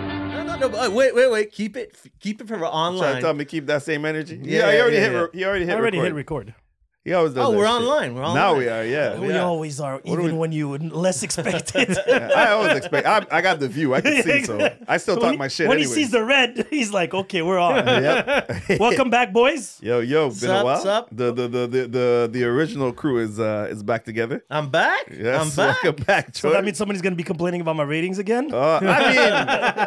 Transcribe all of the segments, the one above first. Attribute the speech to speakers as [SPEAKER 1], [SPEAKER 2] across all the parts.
[SPEAKER 1] no, but uh, wait, wait, wait. Keep it, keep it from
[SPEAKER 2] Trying to
[SPEAKER 1] online.
[SPEAKER 2] tell me to keep that same energy.
[SPEAKER 1] Yeah,
[SPEAKER 2] Yeah, he
[SPEAKER 1] yeah,
[SPEAKER 2] already
[SPEAKER 1] yeah,
[SPEAKER 2] hit.
[SPEAKER 1] yeah.
[SPEAKER 2] re- He already hit.
[SPEAKER 3] already
[SPEAKER 2] record.
[SPEAKER 3] hit record.
[SPEAKER 2] He always does.
[SPEAKER 1] Oh,
[SPEAKER 2] that
[SPEAKER 1] we're
[SPEAKER 2] shit.
[SPEAKER 1] online. We're online.
[SPEAKER 2] Now we are. Yeah.
[SPEAKER 3] Oh, We
[SPEAKER 2] yeah.
[SPEAKER 3] always are,
[SPEAKER 2] do
[SPEAKER 3] even
[SPEAKER 2] we-
[SPEAKER 3] when you would less expect it.
[SPEAKER 2] Yeah, I always expect. I, I got the view. I can see. So I still
[SPEAKER 3] When
[SPEAKER 2] talk
[SPEAKER 3] he-
[SPEAKER 2] my shit.
[SPEAKER 3] When
[SPEAKER 2] anyway.
[SPEAKER 3] he sees the red, he's like, "Okay, we're on."
[SPEAKER 2] Yep.
[SPEAKER 3] Welcome back, boys.
[SPEAKER 2] Yo, yo, been a
[SPEAKER 1] Sup,
[SPEAKER 2] while.
[SPEAKER 1] sup?
[SPEAKER 2] The, the the the the the original crew is uh is back together.
[SPEAKER 1] I'm back.
[SPEAKER 2] Yes,
[SPEAKER 1] I'm back.
[SPEAKER 2] welcome back, George.
[SPEAKER 3] So that means somebody's gonna be complaining about my ratings again.
[SPEAKER 2] uh, I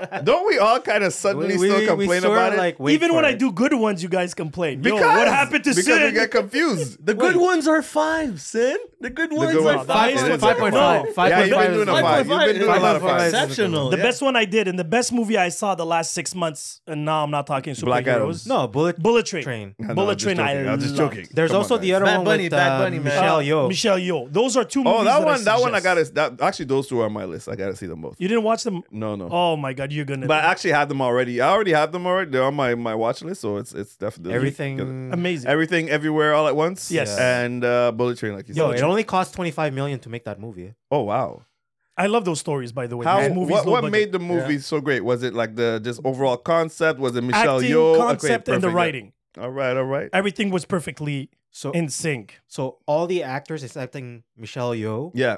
[SPEAKER 2] mean, don't we all kind of suddenly still complain
[SPEAKER 1] sorta,
[SPEAKER 2] about it?
[SPEAKER 1] wait
[SPEAKER 3] Even
[SPEAKER 1] for
[SPEAKER 3] when I
[SPEAKER 1] it.
[SPEAKER 3] do good ones, you guys complain.
[SPEAKER 2] because,
[SPEAKER 3] Yo, what happened to
[SPEAKER 2] because
[SPEAKER 3] Sid?
[SPEAKER 2] we get confused.
[SPEAKER 1] the good ones are five, Sin. The good ones
[SPEAKER 2] good
[SPEAKER 1] are
[SPEAKER 2] ones.
[SPEAKER 1] five.
[SPEAKER 2] It is
[SPEAKER 1] Five
[SPEAKER 2] a
[SPEAKER 1] point
[SPEAKER 3] five.
[SPEAKER 1] five.
[SPEAKER 2] yeah, you've been
[SPEAKER 4] five
[SPEAKER 2] doing a
[SPEAKER 4] is-
[SPEAKER 2] five. You've been doing a lot of
[SPEAKER 4] five is-
[SPEAKER 2] fives.
[SPEAKER 1] Exceptional.
[SPEAKER 3] the
[SPEAKER 1] yeah.
[SPEAKER 3] best one I did and the best movie I saw the last six months, and now I'm not talking superheroes.
[SPEAKER 2] Black Adam.
[SPEAKER 4] No, bullet
[SPEAKER 3] Bullet Train.
[SPEAKER 4] Train.
[SPEAKER 2] No, I'm
[SPEAKER 3] Bullet
[SPEAKER 2] just
[SPEAKER 3] Train.
[SPEAKER 2] joking.
[SPEAKER 3] I
[SPEAKER 2] I'm just
[SPEAKER 3] loved.
[SPEAKER 2] joking.
[SPEAKER 4] There's
[SPEAKER 2] Come
[SPEAKER 4] also
[SPEAKER 2] on,
[SPEAKER 4] the
[SPEAKER 2] guys.
[SPEAKER 4] other
[SPEAKER 1] Bad
[SPEAKER 4] one
[SPEAKER 1] Bunny,
[SPEAKER 4] with
[SPEAKER 1] Bad
[SPEAKER 4] uh,
[SPEAKER 1] Bunny, man.
[SPEAKER 4] Michelle
[SPEAKER 3] Uh,
[SPEAKER 4] Yeoh.
[SPEAKER 3] Michelle Yeoh. Those are two.
[SPEAKER 2] Oh,
[SPEAKER 3] movies
[SPEAKER 2] that one. That
[SPEAKER 3] I
[SPEAKER 2] one I
[SPEAKER 3] suggest.
[SPEAKER 2] gotta. That, actually, those two are on my list. I gotta see them both.
[SPEAKER 3] You didn't watch them?
[SPEAKER 2] No, no.
[SPEAKER 3] Oh my God, you're gonna.
[SPEAKER 2] But I actually had them already. I already had them already. They're on my, my watch list, so it's it's definitely
[SPEAKER 4] Everything.
[SPEAKER 3] amazing.
[SPEAKER 2] everything, everywhere, all at once.
[SPEAKER 3] Yes.
[SPEAKER 4] Yeah.
[SPEAKER 2] And uh, Bullet Train, like you
[SPEAKER 4] Yo,
[SPEAKER 2] said.
[SPEAKER 4] it only cost 25 million to make that movie.
[SPEAKER 2] oh wow.
[SPEAKER 3] I love those stories, by the way.
[SPEAKER 2] How
[SPEAKER 3] those movies,
[SPEAKER 2] what,
[SPEAKER 3] low
[SPEAKER 2] what
[SPEAKER 3] budget.
[SPEAKER 2] made the movie so great? Was it like the just overall concept? Was it Michelle
[SPEAKER 3] acting,
[SPEAKER 2] Yeoh? Okay,
[SPEAKER 3] concept, and the
[SPEAKER 2] perfect, yeah.
[SPEAKER 3] writing?
[SPEAKER 2] All right, all right.
[SPEAKER 3] Everything was perfectly
[SPEAKER 4] So
[SPEAKER 3] in sync.
[SPEAKER 4] so all the actors excepting Michelle Yeoh
[SPEAKER 2] Yeah,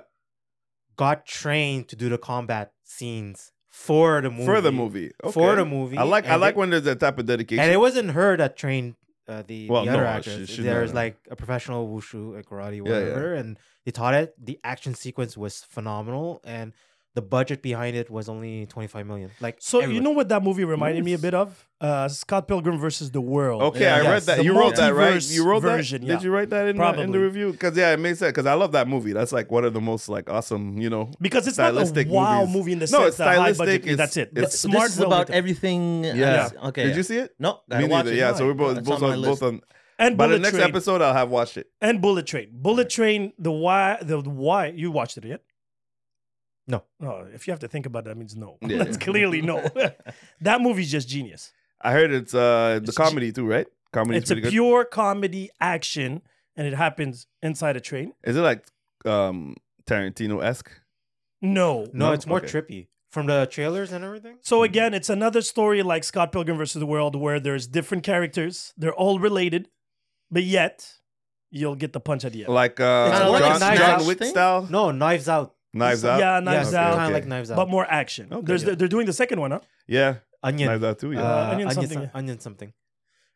[SPEAKER 4] got trained to do the combat scenes for the movie.
[SPEAKER 2] for the movie. Okay.
[SPEAKER 4] For the movie.
[SPEAKER 2] I like I
[SPEAKER 4] And
[SPEAKER 2] like
[SPEAKER 4] it-
[SPEAKER 2] when there's that type of dedication.
[SPEAKER 4] And it wasn't her that trained uh, the,
[SPEAKER 2] Well,
[SPEAKER 4] the other
[SPEAKER 2] no,
[SPEAKER 4] actors.
[SPEAKER 2] she- she- no,
[SPEAKER 4] There's
[SPEAKER 2] no.
[SPEAKER 4] like a professional wushu and karate,
[SPEAKER 2] yeah.
[SPEAKER 4] whatever, and they taught it. The action sequence was phenomenal, and the budget behind it was only 25 million. Like,
[SPEAKER 3] So you
[SPEAKER 4] everyone-
[SPEAKER 3] know what that movie reminded me a bit of? Uh, Scott Pilgrim versus the World.
[SPEAKER 2] Okay,
[SPEAKER 4] Yeah.
[SPEAKER 2] I read
[SPEAKER 4] Yes,
[SPEAKER 2] that.
[SPEAKER 3] the
[SPEAKER 2] You wrote that, right?
[SPEAKER 3] multiverse
[SPEAKER 2] You wrote
[SPEAKER 3] version,
[SPEAKER 2] that.
[SPEAKER 3] yeah.
[SPEAKER 2] Did you write that in, the, in the
[SPEAKER 3] Probably.
[SPEAKER 2] review? Because yeah, it made sense. Because I love that movie. That's like one of the most like awesome, you know,
[SPEAKER 3] Because it's not a
[SPEAKER 2] stylistic
[SPEAKER 3] wow
[SPEAKER 2] movies.
[SPEAKER 3] movie in the
[SPEAKER 2] No,
[SPEAKER 3] sense
[SPEAKER 2] it's
[SPEAKER 3] that high
[SPEAKER 2] stylistic,
[SPEAKER 3] budget.
[SPEAKER 2] it's-
[SPEAKER 3] that's it.
[SPEAKER 2] it's-
[SPEAKER 3] It's
[SPEAKER 2] This
[SPEAKER 3] smart
[SPEAKER 1] this is about
[SPEAKER 3] everything.
[SPEAKER 1] everything.
[SPEAKER 2] Yeah.
[SPEAKER 1] else. Okay.
[SPEAKER 2] Did you see it?
[SPEAKER 1] No, I
[SPEAKER 2] Me
[SPEAKER 1] watched
[SPEAKER 2] neither.
[SPEAKER 1] it.
[SPEAKER 2] Yeah, so we're both
[SPEAKER 1] It's
[SPEAKER 2] both
[SPEAKER 1] on my
[SPEAKER 2] on, both
[SPEAKER 1] list.
[SPEAKER 2] on.
[SPEAKER 3] And
[SPEAKER 2] By the
[SPEAKER 3] Bullet
[SPEAKER 2] next
[SPEAKER 3] Train.
[SPEAKER 2] episode, I'll have watched it.
[SPEAKER 3] And Bullet Train. Bullet Train. The why. The why. You watched it yet?
[SPEAKER 4] No.
[SPEAKER 3] Oh, if you have to think about it, that means no.
[SPEAKER 2] Yeah.
[SPEAKER 3] That's clearly no. that movie's just genius.
[SPEAKER 2] I heard it's uh the
[SPEAKER 3] It's
[SPEAKER 2] comedy too, right? Comedy
[SPEAKER 3] It's a
[SPEAKER 2] pretty good.
[SPEAKER 3] pure comedy action, and it happens inside a train.
[SPEAKER 2] Is it like um Tarantino esque?
[SPEAKER 3] No.
[SPEAKER 4] no,
[SPEAKER 2] No?
[SPEAKER 4] it's more
[SPEAKER 2] Okay.
[SPEAKER 4] trippy from the trailers and everything.
[SPEAKER 3] So again, it's another story like Scott Pilgrim versus the World, where there's different characters. They're all related, but yet you'll get the punch at the end.
[SPEAKER 2] Like uh
[SPEAKER 4] It's
[SPEAKER 1] more
[SPEAKER 2] John,
[SPEAKER 4] like a
[SPEAKER 2] John
[SPEAKER 4] Knives
[SPEAKER 2] Wick
[SPEAKER 1] Out
[SPEAKER 2] style?
[SPEAKER 4] No, Knives Out.
[SPEAKER 2] Knives Out.
[SPEAKER 3] Yeah, Knives
[SPEAKER 4] yes,
[SPEAKER 2] Okay,
[SPEAKER 3] Out,
[SPEAKER 4] kind
[SPEAKER 2] okay.
[SPEAKER 4] of like Knives Out,
[SPEAKER 3] but more action.
[SPEAKER 2] Okay,
[SPEAKER 3] there's
[SPEAKER 2] yeah.
[SPEAKER 3] they're doing the second one, huh?
[SPEAKER 2] Yeah,
[SPEAKER 4] onion,
[SPEAKER 2] Knives Out too.
[SPEAKER 4] uh,
[SPEAKER 2] Yeah.
[SPEAKER 3] onion
[SPEAKER 4] onion,
[SPEAKER 3] something,
[SPEAKER 4] some-
[SPEAKER 3] yeah.
[SPEAKER 4] onion something,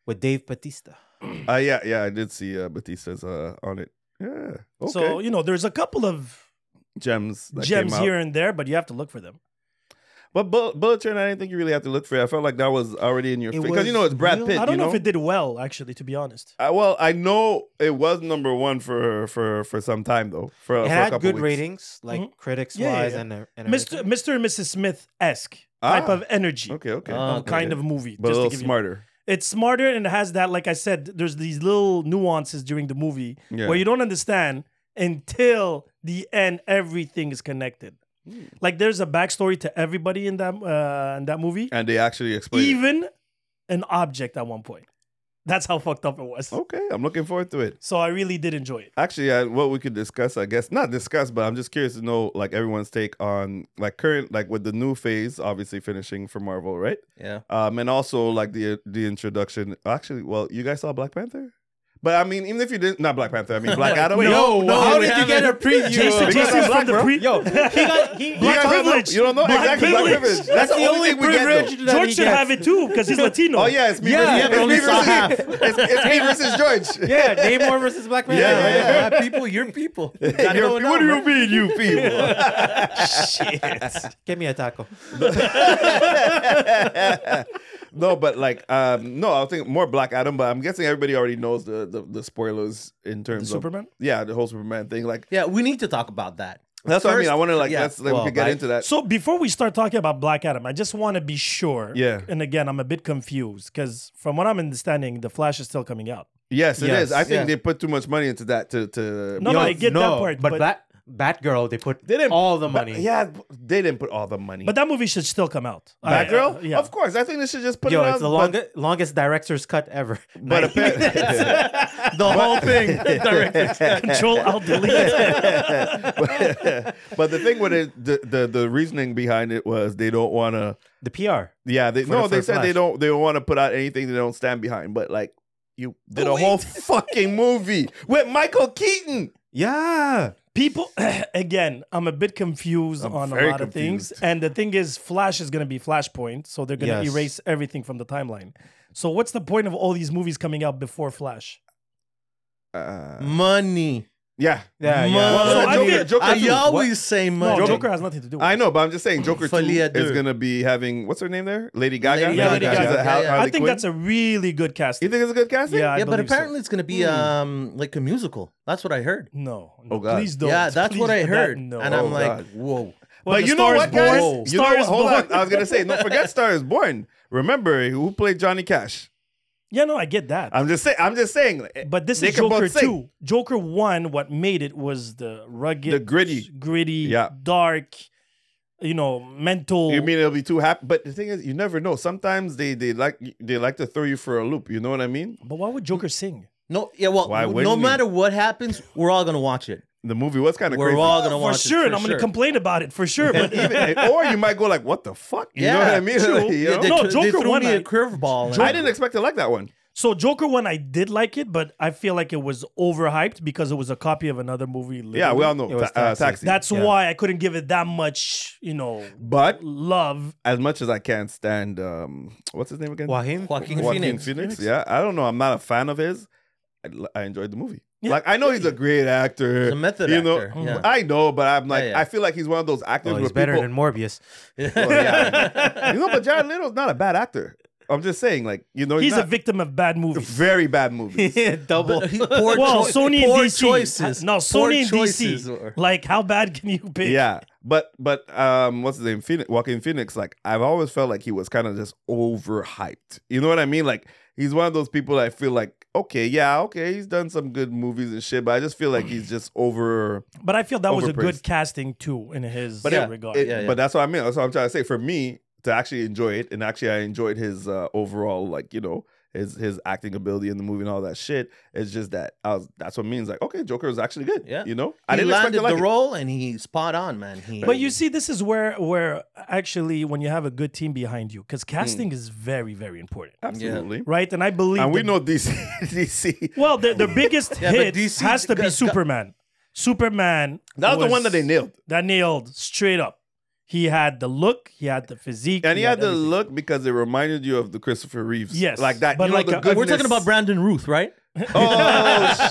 [SPEAKER 4] with Dave Batista.
[SPEAKER 2] Uh, yeah, yeah, I did see uh, Batista's uh, on it. Yeah. Okay.
[SPEAKER 3] So you know, there's a couple of
[SPEAKER 2] gems. That came
[SPEAKER 3] gems
[SPEAKER 2] out.
[SPEAKER 3] here and there, but you have to look for them.
[SPEAKER 2] But Bull- Bullet Train, I didn't think you really have to look for it. I felt like that was already in your
[SPEAKER 4] It
[SPEAKER 2] face because you know
[SPEAKER 4] was
[SPEAKER 2] it's Brad
[SPEAKER 4] real-
[SPEAKER 2] Pitt.
[SPEAKER 3] I don't
[SPEAKER 2] you
[SPEAKER 3] know?
[SPEAKER 2] know,
[SPEAKER 3] if it did well, actually, to be honest.
[SPEAKER 2] Uh, well, I know it was number one for for for some time though. For,
[SPEAKER 4] It
[SPEAKER 2] for a
[SPEAKER 4] had
[SPEAKER 2] couple
[SPEAKER 4] good
[SPEAKER 2] weeks. Mm-hmm.
[SPEAKER 4] ratings, like
[SPEAKER 3] Mhm.
[SPEAKER 4] critics
[SPEAKER 3] Yeah, yeah,
[SPEAKER 4] wise,
[SPEAKER 3] yeah.
[SPEAKER 4] and uh, and
[SPEAKER 3] Mr.
[SPEAKER 4] everything.
[SPEAKER 3] Mr. and Mrs. Smith esque type
[SPEAKER 2] Ah.
[SPEAKER 3] of energy,
[SPEAKER 2] Okay, okay,
[SPEAKER 1] Ah,
[SPEAKER 3] of
[SPEAKER 1] okay.
[SPEAKER 3] Uh, kind of movie,
[SPEAKER 2] but a
[SPEAKER 3] just to
[SPEAKER 2] little
[SPEAKER 3] give you-
[SPEAKER 2] smarter.
[SPEAKER 3] it's smarter and it has that like i said there's these little nuances during the movie
[SPEAKER 2] Yeah.
[SPEAKER 3] where you don't understand until the end everything is connected like there's a backstory to everybody in that uh, in that movie
[SPEAKER 2] and they actually explained. it.
[SPEAKER 3] even an object at one point that's how fucked up it was
[SPEAKER 2] Okay, I'm looking forward to it.
[SPEAKER 3] so i really did enjoy it
[SPEAKER 2] Actually, I, what we could discuss, I guess, not discuss, but I'm just curious to know like everyone's take on like current, like with the new phase, obviously finishing for Marvel, right?
[SPEAKER 1] Yeah.
[SPEAKER 2] Um, and also like the the introduction. Actually, well, you guys saw Black Panther, but I mean, even if you didn't, not Black Panther. I mean, Black Adam.
[SPEAKER 3] wait,
[SPEAKER 4] No,
[SPEAKER 1] no,
[SPEAKER 4] how
[SPEAKER 1] we
[SPEAKER 4] did you get a
[SPEAKER 1] haven't.
[SPEAKER 4] preview?
[SPEAKER 3] jason
[SPEAKER 4] of-
[SPEAKER 2] because
[SPEAKER 3] jason
[SPEAKER 2] I'm
[SPEAKER 3] from
[SPEAKER 2] black,
[SPEAKER 3] the
[SPEAKER 2] bro.
[SPEAKER 3] pre
[SPEAKER 4] Yo, he got he.
[SPEAKER 2] You guys
[SPEAKER 3] Black
[SPEAKER 2] don't know-
[SPEAKER 3] privilege.
[SPEAKER 2] You don't know
[SPEAKER 3] Black
[SPEAKER 2] exactly. Black
[SPEAKER 3] privilege.
[SPEAKER 2] privilege. That's, the only thing we get. though.
[SPEAKER 4] privilege that
[SPEAKER 3] george
[SPEAKER 4] he
[SPEAKER 3] should
[SPEAKER 4] gets.
[SPEAKER 3] have it too because he's latino
[SPEAKER 2] Oh yeah, it's me.
[SPEAKER 4] Yeah,
[SPEAKER 2] versus,
[SPEAKER 4] but
[SPEAKER 2] it's
[SPEAKER 4] only
[SPEAKER 2] me
[SPEAKER 4] saw
[SPEAKER 2] versus
[SPEAKER 4] half.
[SPEAKER 2] It's, it's me versus George.
[SPEAKER 4] Yeah, Namor versus Black Panther.
[SPEAKER 2] Yeah, yeah, yeah.
[SPEAKER 1] people, your people.
[SPEAKER 2] You're- what do you mean, you people?
[SPEAKER 4] Give me a taco.
[SPEAKER 2] no, but like, um, no, I think more Black Adam. But I'm guessing everybody already knows the the, the spoilers in terms of
[SPEAKER 3] Superman?
[SPEAKER 2] Yeah, the whole Superman thing. Like,
[SPEAKER 1] Yeah, we need to talk about that.
[SPEAKER 2] that's what I mean.
[SPEAKER 1] First-
[SPEAKER 2] I want to like,
[SPEAKER 1] yeah.
[SPEAKER 2] that's like,
[SPEAKER 4] Well,
[SPEAKER 2] we could get
[SPEAKER 4] like-
[SPEAKER 2] into that.
[SPEAKER 3] So before we start talking about Black Adam, I just want to be sure.
[SPEAKER 2] Yeah.
[SPEAKER 3] And again, I'm a bit confused because from what I'm understanding, the Flash is still coming out.
[SPEAKER 2] Yes, it is.
[SPEAKER 4] Yes.
[SPEAKER 2] I think
[SPEAKER 1] Yeah.
[SPEAKER 2] they put too much money into that to to.
[SPEAKER 3] No, no, I get that part,
[SPEAKER 4] But,
[SPEAKER 3] but-
[SPEAKER 4] Black Batgirl, they put
[SPEAKER 2] They didn't-
[SPEAKER 4] all the
[SPEAKER 2] Ba-
[SPEAKER 4] money.
[SPEAKER 2] yeah, they didn't put all the money.
[SPEAKER 3] But that movie should still come out. I-
[SPEAKER 2] Batgirl?
[SPEAKER 3] uh, yeah.
[SPEAKER 2] Of course. I think they should just put
[SPEAKER 4] Yo,
[SPEAKER 2] it on.
[SPEAKER 4] it's the
[SPEAKER 2] but-
[SPEAKER 4] longest longest director's cut ever.
[SPEAKER 2] But apparently,
[SPEAKER 1] the whole thing. Director's cut.
[SPEAKER 3] Control I'll delete it.
[SPEAKER 2] but, but the thing with it, the, the the reasoning behind it was they don't want to.
[SPEAKER 4] The PR.
[SPEAKER 2] Yeah, they
[SPEAKER 4] For
[SPEAKER 2] no,
[SPEAKER 4] the
[SPEAKER 2] they
[SPEAKER 4] first
[SPEAKER 2] said they
[SPEAKER 4] Flash.
[SPEAKER 2] don't they don't want to put out anything they don't stand behind. But like, you did a
[SPEAKER 1] But
[SPEAKER 2] whole
[SPEAKER 1] wait.
[SPEAKER 2] fucking movie with Michael Keaton.
[SPEAKER 4] Yeah.
[SPEAKER 3] People, again, I'm a bit confused
[SPEAKER 2] I'm
[SPEAKER 3] on a
[SPEAKER 2] very
[SPEAKER 3] lot of things.
[SPEAKER 2] confused.
[SPEAKER 3] And the thing is, Flash is going to be Flashpoint, so they're going to
[SPEAKER 4] Yes.
[SPEAKER 3] erase everything from the timeline. So what's the point of all these movies coming out before Flash?
[SPEAKER 2] Uh,
[SPEAKER 1] Money.
[SPEAKER 2] yeah,
[SPEAKER 4] Yeah. yeah.
[SPEAKER 1] Money.
[SPEAKER 2] Well,
[SPEAKER 3] no, I
[SPEAKER 2] Joker,
[SPEAKER 3] mean,
[SPEAKER 2] Joker
[SPEAKER 1] I
[SPEAKER 2] too.
[SPEAKER 1] always say money.
[SPEAKER 3] No,
[SPEAKER 2] Joker-
[SPEAKER 3] Joker has nothing to do with
[SPEAKER 2] I
[SPEAKER 3] it.
[SPEAKER 2] know, but I'm just saying, Joker Two
[SPEAKER 1] Folia
[SPEAKER 2] is
[SPEAKER 1] do.
[SPEAKER 2] gonna be having what's her name there, Lady Gaga.
[SPEAKER 1] Lady
[SPEAKER 3] Gaga.
[SPEAKER 2] She's a
[SPEAKER 1] Yeah,
[SPEAKER 2] Har-
[SPEAKER 1] yeah.
[SPEAKER 2] Harley
[SPEAKER 3] I think
[SPEAKER 2] Quinn?
[SPEAKER 3] that's a really good
[SPEAKER 2] You
[SPEAKER 3] casting.
[SPEAKER 2] think it's a good casting?
[SPEAKER 3] Yeah, I
[SPEAKER 1] yeah, but
[SPEAKER 3] believe so.
[SPEAKER 1] apparently it's gonna be
[SPEAKER 2] Hmm.
[SPEAKER 1] um like a musical. That's what I heard.
[SPEAKER 3] No.
[SPEAKER 2] Oh, God.
[SPEAKER 3] Please don't.
[SPEAKER 1] yeah, that's what
[SPEAKER 3] Please-
[SPEAKER 1] I
[SPEAKER 3] that-
[SPEAKER 1] heard.
[SPEAKER 3] no.
[SPEAKER 1] And I'm
[SPEAKER 2] Oh,
[SPEAKER 1] like,
[SPEAKER 2] God.
[SPEAKER 1] whoa.
[SPEAKER 3] When
[SPEAKER 2] but
[SPEAKER 3] the
[SPEAKER 2] you know
[SPEAKER 3] Star
[SPEAKER 2] what,
[SPEAKER 3] is
[SPEAKER 2] guys?
[SPEAKER 3] Born-
[SPEAKER 2] You know
[SPEAKER 3] Star
[SPEAKER 2] what?
[SPEAKER 3] is
[SPEAKER 2] Hold on.
[SPEAKER 3] Born-
[SPEAKER 2] I was gonna say, don't forget Star is Born. Remember who played Johnny Cash?
[SPEAKER 3] Yeah, no, I get that.
[SPEAKER 2] I'm just saying. I'm just saying.
[SPEAKER 3] but this
[SPEAKER 2] they
[SPEAKER 3] is
[SPEAKER 2] can both
[SPEAKER 3] Joker
[SPEAKER 2] sing.
[SPEAKER 3] two. Joker one, what made it was the rugged,
[SPEAKER 2] The gritty.
[SPEAKER 3] gritty,
[SPEAKER 2] Yeah.
[SPEAKER 3] dark, you know, mental.
[SPEAKER 2] You mean it'll be too happy? But the thing is, you never know. Sometimes they they like they like to throw you for a loop. You know what I mean?
[SPEAKER 3] But why would Joker sing?
[SPEAKER 1] No, yeah, well,
[SPEAKER 2] Why wouldn't
[SPEAKER 1] no
[SPEAKER 2] you?
[SPEAKER 1] matter what happens, we're all gonna watch it.
[SPEAKER 2] The movie was kind of
[SPEAKER 1] We're
[SPEAKER 2] crazy.
[SPEAKER 1] all gonna
[SPEAKER 3] For
[SPEAKER 1] watch
[SPEAKER 3] sure,
[SPEAKER 1] it.
[SPEAKER 3] and I'm gonna complain about it for sure. But
[SPEAKER 2] Even- or you might go like, "What the fuck?" You know what I
[SPEAKER 1] Yeah,
[SPEAKER 2] mean?
[SPEAKER 3] true.
[SPEAKER 2] Like, you
[SPEAKER 1] Yeah,
[SPEAKER 2] know?
[SPEAKER 1] they
[SPEAKER 3] No,
[SPEAKER 1] tr- they
[SPEAKER 3] Joker
[SPEAKER 1] threw him
[SPEAKER 3] one,
[SPEAKER 1] a
[SPEAKER 3] he-
[SPEAKER 1] curveball. and-
[SPEAKER 2] I didn't expect to like that one.
[SPEAKER 3] so Joker one, I did like it, but I feel like it was overhyped because it was a copy of another movie.
[SPEAKER 2] Yeah, we all know
[SPEAKER 4] It was
[SPEAKER 2] Ta- uh,
[SPEAKER 4] Taxi.
[SPEAKER 2] taxi.
[SPEAKER 3] That's
[SPEAKER 4] Yeah.
[SPEAKER 3] why I couldn't give it that much, you know,
[SPEAKER 2] but
[SPEAKER 3] love.
[SPEAKER 2] as much as I can't stand, um, what's his name again?
[SPEAKER 4] Joaquin.
[SPEAKER 1] Joaquin
[SPEAKER 2] Joaquin
[SPEAKER 1] Phoenix.
[SPEAKER 2] Yeah, I don't know. I'm not a fan of his. I, l- I enjoyed the movie.
[SPEAKER 3] Yeah.
[SPEAKER 2] Like I know he's a great actor.
[SPEAKER 1] He's a method
[SPEAKER 2] you know,
[SPEAKER 1] actor, yeah.
[SPEAKER 2] I know, but I'm like,
[SPEAKER 1] Yeah, yeah.
[SPEAKER 2] I feel like he's one of those actors.
[SPEAKER 4] Oh,
[SPEAKER 2] where
[SPEAKER 4] he's better
[SPEAKER 2] people,
[SPEAKER 4] than Morbius.
[SPEAKER 2] you know, but Jared Leto's not a bad actor. I'm just saying, like, you know,
[SPEAKER 3] He's a
[SPEAKER 2] not-
[SPEAKER 3] victim of bad movies.
[SPEAKER 2] very bad movie.
[SPEAKER 4] Double.
[SPEAKER 1] But he- poor
[SPEAKER 3] Well,
[SPEAKER 1] choi-
[SPEAKER 3] Sony and
[SPEAKER 1] poor
[SPEAKER 3] DC.
[SPEAKER 1] choices.
[SPEAKER 3] No,
[SPEAKER 1] Poor
[SPEAKER 3] Sony and
[SPEAKER 1] choices
[SPEAKER 3] DC.
[SPEAKER 1] were-
[SPEAKER 3] Like, how bad can you pick?
[SPEAKER 2] yeah, but but um, what's his name? Phoenix, Joaquin Phoenix. Like, I've always felt like he was kind of just overhyped. You know what I mean? Like, he's one of those people that I feel like, okay, yeah, okay, he's done some good movies and shit, but I just feel like he's just over.
[SPEAKER 3] But I feel that was a good
[SPEAKER 2] Overpraised.
[SPEAKER 3] casting too in his
[SPEAKER 2] But
[SPEAKER 1] yeah,
[SPEAKER 3] regard.
[SPEAKER 2] It-
[SPEAKER 1] yeah.
[SPEAKER 2] But that's what I mean. That's what I'm trying to say. For me to actually enjoy it, and actually I enjoyed his uh, overall, like you know, his his acting ability in the movie and all that shit. It's just that I was. That's what means. Like, okay, Joker is actually good.
[SPEAKER 1] Yeah.
[SPEAKER 2] you know,
[SPEAKER 1] He
[SPEAKER 2] expect
[SPEAKER 1] landed
[SPEAKER 2] to like
[SPEAKER 1] the
[SPEAKER 2] it.
[SPEAKER 1] role and he spot on, man. He,
[SPEAKER 3] but you see, this is where where actually when you have a good team behind you, because casting is very very important,
[SPEAKER 2] Absolutely.
[SPEAKER 3] right? And I believe
[SPEAKER 2] Hmm. And we
[SPEAKER 3] the-
[SPEAKER 2] know DC. DC.
[SPEAKER 3] well their their biggest
[SPEAKER 1] Yeah, but
[SPEAKER 3] hit
[SPEAKER 1] DC
[SPEAKER 3] has to be
[SPEAKER 1] got- got-
[SPEAKER 3] Superman. Superman.
[SPEAKER 2] That was the one that they nailed.
[SPEAKER 3] That nailed straight up. He had the look. He had the physique.
[SPEAKER 2] And he had the
[SPEAKER 3] everything.
[SPEAKER 2] look because it reminded you of the Christopher Reeves.
[SPEAKER 3] Yes,
[SPEAKER 2] Like that.
[SPEAKER 3] but
[SPEAKER 2] you know,
[SPEAKER 3] like
[SPEAKER 2] the
[SPEAKER 3] a-
[SPEAKER 2] goodness.
[SPEAKER 1] uh, we're talking about Brandon Ruth, right?
[SPEAKER 2] Oh,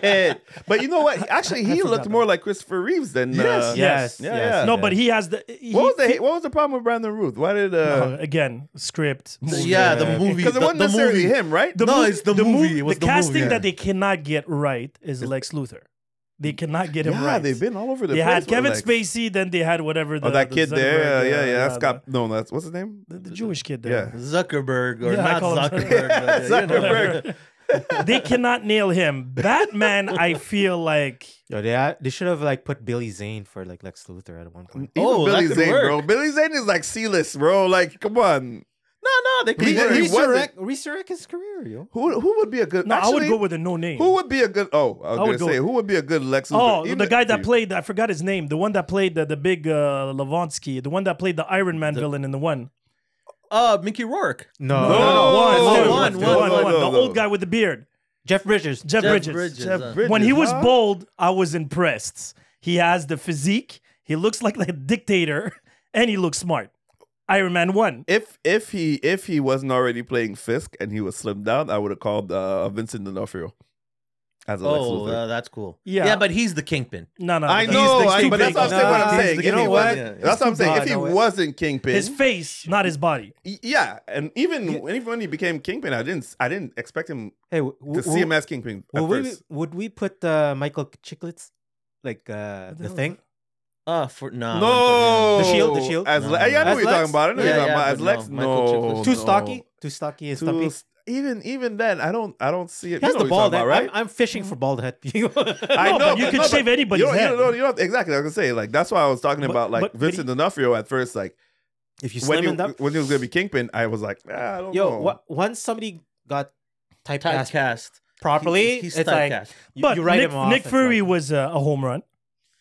[SPEAKER 2] shit. But you know what? Actually, he
[SPEAKER 3] forgot
[SPEAKER 2] looked
[SPEAKER 3] that.
[SPEAKER 2] more like Christopher Reeves than. uh,
[SPEAKER 3] Yes, yes,
[SPEAKER 4] yes,
[SPEAKER 2] Yeah,
[SPEAKER 4] yes.
[SPEAKER 2] yeah.
[SPEAKER 3] No, but he has the. He,
[SPEAKER 2] What was, the, what was the problem with Brandon Ruth? Why did.
[SPEAKER 3] uh,
[SPEAKER 2] uh
[SPEAKER 3] again script? movie.
[SPEAKER 1] yeah, the
[SPEAKER 4] Yeah.
[SPEAKER 1] movie.
[SPEAKER 2] Because
[SPEAKER 1] the,
[SPEAKER 2] it wasn't
[SPEAKER 1] the
[SPEAKER 2] necessarily
[SPEAKER 1] movie.
[SPEAKER 2] him, right?
[SPEAKER 1] No, it's the movie. It was
[SPEAKER 3] the,
[SPEAKER 1] the movie,
[SPEAKER 3] casting
[SPEAKER 1] yeah.
[SPEAKER 3] that they cannot get right is Lex Luthor. They cannot get him
[SPEAKER 2] yeah,
[SPEAKER 3] right.
[SPEAKER 2] they've been all over the
[SPEAKER 3] They
[SPEAKER 2] place.
[SPEAKER 3] had
[SPEAKER 2] with,
[SPEAKER 3] Kevin
[SPEAKER 2] like-
[SPEAKER 3] Spacey, then they had whatever. The,
[SPEAKER 2] Oh, that
[SPEAKER 3] the
[SPEAKER 2] kid there.
[SPEAKER 3] Zuckerberg,
[SPEAKER 2] Uh, yeah,
[SPEAKER 3] uh,
[SPEAKER 2] yeah. That's
[SPEAKER 3] the-
[SPEAKER 2] got. No, that's. What's his name?
[SPEAKER 3] the, the Jewish kid
[SPEAKER 2] Yeah.
[SPEAKER 3] there.
[SPEAKER 1] Zuckerberg or
[SPEAKER 3] Yeah, I
[SPEAKER 1] not
[SPEAKER 3] call him
[SPEAKER 1] Zuckerberg. but, uh, you know.
[SPEAKER 2] Zuckerberg.
[SPEAKER 3] they cannot nail him. Batman, I feel like
[SPEAKER 4] Yo, they, had- they should have like put Billy Zane for like Lex Luthor at one point.
[SPEAKER 2] Even
[SPEAKER 1] Oh, that
[SPEAKER 2] Billy
[SPEAKER 1] could
[SPEAKER 2] Zane,
[SPEAKER 1] work.
[SPEAKER 2] bro. Billy Zane is like C-list, bro. Like, come on.
[SPEAKER 1] No, no, they
[SPEAKER 2] He-
[SPEAKER 1] could work.
[SPEAKER 2] he wasn't-
[SPEAKER 4] resurrect, resurrect his career, yo.
[SPEAKER 2] Who who would be a good?
[SPEAKER 3] no, I would
[SPEAKER 2] actually,
[SPEAKER 3] go with a no name.
[SPEAKER 2] Who would be a good? Oh, I was
[SPEAKER 3] I would
[SPEAKER 2] gonna
[SPEAKER 3] go
[SPEAKER 2] say
[SPEAKER 3] with-
[SPEAKER 2] who would be a good Lex? Luthor?
[SPEAKER 3] Oh, the
[SPEAKER 2] Even-
[SPEAKER 3] guy that played, I forgot his name. The one that played the, the big uh, Levonsky, the one that played the Iron Man villain in the one.
[SPEAKER 1] Uh, Mickey Rourke.
[SPEAKER 4] No.
[SPEAKER 2] No.
[SPEAKER 3] one,
[SPEAKER 2] Oh,
[SPEAKER 3] one,
[SPEAKER 1] one,
[SPEAKER 3] one,
[SPEAKER 1] one,
[SPEAKER 3] one,
[SPEAKER 2] one,
[SPEAKER 3] the
[SPEAKER 2] one.
[SPEAKER 3] old guy with the beard,
[SPEAKER 4] Jeff Bridges.
[SPEAKER 3] Jeff, Bridges.
[SPEAKER 2] Jeff
[SPEAKER 1] uh,
[SPEAKER 2] Bridges,
[SPEAKER 3] When he was
[SPEAKER 2] huh?
[SPEAKER 3] bold, I was impressed. He has the physique. He looks like a dictator, and he looks smart. Iron Man one.
[SPEAKER 2] If if he if he wasn't already playing Fisk and he was slimmed down, I would have called uh, Vincent D'Onofrio as a Lex
[SPEAKER 1] Oh,
[SPEAKER 2] Luthor.
[SPEAKER 1] uh, that's cool.
[SPEAKER 3] Yeah.
[SPEAKER 1] yeah, but he's the kingpin.
[SPEAKER 3] No, no.
[SPEAKER 2] I
[SPEAKER 3] he's
[SPEAKER 2] know,
[SPEAKER 3] the- he's
[SPEAKER 2] I,
[SPEAKER 3] too
[SPEAKER 2] but that's
[SPEAKER 3] big.
[SPEAKER 2] what I'm saying. What I'm
[SPEAKER 4] Nah,
[SPEAKER 2] saying.
[SPEAKER 4] you
[SPEAKER 2] If he
[SPEAKER 4] know
[SPEAKER 2] was-
[SPEAKER 4] what?
[SPEAKER 2] That's what I'm saying. If
[SPEAKER 4] Nah,
[SPEAKER 2] he
[SPEAKER 4] no way.
[SPEAKER 2] wasn't Kingpin,
[SPEAKER 3] His face, not his body.
[SPEAKER 2] y- yeah, and even even when he became Kingpin, I didn't I didn't expect him
[SPEAKER 4] Hey, w-
[SPEAKER 2] to
[SPEAKER 4] w-
[SPEAKER 2] see him as Kingpin at
[SPEAKER 4] would we,
[SPEAKER 2] first.
[SPEAKER 4] would we put uh, Michael Chicklets? Like uh, the
[SPEAKER 3] hell?
[SPEAKER 4] thing?
[SPEAKER 1] Uh, for no,
[SPEAKER 2] No,
[SPEAKER 4] The Shield, The Shield?
[SPEAKER 2] As
[SPEAKER 1] No.
[SPEAKER 2] Le- yeah, I know
[SPEAKER 4] As
[SPEAKER 2] what you're
[SPEAKER 4] Lex?
[SPEAKER 2] talking about. I know what
[SPEAKER 1] Yeah,
[SPEAKER 2] you're talking
[SPEAKER 1] yeah,
[SPEAKER 2] about. As
[SPEAKER 1] but
[SPEAKER 2] Lex,
[SPEAKER 1] no. Michael
[SPEAKER 2] Oh, no,
[SPEAKER 1] Chiklis.
[SPEAKER 4] Too
[SPEAKER 2] no.
[SPEAKER 4] stocky? Too stocky and
[SPEAKER 2] Too
[SPEAKER 4] stumpy?
[SPEAKER 2] s- even even then, I don't I don't see it.
[SPEAKER 4] He has
[SPEAKER 2] you know
[SPEAKER 4] the
[SPEAKER 2] what
[SPEAKER 4] bald
[SPEAKER 2] you're
[SPEAKER 4] head.
[SPEAKER 2] talking about, right?
[SPEAKER 4] I'm, I'm fishing for bald head.
[SPEAKER 2] I know,
[SPEAKER 3] No, but you could
[SPEAKER 2] no,
[SPEAKER 3] shave anybody's
[SPEAKER 2] you don't,
[SPEAKER 3] head.
[SPEAKER 2] You don't, you don't, exactly. I was gonna say like that's why I was talking
[SPEAKER 3] But-
[SPEAKER 2] about like
[SPEAKER 3] but- but
[SPEAKER 2] Vincent
[SPEAKER 3] he-
[SPEAKER 2] D'Onofrio at first. Like
[SPEAKER 4] if you
[SPEAKER 2] when
[SPEAKER 4] slim
[SPEAKER 2] he,
[SPEAKER 4] it up,
[SPEAKER 2] when he was gonna be Kingpin, I was like, ah, I don't
[SPEAKER 4] yo,
[SPEAKER 2] know.
[SPEAKER 4] wha- once somebody got typecast
[SPEAKER 1] Typecast.
[SPEAKER 4] properly,
[SPEAKER 1] He- he's
[SPEAKER 4] it's like
[SPEAKER 1] typecast.
[SPEAKER 4] you,
[SPEAKER 3] but
[SPEAKER 4] you write
[SPEAKER 3] Nick,
[SPEAKER 4] him off.
[SPEAKER 3] Nick
[SPEAKER 4] it's
[SPEAKER 3] Fury
[SPEAKER 4] like-
[SPEAKER 3] was a, a home run.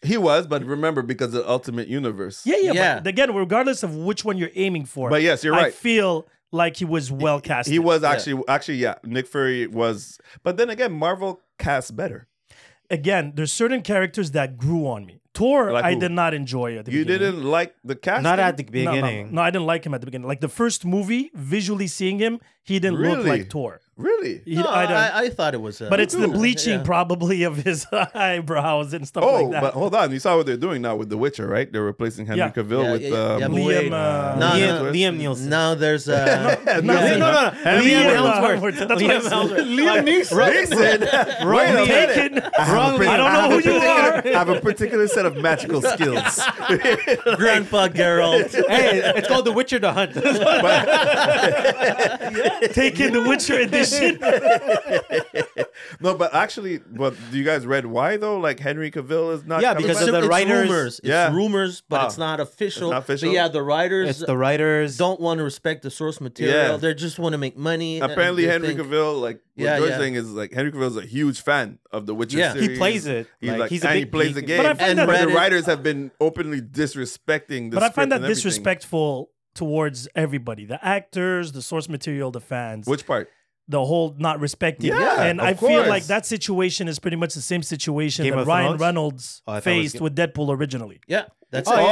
[SPEAKER 2] He was, but remember because of the Ultimate Universe.
[SPEAKER 3] Yeah, yeah.
[SPEAKER 1] Yeah.
[SPEAKER 3] But again, regardless of which one you're aiming for,
[SPEAKER 2] But yes, you're
[SPEAKER 3] I
[SPEAKER 2] right.
[SPEAKER 3] feel like he was well cast.
[SPEAKER 2] He was
[SPEAKER 1] Yeah.
[SPEAKER 2] actually actually yeah. Nick Fury was, but then again, Marvel cast better.
[SPEAKER 3] again. There's certain characters that grew on me. Thor,
[SPEAKER 2] Like
[SPEAKER 3] I
[SPEAKER 2] who?
[SPEAKER 3] did not enjoy. At the
[SPEAKER 2] You
[SPEAKER 3] beginning.
[SPEAKER 2] didn't like the cast.
[SPEAKER 4] not at the
[SPEAKER 3] No, no,
[SPEAKER 4] beginning.
[SPEAKER 3] No, I didn't like him at the beginning. Like the first movie, visually seeing him, he didn't look
[SPEAKER 2] Really?
[SPEAKER 3] like Thor.
[SPEAKER 2] really.
[SPEAKER 3] He-
[SPEAKER 1] No,
[SPEAKER 3] I
[SPEAKER 1] I,
[SPEAKER 3] don't-
[SPEAKER 1] I, thought it was. Uh,
[SPEAKER 3] but it's the
[SPEAKER 1] yeah.
[SPEAKER 3] bleaching probably of his eyebrows and stuff
[SPEAKER 2] Oh,
[SPEAKER 3] like that.
[SPEAKER 2] but hold on! You saw what they're doing now with The Witcher, right? They're replacing Henry
[SPEAKER 3] Yeah.
[SPEAKER 2] Cavill
[SPEAKER 1] Yeah,
[SPEAKER 2] with
[SPEAKER 1] yeah, yeah,
[SPEAKER 2] um,
[SPEAKER 1] but
[SPEAKER 3] Liam,
[SPEAKER 1] wait.
[SPEAKER 3] uh,
[SPEAKER 1] No,
[SPEAKER 4] Liam,
[SPEAKER 2] no, no.
[SPEAKER 4] Liam Nielsen.
[SPEAKER 1] Now there's uh,
[SPEAKER 2] no,
[SPEAKER 4] No,
[SPEAKER 2] no,
[SPEAKER 4] no, no, no.
[SPEAKER 2] Henry
[SPEAKER 4] Liam
[SPEAKER 2] Cavill.
[SPEAKER 4] Ellsworth.
[SPEAKER 3] That's what I
[SPEAKER 4] Liam
[SPEAKER 3] said.
[SPEAKER 4] Ellsworth.
[SPEAKER 2] Liam Neeson. Wait a minute.
[SPEAKER 3] Taken.
[SPEAKER 2] have a
[SPEAKER 4] Wrong
[SPEAKER 2] partic-
[SPEAKER 4] Liam.
[SPEAKER 3] I don't know
[SPEAKER 2] have
[SPEAKER 3] who
[SPEAKER 2] a
[SPEAKER 3] you
[SPEAKER 2] particular-
[SPEAKER 3] are.
[SPEAKER 2] I have a particular set of magical skills.
[SPEAKER 1] Grandpa Geralt.
[SPEAKER 4] hey, it's called The Witcher: The Hunt.
[SPEAKER 3] Taken the Witcher edition.
[SPEAKER 2] no, but actually, but do you guys read why though? Like Henry Cavill is not.
[SPEAKER 4] Yeah,
[SPEAKER 2] coming
[SPEAKER 4] because
[SPEAKER 2] back?
[SPEAKER 4] of the
[SPEAKER 1] it's
[SPEAKER 4] writers-
[SPEAKER 1] rumors. It's
[SPEAKER 2] Yeah.
[SPEAKER 1] rumors, but
[SPEAKER 2] Ah.
[SPEAKER 1] it's not official.
[SPEAKER 2] It's not official?
[SPEAKER 1] But yeah, the writers
[SPEAKER 4] it's the writers.
[SPEAKER 1] don't want to respect the source material.
[SPEAKER 2] Yeah.
[SPEAKER 1] They just want to make money. uh, and
[SPEAKER 2] apparently
[SPEAKER 1] they
[SPEAKER 2] Henry
[SPEAKER 1] think-
[SPEAKER 2] Cavill, like what
[SPEAKER 1] Yeah,
[SPEAKER 2] George
[SPEAKER 1] yeah.
[SPEAKER 2] saying is like Henry Cavill's a huge fan of the Witcher
[SPEAKER 1] Yeah. He
[SPEAKER 2] series.
[SPEAKER 4] he plays it.
[SPEAKER 2] He's
[SPEAKER 4] like,
[SPEAKER 2] like,
[SPEAKER 4] he's a
[SPEAKER 2] and
[SPEAKER 4] big
[SPEAKER 2] he plays the
[SPEAKER 4] geek.
[SPEAKER 2] game.
[SPEAKER 3] But I find
[SPEAKER 1] And
[SPEAKER 3] that
[SPEAKER 2] But the
[SPEAKER 1] Reddit-
[SPEAKER 2] writers have been openly disrespecting the
[SPEAKER 3] but I find
[SPEAKER 2] script
[SPEAKER 3] that
[SPEAKER 2] and everything.
[SPEAKER 3] disrespectful towards everybody the actors, the source material, the fans.
[SPEAKER 2] Which part?
[SPEAKER 3] the whole not respecting.
[SPEAKER 2] Yeah,
[SPEAKER 3] and
[SPEAKER 2] of
[SPEAKER 3] I feel like
[SPEAKER 2] course.
[SPEAKER 3] that situation is pretty much the same situation
[SPEAKER 4] Game
[SPEAKER 3] that
[SPEAKER 4] of
[SPEAKER 3] Ryan
[SPEAKER 4] Thrones?
[SPEAKER 3] Reynolds
[SPEAKER 4] Oh, I thought it was
[SPEAKER 3] faced
[SPEAKER 4] Ga-
[SPEAKER 3] with Deadpool originally.
[SPEAKER 1] Yeah, that's
[SPEAKER 4] Oh,
[SPEAKER 1] it.
[SPEAKER 4] yeah,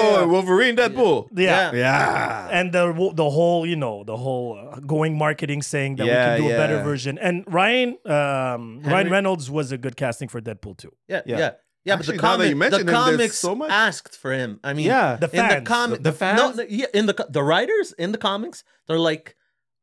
[SPEAKER 1] That's it.
[SPEAKER 2] Oh, Wolverine, Deadpool.
[SPEAKER 3] Yeah.
[SPEAKER 1] Yeah.
[SPEAKER 2] Yeah.
[SPEAKER 3] And the wo- the whole you know the whole uh, going marketing saying that
[SPEAKER 2] Yeah,
[SPEAKER 3] we can do a better
[SPEAKER 2] yeah.
[SPEAKER 3] version. And Ryan um, Ryan
[SPEAKER 1] Henry-
[SPEAKER 3] Reynolds was a good casting for Deadpool too.
[SPEAKER 1] Yeah,
[SPEAKER 4] Yeah.
[SPEAKER 1] yeah, yeah.
[SPEAKER 2] Actually,
[SPEAKER 1] but
[SPEAKER 2] now that
[SPEAKER 1] the,
[SPEAKER 2] you
[SPEAKER 1] comic,
[SPEAKER 2] mention
[SPEAKER 1] the
[SPEAKER 2] him, there's
[SPEAKER 1] comics
[SPEAKER 2] so much.
[SPEAKER 1] asked for him. I mean,
[SPEAKER 4] yeah.
[SPEAKER 3] The
[SPEAKER 1] in
[SPEAKER 3] fans,
[SPEAKER 1] the comic,
[SPEAKER 4] The- the
[SPEAKER 1] no,
[SPEAKER 4] fans?
[SPEAKER 1] no, yeah, in the co- the writers in the comics, they're like,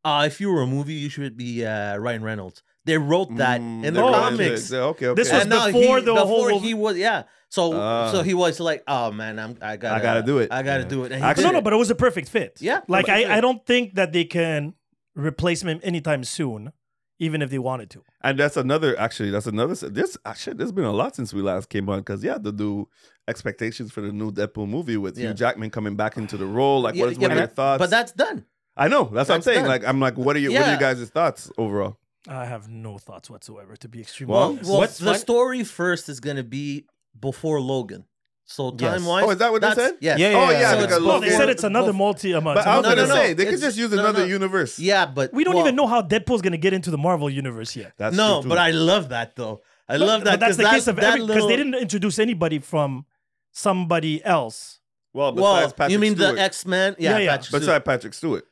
[SPEAKER 1] uh, if you were a movie, you should be uh, Ryan Reynolds. They wrote that
[SPEAKER 2] Mm,
[SPEAKER 1] in the
[SPEAKER 2] they wrote it.
[SPEAKER 1] comics.
[SPEAKER 2] Yeah, Okay, okay.
[SPEAKER 3] This was
[SPEAKER 1] And now
[SPEAKER 3] before
[SPEAKER 1] he,
[SPEAKER 3] the
[SPEAKER 1] before
[SPEAKER 3] whole-
[SPEAKER 1] he was yeah. So
[SPEAKER 2] Ah.
[SPEAKER 1] so he was like, oh man, I'm I gotta
[SPEAKER 2] gotta do it.
[SPEAKER 1] I gotta
[SPEAKER 4] Yeah.
[SPEAKER 1] do it. And he
[SPEAKER 3] But
[SPEAKER 2] Actually-
[SPEAKER 1] did
[SPEAKER 3] no, no,
[SPEAKER 1] it.
[SPEAKER 3] but it was a perfect fit.
[SPEAKER 1] yeah,
[SPEAKER 3] Like
[SPEAKER 1] but-
[SPEAKER 3] I, I don't think that they can replace him anytime soon, even if they wanted to.
[SPEAKER 2] And that's another actually. That's another. s- This ah, shit. There's been a lot since we last came on because yeah, the new expectations for the new Deadpool movie with
[SPEAKER 1] Yeah.
[SPEAKER 2] Hugh Jackman coming back into the role. Like,
[SPEAKER 1] Yeah,
[SPEAKER 2] what is
[SPEAKER 1] yeah,
[SPEAKER 2] what are your thoughts?
[SPEAKER 1] But that's done.
[SPEAKER 2] I know. That's, what I'm
[SPEAKER 1] that's
[SPEAKER 2] saying.
[SPEAKER 1] done.
[SPEAKER 2] Like, I'm like, what are you? What are
[SPEAKER 1] Yeah.
[SPEAKER 2] you guys' thoughts overall?
[SPEAKER 3] I have no thoughts whatsoever, to be extremely
[SPEAKER 2] Well,
[SPEAKER 3] honest.
[SPEAKER 1] Well,
[SPEAKER 4] What's
[SPEAKER 1] the
[SPEAKER 4] fun-
[SPEAKER 1] story first is gonna be before Logan. So
[SPEAKER 4] Yes.
[SPEAKER 1] time wise,
[SPEAKER 2] Oh, is that what they said?
[SPEAKER 1] Yes.
[SPEAKER 4] Yeah,
[SPEAKER 2] Oh yeah,
[SPEAKER 4] yeah,
[SPEAKER 1] yeah.
[SPEAKER 2] because
[SPEAKER 1] So
[SPEAKER 3] Well, they
[SPEAKER 1] Logan-
[SPEAKER 3] said it's another
[SPEAKER 1] Well,
[SPEAKER 3] multi. Um,
[SPEAKER 2] But I was
[SPEAKER 1] No,
[SPEAKER 2] gonna
[SPEAKER 1] no, no.
[SPEAKER 2] say they could
[SPEAKER 1] It's-
[SPEAKER 2] just use
[SPEAKER 1] no, no,
[SPEAKER 2] another
[SPEAKER 1] no.
[SPEAKER 2] universe.
[SPEAKER 1] Yeah, but
[SPEAKER 3] We don't
[SPEAKER 1] well,
[SPEAKER 3] even know how Deadpool's going to get into the Marvel universe yet.
[SPEAKER 2] That's
[SPEAKER 1] no,
[SPEAKER 2] true, too.
[SPEAKER 1] but I love that though. I
[SPEAKER 3] But-
[SPEAKER 1] love that.
[SPEAKER 3] But that's
[SPEAKER 1] 'cause
[SPEAKER 3] the
[SPEAKER 1] that,
[SPEAKER 3] case of
[SPEAKER 1] that
[SPEAKER 3] every because
[SPEAKER 1] little-
[SPEAKER 3] they didn't introduce anybody from somebody else.
[SPEAKER 2] well,
[SPEAKER 1] Well,
[SPEAKER 2] besides Patrick
[SPEAKER 1] you mean
[SPEAKER 2] Stewart,
[SPEAKER 1] the X Men?
[SPEAKER 3] Yeah,
[SPEAKER 1] Yeah,
[SPEAKER 3] yeah.
[SPEAKER 1] Patrick Stewart.
[SPEAKER 2] besides Patrick Stewart.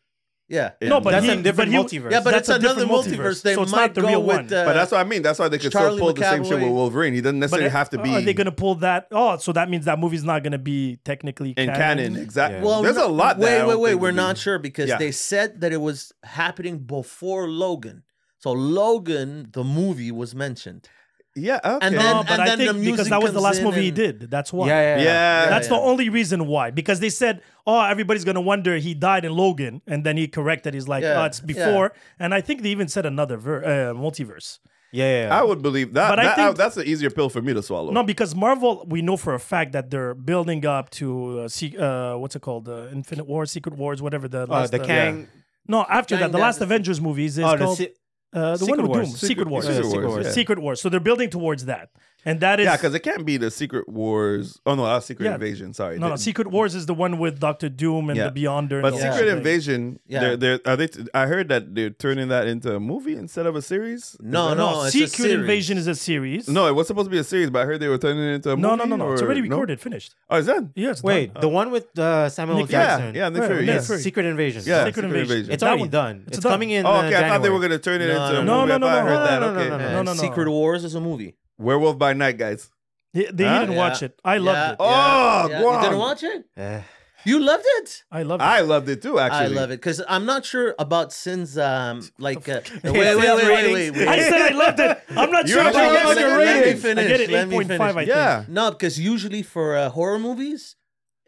[SPEAKER 1] yeah,
[SPEAKER 2] Yeah.
[SPEAKER 3] No, but
[SPEAKER 4] That's
[SPEAKER 3] he,
[SPEAKER 4] a different
[SPEAKER 3] but he-
[SPEAKER 4] multiverse.
[SPEAKER 1] yeah, but it's
[SPEAKER 3] That's a
[SPEAKER 1] another
[SPEAKER 3] different multiverse,
[SPEAKER 1] multiverse. They
[SPEAKER 3] so it's not
[SPEAKER 1] might
[SPEAKER 3] the
[SPEAKER 1] go
[SPEAKER 3] real
[SPEAKER 1] with.
[SPEAKER 3] one.
[SPEAKER 1] Uh,
[SPEAKER 2] But that's what I mean. That's why they could
[SPEAKER 1] Charlie
[SPEAKER 2] still pull the same shit
[SPEAKER 1] McAvoy.
[SPEAKER 2] with Wolverine. He doesn't necessarily have to be
[SPEAKER 3] oh, uh, Are they going to pull that? Oh, so that means that movie's not going to be technically
[SPEAKER 2] in canon. Exactly.
[SPEAKER 4] Yeah.
[SPEAKER 1] well,
[SPEAKER 2] There's
[SPEAKER 1] no-
[SPEAKER 2] a lot. that I
[SPEAKER 1] Wait,
[SPEAKER 2] don't
[SPEAKER 1] wait, wait.
[SPEAKER 2] think
[SPEAKER 1] We're
[SPEAKER 2] would be-
[SPEAKER 1] not sure because
[SPEAKER 2] Yeah.
[SPEAKER 1] they said that it was happening before Logan. So Logan, the movie, was mentioned.
[SPEAKER 2] Yeah. Okay.
[SPEAKER 1] And
[SPEAKER 3] No,
[SPEAKER 1] then-
[SPEAKER 3] but I
[SPEAKER 1] the
[SPEAKER 3] think because
[SPEAKER 1] music
[SPEAKER 3] that was the
[SPEAKER 1] comes
[SPEAKER 3] last
[SPEAKER 1] in
[SPEAKER 3] movie he
[SPEAKER 1] and-
[SPEAKER 3] did. That's why.
[SPEAKER 4] yeah, yeah,
[SPEAKER 2] yeah.
[SPEAKER 3] That's
[SPEAKER 1] yeah.
[SPEAKER 3] the only reason why. Because they said, "Oh, everybody's gonna wonder he died in Logan," and then he corrected. He's like,
[SPEAKER 1] Yeah,
[SPEAKER 3] "Oh, it's
[SPEAKER 1] yeah.
[SPEAKER 3] before." And I think they even said another ver- uh, multiverse.
[SPEAKER 4] yeah, yeah.
[SPEAKER 2] I would believe that.
[SPEAKER 3] But I
[SPEAKER 2] that-
[SPEAKER 3] think-
[SPEAKER 2] that's an easier pill for me to swallow.
[SPEAKER 3] No, because Marvel, we know for a fact that they're building up to uh, se- uh, what's it called, uh, Infinite War, Secret Wars, whatever the
[SPEAKER 4] uh,
[SPEAKER 3] last
[SPEAKER 4] the
[SPEAKER 3] uh,
[SPEAKER 4] Kang.
[SPEAKER 3] No, after that,
[SPEAKER 1] Kang
[SPEAKER 3] the last
[SPEAKER 1] Dynasty.
[SPEAKER 3] Avengers movies is
[SPEAKER 4] Oh, the
[SPEAKER 3] called
[SPEAKER 4] si-
[SPEAKER 3] uh, the
[SPEAKER 4] Secret
[SPEAKER 3] one with
[SPEAKER 4] Wars.
[SPEAKER 3] Doom, Secret Wars,
[SPEAKER 4] Secret
[SPEAKER 3] Yeah,
[SPEAKER 4] Wars,
[SPEAKER 3] Secret,
[SPEAKER 4] yeah.
[SPEAKER 3] Wars. So they're building towards that, and that is
[SPEAKER 2] yeah, because it can't be the Secret Wars. Oh no, that's Secret
[SPEAKER 3] Yeah.
[SPEAKER 2] Invasion. Sorry.
[SPEAKER 3] no, no,
[SPEAKER 2] The-
[SPEAKER 3] Secret Wars is the one with Doctor Doom and
[SPEAKER 2] Yeah.
[SPEAKER 3] the Beyonder.
[SPEAKER 2] But
[SPEAKER 3] and the
[SPEAKER 2] Secret
[SPEAKER 3] whole thing.
[SPEAKER 2] Invasion.
[SPEAKER 1] Yeah.
[SPEAKER 2] They're, they're, are they? T- I heard that they're turning that into a movie instead of a series.
[SPEAKER 1] No, no,
[SPEAKER 3] No,
[SPEAKER 1] it's a
[SPEAKER 3] Secret
[SPEAKER 1] series.
[SPEAKER 3] Invasion is a series.
[SPEAKER 2] No, it was supposed to be a series, but I heard they were turning it into a
[SPEAKER 3] No, no,
[SPEAKER 2] movie.
[SPEAKER 3] no, no. It's
[SPEAKER 2] or-
[SPEAKER 3] already
[SPEAKER 2] no?
[SPEAKER 3] recorded, finished.
[SPEAKER 2] Oh, is that?
[SPEAKER 3] Yeah, it's
[SPEAKER 4] Wait,
[SPEAKER 3] done.
[SPEAKER 4] the
[SPEAKER 3] Uh,
[SPEAKER 4] one with uh, Samuel
[SPEAKER 3] Nick Fury.
[SPEAKER 2] Yeah,
[SPEAKER 4] Jackson.
[SPEAKER 2] yeah, Nick
[SPEAKER 3] Right,
[SPEAKER 2] Fury.
[SPEAKER 3] Nick
[SPEAKER 2] yes.
[SPEAKER 3] Fury.
[SPEAKER 4] Secret Invasion.
[SPEAKER 2] Yeah,
[SPEAKER 3] Secret Invasion.
[SPEAKER 4] It's
[SPEAKER 3] That
[SPEAKER 4] already
[SPEAKER 3] one.
[SPEAKER 4] done.
[SPEAKER 3] It's
[SPEAKER 4] It's,
[SPEAKER 3] done.
[SPEAKER 4] coming in.
[SPEAKER 2] Oh, okay.
[SPEAKER 4] uh,
[SPEAKER 2] I thought they were
[SPEAKER 4] January.
[SPEAKER 2] going to turn it
[SPEAKER 1] No,
[SPEAKER 2] into
[SPEAKER 1] no,
[SPEAKER 2] a movie.
[SPEAKER 3] no,
[SPEAKER 2] I thought
[SPEAKER 3] no,
[SPEAKER 2] I
[SPEAKER 3] no,
[SPEAKER 2] heard that.
[SPEAKER 4] no, no,
[SPEAKER 2] okay.
[SPEAKER 4] no,
[SPEAKER 1] And
[SPEAKER 3] no, no, no.
[SPEAKER 1] Secret Wars is a movie.
[SPEAKER 2] Werewolf by Night, guys.
[SPEAKER 3] He- they
[SPEAKER 2] Huh?
[SPEAKER 3] didn't
[SPEAKER 1] Yeah.
[SPEAKER 3] watch it. I loved
[SPEAKER 1] Yeah,
[SPEAKER 3] it.
[SPEAKER 1] yeah,
[SPEAKER 2] Oh,
[SPEAKER 1] yeah.
[SPEAKER 2] Guam.
[SPEAKER 1] you didn't watch it?
[SPEAKER 4] Eh.
[SPEAKER 1] You loved it?
[SPEAKER 3] I loved it.
[SPEAKER 2] I loved it too. Actually,
[SPEAKER 1] I love it because I'm not sure about Sin's um like uh, wait,
[SPEAKER 4] Sin's
[SPEAKER 1] wait, wait, wait, wait,
[SPEAKER 4] ratings.
[SPEAKER 1] wait.
[SPEAKER 3] I said I loved it. I'm not
[SPEAKER 2] You
[SPEAKER 3] sure
[SPEAKER 2] have
[SPEAKER 3] about
[SPEAKER 2] to
[SPEAKER 3] your-
[SPEAKER 2] get
[SPEAKER 3] about your
[SPEAKER 2] second
[SPEAKER 3] rating.
[SPEAKER 2] rating.
[SPEAKER 3] I get it.
[SPEAKER 1] Let me
[SPEAKER 3] 8.5, I
[SPEAKER 1] finish.
[SPEAKER 3] think.
[SPEAKER 2] Yeah.
[SPEAKER 1] no, because usually for uh, horror movies,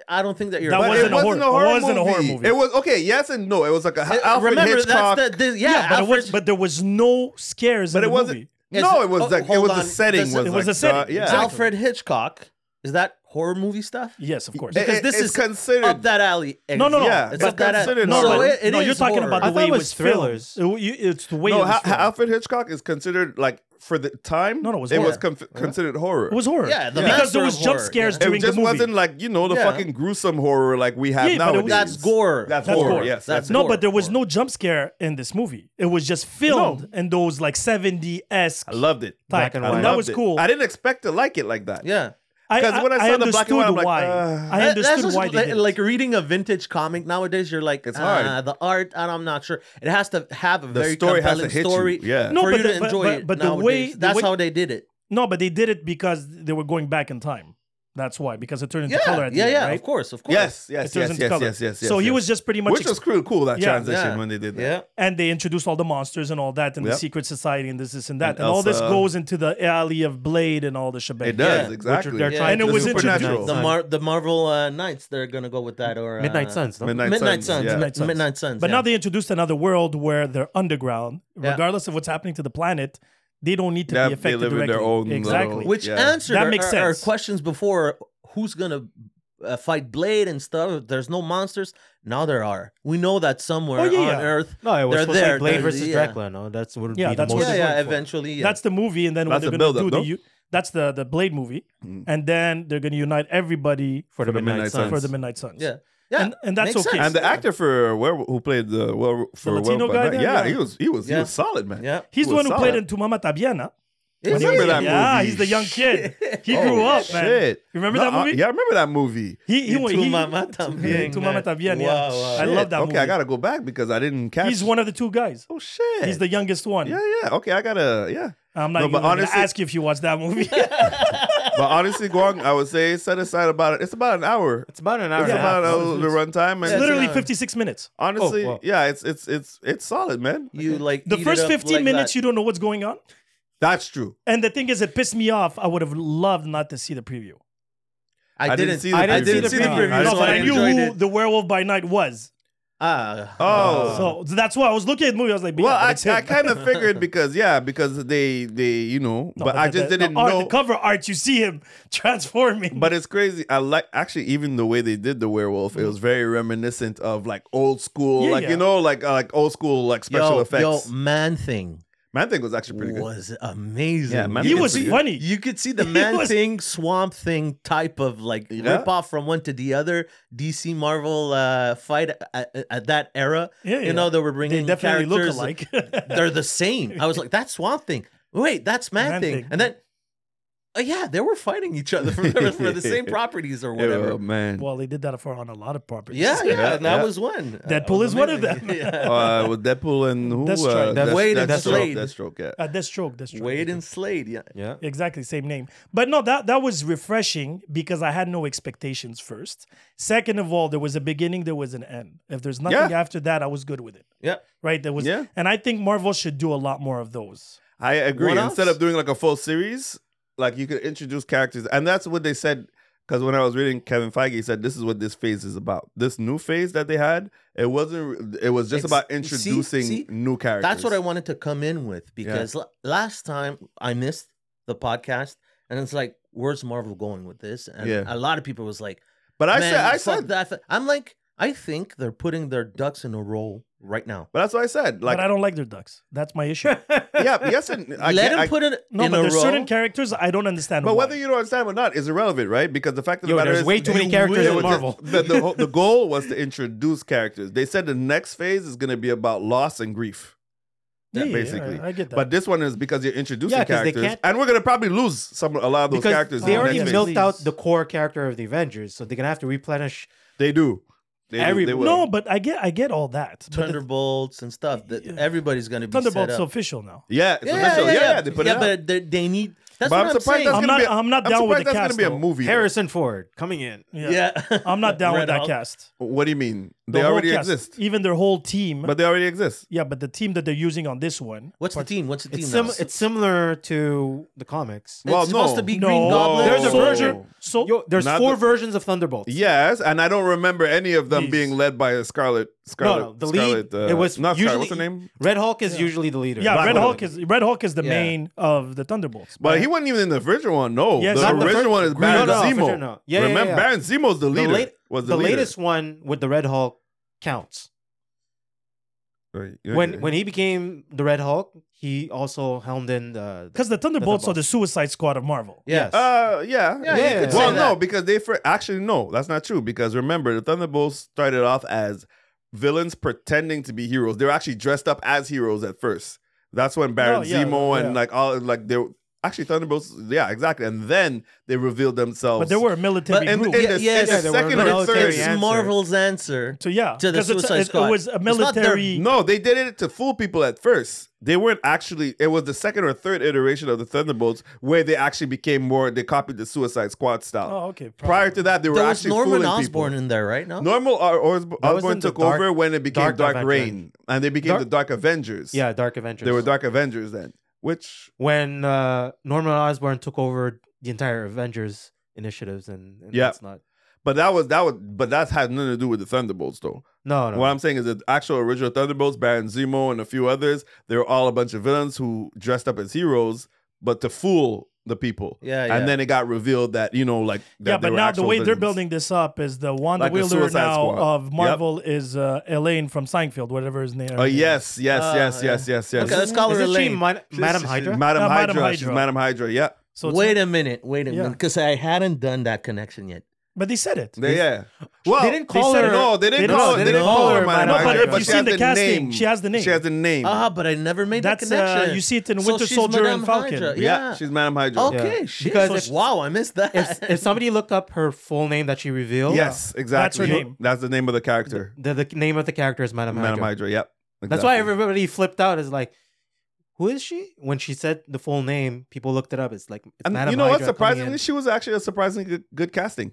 [SPEAKER 1] I don't think that you're.
[SPEAKER 3] That
[SPEAKER 1] right.
[SPEAKER 2] But
[SPEAKER 3] wasn't
[SPEAKER 2] it
[SPEAKER 3] a
[SPEAKER 2] wasn't
[SPEAKER 3] horror-
[SPEAKER 2] a horror
[SPEAKER 3] it wasn't a horror movie.
[SPEAKER 2] It was okay. Yes and no. It was like a
[SPEAKER 1] Uh,
[SPEAKER 2] Alfred
[SPEAKER 1] remember,
[SPEAKER 2] Hitchcock.
[SPEAKER 1] that's the, the yeah,
[SPEAKER 3] but, it was,
[SPEAKER 1] Alfred-
[SPEAKER 3] but there was no scares.
[SPEAKER 2] but
[SPEAKER 3] in
[SPEAKER 2] it
[SPEAKER 3] the
[SPEAKER 2] wasn't.
[SPEAKER 3] movie.
[SPEAKER 2] No, it was
[SPEAKER 1] Oh,
[SPEAKER 2] like it
[SPEAKER 1] hold
[SPEAKER 2] was
[SPEAKER 1] on.
[SPEAKER 2] the setting.
[SPEAKER 1] This-
[SPEAKER 2] was
[SPEAKER 1] it
[SPEAKER 3] was
[SPEAKER 2] like uh,
[SPEAKER 3] the setting,
[SPEAKER 2] yeah.
[SPEAKER 3] exactly.
[SPEAKER 1] Alfred Hitchcock is that horror movie stuff?
[SPEAKER 3] Yes, of course.
[SPEAKER 1] It- because
[SPEAKER 2] It-
[SPEAKER 1] this
[SPEAKER 2] it's
[SPEAKER 1] is
[SPEAKER 2] considered
[SPEAKER 1] Up that alley.
[SPEAKER 3] No, no, no.
[SPEAKER 2] Yeah,
[SPEAKER 1] it's
[SPEAKER 2] it's
[SPEAKER 1] up that alley.
[SPEAKER 2] considered
[SPEAKER 1] No,
[SPEAKER 2] horror.
[SPEAKER 1] so it, it
[SPEAKER 3] no,
[SPEAKER 1] is
[SPEAKER 3] you're talking
[SPEAKER 1] horror.
[SPEAKER 3] about
[SPEAKER 4] I
[SPEAKER 3] the
[SPEAKER 4] thought
[SPEAKER 3] way
[SPEAKER 4] it
[SPEAKER 3] it
[SPEAKER 4] was
[SPEAKER 3] was filmed.
[SPEAKER 4] thrillers.
[SPEAKER 3] It w- you- it's the way
[SPEAKER 2] no.
[SPEAKER 3] it was
[SPEAKER 2] Ha-
[SPEAKER 3] filmed.
[SPEAKER 2] Alfred Hitchcock is considered like for the time.
[SPEAKER 3] No, no, it was
[SPEAKER 2] it
[SPEAKER 3] horror.
[SPEAKER 2] was conf- considered horror.
[SPEAKER 3] It was horror.
[SPEAKER 1] Yeah, the
[SPEAKER 3] because
[SPEAKER 1] master
[SPEAKER 3] there
[SPEAKER 1] of
[SPEAKER 3] was jump
[SPEAKER 1] horror,
[SPEAKER 3] scares
[SPEAKER 1] yeah.
[SPEAKER 2] It
[SPEAKER 3] during
[SPEAKER 2] just
[SPEAKER 3] the movie.
[SPEAKER 2] wasn't like you know the
[SPEAKER 1] Yeah.
[SPEAKER 2] fucking gruesome horror like we have
[SPEAKER 3] Yeah, but it
[SPEAKER 2] nowadays.
[SPEAKER 3] was-
[SPEAKER 1] That's gore.
[SPEAKER 2] That's,
[SPEAKER 3] That's
[SPEAKER 2] horror.
[SPEAKER 3] gore.
[SPEAKER 2] Yes,
[SPEAKER 1] That's
[SPEAKER 2] that's
[SPEAKER 1] gore.
[SPEAKER 3] no, but there was
[SPEAKER 1] Horror.
[SPEAKER 3] no jump scare in this movie. It was just filmed in those like 70s esque
[SPEAKER 2] I loved it.
[SPEAKER 4] Black and
[SPEAKER 2] I
[SPEAKER 4] white.
[SPEAKER 3] That
[SPEAKER 2] loved
[SPEAKER 3] was
[SPEAKER 2] it.
[SPEAKER 3] cool.
[SPEAKER 2] I didn't expect to like it like that.
[SPEAKER 1] Yeah.
[SPEAKER 3] I-
[SPEAKER 2] 'Cause when I saw the black and white,
[SPEAKER 3] understood
[SPEAKER 2] I'm like, "Uh."
[SPEAKER 3] why.
[SPEAKER 2] "Ugh."
[SPEAKER 3] I
[SPEAKER 1] That- that's
[SPEAKER 3] understood
[SPEAKER 1] just
[SPEAKER 3] why they
[SPEAKER 1] like,
[SPEAKER 3] did.
[SPEAKER 1] like
[SPEAKER 3] it.
[SPEAKER 1] reading a vintage comic nowadays. You're like,
[SPEAKER 2] It's
[SPEAKER 1] ah,
[SPEAKER 2] hard.
[SPEAKER 1] The art, and I'm not sure. It has to have a
[SPEAKER 2] The
[SPEAKER 1] very
[SPEAKER 2] story has to
[SPEAKER 1] compelling
[SPEAKER 2] hit you.
[SPEAKER 1] story.
[SPEAKER 2] Yeah.
[SPEAKER 3] No,
[SPEAKER 1] for
[SPEAKER 3] but
[SPEAKER 1] you
[SPEAKER 3] the-
[SPEAKER 1] to
[SPEAKER 3] but-
[SPEAKER 1] enjoy
[SPEAKER 3] but-
[SPEAKER 1] it.
[SPEAKER 3] but the
[SPEAKER 1] nowadays.
[SPEAKER 3] way- the
[SPEAKER 1] that's
[SPEAKER 3] way-
[SPEAKER 1] how they did it.
[SPEAKER 3] no, but they did it because they were going back in time. That's why because it turned into
[SPEAKER 1] Yeah,
[SPEAKER 3] color at the
[SPEAKER 1] yeah,
[SPEAKER 3] end,
[SPEAKER 1] yeah.
[SPEAKER 3] right?
[SPEAKER 1] Of course, of course.
[SPEAKER 2] Yes,
[SPEAKER 3] It
[SPEAKER 2] yes,
[SPEAKER 3] turns
[SPEAKER 2] yes,
[SPEAKER 3] into
[SPEAKER 2] yes,
[SPEAKER 3] color.
[SPEAKER 2] yes, yes, yes.
[SPEAKER 3] So he
[SPEAKER 2] yes.
[SPEAKER 3] was just pretty much
[SPEAKER 2] which was cool, cool that
[SPEAKER 3] Yeah.
[SPEAKER 2] transition
[SPEAKER 1] Yeah.
[SPEAKER 2] when they did that.
[SPEAKER 1] Yeah.
[SPEAKER 3] and they introduced all the monsters and all that and the
[SPEAKER 2] Yep.
[SPEAKER 3] secret society and this, this, and that.
[SPEAKER 2] And
[SPEAKER 3] And, all this
[SPEAKER 2] Elsa.
[SPEAKER 3] goes into the alley of Blade and all the shebang.
[SPEAKER 2] It does
[SPEAKER 1] Yeah.
[SPEAKER 2] exactly.
[SPEAKER 4] they're
[SPEAKER 1] Yeah.
[SPEAKER 4] trying
[SPEAKER 1] And
[SPEAKER 4] to
[SPEAKER 3] it
[SPEAKER 4] do
[SPEAKER 3] was
[SPEAKER 4] Midnight
[SPEAKER 2] supernatural.
[SPEAKER 1] The
[SPEAKER 4] Suns.
[SPEAKER 1] Mar- the Marvel uh, Knights, they're gonna go with that or uh,
[SPEAKER 4] Midnight Suns. No?
[SPEAKER 2] Midnight,
[SPEAKER 1] Midnight
[SPEAKER 2] Suns.
[SPEAKER 1] Suns.
[SPEAKER 2] Yeah.
[SPEAKER 3] Midnight Suns.
[SPEAKER 1] Midnight Suns,
[SPEAKER 3] But
[SPEAKER 1] yeah.
[SPEAKER 3] now they introduced another world where they're underground,
[SPEAKER 1] Yeah.
[SPEAKER 3] regardless of what's happening to the planet. They don't need to
[SPEAKER 2] They-
[SPEAKER 3] be
[SPEAKER 2] they
[SPEAKER 3] affected
[SPEAKER 2] live in their
[SPEAKER 3] directly.
[SPEAKER 2] own little-
[SPEAKER 3] exactly.
[SPEAKER 1] Which
[SPEAKER 2] Yeah.
[SPEAKER 1] answered
[SPEAKER 3] That
[SPEAKER 1] our-
[SPEAKER 3] makes
[SPEAKER 1] our, our
[SPEAKER 3] sense.
[SPEAKER 1] questions before. Who's gonna uh, fight Blade and stuff? There's no monsters now. There are. We know that somewhere
[SPEAKER 3] Oh, yeah,
[SPEAKER 1] on
[SPEAKER 3] yeah.
[SPEAKER 1] Earth.
[SPEAKER 4] No, it was
[SPEAKER 1] They're
[SPEAKER 4] supposed to
[SPEAKER 1] there,
[SPEAKER 4] be Blade
[SPEAKER 1] they're-
[SPEAKER 4] versus
[SPEAKER 1] yeah.
[SPEAKER 4] Dracula. No, that's would
[SPEAKER 3] Yeah,
[SPEAKER 4] be
[SPEAKER 3] that's
[SPEAKER 4] the
[SPEAKER 3] what
[SPEAKER 1] Yeah,
[SPEAKER 4] most
[SPEAKER 3] they're
[SPEAKER 1] yeah.
[SPEAKER 4] important.
[SPEAKER 1] Eventually, yeah.
[SPEAKER 3] That's the movie, and then
[SPEAKER 2] That's
[SPEAKER 3] when
[SPEAKER 2] the
[SPEAKER 3] they're going to
[SPEAKER 2] buildup,
[SPEAKER 3] do
[SPEAKER 2] no?
[SPEAKER 3] the u- that's the the Blade movie,
[SPEAKER 2] Mm.
[SPEAKER 3] and then they're going to unite everybody
[SPEAKER 4] for
[SPEAKER 2] For
[SPEAKER 4] the
[SPEAKER 2] the
[SPEAKER 4] Midnight,
[SPEAKER 2] Midnight
[SPEAKER 4] Suns.
[SPEAKER 3] for the Midnight Suns.
[SPEAKER 1] yeah, yeah,
[SPEAKER 3] and- and that's
[SPEAKER 1] makes
[SPEAKER 3] okay.
[SPEAKER 1] sense.
[SPEAKER 2] And the actor for Werewolf, who played the Werewolf, for
[SPEAKER 3] Latino
[SPEAKER 2] Werewolf by
[SPEAKER 3] guy
[SPEAKER 2] Night,
[SPEAKER 3] there,
[SPEAKER 2] yeah,
[SPEAKER 3] yeah.
[SPEAKER 2] he was he was he
[SPEAKER 1] Yeah.
[SPEAKER 2] was solid, man.
[SPEAKER 1] yeah.
[SPEAKER 3] He's the
[SPEAKER 2] Was
[SPEAKER 3] one who played in
[SPEAKER 2] solid.
[SPEAKER 3] Tu Mama Tabiana.
[SPEAKER 1] Is
[SPEAKER 2] When you remember
[SPEAKER 1] it?
[SPEAKER 2] that
[SPEAKER 3] yeah,
[SPEAKER 2] movie?
[SPEAKER 3] he's the young kid. He
[SPEAKER 2] Oh,
[SPEAKER 3] grew up, man.
[SPEAKER 2] Shit.
[SPEAKER 3] You remember that
[SPEAKER 2] No, I-
[SPEAKER 3] movie?
[SPEAKER 2] yeah, I remember that movie.
[SPEAKER 3] He he,
[SPEAKER 1] Y
[SPEAKER 3] he,
[SPEAKER 1] tu mamá también.
[SPEAKER 3] Tu mamá también, yeah.
[SPEAKER 1] Wow, wow.
[SPEAKER 3] I
[SPEAKER 2] Shit.
[SPEAKER 3] love that
[SPEAKER 2] Okay,
[SPEAKER 3] movie.
[SPEAKER 2] I gotta go back because I didn't catch.
[SPEAKER 3] He's one of the two guys.
[SPEAKER 2] Oh shit.
[SPEAKER 3] He's the youngest one.
[SPEAKER 2] Yeah, yeah. Okay, I gotta. Yeah.
[SPEAKER 3] I'm not
[SPEAKER 2] No,
[SPEAKER 3] even
[SPEAKER 2] but
[SPEAKER 3] gonna
[SPEAKER 2] honestly-
[SPEAKER 3] ask you if you watched that movie.
[SPEAKER 2] But honestly, Guang, I would say set aside about it. It's about an hour.
[SPEAKER 4] It's about an hour.
[SPEAKER 2] It's
[SPEAKER 4] and a half.
[SPEAKER 2] about an hour the runtime,
[SPEAKER 1] Yeah,
[SPEAKER 2] and
[SPEAKER 1] it's-
[SPEAKER 3] Literally
[SPEAKER 1] yeah.
[SPEAKER 3] 56 minutes.
[SPEAKER 2] honestly,
[SPEAKER 4] Oh, wow.
[SPEAKER 2] yeah, it's it's it's it's solid, man.
[SPEAKER 1] You like
[SPEAKER 3] The
[SPEAKER 1] eat it
[SPEAKER 3] first
[SPEAKER 1] up
[SPEAKER 3] 15
[SPEAKER 1] like
[SPEAKER 3] minutes,
[SPEAKER 1] that.
[SPEAKER 3] you don't know what's going on.
[SPEAKER 2] That's true.
[SPEAKER 3] And the thing is, it pissed me off. I would have loved not to see the preview.
[SPEAKER 1] I didn't see.
[SPEAKER 2] the
[SPEAKER 1] I
[SPEAKER 2] preview.
[SPEAKER 1] didn't see the
[SPEAKER 2] I
[SPEAKER 1] preview.
[SPEAKER 2] just
[SPEAKER 3] No,
[SPEAKER 1] so
[SPEAKER 3] but
[SPEAKER 2] wanted
[SPEAKER 3] I
[SPEAKER 2] to
[SPEAKER 3] knew
[SPEAKER 1] enjoyed
[SPEAKER 3] who
[SPEAKER 1] it.
[SPEAKER 3] the werewolf by night was.
[SPEAKER 1] Ah.
[SPEAKER 2] Oh,
[SPEAKER 3] So that's why I was looking at the movie. I was like,
[SPEAKER 2] well,
[SPEAKER 3] yeah,
[SPEAKER 2] I,
[SPEAKER 3] but it's him.
[SPEAKER 2] I kind of figured because yeah, because they they you know,
[SPEAKER 3] No,
[SPEAKER 2] but, I
[SPEAKER 3] the-
[SPEAKER 2] just
[SPEAKER 3] the-
[SPEAKER 2] didn't
[SPEAKER 3] the art-
[SPEAKER 2] know.
[SPEAKER 3] The cover art, you see him transforming.
[SPEAKER 2] But it's crazy. I like actually even the way they did the werewolf.
[SPEAKER 1] Mm-hmm.
[SPEAKER 2] It was very reminiscent of like old school,
[SPEAKER 3] Yeah,
[SPEAKER 2] like
[SPEAKER 3] yeah.
[SPEAKER 2] you know, like uh, like old school like special
[SPEAKER 1] yo,
[SPEAKER 2] effects.
[SPEAKER 1] Yo, man thing
[SPEAKER 2] Man Thing was actually pretty good.
[SPEAKER 1] was amazing.
[SPEAKER 2] Yeah, Man
[SPEAKER 3] he
[SPEAKER 1] You
[SPEAKER 2] Thing
[SPEAKER 1] could
[SPEAKER 3] was
[SPEAKER 2] pretty
[SPEAKER 1] see-
[SPEAKER 2] good.
[SPEAKER 3] funny.
[SPEAKER 1] You could see the
[SPEAKER 3] He
[SPEAKER 1] man
[SPEAKER 3] was-
[SPEAKER 1] thing, swamp thing type of like
[SPEAKER 2] Yeah.
[SPEAKER 1] rip off from one to the other DC Marvel uh, fight at, at- at that era.
[SPEAKER 3] Yeah, yeah.
[SPEAKER 1] You know, they were
[SPEAKER 3] they
[SPEAKER 1] bringing
[SPEAKER 3] definitely look
[SPEAKER 1] characters.
[SPEAKER 3] alike.
[SPEAKER 1] They're the same. I was like, that's swamp thing. Wait, that's man,
[SPEAKER 3] Man
[SPEAKER 1] thing.
[SPEAKER 3] Thing.
[SPEAKER 1] And then, oh yeah, they were fighting each other for, for the same properties or whatever.
[SPEAKER 2] Oh man.
[SPEAKER 3] well, they did that for on a lot of properties.
[SPEAKER 1] Yeah, yeah,
[SPEAKER 2] Yeah,
[SPEAKER 1] and that
[SPEAKER 2] yeah.
[SPEAKER 1] was one.
[SPEAKER 3] Deadpool
[SPEAKER 1] That was
[SPEAKER 3] is one of
[SPEAKER 1] amazing.
[SPEAKER 3] them.
[SPEAKER 1] yeah.
[SPEAKER 2] uh, with Deadpool and who?
[SPEAKER 3] Deathstroke.
[SPEAKER 2] Uh, Death-
[SPEAKER 1] Wade and
[SPEAKER 2] Deathstroke,
[SPEAKER 1] Slade.
[SPEAKER 2] Deathstroke, yeah.
[SPEAKER 3] Uh, Deathstroke, Deathstroke.
[SPEAKER 1] Wade and Slade. Yeah.
[SPEAKER 4] Yeah.
[SPEAKER 3] Exactly, same name. But no, that that was refreshing because I had no expectations first. Second of all, there was a beginning, there was an end. If there's nothing
[SPEAKER 2] Yeah.
[SPEAKER 3] after that, I was good with it.
[SPEAKER 1] Yeah.
[SPEAKER 3] Right? There was
[SPEAKER 2] Yeah.
[SPEAKER 3] and I think Marvel should do a lot more of those.
[SPEAKER 2] I agree.
[SPEAKER 1] One-offs?
[SPEAKER 2] Instead of doing like a full series, like you could introduce characters, and that's what they said. Because when I was reading Kevin Feige, he said this is what this phase is about. This new phase that they had, it wasn't. It was just
[SPEAKER 1] Ex-
[SPEAKER 2] about
[SPEAKER 1] see-
[SPEAKER 2] introducing
[SPEAKER 1] see?
[SPEAKER 2] new characters.
[SPEAKER 1] That's what I wanted to come in with because la- last time I missed the podcast, and it's like, where's Marvel going with this? And
[SPEAKER 2] Yeah.
[SPEAKER 1] a lot of people was like,
[SPEAKER 2] But I
[SPEAKER 1] Man,
[SPEAKER 2] said. I
[SPEAKER 1] fuck
[SPEAKER 2] said.
[SPEAKER 1] that. th- I'm like, I think they're putting their ducks in a row right now.
[SPEAKER 2] But that's what I said. Like,
[SPEAKER 3] but I don't like their ducks. That's my issue.
[SPEAKER 2] yeah, yes, and I
[SPEAKER 1] Let
[SPEAKER 2] get-
[SPEAKER 1] them
[SPEAKER 2] I-
[SPEAKER 1] put it
[SPEAKER 3] No,
[SPEAKER 1] in
[SPEAKER 3] but
[SPEAKER 1] a
[SPEAKER 3] there's
[SPEAKER 1] row.
[SPEAKER 3] certain characters I don't understand.
[SPEAKER 2] But
[SPEAKER 3] why.
[SPEAKER 2] whether you don't understand or not is irrelevant, right? Because the fact of
[SPEAKER 4] Yo,
[SPEAKER 2] the matter
[SPEAKER 4] there's
[SPEAKER 2] is,
[SPEAKER 4] way too
[SPEAKER 2] they
[SPEAKER 4] many characters
[SPEAKER 2] will-
[SPEAKER 4] in
[SPEAKER 2] they-
[SPEAKER 4] Marvel.
[SPEAKER 2] The, the whole- the goal was to introduce characters. They said the next phase is going to be about loss and grief.
[SPEAKER 3] Yeah, yeah,
[SPEAKER 2] basically.
[SPEAKER 3] I, I get that.
[SPEAKER 2] But this one is because you're introducing
[SPEAKER 4] Yeah, 'cause they
[SPEAKER 2] characters,
[SPEAKER 4] can't-
[SPEAKER 2] and we're gonna probably lose some a lot of those
[SPEAKER 4] Because
[SPEAKER 2] characters. in
[SPEAKER 4] they
[SPEAKER 2] the
[SPEAKER 4] already
[SPEAKER 2] next
[SPEAKER 3] Please.
[SPEAKER 2] phase.
[SPEAKER 4] built out the core character of the Avengers, so they're gonna have to replenish.
[SPEAKER 2] They do. They do.
[SPEAKER 4] Every-
[SPEAKER 2] They will.
[SPEAKER 3] no, but I get I get all that. But the-
[SPEAKER 1] Thunderbolts and stuff that
[SPEAKER 3] Yeah.
[SPEAKER 1] everybody's going to be
[SPEAKER 3] Thunderbolt's
[SPEAKER 1] set up.
[SPEAKER 3] official now.
[SPEAKER 2] yeah, it's official. Yeah, yeah, they put
[SPEAKER 1] Yeah,
[SPEAKER 2] it out.
[SPEAKER 1] but they, they need. That's
[SPEAKER 2] But
[SPEAKER 1] what
[SPEAKER 2] I'm
[SPEAKER 1] I'm,
[SPEAKER 2] surprised
[SPEAKER 1] saying.
[SPEAKER 2] that's
[SPEAKER 3] I'm
[SPEAKER 2] gonna
[SPEAKER 3] not
[SPEAKER 2] be. a-
[SPEAKER 3] I'm not
[SPEAKER 2] I'm
[SPEAKER 3] down with the
[SPEAKER 2] surprised that's
[SPEAKER 3] cast.
[SPEAKER 2] gonna be a
[SPEAKER 3] though.
[SPEAKER 2] movie. though.
[SPEAKER 4] Harrison Ford coming in.
[SPEAKER 3] Yeah.
[SPEAKER 1] yeah,
[SPEAKER 3] I'm not down with
[SPEAKER 1] Red
[SPEAKER 3] that
[SPEAKER 1] Hulk.
[SPEAKER 3] cast.
[SPEAKER 2] What do you mean? They
[SPEAKER 3] whole
[SPEAKER 2] already
[SPEAKER 3] cast,
[SPEAKER 2] exist.
[SPEAKER 3] Even their whole team.
[SPEAKER 2] But they already exist.
[SPEAKER 3] yeah, but the team that they're using on this one.
[SPEAKER 1] What's the team? What's the team?
[SPEAKER 4] It's,
[SPEAKER 1] now?
[SPEAKER 4] sim- it's similar to the comics.
[SPEAKER 1] It's
[SPEAKER 2] Well,
[SPEAKER 1] supposed
[SPEAKER 2] no.
[SPEAKER 1] to be
[SPEAKER 3] No.
[SPEAKER 1] Green Goblin.
[SPEAKER 2] There's a
[SPEAKER 1] Soldier.
[SPEAKER 2] version-
[SPEAKER 3] So
[SPEAKER 4] Yo, there's
[SPEAKER 2] Not
[SPEAKER 4] four
[SPEAKER 2] the-
[SPEAKER 4] versions of Thunderbolts.
[SPEAKER 2] Yes, and I don't remember any of them
[SPEAKER 3] These.
[SPEAKER 2] being led by a Scarlet. Scarlet.
[SPEAKER 4] no, the
[SPEAKER 2] Scarlet, uh,
[SPEAKER 4] lead- it was
[SPEAKER 2] not Scarlet.
[SPEAKER 4] usually-
[SPEAKER 2] What's her name?
[SPEAKER 4] Red Hulk is usually the leader.
[SPEAKER 3] yeah,
[SPEAKER 4] Black
[SPEAKER 3] Red
[SPEAKER 4] Widow.
[SPEAKER 3] Hulk is Red Hulk is the
[SPEAKER 1] Yeah.
[SPEAKER 3] main of the Thunderbolts.
[SPEAKER 2] But he wasn't even in the original one. No,
[SPEAKER 3] Yes,
[SPEAKER 2] the
[SPEAKER 3] not the
[SPEAKER 2] original
[SPEAKER 4] first-
[SPEAKER 2] one is
[SPEAKER 4] No,
[SPEAKER 2] Baron
[SPEAKER 4] no,
[SPEAKER 2] Zemo.
[SPEAKER 4] original, no. Yeah, yeah,
[SPEAKER 2] remember
[SPEAKER 4] yeah.
[SPEAKER 2] Baron Zemo's the
[SPEAKER 4] The
[SPEAKER 2] leader.
[SPEAKER 4] late-
[SPEAKER 2] was
[SPEAKER 4] the
[SPEAKER 2] the, leader.
[SPEAKER 4] latest one with the Red Hulk counts.
[SPEAKER 2] Right, okay.
[SPEAKER 4] When when he became the Red Hulk, he also helmed in the.
[SPEAKER 3] Because the Thunderbolts are the Suicide Squad of Marvel.
[SPEAKER 1] Yeah.
[SPEAKER 2] Uh, yeah.
[SPEAKER 1] Yeah,
[SPEAKER 4] you could say
[SPEAKER 2] Well, no,
[SPEAKER 1] that.
[SPEAKER 2] because they fir- actually no, that's not true. Because remember, the Thunderbolts started off as villains pretending to be heroes. They were actually dressed up as heroes at first. That's when Baron
[SPEAKER 3] Oh, yeah,
[SPEAKER 2] Zemo and
[SPEAKER 3] yeah.
[SPEAKER 2] like all like they were actually Thunderbolts. Yeah, exactly. And then they revealed themselves.
[SPEAKER 3] But they were a military
[SPEAKER 1] But-
[SPEAKER 2] in,
[SPEAKER 3] group.
[SPEAKER 2] in
[SPEAKER 1] Yeah,
[SPEAKER 2] the,
[SPEAKER 1] yes. Yeah,
[SPEAKER 2] in the
[SPEAKER 4] they were
[SPEAKER 2] second or
[SPEAKER 4] military
[SPEAKER 2] third
[SPEAKER 1] It's
[SPEAKER 4] answer.
[SPEAKER 1] Marvel's answer.
[SPEAKER 3] so yeah,
[SPEAKER 1] To the
[SPEAKER 3] 'cause it's a-
[SPEAKER 1] Suicide
[SPEAKER 3] it, it
[SPEAKER 1] Squad.
[SPEAKER 3] was a
[SPEAKER 1] It's not their-
[SPEAKER 3] military.
[SPEAKER 2] No, they did it to fool people at first. They weren't actually. It was the second or third iteration of the Thunderbolts where they actually became more. They copied the Suicide Squad style.
[SPEAKER 3] Oh, okay.
[SPEAKER 2] Prior to that, they were
[SPEAKER 1] There was
[SPEAKER 2] actually
[SPEAKER 1] Norman
[SPEAKER 2] fooling
[SPEAKER 1] Osborn
[SPEAKER 2] people.
[SPEAKER 1] in there, right? No.
[SPEAKER 2] Normal Ar- Ors- Osborn
[SPEAKER 4] wasn't the
[SPEAKER 2] took
[SPEAKER 4] Dark-
[SPEAKER 2] over when it became Dark,
[SPEAKER 4] Dark Avenger.
[SPEAKER 2] Reign, and they became
[SPEAKER 4] Dark-
[SPEAKER 2] the Dark Avengers.
[SPEAKER 4] yeah, Dark Avengers.
[SPEAKER 2] they were Dark Avengers then. Which
[SPEAKER 4] when uh, Norman Osborn took over the entire Avengers initiatives, and, and
[SPEAKER 2] Yeah.
[SPEAKER 4] that's not.
[SPEAKER 2] but that was that was but that had nothing to do with the Thunderbolts though.
[SPEAKER 4] No, no.
[SPEAKER 2] What I'm saying is the actual original Thunderbolts, Baron Zemo and a few others, they were all a bunch of villains who dressed up as heroes, but to fool the people.
[SPEAKER 1] Yeah, yeah.
[SPEAKER 2] And then it got revealed that, you know, like that
[SPEAKER 3] yeah,
[SPEAKER 2] they
[SPEAKER 3] but
[SPEAKER 2] were
[SPEAKER 3] now the
[SPEAKER 2] actual
[SPEAKER 3] way they're
[SPEAKER 2] villains.
[SPEAKER 3] building this up is the Wanda
[SPEAKER 2] Like the
[SPEAKER 3] Wheeler
[SPEAKER 2] Suicide
[SPEAKER 3] now
[SPEAKER 2] Squad.
[SPEAKER 3] of
[SPEAKER 2] Yep.
[SPEAKER 3] Marvel is uh, Elaine from Seinfeld, whatever his name.
[SPEAKER 2] Oh yes, yes,
[SPEAKER 1] Ah,
[SPEAKER 2] yes,
[SPEAKER 1] yeah.
[SPEAKER 2] yes, yes, yes.
[SPEAKER 1] Okay, let's call her
[SPEAKER 4] Isn't she
[SPEAKER 1] Elaine.
[SPEAKER 4] Min- Madam Hydra?
[SPEAKER 2] Madam
[SPEAKER 3] Uh, Madam
[SPEAKER 2] Hydra.
[SPEAKER 3] Hydra.
[SPEAKER 2] She's Madam Hydra, yeah.
[SPEAKER 3] So it's-
[SPEAKER 1] wait a minute. Wait a
[SPEAKER 3] Yeah.
[SPEAKER 1] minute. Because I hadn't done that connection yet.
[SPEAKER 3] but they said it.
[SPEAKER 2] They, yeah. Well,
[SPEAKER 4] didn't call
[SPEAKER 3] said
[SPEAKER 4] her-
[SPEAKER 2] No, they didn't
[SPEAKER 3] they
[SPEAKER 2] call.
[SPEAKER 3] don't-
[SPEAKER 2] They didn't call her Madam
[SPEAKER 3] No,
[SPEAKER 2] Hydra.
[SPEAKER 3] but if you've
[SPEAKER 2] she
[SPEAKER 3] seen
[SPEAKER 2] has
[SPEAKER 3] the casting,
[SPEAKER 2] name.
[SPEAKER 3] she has the name.
[SPEAKER 2] She has the name.
[SPEAKER 1] Ah, but I never made
[SPEAKER 3] That's
[SPEAKER 1] that
[SPEAKER 3] uh,
[SPEAKER 1] connection.
[SPEAKER 3] you see it in
[SPEAKER 1] So
[SPEAKER 3] Winter
[SPEAKER 1] she's
[SPEAKER 3] Soldier
[SPEAKER 1] Madame
[SPEAKER 3] and Falcon.
[SPEAKER 1] Hydra.
[SPEAKER 2] yeah.
[SPEAKER 1] Yeah.
[SPEAKER 2] she's Madam Hydra.
[SPEAKER 1] Okay,
[SPEAKER 4] Yeah.
[SPEAKER 1] shit.
[SPEAKER 4] Because
[SPEAKER 1] Like,
[SPEAKER 4] if-
[SPEAKER 1] wow, I missed that.
[SPEAKER 4] if, if somebody looked up her full name that she revealed,
[SPEAKER 2] Yes,
[SPEAKER 3] That's her
[SPEAKER 2] exactly.
[SPEAKER 3] name.
[SPEAKER 2] the name of the character.
[SPEAKER 4] the, the name of the character is Madam,
[SPEAKER 2] Madam
[SPEAKER 4] Hydra.
[SPEAKER 2] Hydra. Yep.
[SPEAKER 4] That's why everybody flipped out. Is like, who is she? When she said the full name, people looked it up. It's like, it's
[SPEAKER 2] And
[SPEAKER 4] Madam
[SPEAKER 2] you know what?
[SPEAKER 4] Hydra coming in.
[SPEAKER 2] Surprisingly, she was actually a surprisingly good, good casting.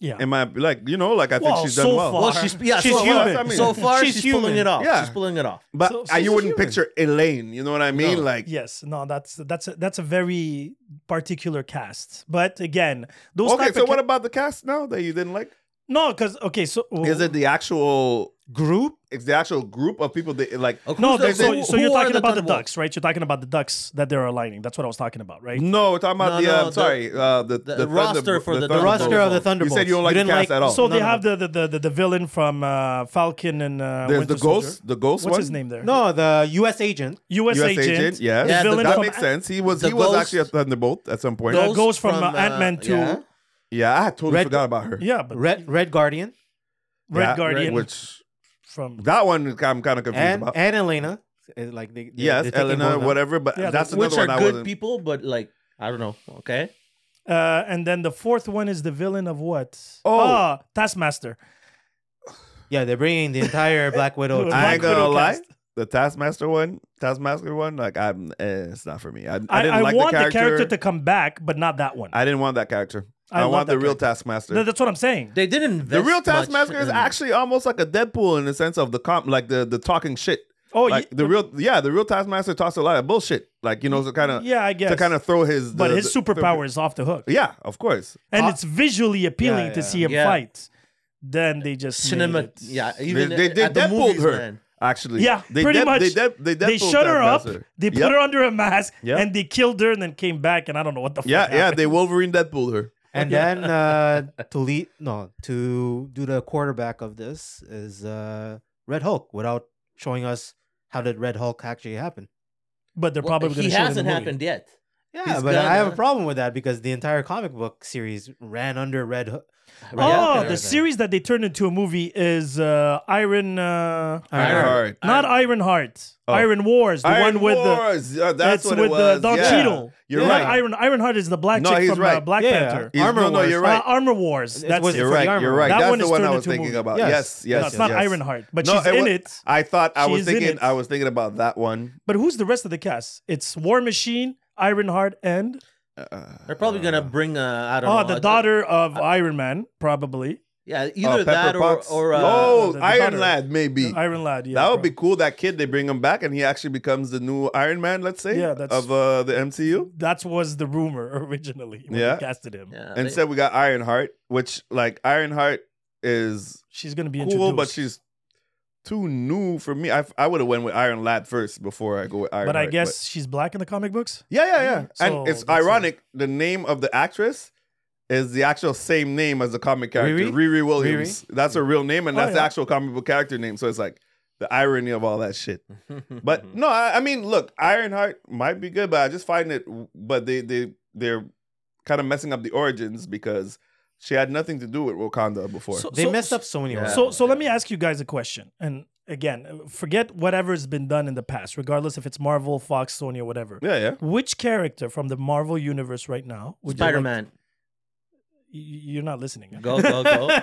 [SPEAKER 3] Yeah.
[SPEAKER 2] In my like, you know, like I think
[SPEAKER 3] Well,
[SPEAKER 2] she's done
[SPEAKER 3] so
[SPEAKER 2] well.
[SPEAKER 3] far.
[SPEAKER 1] well, she's yeah,
[SPEAKER 4] She's
[SPEAKER 1] so,
[SPEAKER 2] human.
[SPEAKER 1] Far, so far,
[SPEAKER 4] She's
[SPEAKER 1] she's, pulling
[SPEAKER 4] human.
[SPEAKER 1] it off.
[SPEAKER 2] Yeah.
[SPEAKER 1] She's pulling it off.
[SPEAKER 2] But
[SPEAKER 3] So-
[SPEAKER 2] uh,
[SPEAKER 4] she's
[SPEAKER 2] you wouldn't
[SPEAKER 4] human.
[SPEAKER 2] picture Elaine. You know what I mean?
[SPEAKER 1] No.
[SPEAKER 2] Like,
[SPEAKER 3] Yes, no, that's that's a, that's a very particular cast. But again, those
[SPEAKER 2] okay.
[SPEAKER 3] type
[SPEAKER 2] So
[SPEAKER 3] of ca-
[SPEAKER 2] what about the cast now that you didn't like?
[SPEAKER 3] no, because okay, so
[SPEAKER 2] Is it the actual?
[SPEAKER 4] group.
[SPEAKER 2] It's the actual group of people that like.
[SPEAKER 1] Oh, who's
[SPEAKER 3] no?
[SPEAKER 1] the-
[SPEAKER 3] the- so,
[SPEAKER 1] who-
[SPEAKER 3] so you're
[SPEAKER 1] who are
[SPEAKER 3] talking about the
[SPEAKER 1] Thunderbolts?
[SPEAKER 3] ducks, right? You're talking about the ducks that they're aligning. That's what I was talking about, right?
[SPEAKER 2] No, we're talking
[SPEAKER 1] No,
[SPEAKER 2] about the.
[SPEAKER 1] no,
[SPEAKER 2] Uh,
[SPEAKER 1] the-
[SPEAKER 2] sorry, uh, the,
[SPEAKER 1] the
[SPEAKER 2] Thunder-
[SPEAKER 1] roster for the- the
[SPEAKER 2] Thunderbolts.
[SPEAKER 4] roster of
[SPEAKER 2] You
[SPEAKER 4] the
[SPEAKER 2] said
[SPEAKER 4] Thunderbolts.
[SPEAKER 2] you don't like
[SPEAKER 4] You
[SPEAKER 2] the
[SPEAKER 4] didn't
[SPEAKER 2] cast
[SPEAKER 4] like-
[SPEAKER 2] at all.
[SPEAKER 3] So they
[SPEAKER 4] no,
[SPEAKER 3] have the the, the the the villain from uh, Falcon and uh,
[SPEAKER 2] There's
[SPEAKER 3] Winter
[SPEAKER 2] the
[SPEAKER 3] Soldier.
[SPEAKER 2] ghost, the ghost
[SPEAKER 3] What's
[SPEAKER 2] one.
[SPEAKER 3] his name there?
[SPEAKER 4] No, the U.S. agent.
[SPEAKER 3] U.S.
[SPEAKER 2] U.S.
[SPEAKER 3] agent.
[SPEAKER 2] agent, yeah.
[SPEAKER 3] The
[SPEAKER 1] Yeah, the
[SPEAKER 3] villain
[SPEAKER 2] that
[SPEAKER 3] from
[SPEAKER 2] makes sense. He was
[SPEAKER 1] the
[SPEAKER 2] he was
[SPEAKER 1] ghost-
[SPEAKER 2] actually a Thunderbolt at some point.
[SPEAKER 3] Ghost from, uh, Ant-Man 2.
[SPEAKER 1] yeah.
[SPEAKER 2] yeah, I had totally
[SPEAKER 4] Red-
[SPEAKER 2] forgot about her.
[SPEAKER 3] Yeah, but Red,
[SPEAKER 4] Red Red Guardian
[SPEAKER 2] Yeah,
[SPEAKER 3] Guardian
[SPEAKER 2] which
[SPEAKER 3] from
[SPEAKER 2] that one I'm kind of confused
[SPEAKER 4] and,
[SPEAKER 2] about.
[SPEAKER 4] and Elena. It's Like they, they-
[SPEAKER 2] yes,
[SPEAKER 4] they're taking
[SPEAKER 2] Elena,
[SPEAKER 4] both of them.
[SPEAKER 2] whatever. But
[SPEAKER 3] Yeah,
[SPEAKER 2] that's
[SPEAKER 3] the-
[SPEAKER 2] another
[SPEAKER 1] Which are
[SPEAKER 2] one I
[SPEAKER 1] good
[SPEAKER 2] wasn't.
[SPEAKER 1] people, but like I don't know. Okay,
[SPEAKER 3] uh, and then the fourth one is the villain of what?
[SPEAKER 2] Oh.
[SPEAKER 3] Ah, Taskmaster.
[SPEAKER 4] Yeah, they're bringing the entire Black Widow. team.
[SPEAKER 2] I ain't
[SPEAKER 3] Black
[SPEAKER 2] gonna
[SPEAKER 3] Widow
[SPEAKER 2] lie.
[SPEAKER 3] cast.
[SPEAKER 2] The Taskmaster one, Taskmaster one, like I'm, eh, it's not for me. I, I didn't
[SPEAKER 3] I, I
[SPEAKER 2] like
[SPEAKER 3] want
[SPEAKER 2] the character.
[SPEAKER 3] to come back, but not that one.
[SPEAKER 2] I didn't want that character.
[SPEAKER 3] I
[SPEAKER 2] I,
[SPEAKER 3] love
[SPEAKER 2] want the
[SPEAKER 3] that
[SPEAKER 2] real
[SPEAKER 3] character.
[SPEAKER 2] Taskmaster.
[SPEAKER 3] Th- that's what I'm saying.
[SPEAKER 1] they didn't.
[SPEAKER 2] the real
[SPEAKER 1] invest much
[SPEAKER 2] Taskmaster is
[SPEAKER 1] in-
[SPEAKER 2] actually almost like a Deadpool in the sense of the comp, like the the talking shit.
[SPEAKER 3] Oh,
[SPEAKER 2] like
[SPEAKER 3] ye-
[SPEAKER 2] the real, yeah, the real Taskmaster talks a lot of bullshit. Like you know, so kind of
[SPEAKER 3] yeah, I guess.
[SPEAKER 2] uh, to kind of throw his.
[SPEAKER 3] but
[SPEAKER 2] the-
[SPEAKER 3] his
[SPEAKER 2] the-
[SPEAKER 3] superpower is off the hook,
[SPEAKER 2] yeah, of course.
[SPEAKER 3] and it's visually appealing
[SPEAKER 4] Yeah,
[SPEAKER 3] to
[SPEAKER 4] yeah.
[SPEAKER 3] see him
[SPEAKER 1] Yeah.
[SPEAKER 3] fight. Then they just made
[SPEAKER 1] cinema.
[SPEAKER 3] it.
[SPEAKER 1] Yeah,
[SPEAKER 2] They,
[SPEAKER 1] even
[SPEAKER 2] they, they
[SPEAKER 1] at the
[SPEAKER 2] Deadpooled
[SPEAKER 1] movies,
[SPEAKER 2] her
[SPEAKER 1] man.
[SPEAKER 2] actually.
[SPEAKER 3] Yeah,
[SPEAKER 2] they
[SPEAKER 3] pretty
[SPEAKER 2] Dead-
[SPEAKER 3] much.
[SPEAKER 2] They, Dead- they,
[SPEAKER 3] They
[SPEAKER 2] Deadpooled
[SPEAKER 3] shut her up.
[SPEAKER 2] Taskmaster.
[SPEAKER 3] They put
[SPEAKER 2] Yep.
[SPEAKER 3] her under a mask,
[SPEAKER 2] Yep.
[SPEAKER 3] and they killed her, and then came back, and I don't know what the.
[SPEAKER 2] Yeah,
[SPEAKER 3] fuck
[SPEAKER 2] yeah,
[SPEAKER 3] happened.
[SPEAKER 2] they Wolverine Deadpooled her.
[SPEAKER 4] And then uh, to lead, no, to do the quarterback of this is uh, Red Hulk without showing us how did Red Hulk actually happen.
[SPEAKER 3] But they're
[SPEAKER 1] Well,
[SPEAKER 3] probably going
[SPEAKER 1] he
[SPEAKER 3] to show it in the
[SPEAKER 1] hasn't
[SPEAKER 3] movie.
[SPEAKER 1] happened yet.
[SPEAKER 4] Yeah,
[SPEAKER 1] He's
[SPEAKER 4] but I have a
[SPEAKER 1] gonna-
[SPEAKER 4] problem with that because the entire comic book series ran under Red Hook.
[SPEAKER 3] Oh,
[SPEAKER 4] Red Hulk and
[SPEAKER 3] the
[SPEAKER 4] everything.
[SPEAKER 3] series that they turned into a movie is uh, Iron. Uh,
[SPEAKER 4] Iron
[SPEAKER 1] Iron-
[SPEAKER 4] Heart.
[SPEAKER 2] Alright.
[SPEAKER 3] Not Iron Heart. Iron Wars. The
[SPEAKER 2] Oh. Iron
[SPEAKER 3] one with the.
[SPEAKER 2] Wars. Yeah, that's
[SPEAKER 3] it's
[SPEAKER 2] what
[SPEAKER 3] with
[SPEAKER 2] it was.
[SPEAKER 3] the Don
[SPEAKER 2] yeah.
[SPEAKER 3] Cheadle.
[SPEAKER 2] You're
[SPEAKER 3] Not
[SPEAKER 2] right.
[SPEAKER 3] Iron Iron Heart is the black
[SPEAKER 2] No,
[SPEAKER 3] chick
[SPEAKER 2] he's
[SPEAKER 3] from uh,
[SPEAKER 2] right.
[SPEAKER 3] Black
[SPEAKER 4] Yeah.
[SPEAKER 3] Panther.
[SPEAKER 2] He's-
[SPEAKER 4] Armor
[SPEAKER 2] no, no,
[SPEAKER 4] Wars.
[SPEAKER 2] you're right.
[SPEAKER 3] Uh, Armor Wars.
[SPEAKER 4] It
[SPEAKER 3] That's
[SPEAKER 4] was-
[SPEAKER 3] it.
[SPEAKER 2] You're
[SPEAKER 4] for the
[SPEAKER 2] right.
[SPEAKER 4] armor
[SPEAKER 2] You're
[SPEAKER 4] one.
[SPEAKER 2] right.
[SPEAKER 3] That
[SPEAKER 2] That's
[SPEAKER 3] one
[SPEAKER 2] the
[SPEAKER 3] is
[SPEAKER 2] one I
[SPEAKER 3] turned
[SPEAKER 2] was
[SPEAKER 3] into a
[SPEAKER 2] thinking
[SPEAKER 3] movie.
[SPEAKER 2] about.
[SPEAKER 4] Yes.
[SPEAKER 2] Yes,
[SPEAKER 3] No,
[SPEAKER 2] yes.
[SPEAKER 3] it's not
[SPEAKER 2] yes.
[SPEAKER 3] Iron Heart, but
[SPEAKER 2] No,
[SPEAKER 3] she's
[SPEAKER 2] it
[SPEAKER 3] in
[SPEAKER 2] wa-
[SPEAKER 3] it.
[SPEAKER 2] I thought I was
[SPEAKER 3] She's in
[SPEAKER 2] thinking.
[SPEAKER 3] it.
[SPEAKER 2] I was thinking about that one.
[SPEAKER 3] But who's the rest of the cast? It's War Machine, Iron Heart, and
[SPEAKER 1] They're probably gonna bring. Uh, I don't
[SPEAKER 3] oh,
[SPEAKER 1] know.
[SPEAKER 3] the
[SPEAKER 1] a-
[SPEAKER 3] daughter of Iron Man, probably.
[SPEAKER 1] Yeah,
[SPEAKER 2] Uh,
[SPEAKER 1] either
[SPEAKER 2] Pepper
[SPEAKER 1] that or,
[SPEAKER 2] Potts.
[SPEAKER 1] or uh,
[SPEAKER 2] oh,
[SPEAKER 3] the- the
[SPEAKER 2] Iron
[SPEAKER 3] daughter.
[SPEAKER 2] Lad, maybe.
[SPEAKER 3] Iron Lad. Yeah,
[SPEAKER 2] that would
[SPEAKER 3] bro.
[SPEAKER 2] be cool. That kid, they bring him back, and he actually becomes the new Iron Man. Let's say,
[SPEAKER 3] Yeah, that's-
[SPEAKER 2] of uh, the MCU.
[SPEAKER 3] That was the rumor originally when
[SPEAKER 2] Yeah.
[SPEAKER 3] they casted him.
[SPEAKER 1] yeah,
[SPEAKER 2] And
[SPEAKER 1] they-
[SPEAKER 2] Instead, we got Ironheart, which like Ironheart is
[SPEAKER 3] She's gonna be
[SPEAKER 2] cool,
[SPEAKER 3] introduced.
[SPEAKER 2] but she's too new for me. I, I would have went with Iron Lad first before I go with Iron.
[SPEAKER 3] But I guess she's black in the comic books.
[SPEAKER 2] yeah, yeah, yeah.
[SPEAKER 3] Mm-hmm. So
[SPEAKER 2] and it's
[SPEAKER 3] that's a-
[SPEAKER 2] ironic. The name of the actress is the actual same name as the comic character,
[SPEAKER 4] Riri?
[SPEAKER 2] Riri, Williams. That's her real name, and
[SPEAKER 3] Oh,
[SPEAKER 2] that's the
[SPEAKER 3] yeah.
[SPEAKER 2] actual comic book character name. So it's like the irony of all that shit.
[SPEAKER 3] Mm-hmm.
[SPEAKER 2] But no, I, I mean, look, Ironheart might be good, but I just find it. But they they they're kind of messing up the origins because she had nothing to do with Wakanda before.
[SPEAKER 3] So-
[SPEAKER 4] They
[SPEAKER 3] so-
[SPEAKER 4] messed up so many.
[SPEAKER 1] Yeah.
[SPEAKER 4] ways.
[SPEAKER 3] So, so let me ask you guys a question. And again, forget whatever's been done in the past, regardless if it's Marvel, Fox, Sony, or whatever.
[SPEAKER 2] yeah, yeah.
[SPEAKER 3] Which character from the Marvel universe right now would you like-
[SPEAKER 1] Spider Man.
[SPEAKER 3] Y- You're not listening.
[SPEAKER 1] Go, go, go.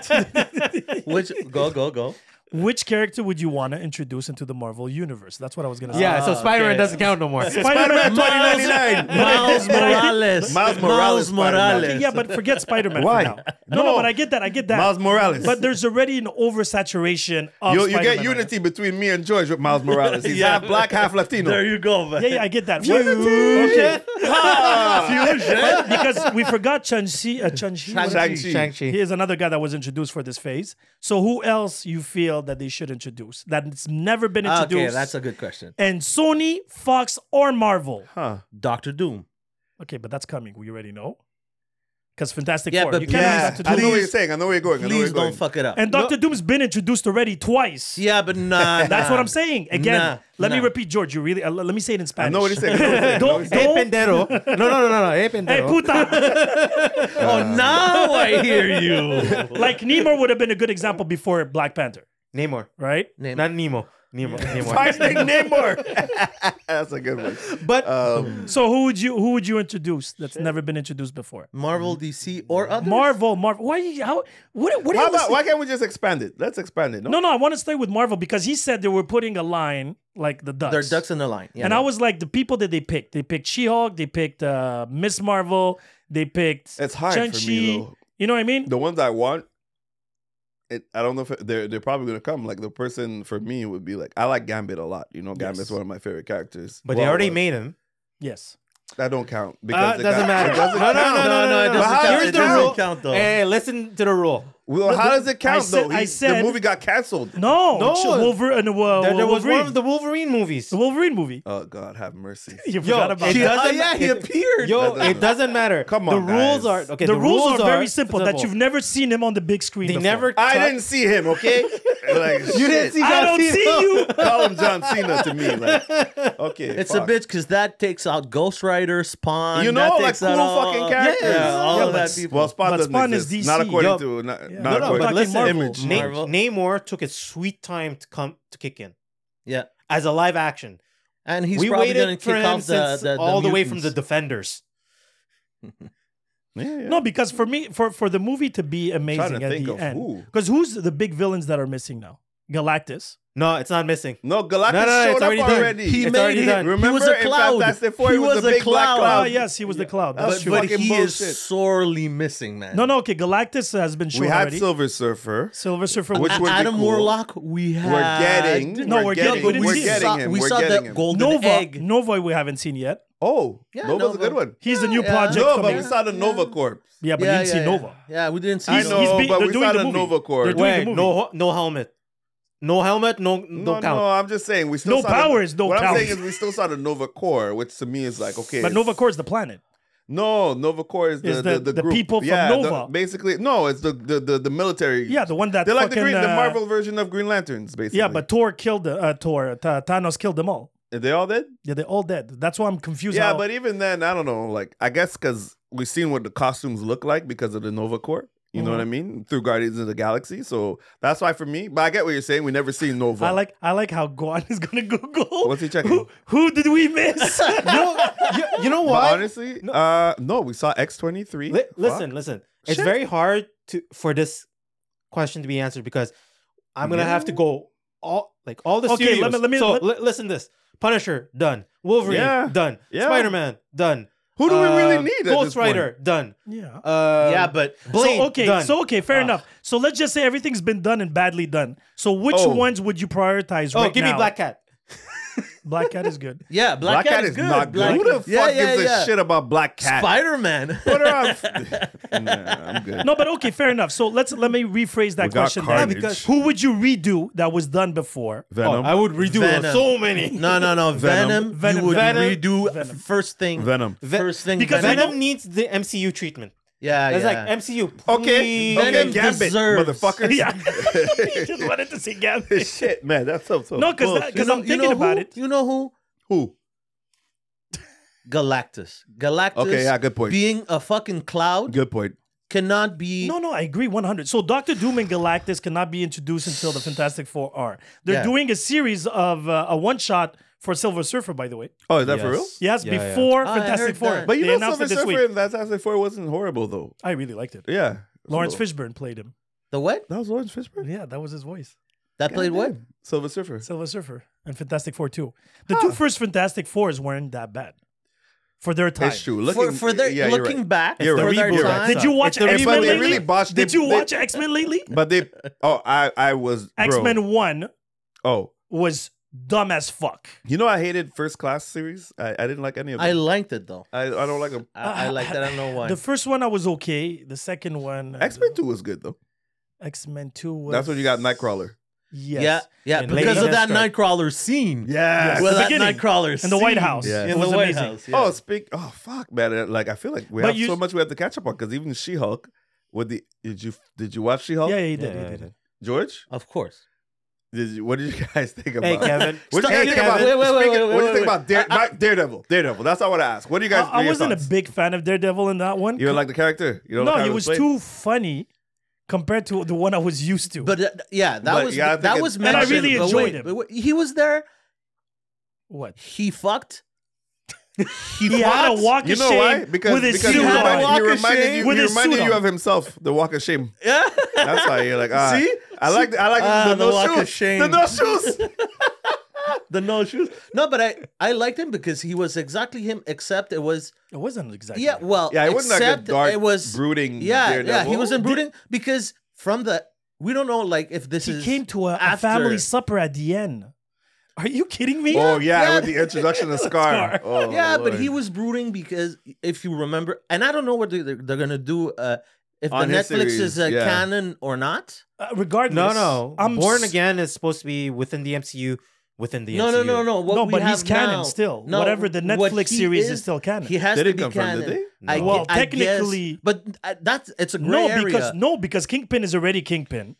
[SPEAKER 1] Which go go go.
[SPEAKER 3] Which character would you want to introduce into the Marvel universe? That's what I was gonna say.
[SPEAKER 4] yeah, so
[SPEAKER 1] Ah,
[SPEAKER 4] Spider-Man
[SPEAKER 1] okay.
[SPEAKER 4] doesn't count no more.
[SPEAKER 2] Spider-Man
[SPEAKER 1] Miles-
[SPEAKER 2] 2099.
[SPEAKER 1] Miles Morales.
[SPEAKER 2] Miles Morales, Spider-Man.
[SPEAKER 1] Morales.
[SPEAKER 3] yeah, but forget Spider Man.
[SPEAKER 2] Why?
[SPEAKER 3] For now. No, no,
[SPEAKER 2] No.
[SPEAKER 3] but I get that. I get that.
[SPEAKER 2] Miles Morales.
[SPEAKER 3] But there's already an oversaturation of
[SPEAKER 2] you, you
[SPEAKER 3] Spider-Man
[SPEAKER 2] get
[SPEAKER 3] right
[SPEAKER 2] unity between me and George with Miles Morales. He's
[SPEAKER 1] Yeah.
[SPEAKER 2] half black, half Latino.
[SPEAKER 1] There you go, man.
[SPEAKER 3] now. Yeah, yeah, I get that. What- Okay. But because we forgot Chun-Chi. Uh, Chun-Chi, what is
[SPEAKER 2] Shang-Chi.
[SPEAKER 3] it?
[SPEAKER 4] Shang-Chi.
[SPEAKER 3] Here's another guy that was introduced for this phase. So who else you feel that they should introduce that's never been introduced?
[SPEAKER 1] Okay, that's a good question.
[SPEAKER 3] and Sony, Fox, or Marvel.
[SPEAKER 2] Huh.
[SPEAKER 1] Doctor Doom.
[SPEAKER 3] Okay, but that's coming. We already know. Because Fantastic
[SPEAKER 1] Yeah,
[SPEAKER 3] Four.
[SPEAKER 1] but
[SPEAKER 3] you can't
[SPEAKER 2] Yeah,
[SPEAKER 3] have
[SPEAKER 2] I
[SPEAKER 3] Doctor
[SPEAKER 2] know what
[SPEAKER 3] Doom.
[SPEAKER 2] you're saying. I know where you're going. I know where
[SPEAKER 1] Please
[SPEAKER 2] you're going.
[SPEAKER 1] don't fuck it up.
[SPEAKER 3] And Doctor Doom's been introduced already twice.
[SPEAKER 1] yeah, but nah.
[SPEAKER 3] That's
[SPEAKER 1] nah.
[SPEAKER 3] what I'm saying. Again,
[SPEAKER 1] Nah,
[SPEAKER 3] let me
[SPEAKER 1] nah.
[SPEAKER 3] repeat, George. You really uh, let me say it in Spanish.
[SPEAKER 2] know what he's saying. I know what he's saying.
[SPEAKER 3] don't,
[SPEAKER 4] Hey,
[SPEAKER 3] don't,
[SPEAKER 4] pendero. No, no, no, no, no. Hey, pendero.
[SPEAKER 3] hey, puta.
[SPEAKER 1] Oh, now I hear you.
[SPEAKER 3] like Nemo would have been a good example before Black Panther,
[SPEAKER 4] Namor.
[SPEAKER 3] right?
[SPEAKER 1] Name.
[SPEAKER 4] Not Nemo. Nemo.
[SPEAKER 2] Fire
[SPEAKER 4] Namor.
[SPEAKER 2] Snake Namor. That's a good one.
[SPEAKER 4] But
[SPEAKER 2] Um,
[SPEAKER 3] So who would you who would you introduce that's never been introduced before?
[SPEAKER 1] Marvel, DC, or other.
[SPEAKER 3] Marvel, Marvel. Why? Are you, how? What? What? Are
[SPEAKER 2] how
[SPEAKER 3] you
[SPEAKER 2] about,
[SPEAKER 3] listening-
[SPEAKER 2] why can't we just expand it? Let's expand it. No,
[SPEAKER 3] No, no. I want to stay with Marvel because he said they were putting a line like the ducks.
[SPEAKER 1] They're ducks in the line. Yeah.
[SPEAKER 3] And I was like, the people that they picked, they picked She-Hulk, they picked uh, Miss Marvel, they picked
[SPEAKER 2] it's hard for me
[SPEAKER 3] Shang-Chi.
[SPEAKER 2] though.
[SPEAKER 3] You know what I mean?
[SPEAKER 2] The ones I want, it, I don't know if it- they're they're probably gonna come. Like the person for me would be like, I like Gambit a lot. You know, Gambit's
[SPEAKER 3] Yes.
[SPEAKER 2] one of my favorite characters.
[SPEAKER 4] but
[SPEAKER 2] Well,
[SPEAKER 4] they already
[SPEAKER 2] well,
[SPEAKER 4] made him.
[SPEAKER 3] Yes.
[SPEAKER 2] that don't count
[SPEAKER 4] Uh,
[SPEAKER 2] it
[SPEAKER 4] doesn't
[SPEAKER 2] got-
[SPEAKER 4] matter.
[SPEAKER 2] It doesn't
[SPEAKER 4] No, no,
[SPEAKER 2] count.
[SPEAKER 1] no, no, no, it
[SPEAKER 4] But
[SPEAKER 1] doesn't
[SPEAKER 4] how-
[SPEAKER 1] count.
[SPEAKER 4] here's
[SPEAKER 1] It
[SPEAKER 4] the
[SPEAKER 1] doesn't
[SPEAKER 4] rule.
[SPEAKER 1] count though.
[SPEAKER 4] Hey, listen to the rule.
[SPEAKER 2] Well, how does it count
[SPEAKER 3] I said-
[SPEAKER 2] though?
[SPEAKER 3] I
[SPEAKER 2] He-
[SPEAKER 3] said-
[SPEAKER 2] the movie got canceled.
[SPEAKER 3] No.
[SPEAKER 4] No.
[SPEAKER 3] Ch- Wolverine. Uh, uh,
[SPEAKER 4] There, there was
[SPEAKER 3] Wolverine.
[SPEAKER 4] one of the Wolverine movies.
[SPEAKER 3] The Wolverine movie.
[SPEAKER 2] Oh God, have mercy.
[SPEAKER 3] You forgot about
[SPEAKER 4] she
[SPEAKER 3] that.
[SPEAKER 1] oh,
[SPEAKER 4] doesn't-
[SPEAKER 1] yeah, he
[SPEAKER 4] it-
[SPEAKER 1] appeared.
[SPEAKER 4] Yo,
[SPEAKER 2] That doesn't-
[SPEAKER 4] it doesn't matter.
[SPEAKER 2] Come
[SPEAKER 4] The
[SPEAKER 2] on,
[SPEAKER 4] rules
[SPEAKER 2] guys.
[SPEAKER 4] are okay.
[SPEAKER 3] The, rules, are very simple, that you've never seen him on the big screen.
[SPEAKER 4] They
[SPEAKER 3] before.
[SPEAKER 4] never.
[SPEAKER 2] I
[SPEAKER 4] talk-
[SPEAKER 2] didn't see him. Okay, like
[SPEAKER 4] You didn't
[SPEAKER 2] shit.
[SPEAKER 4] see.
[SPEAKER 3] I
[SPEAKER 4] John
[SPEAKER 3] don't
[SPEAKER 4] Cena.
[SPEAKER 3] see you.
[SPEAKER 2] Call him John Cena to me. Like, okay,
[SPEAKER 1] It's
[SPEAKER 2] fuck.
[SPEAKER 1] a bitch because that takes out Ghost Rider, Spawn.
[SPEAKER 2] You know,
[SPEAKER 1] that
[SPEAKER 2] like
[SPEAKER 1] takes out
[SPEAKER 2] cool
[SPEAKER 1] all-
[SPEAKER 2] fucking characters.
[SPEAKER 1] Yeah, all
[SPEAKER 3] Yeah,
[SPEAKER 1] of
[SPEAKER 3] but-
[SPEAKER 1] that people.
[SPEAKER 2] Well, Spawn
[SPEAKER 3] But
[SPEAKER 2] doesn't
[SPEAKER 3] Spawn is
[SPEAKER 2] exist.
[SPEAKER 3] DC.
[SPEAKER 2] Not according
[SPEAKER 4] Yo.
[SPEAKER 2] to not,
[SPEAKER 3] Yeah.
[SPEAKER 2] not
[SPEAKER 4] No, no,
[SPEAKER 2] according
[SPEAKER 4] but
[SPEAKER 3] Fucking
[SPEAKER 2] to
[SPEAKER 4] listen.
[SPEAKER 3] Marvel.
[SPEAKER 2] image.
[SPEAKER 4] Na-
[SPEAKER 1] Marvel.
[SPEAKER 4] Namor took his sweet time to come to kick in
[SPEAKER 1] yeah,
[SPEAKER 4] as a live action.
[SPEAKER 1] and he's
[SPEAKER 4] we
[SPEAKER 1] probably going
[SPEAKER 4] waited
[SPEAKER 1] to
[SPEAKER 4] for
[SPEAKER 1] kick
[SPEAKER 4] him
[SPEAKER 1] off the,
[SPEAKER 4] since
[SPEAKER 1] the, the
[SPEAKER 4] all the way from the
[SPEAKER 1] mutants.
[SPEAKER 4] Defenders.
[SPEAKER 2] Yeah, yeah.
[SPEAKER 3] No, because for me, for, for the movie to be amazing at
[SPEAKER 2] think
[SPEAKER 3] the
[SPEAKER 2] of
[SPEAKER 3] end,
[SPEAKER 2] who.
[SPEAKER 3] because who's the big villains that are missing now? Galactus.
[SPEAKER 4] No, it's not missing.
[SPEAKER 2] No, Galactus
[SPEAKER 4] No, no, no,
[SPEAKER 2] showed
[SPEAKER 4] it's
[SPEAKER 2] up
[SPEAKER 4] already
[SPEAKER 2] already.
[SPEAKER 4] done. He
[SPEAKER 1] He
[SPEAKER 4] It's
[SPEAKER 1] made
[SPEAKER 4] already
[SPEAKER 1] him.
[SPEAKER 4] done.
[SPEAKER 1] He
[SPEAKER 2] Remember
[SPEAKER 1] was a
[SPEAKER 2] in
[SPEAKER 1] cloud.
[SPEAKER 2] Fantastic Four,
[SPEAKER 1] he
[SPEAKER 2] he was
[SPEAKER 1] was
[SPEAKER 2] the
[SPEAKER 1] a
[SPEAKER 2] big black
[SPEAKER 1] cloud.
[SPEAKER 3] Oh
[SPEAKER 2] cloud.
[SPEAKER 3] yes, he was the Cloud.
[SPEAKER 2] Uh, That's
[SPEAKER 3] That's
[SPEAKER 1] but,
[SPEAKER 2] true.
[SPEAKER 3] true.
[SPEAKER 1] but
[SPEAKER 2] Fucking
[SPEAKER 1] he
[SPEAKER 2] bullshit.
[SPEAKER 1] is sorely missing, man.
[SPEAKER 3] No, no. Okay, Galactus has been shown
[SPEAKER 2] we had
[SPEAKER 3] already.
[SPEAKER 2] Silver Surfer.
[SPEAKER 3] Silver Surfer.
[SPEAKER 2] Which
[SPEAKER 1] A-
[SPEAKER 2] would be
[SPEAKER 1] Adam
[SPEAKER 2] cool.
[SPEAKER 1] Warlock. We had.
[SPEAKER 2] We're getting.
[SPEAKER 3] No,
[SPEAKER 2] we're,
[SPEAKER 3] we're
[SPEAKER 2] getting.
[SPEAKER 3] getting- we didn't
[SPEAKER 2] we're
[SPEAKER 3] see him.
[SPEAKER 2] getting him.
[SPEAKER 1] We
[SPEAKER 2] we're
[SPEAKER 1] saw
[SPEAKER 2] getting
[SPEAKER 1] the
[SPEAKER 2] him.
[SPEAKER 1] golden
[SPEAKER 3] Nova.
[SPEAKER 1] egg.
[SPEAKER 3] Nova. We haven't seen yet.
[SPEAKER 2] Oh,
[SPEAKER 1] Yeah,
[SPEAKER 2] Nova's a
[SPEAKER 1] Nova.
[SPEAKER 2] good one.
[SPEAKER 3] He's the new
[SPEAKER 1] Yeah,
[SPEAKER 3] project
[SPEAKER 2] No, but
[SPEAKER 3] coming.
[SPEAKER 2] we saw the Nova Corp.
[SPEAKER 3] yeah, but
[SPEAKER 1] yeah,
[SPEAKER 3] you didn't
[SPEAKER 1] yeah,
[SPEAKER 3] see
[SPEAKER 1] yeah.
[SPEAKER 3] Nova.
[SPEAKER 1] Yeah, we didn't see.
[SPEAKER 2] I
[SPEAKER 3] He's- he's
[SPEAKER 2] know,
[SPEAKER 3] be-
[SPEAKER 2] but
[SPEAKER 3] they're
[SPEAKER 2] we
[SPEAKER 3] doing
[SPEAKER 2] saw
[SPEAKER 3] the
[SPEAKER 2] the
[SPEAKER 3] movie.
[SPEAKER 2] Nova Corp.
[SPEAKER 3] They're doing the movie.
[SPEAKER 4] Wait, no, no helmet, no helmet, no no,
[SPEAKER 2] No,
[SPEAKER 4] count.
[SPEAKER 2] no, I'm just saying we still
[SPEAKER 3] No
[SPEAKER 2] saw
[SPEAKER 3] powers,
[SPEAKER 2] The,
[SPEAKER 3] no
[SPEAKER 2] what
[SPEAKER 3] count.
[SPEAKER 2] I'm saying is we still saw the Nova Corps, which to me is like okay.
[SPEAKER 3] But
[SPEAKER 2] it's-
[SPEAKER 3] Nova Corps is the planet.
[SPEAKER 2] No, Nova Corps is the
[SPEAKER 3] Is
[SPEAKER 2] the,
[SPEAKER 3] the-
[SPEAKER 2] the,
[SPEAKER 3] the
[SPEAKER 2] group.
[SPEAKER 3] people from
[SPEAKER 2] yeah, the-
[SPEAKER 3] Nova.
[SPEAKER 2] basically, no, it's the the the, the military.
[SPEAKER 3] Yeah, the one that
[SPEAKER 2] They're like
[SPEAKER 3] fucking,
[SPEAKER 2] the green, the
[SPEAKER 3] uh,
[SPEAKER 2] Marvel version of Green Lanterns, basically.
[SPEAKER 3] Yeah, but Thor killed the uh, Thor. Tha- Thanos killed them all.
[SPEAKER 2] are they all dead?
[SPEAKER 3] Yeah, they're all dead. That's why I'm confused.
[SPEAKER 2] Yeah,
[SPEAKER 3] how-
[SPEAKER 2] but even then, I don't know. Like, I guess because we've seen what the costumes look like because of the Nova Corps. You know what I mean? Through Guardians of the Galaxy, so that's why for me. But I get what you're saying. We never seen Nova.
[SPEAKER 3] I like I like how Guan is gonna Google.
[SPEAKER 2] What's he checking?
[SPEAKER 3] Who, who did we miss?
[SPEAKER 4] no, you, you know
[SPEAKER 2] But
[SPEAKER 4] what?
[SPEAKER 2] honestly, uh, no, we saw X twenty three.
[SPEAKER 4] Li- listen, listen. It's
[SPEAKER 2] Shit.
[SPEAKER 4] very hard to for this question to be answered because I'm gonna have to go all like all the
[SPEAKER 3] Okay,
[SPEAKER 4] studios.
[SPEAKER 3] let me- let me-
[SPEAKER 4] so
[SPEAKER 3] let-
[SPEAKER 4] li- listen to this. Punisher done. Wolverine
[SPEAKER 2] Yeah.
[SPEAKER 4] done.
[SPEAKER 2] Yeah.
[SPEAKER 4] Spider Man done.
[SPEAKER 2] Who do we really
[SPEAKER 4] Uh,
[SPEAKER 2] need? at this
[SPEAKER 4] Ghost
[SPEAKER 2] point?
[SPEAKER 4] Rider done.
[SPEAKER 3] Yeah.
[SPEAKER 4] Uh,
[SPEAKER 1] yeah, but
[SPEAKER 4] Blade
[SPEAKER 3] so okay,
[SPEAKER 4] done.
[SPEAKER 3] so okay, fair
[SPEAKER 4] Ah.
[SPEAKER 3] enough. So let's just say everything's been done and badly done. So which
[SPEAKER 2] Oh.
[SPEAKER 3] ones would you prioritize
[SPEAKER 4] oh,
[SPEAKER 3] right
[SPEAKER 4] give
[SPEAKER 3] now?
[SPEAKER 4] me Black Cat.
[SPEAKER 3] Black Cat is good.
[SPEAKER 1] yeah, Black, Cat, is, good.
[SPEAKER 2] not good.
[SPEAKER 1] Black
[SPEAKER 2] Who the fuck
[SPEAKER 1] yeah, yeah,
[SPEAKER 2] gives
[SPEAKER 1] yeah.
[SPEAKER 2] a shit about Black Cat?
[SPEAKER 1] Spider Man.
[SPEAKER 2] Put her on. nah, I'm good.
[SPEAKER 3] No, but okay, fair enough. So let's let me rephrase that
[SPEAKER 2] We got
[SPEAKER 3] question.
[SPEAKER 2] Carnage.
[SPEAKER 3] Then.
[SPEAKER 4] Yeah, because-
[SPEAKER 3] Who would you redo that was done before?
[SPEAKER 4] Oh,
[SPEAKER 2] Venom.
[SPEAKER 4] I would redo it.
[SPEAKER 1] Venom.
[SPEAKER 4] so many.
[SPEAKER 1] no, no, no. Venom.
[SPEAKER 3] Venom.
[SPEAKER 1] You would
[SPEAKER 4] Venom.
[SPEAKER 1] redo
[SPEAKER 3] Venom.
[SPEAKER 1] first thing.
[SPEAKER 2] Venom.
[SPEAKER 4] Ve-
[SPEAKER 1] first thing.
[SPEAKER 3] Because
[SPEAKER 1] Venom.
[SPEAKER 4] Venom needs the MCU treatment.
[SPEAKER 1] Yeah,
[SPEAKER 4] It's
[SPEAKER 1] yeah.
[SPEAKER 4] like MCU.
[SPEAKER 2] Okay.
[SPEAKER 4] Please.
[SPEAKER 2] Okay.
[SPEAKER 1] Venom
[SPEAKER 2] Gambit,
[SPEAKER 1] deserves-
[SPEAKER 2] motherfucker.
[SPEAKER 3] yeah, just wanted to see Gambit.
[SPEAKER 2] shit, man. That's so so.
[SPEAKER 3] No, because
[SPEAKER 2] bullshit.
[SPEAKER 1] You
[SPEAKER 3] because
[SPEAKER 1] know-
[SPEAKER 3] I'm
[SPEAKER 1] you
[SPEAKER 3] thinking
[SPEAKER 1] know
[SPEAKER 3] about
[SPEAKER 1] who?
[SPEAKER 3] it.
[SPEAKER 1] You know who?
[SPEAKER 2] who?
[SPEAKER 1] Galactus. Galactus.
[SPEAKER 2] Okay, yeah, good point.
[SPEAKER 1] Being a fucking cloud
[SPEAKER 2] Good point.
[SPEAKER 1] cannot be.
[SPEAKER 3] No, no, I agree 100. So Doctor Doom and Galactus cannot be introduced until the Fantastic Four are. They're
[SPEAKER 1] Yeah.
[SPEAKER 3] doing a series of uh, a one shot for Silver Surfer, by the way.
[SPEAKER 2] Oh, is that for
[SPEAKER 4] Yes.
[SPEAKER 2] real?
[SPEAKER 3] Yes,
[SPEAKER 4] Yeah, yeah.
[SPEAKER 3] before
[SPEAKER 1] Ah, I
[SPEAKER 3] Fantastic
[SPEAKER 1] heard
[SPEAKER 3] Four.
[SPEAKER 1] that.
[SPEAKER 2] But you
[SPEAKER 3] they
[SPEAKER 2] know,
[SPEAKER 3] announced
[SPEAKER 2] Silver
[SPEAKER 3] it this
[SPEAKER 2] Surfer
[SPEAKER 3] week.
[SPEAKER 2] and Fantastic Four wasn't horrible though.
[SPEAKER 3] I really liked it.
[SPEAKER 2] Yeah.
[SPEAKER 3] Lawrence
[SPEAKER 2] Fishburne.
[SPEAKER 3] Fishburne played him.
[SPEAKER 1] The what?
[SPEAKER 2] That was Lawrence Fishburne.
[SPEAKER 3] Yeah, that was his voice.
[SPEAKER 1] That played what?
[SPEAKER 2] Goddamn. Silver Surfer.
[SPEAKER 3] Silver Surfer and Fantastic Four too. The two first Fantastic Fours weren't that bad for their time.
[SPEAKER 2] It's true.
[SPEAKER 1] For,
[SPEAKER 2] Looking
[SPEAKER 1] for their
[SPEAKER 2] yeah, you're
[SPEAKER 1] looking
[SPEAKER 2] right.
[SPEAKER 1] back,
[SPEAKER 2] You're
[SPEAKER 1] for
[SPEAKER 2] right.
[SPEAKER 1] their
[SPEAKER 2] You're right.
[SPEAKER 1] time.
[SPEAKER 3] Did you watch
[SPEAKER 4] It's the
[SPEAKER 3] X
[SPEAKER 2] But
[SPEAKER 3] Men
[SPEAKER 2] they
[SPEAKER 3] lately?
[SPEAKER 2] really botched.
[SPEAKER 3] Did
[SPEAKER 2] they,
[SPEAKER 3] you
[SPEAKER 2] they-
[SPEAKER 3] watch X Men lately?
[SPEAKER 2] But they. Oh, I I was bro.
[SPEAKER 3] X Men One
[SPEAKER 2] Oh,
[SPEAKER 3] was dumb as fuck.
[SPEAKER 2] you know I hated First Class series. I, I didn't like any of
[SPEAKER 1] I
[SPEAKER 2] them.
[SPEAKER 1] liked it though.
[SPEAKER 2] I, I don't like them.
[SPEAKER 1] I, I liked it. I don't know why.
[SPEAKER 3] Ah, The first one I was okay. The second one,
[SPEAKER 2] X Men Two was good though.
[SPEAKER 3] X Men Two. Was,
[SPEAKER 2] That's when you got Nightcrawler.
[SPEAKER 3] Yes.
[SPEAKER 1] Yeah, yeah,
[SPEAKER 3] And
[SPEAKER 1] because
[SPEAKER 3] Lady
[SPEAKER 1] of that
[SPEAKER 3] Deathstrike.
[SPEAKER 1] Nightcrawler scene.
[SPEAKER 2] Yes.
[SPEAKER 1] Well,
[SPEAKER 3] The
[SPEAKER 1] that
[SPEAKER 3] beginning.
[SPEAKER 1] Nightcrawler
[SPEAKER 3] In the White
[SPEAKER 1] scene
[SPEAKER 3] House.
[SPEAKER 2] Yeah.
[SPEAKER 3] It
[SPEAKER 1] In
[SPEAKER 3] was
[SPEAKER 1] the White
[SPEAKER 3] amazing.
[SPEAKER 1] House. yeah.
[SPEAKER 2] Oh, speak. Oh, fuck, man. Uh, Like I feel like we
[SPEAKER 3] But
[SPEAKER 2] have
[SPEAKER 3] you-
[SPEAKER 2] so much we have to catch up on because even She Hulk. With the did you did you watch She Hulk?
[SPEAKER 3] Yeah, yeah, he did.
[SPEAKER 4] Yeah,
[SPEAKER 3] he
[SPEAKER 4] yeah,
[SPEAKER 3] did.
[SPEAKER 4] yeah.
[SPEAKER 2] George,
[SPEAKER 1] of course.
[SPEAKER 2] did you, what did you guys think about?
[SPEAKER 4] Hey, Kevin.
[SPEAKER 2] What do you guys
[SPEAKER 1] Stop-
[SPEAKER 2] think about?
[SPEAKER 1] Wait, wait, wait,
[SPEAKER 2] speaking-
[SPEAKER 1] wait,
[SPEAKER 2] what do you
[SPEAKER 1] wait,
[SPEAKER 2] think
[SPEAKER 1] wait.
[SPEAKER 2] about Dare, my- Daredevil? Daredevil. That's not what I asked. What do you
[SPEAKER 3] I,
[SPEAKER 2] guys?
[SPEAKER 3] I
[SPEAKER 2] your
[SPEAKER 3] wasn't
[SPEAKER 2] thoughts?
[SPEAKER 3] a big fan of Daredevil in that one.
[SPEAKER 2] You don't like the character. You don't
[SPEAKER 3] no,
[SPEAKER 2] like how
[SPEAKER 3] it was
[SPEAKER 2] played?
[SPEAKER 3] too funny compared to the one I was used to.
[SPEAKER 1] But uh, yeah, that
[SPEAKER 2] But
[SPEAKER 1] was
[SPEAKER 2] yeah, I think
[SPEAKER 1] that
[SPEAKER 2] it-
[SPEAKER 1] was
[SPEAKER 3] And I
[SPEAKER 1] mentioned.
[SPEAKER 3] really
[SPEAKER 1] but
[SPEAKER 3] enjoyed
[SPEAKER 1] wait,
[SPEAKER 3] him.
[SPEAKER 1] but wait, he was there.
[SPEAKER 3] what?
[SPEAKER 1] He fucked. He,
[SPEAKER 3] He had a
[SPEAKER 1] fought.
[SPEAKER 3] walk of
[SPEAKER 2] You know
[SPEAKER 3] shame
[SPEAKER 2] why? Because,
[SPEAKER 3] with his
[SPEAKER 2] because
[SPEAKER 3] suit
[SPEAKER 1] you
[SPEAKER 2] he,
[SPEAKER 1] had a
[SPEAKER 3] on.
[SPEAKER 1] walk
[SPEAKER 2] reminded, he
[SPEAKER 1] of
[SPEAKER 2] reminded
[SPEAKER 1] shame
[SPEAKER 2] you,
[SPEAKER 3] with
[SPEAKER 2] he
[SPEAKER 3] his suit
[SPEAKER 2] reminded you
[SPEAKER 3] on.
[SPEAKER 2] of himself, the walk of shame.
[SPEAKER 1] Yeah.
[SPEAKER 2] That's why you're like, ah,
[SPEAKER 1] See?
[SPEAKER 2] I like, I like
[SPEAKER 1] Ah,
[SPEAKER 2] the,
[SPEAKER 1] the
[SPEAKER 2] no
[SPEAKER 1] walk of
[SPEAKER 2] shoes,
[SPEAKER 1] shame.
[SPEAKER 2] the no shoes.
[SPEAKER 1] the no shoes. No, but I I liked him because he was exactly him. Except it was
[SPEAKER 3] It wasn't exactly.
[SPEAKER 1] yeah. Well,
[SPEAKER 2] Yeah, it wasn't
[SPEAKER 1] except
[SPEAKER 2] like a dark,
[SPEAKER 1] it was
[SPEAKER 2] brooding.
[SPEAKER 1] yeah yeah.
[SPEAKER 2] Daredevil.
[SPEAKER 1] He wasn't brooding because from the we don't know like if this
[SPEAKER 3] he
[SPEAKER 1] is
[SPEAKER 3] came to a, a
[SPEAKER 1] after.
[SPEAKER 3] family supper at the end. Are you kidding me?
[SPEAKER 2] Oh yeah,
[SPEAKER 1] Yeah.
[SPEAKER 2] with the introduction of Scar.
[SPEAKER 3] Scar.
[SPEAKER 2] Oh,
[SPEAKER 1] yeah, but
[SPEAKER 2] Lord.
[SPEAKER 1] he was brooding because if you remember, and I don't know what they, they're, they're gonna do uh, if
[SPEAKER 2] On
[SPEAKER 1] the
[SPEAKER 2] his
[SPEAKER 1] Netflix
[SPEAKER 2] series,
[SPEAKER 1] is a
[SPEAKER 2] yeah.
[SPEAKER 1] canon or not.
[SPEAKER 3] Uh, regardless,
[SPEAKER 4] No, no.
[SPEAKER 3] I'm
[SPEAKER 4] Born
[SPEAKER 3] s-
[SPEAKER 4] Again is supposed to be within the MCU. Within the
[SPEAKER 1] no,
[SPEAKER 4] MCU.
[SPEAKER 1] no, no, no. What
[SPEAKER 3] No,
[SPEAKER 1] we
[SPEAKER 3] but he's
[SPEAKER 1] have
[SPEAKER 3] canon
[SPEAKER 1] now-
[SPEAKER 3] still.
[SPEAKER 1] No,
[SPEAKER 3] Whatever the
[SPEAKER 1] what
[SPEAKER 3] Netflix
[SPEAKER 1] he
[SPEAKER 3] series is still canon.
[SPEAKER 1] He has
[SPEAKER 2] They
[SPEAKER 1] to
[SPEAKER 2] didn't
[SPEAKER 1] be
[SPEAKER 2] confirm,
[SPEAKER 1] canon.
[SPEAKER 2] did they?
[SPEAKER 1] I,
[SPEAKER 4] No.
[SPEAKER 1] well,
[SPEAKER 3] Well,
[SPEAKER 1] technically,
[SPEAKER 3] technically-
[SPEAKER 1] but uh, that's it's a gray
[SPEAKER 3] No,
[SPEAKER 1] area.
[SPEAKER 3] because no, because Kingpin is already Kingpin,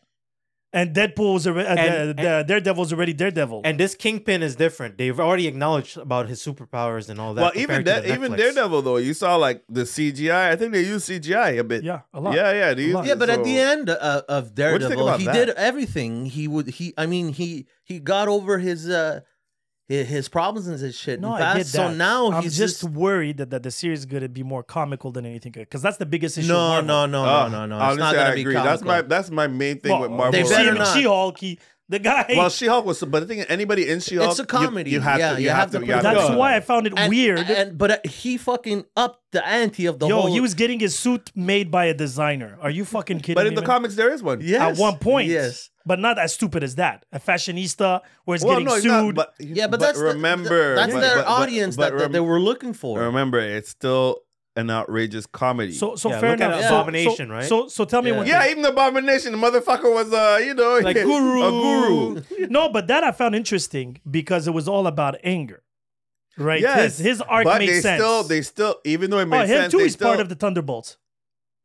[SPEAKER 3] and Deadpool was already uh,
[SPEAKER 4] And-
[SPEAKER 3] the- the Daredevil's already Daredevil.
[SPEAKER 4] And this Kingpin is different. They've already acknowledged about his superpowers and all that.
[SPEAKER 2] well, even
[SPEAKER 4] compared
[SPEAKER 2] that,
[SPEAKER 4] to the
[SPEAKER 2] even
[SPEAKER 4] Netflix.
[SPEAKER 2] Daredevil though, you saw like the CGI. I think they used CGI a bit.
[SPEAKER 3] yeah, a lot.
[SPEAKER 2] yeah, yeah. they used
[SPEAKER 3] lot.
[SPEAKER 2] it,
[SPEAKER 1] yeah, but at
[SPEAKER 2] so-
[SPEAKER 1] the end uh, of
[SPEAKER 2] you think
[SPEAKER 1] Daredevil,
[SPEAKER 2] about
[SPEAKER 1] he
[SPEAKER 2] that?
[SPEAKER 1] did everything. He would. He. I mean, he he got over his uh his, his problems and his shit.
[SPEAKER 3] No,
[SPEAKER 1] and
[SPEAKER 3] I get
[SPEAKER 1] passed,
[SPEAKER 3] that.
[SPEAKER 1] So now
[SPEAKER 3] I'm
[SPEAKER 1] he's
[SPEAKER 3] just, worried that, that the series is going to be more comical than anything, because that's the biggest issue.
[SPEAKER 1] no,
[SPEAKER 3] with
[SPEAKER 1] no,
[SPEAKER 3] Marvel.
[SPEAKER 1] no,
[SPEAKER 2] Oh,
[SPEAKER 1] no, no, no. It's
[SPEAKER 2] honestly,
[SPEAKER 1] not gonna
[SPEAKER 2] I
[SPEAKER 1] be
[SPEAKER 2] agree. That's
[SPEAKER 1] comical.
[SPEAKER 2] my that's my main thing
[SPEAKER 3] Well, uh,
[SPEAKER 2] with Marvel.
[SPEAKER 1] They
[SPEAKER 3] they've
[SPEAKER 2] right
[SPEAKER 1] better
[SPEAKER 3] seen
[SPEAKER 2] now.
[SPEAKER 1] not.
[SPEAKER 3] She-Hulk. he- the guy.
[SPEAKER 2] Well, She Hulk was, but the thing, anybody in She Hulk,
[SPEAKER 1] It's a comedy.
[SPEAKER 2] You, you have
[SPEAKER 1] Yeah,
[SPEAKER 2] to. You, have, to.
[SPEAKER 1] put
[SPEAKER 2] you have
[SPEAKER 1] it
[SPEAKER 2] to
[SPEAKER 3] that's
[SPEAKER 1] Yeah.
[SPEAKER 2] do
[SPEAKER 3] why
[SPEAKER 2] that.
[SPEAKER 3] I found it
[SPEAKER 1] And-
[SPEAKER 3] weird.
[SPEAKER 1] And but uh, he fucking upped the ante of the
[SPEAKER 3] Yo,
[SPEAKER 1] whole.
[SPEAKER 3] he was getting his suit made by a designer. Are you fucking kidding
[SPEAKER 2] But
[SPEAKER 3] me?
[SPEAKER 2] in the
[SPEAKER 3] man?
[SPEAKER 2] comics, there is one.
[SPEAKER 1] Yes,
[SPEAKER 3] at one point.
[SPEAKER 1] Yes.
[SPEAKER 3] But not as stupid as that. A fashionista where it's
[SPEAKER 2] Well,
[SPEAKER 3] getting
[SPEAKER 2] no, it's not,
[SPEAKER 3] sued.
[SPEAKER 2] but,
[SPEAKER 1] Yeah, but, that's the-
[SPEAKER 2] remember,
[SPEAKER 1] that's
[SPEAKER 2] but-
[SPEAKER 1] their
[SPEAKER 2] but- but-
[SPEAKER 1] audience
[SPEAKER 2] but
[SPEAKER 1] that, that they
[SPEAKER 2] rem-
[SPEAKER 1] were looking for.
[SPEAKER 2] Remember, it's still an outrageous comedy.
[SPEAKER 3] so so
[SPEAKER 4] Yeah,
[SPEAKER 3] fair
[SPEAKER 4] look at
[SPEAKER 3] enough.
[SPEAKER 1] Yeah.
[SPEAKER 3] So-
[SPEAKER 4] Abomination,
[SPEAKER 3] so,
[SPEAKER 4] right?
[SPEAKER 3] So so tell me
[SPEAKER 1] Yeah.
[SPEAKER 3] what
[SPEAKER 2] yeah, even the abomination, the motherfucker was, uh, you know,
[SPEAKER 4] Like
[SPEAKER 2] a
[SPEAKER 4] guru.
[SPEAKER 2] guru.
[SPEAKER 3] No, but that I found interesting because it was all about anger. Right?
[SPEAKER 2] Yes,
[SPEAKER 3] his his arc
[SPEAKER 2] but
[SPEAKER 3] makes
[SPEAKER 2] they
[SPEAKER 3] sense.
[SPEAKER 2] still, they still, even though it
[SPEAKER 3] oh,
[SPEAKER 2] made
[SPEAKER 3] him
[SPEAKER 2] sense,
[SPEAKER 3] too
[SPEAKER 2] they
[SPEAKER 3] is
[SPEAKER 2] still,
[SPEAKER 3] part of the Thunderbolts.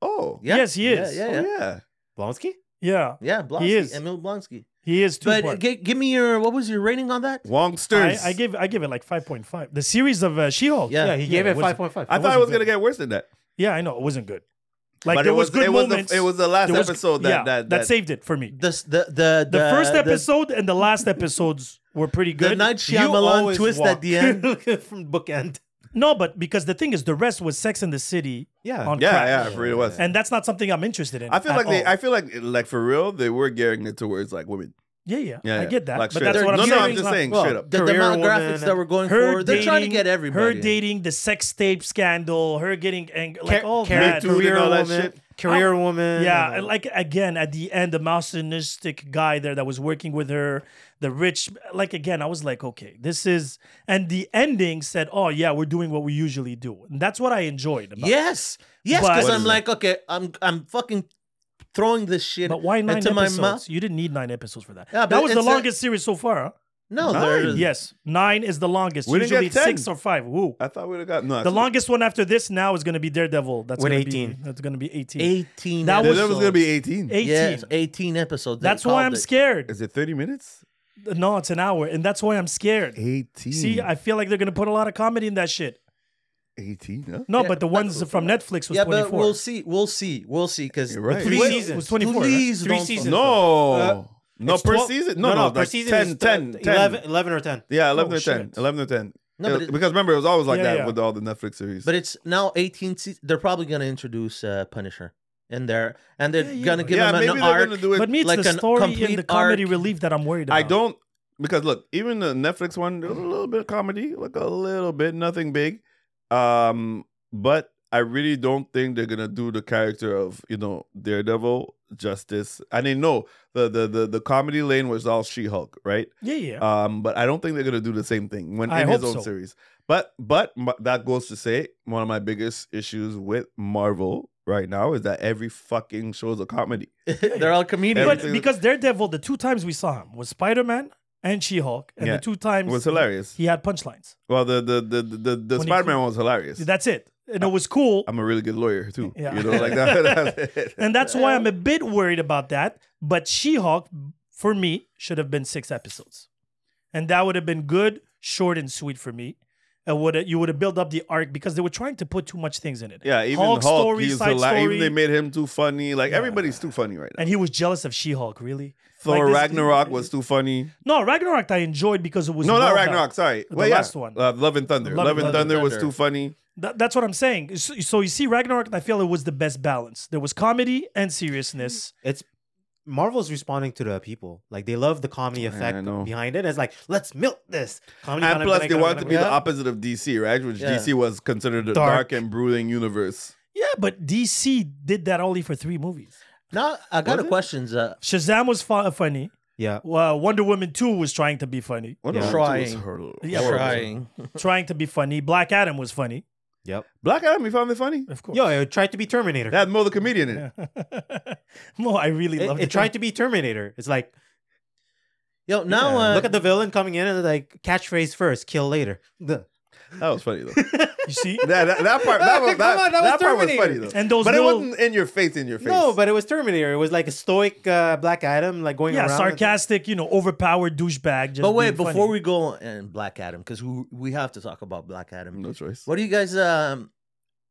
[SPEAKER 2] Oh, yeah,
[SPEAKER 1] Yeah.
[SPEAKER 3] Yes, he is.
[SPEAKER 1] Yeah,
[SPEAKER 2] oh,
[SPEAKER 1] yeah,
[SPEAKER 2] yeah.
[SPEAKER 1] yeah.
[SPEAKER 4] Blonsky.
[SPEAKER 3] Yeah.
[SPEAKER 1] Yeah, Blonsky,
[SPEAKER 3] is.
[SPEAKER 1] Emil Blonsky.
[SPEAKER 3] He is too.
[SPEAKER 1] But gi- give me your what was your rating on that?
[SPEAKER 2] Wongsters.
[SPEAKER 3] I, I give I give it like five point five. The series of uh, She-Hulk.
[SPEAKER 1] Yeah.
[SPEAKER 4] Yeah, he gave
[SPEAKER 3] Yeah,
[SPEAKER 4] it
[SPEAKER 3] what's-
[SPEAKER 4] five point five.
[SPEAKER 2] I thought it was gonna get worse than that.
[SPEAKER 3] Yeah, I know it wasn't good. Like
[SPEAKER 2] but
[SPEAKER 3] there
[SPEAKER 2] it was,
[SPEAKER 3] good
[SPEAKER 2] it was,
[SPEAKER 3] moments.
[SPEAKER 2] the, it was the last
[SPEAKER 3] There was-
[SPEAKER 2] episode that,
[SPEAKER 3] yeah,
[SPEAKER 2] that,
[SPEAKER 3] that saved it for me.
[SPEAKER 1] The s- the the
[SPEAKER 3] The, first episode and the last episodes were pretty
[SPEAKER 1] the,
[SPEAKER 3] good.
[SPEAKER 1] the night Shyamalan twist at the end.
[SPEAKER 4] from bookend.
[SPEAKER 3] no, but because the thing is, the rest was Sex in the City,
[SPEAKER 4] Yeah.
[SPEAKER 3] On- oh.
[SPEAKER 2] yeah,
[SPEAKER 3] crap.
[SPEAKER 2] yeah, it really was.
[SPEAKER 3] and that's not something I'm interested in.
[SPEAKER 2] I feel
[SPEAKER 3] at
[SPEAKER 2] like they,
[SPEAKER 3] all.
[SPEAKER 2] I feel like, like for real, they were gearing it towards like women.
[SPEAKER 3] Yeah, yeah,
[SPEAKER 2] Yeah,
[SPEAKER 3] I
[SPEAKER 2] yeah.
[SPEAKER 3] get that.
[SPEAKER 2] Like
[SPEAKER 3] but
[SPEAKER 2] straight
[SPEAKER 3] that's
[SPEAKER 2] up.
[SPEAKER 3] what I'm
[SPEAKER 2] no,
[SPEAKER 3] saying.
[SPEAKER 2] no, I'm just saying
[SPEAKER 4] Well,
[SPEAKER 2] straight up.
[SPEAKER 1] The
[SPEAKER 4] Career
[SPEAKER 1] demographics
[SPEAKER 4] woman.
[SPEAKER 1] that we're going
[SPEAKER 3] Her
[SPEAKER 1] for, they're trying to
[SPEAKER 3] dating-
[SPEAKER 1] get
[SPEAKER 3] her
[SPEAKER 1] everybody.
[SPEAKER 3] dating, the sex tape scandal, her getting angry, like
[SPEAKER 4] Ca-
[SPEAKER 3] all
[SPEAKER 4] car-
[SPEAKER 3] that.
[SPEAKER 2] Me too. and
[SPEAKER 4] career
[SPEAKER 2] all that
[SPEAKER 4] woman,
[SPEAKER 2] shit.
[SPEAKER 4] career woman.
[SPEAKER 3] Yeah,
[SPEAKER 4] and all
[SPEAKER 3] and like again at the end, the misogynistic guy there that was working with her, the rich. Like again, I was like, okay, this is. And the ending said, oh yeah, we're doing what we usually do, and that's what I enjoyed. About it.
[SPEAKER 1] Yes, yes,
[SPEAKER 3] But-
[SPEAKER 1] because
[SPEAKER 2] What
[SPEAKER 1] I'm
[SPEAKER 2] is
[SPEAKER 1] like, okay, I'm I'm fucking throwing this shit
[SPEAKER 3] But why nine
[SPEAKER 1] into my
[SPEAKER 3] episodes?
[SPEAKER 1] mouth.
[SPEAKER 3] You didn't need nine episodes for that.
[SPEAKER 1] Yeah,
[SPEAKER 3] that
[SPEAKER 1] but
[SPEAKER 3] was the
[SPEAKER 1] it's a-
[SPEAKER 3] longest series so far. huh?
[SPEAKER 1] No,
[SPEAKER 2] Nine.
[SPEAKER 1] there-
[SPEAKER 3] Yes, nine is the longest.
[SPEAKER 2] We didn't
[SPEAKER 3] Usually
[SPEAKER 2] get Uh,
[SPEAKER 3] it's
[SPEAKER 2] 10.
[SPEAKER 3] six or five. Woo.
[SPEAKER 2] I thought we'd have got no.
[SPEAKER 3] The
[SPEAKER 2] that's-
[SPEAKER 3] longest one after this now is going to be Daredevil. That's
[SPEAKER 4] With
[SPEAKER 3] gonna
[SPEAKER 4] 18.
[SPEAKER 3] Be, that's going to be 18.
[SPEAKER 1] 18.
[SPEAKER 3] That
[SPEAKER 2] That was,
[SPEAKER 1] episodes.
[SPEAKER 2] gonna be 18.
[SPEAKER 3] 18.
[SPEAKER 1] Yes, 18 episodes. They
[SPEAKER 3] That's why
[SPEAKER 1] called
[SPEAKER 3] I'm
[SPEAKER 1] it.
[SPEAKER 3] scared.
[SPEAKER 2] Is it 30 minutes?
[SPEAKER 3] No, it's an hour, and that's why I'm scared.
[SPEAKER 2] 18.
[SPEAKER 3] See, I feel like they're going to put a lot of comedy in that shit.
[SPEAKER 2] 18. Huh?
[SPEAKER 3] No,
[SPEAKER 1] Yeah,
[SPEAKER 3] but the
[SPEAKER 1] that's
[SPEAKER 3] ones
[SPEAKER 1] what-
[SPEAKER 3] from Netflix was
[SPEAKER 1] Yeah, but
[SPEAKER 3] 24.
[SPEAKER 1] we'll see. We'll see. We'll see. Because
[SPEAKER 2] You're right.
[SPEAKER 3] Three
[SPEAKER 4] Wait,
[SPEAKER 3] seasons. It was
[SPEAKER 4] please,
[SPEAKER 3] 24.
[SPEAKER 1] Please,
[SPEAKER 4] three
[SPEAKER 1] don't-
[SPEAKER 4] seasons.
[SPEAKER 2] No. no,
[SPEAKER 4] Uh, It's
[SPEAKER 2] per
[SPEAKER 4] 12
[SPEAKER 2] season? No, no,
[SPEAKER 4] per
[SPEAKER 2] like
[SPEAKER 4] season
[SPEAKER 2] 10,
[SPEAKER 4] is
[SPEAKER 2] 10, 10.
[SPEAKER 4] 11, 11 or 10.
[SPEAKER 2] Yeah, 11
[SPEAKER 3] Oh,
[SPEAKER 2] or 10.
[SPEAKER 3] shit.
[SPEAKER 2] 11 or 10.
[SPEAKER 1] No,
[SPEAKER 2] It-
[SPEAKER 1] but it-
[SPEAKER 2] because remember, it was always like
[SPEAKER 3] Yeah,
[SPEAKER 2] that
[SPEAKER 3] yeah.
[SPEAKER 2] with all the Netflix series.
[SPEAKER 1] But it's now 18. Se- they're probably gonna introduce uh, Punisher in there, and they're
[SPEAKER 3] Yeah, yeah,
[SPEAKER 1] gonna
[SPEAKER 3] but-
[SPEAKER 1] give
[SPEAKER 2] yeah,
[SPEAKER 1] him
[SPEAKER 2] maybe
[SPEAKER 1] an
[SPEAKER 2] they're
[SPEAKER 1] arc.
[SPEAKER 2] gonna do it.
[SPEAKER 3] but me, it's
[SPEAKER 1] like
[SPEAKER 3] the
[SPEAKER 1] an
[SPEAKER 3] story and
[SPEAKER 1] complete
[SPEAKER 3] the comedy
[SPEAKER 1] arc.
[SPEAKER 3] relief that I'm worried about.
[SPEAKER 2] I don't because look, even the Netflix one, there was a little bit of comedy, like a little bit, nothing big. Um, but I really don't think they're gonna do the character of you know Daredevil Justice. I mean, no, the the the, the comedy lane was all She Hulk, right?
[SPEAKER 3] Yeah, yeah.
[SPEAKER 2] Um, but I don't think they're gonna do the same thing when
[SPEAKER 3] I
[SPEAKER 2] in his
[SPEAKER 3] hope
[SPEAKER 2] own
[SPEAKER 3] so.
[SPEAKER 2] series. But but m- that goes to say one of my biggest issues with Marvel right now is that every fucking show is a comedy.
[SPEAKER 1] they're all comedians.
[SPEAKER 3] but
[SPEAKER 2] everything-
[SPEAKER 3] because Daredevil, the two times we saw him was Spider Man and She Hulk, and
[SPEAKER 2] Yeah.
[SPEAKER 3] the two
[SPEAKER 2] It
[SPEAKER 3] times
[SPEAKER 2] was hilarious.
[SPEAKER 3] he had punchlines.
[SPEAKER 2] Well, the the the the, the
[SPEAKER 3] he
[SPEAKER 2] Spider Man
[SPEAKER 3] could-
[SPEAKER 2] one was hilarious.
[SPEAKER 3] That's it, and it was cool.
[SPEAKER 2] I'm a really good lawyer too.
[SPEAKER 3] Yeah.
[SPEAKER 2] You know, like that. that's it.
[SPEAKER 3] and that's why I'm a bit worried about that. But She Hulk, for me, should have been six episodes, and that would have been good, short and sweet for me. And would you would have built up the arc because they were trying to put too much things in it.
[SPEAKER 2] yeah, even Hulk,
[SPEAKER 3] Hulk story,
[SPEAKER 2] he's
[SPEAKER 3] side
[SPEAKER 2] hila-
[SPEAKER 3] story.
[SPEAKER 2] Even they made him too funny. Like everybody's too funny right now.
[SPEAKER 3] and he was jealous of She Hulk. Really,
[SPEAKER 2] Thor
[SPEAKER 3] Like, this-
[SPEAKER 2] Ragnarok was too funny.
[SPEAKER 3] No, Ragnarok I enjoyed because it was
[SPEAKER 2] No,
[SPEAKER 3] well
[SPEAKER 2] not
[SPEAKER 3] done.
[SPEAKER 2] Ragnarok. Sorry,
[SPEAKER 3] The
[SPEAKER 2] well, yeah.
[SPEAKER 3] last one.
[SPEAKER 2] Uh, Love and Thunder. Love, and Thunder, was
[SPEAKER 1] Thunder.
[SPEAKER 2] too funny.
[SPEAKER 3] That- that's what I'm saying. So, so you see, Ragnarok, I feel it was the best balance. There was comedy and
[SPEAKER 2] Mm-hmm.
[SPEAKER 3] seriousness.
[SPEAKER 4] It's Marvel's responding to the people. Like they love the comedy
[SPEAKER 2] I
[SPEAKER 4] effect
[SPEAKER 2] know.
[SPEAKER 4] behind it. It's like let's milk this comedy.
[SPEAKER 2] And
[SPEAKER 4] gonna-
[SPEAKER 2] plus,
[SPEAKER 4] gonna-
[SPEAKER 2] they
[SPEAKER 4] gonna-
[SPEAKER 2] wanted to be
[SPEAKER 4] gonna-
[SPEAKER 2] the opposite of DC, right? Which
[SPEAKER 1] Yeah.
[SPEAKER 2] DC was considered a dark.
[SPEAKER 4] Dark.
[SPEAKER 2] and brooding universe.
[SPEAKER 3] Yeah, but DC did that only for three movies.
[SPEAKER 1] now I got
[SPEAKER 2] Was
[SPEAKER 1] a
[SPEAKER 2] it?
[SPEAKER 1] question. Uh,
[SPEAKER 3] Shazam was fu- funny.
[SPEAKER 4] Yeah,
[SPEAKER 3] Well, Wonder Woman 2 was trying to be funny.
[SPEAKER 2] What
[SPEAKER 4] Yeah.
[SPEAKER 2] a
[SPEAKER 1] Trying.
[SPEAKER 3] Yeah,
[SPEAKER 2] horrible.
[SPEAKER 1] trying.
[SPEAKER 3] trying to be funny. Black Adam was funny,
[SPEAKER 4] yep.
[SPEAKER 2] Black Adam, you found it funny?
[SPEAKER 3] of course.
[SPEAKER 4] Yo, it tried to be Terminator.
[SPEAKER 2] That had more the comedian in it.
[SPEAKER 3] no, I really
[SPEAKER 4] it,
[SPEAKER 3] loved
[SPEAKER 4] it tried to be Terminator. It's like
[SPEAKER 1] Yo, now
[SPEAKER 4] uh,
[SPEAKER 1] uh,
[SPEAKER 4] look at the villain coming in and like catchphrase first, kill later. The-
[SPEAKER 2] That was funny though.
[SPEAKER 3] You see?
[SPEAKER 2] that, that, that part, that, was,
[SPEAKER 4] Come
[SPEAKER 2] that,
[SPEAKER 4] on,
[SPEAKER 2] that,
[SPEAKER 4] that was
[SPEAKER 2] part was funny
[SPEAKER 4] Terminator.
[SPEAKER 2] though.
[SPEAKER 3] And those
[SPEAKER 2] but it
[SPEAKER 3] little-
[SPEAKER 2] wasn't in your face, in your face.
[SPEAKER 4] No, but it was Terminator. It was like a stoic uh, Black Adam, like going
[SPEAKER 3] Yeah,
[SPEAKER 4] around.
[SPEAKER 3] sarcastic, you know, overpowered douchebag. Just
[SPEAKER 1] but wait,
[SPEAKER 3] being funny.
[SPEAKER 1] before we go and Black Adam, because we we have to talk about Black Adam.
[SPEAKER 2] no choice.
[SPEAKER 1] What do you guys um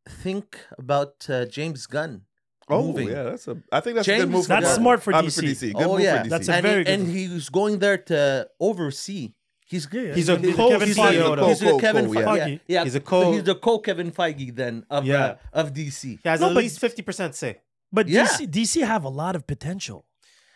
[SPEAKER 1] think about uh, James Gunn?
[SPEAKER 2] Oh
[SPEAKER 1] moving.
[SPEAKER 2] yeah, that's a. I think that's a
[SPEAKER 1] James
[SPEAKER 2] good move.
[SPEAKER 1] That's
[SPEAKER 2] Marvel.
[SPEAKER 3] smart for
[SPEAKER 2] I mean,
[SPEAKER 3] DC.
[SPEAKER 2] Good
[SPEAKER 1] oh
[SPEAKER 2] move
[SPEAKER 1] yeah,
[SPEAKER 2] for Uh, DC.
[SPEAKER 3] That's a
[SPEAKER 1] and,
[SPEAKER 3] very
[SPEAKER 1] he,
[SPEAKER 3] good
[SPEAKER 1] and
[SPEAKER 3] move.
[SPEAKER 1] he's going there to oversee. He's
[SPEAKER 3] Yeah, yeah.
[SPEAKER 4] He's a
[SPEAKER 3] He's
[SPEAKER 4] co-
[SPEAKER 3] Kevin
[SPEAKER 4] he's
[SPEAKER 3] Feige.
[SPEAKER 4] a co-
[SPEAKER 1] he's
[SPEAKER 2] co-
[SPEAKER 1] a Kevin
[SPEAKER 2] co,
[SPEAKER 1] Feige.
[SPEAKER 3] yeah.
[SPEAKER 1] Yeah.
[SPEAKER 3] Feige.
[SPEAKER 1] yeah,
[SPEAKER 4] He's a co-
[SPEAKER 1] He's the co Kevin Feige then of
[SPEAKER 4] Yeah.
[SPEAKER 1] uh, of DC.
[SPEAKER 4] He has
[SPEAKER 3] No,
[SPEAKER 4] at
[SPEAKER 3] but-
[SPEAKER 4] least fifty percent say.
[SPEAKER 3] But
[SPEAKER 1] Yeah.
[SPEAKER 3] DC, DC have a lot of potential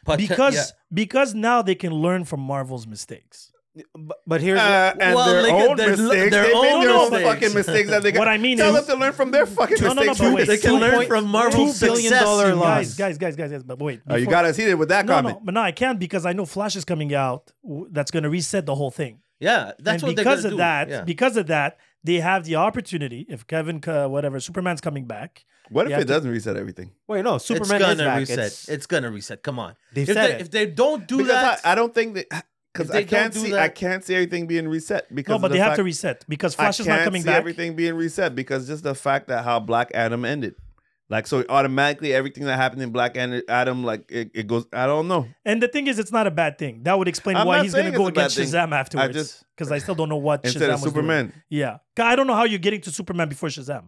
[SPEAKER 1] But, uh,
[SPEAKER 3] because
[SPEAKER 1] yeah.
[SPEAKER 3] because now they can learn from Marvel's mistakes.
[SPEAKER 4] But, but here's
[SPEAKER 2] Uh, and
[SPEAKER 1] Well,
[SPEAKER 2] their
[SPEAKER 1] look at
[SPEAKER 2] own
[SPEAKER 1] their-
[SPEAKER 2] mistakes.
[SPEAKER 1] their
[SPEAKER 2] they
[SPEAKER 1] own
[SPEAKER 2] made their own
[SPEAKER 1] mistakes.
[SPEAKER 2] fucking mistakes that they got.
[SPEAKER 3] What I mean
[SPEAKER 2] tell
[SPEAKER 3] is-
[SPEAKER 2] them to learn from their fucking
[SPEAKER 3] No, no, no,
[SPEAKER 2] mistakes.
[SPEAKER 3] but
[SPEAKER 2] too.
[SPEAKER 3] wait.
[SPEAKER 1] they can
[SPEAKER 4] two
[SPEAKER 1] learn
[SPEAKER 4] point-
[SPEAKER 1] from Marvel's
[SPEAKER 4] two billion
[SPEAKER 1] success.
[SPEAKER 4] dollar
[SPEAKER 1] you
[SPEAKER 4] loss.
[SPEAKER 1] guys.
[SPEAKER 3] Guys, guys, guys, guys, guys. But wait,
[SPEAKER 2] Oh, you
[SPEAKER 3] before-
[SPEAKER 2] got us heated with that
[SPEAKER 3] no,
[SPEAKER 2] comment.
[SPEAKER 3] no, but no, I can't because I know Flash is coming out. w- That's going to reset the whole thing.
[SPEAKER 1] Yeah, that's
[SPEAKER 3] and
[SPEAKER 1] what they're
[SPEAKER 3] because
[SPEAKER 1] gonna
[SPEAKER 3] of
[SPEAKER 1] do.
[SPEAKER 3] that,
[SPEAKER 1] Yeah.
[SPEAKER 3] because of that, they have the opportunity. If Kevin, uh, whatever, Superman's coming back.
[SPEAKER 2] What if
[SPEAKER 3] Yeah,
[SPEAKER 2] it doesn't reset everything?
[SPEAKER 4] wait, no, Superman
[SPEAKER 1] it's
[SPEAKER 4] is
[SPEAKER 1] gonna
[SPEAKER 4] back.
[SPEAKER 1] reset.
[SPEAKER 4] It's,
[SPEAKER 1] It's, gonna reset. Come on.
[SPEAKER 4] They've
[SPEAKER 1] if,
[SPEAKER 4] said
[SPEAKER 1] they,
[SPEAKER 4] it.
[SPEAKER 1] if they don't do
[SPEAKER 2] Because
[SPEAKER 1] that,
[SPEAKER 2] I, I don't think that because
[SPEAKER 1] If they
[SPEAKER 2] I can't
[SPEAKER 1] don't do
[SPEAKER 2] see
[SPEAKER 1] that-
[SPEAKER 2] I can't see everything being reset because
[SPEAKER 3] No,
[SPEAKER 2] of
[SPEAKER 3] but
[SPEAKER 2] the
[SPEAKER 3] they have
[SPEAKER 2] fact-
[SPEAKER 3] to reset
[SPEAKER 2] I
[SPEAKER 3] because Flash is
[SPEAKER 2] can't
[SPEAKER 3] not coming
[SPEAKER 2] see
[SPEAKER 3] back.
[SPEAKER 2] everything being reset because just the fact that how Black Adam ended. Like so, automatically everything that happened in Black Ad- Adam, like it, it goes. I don't know.
[SPEAKER 3] And the thing is, it's not a bad thing. That would explain
[SPEAKER 2] I'm
[SPEAKER 3] why
[SPEAKER 2] not
[SPEAKER 3] he's going
[SPEAKER 2] saying
[SPEAKER 3] to go
[SPEAKER 2] it's a bad
[SPEAKER 3] against
[SPEAKER 2] thing.
[SPEAKER 3] Shazam afterwards.
[SPEAKER 2] just-
[SPEAKER 3] Because I still don't know what
[SPEAKER 2] Instead
[SPEAKER 3] Shazam
[SPEAKER 2] of
[SPEAKER 3] was doing.
[SPEAKER 2] Superman,
[SPEAKER 3] Yeah, I don't know how you're getting to Superman before Shazam.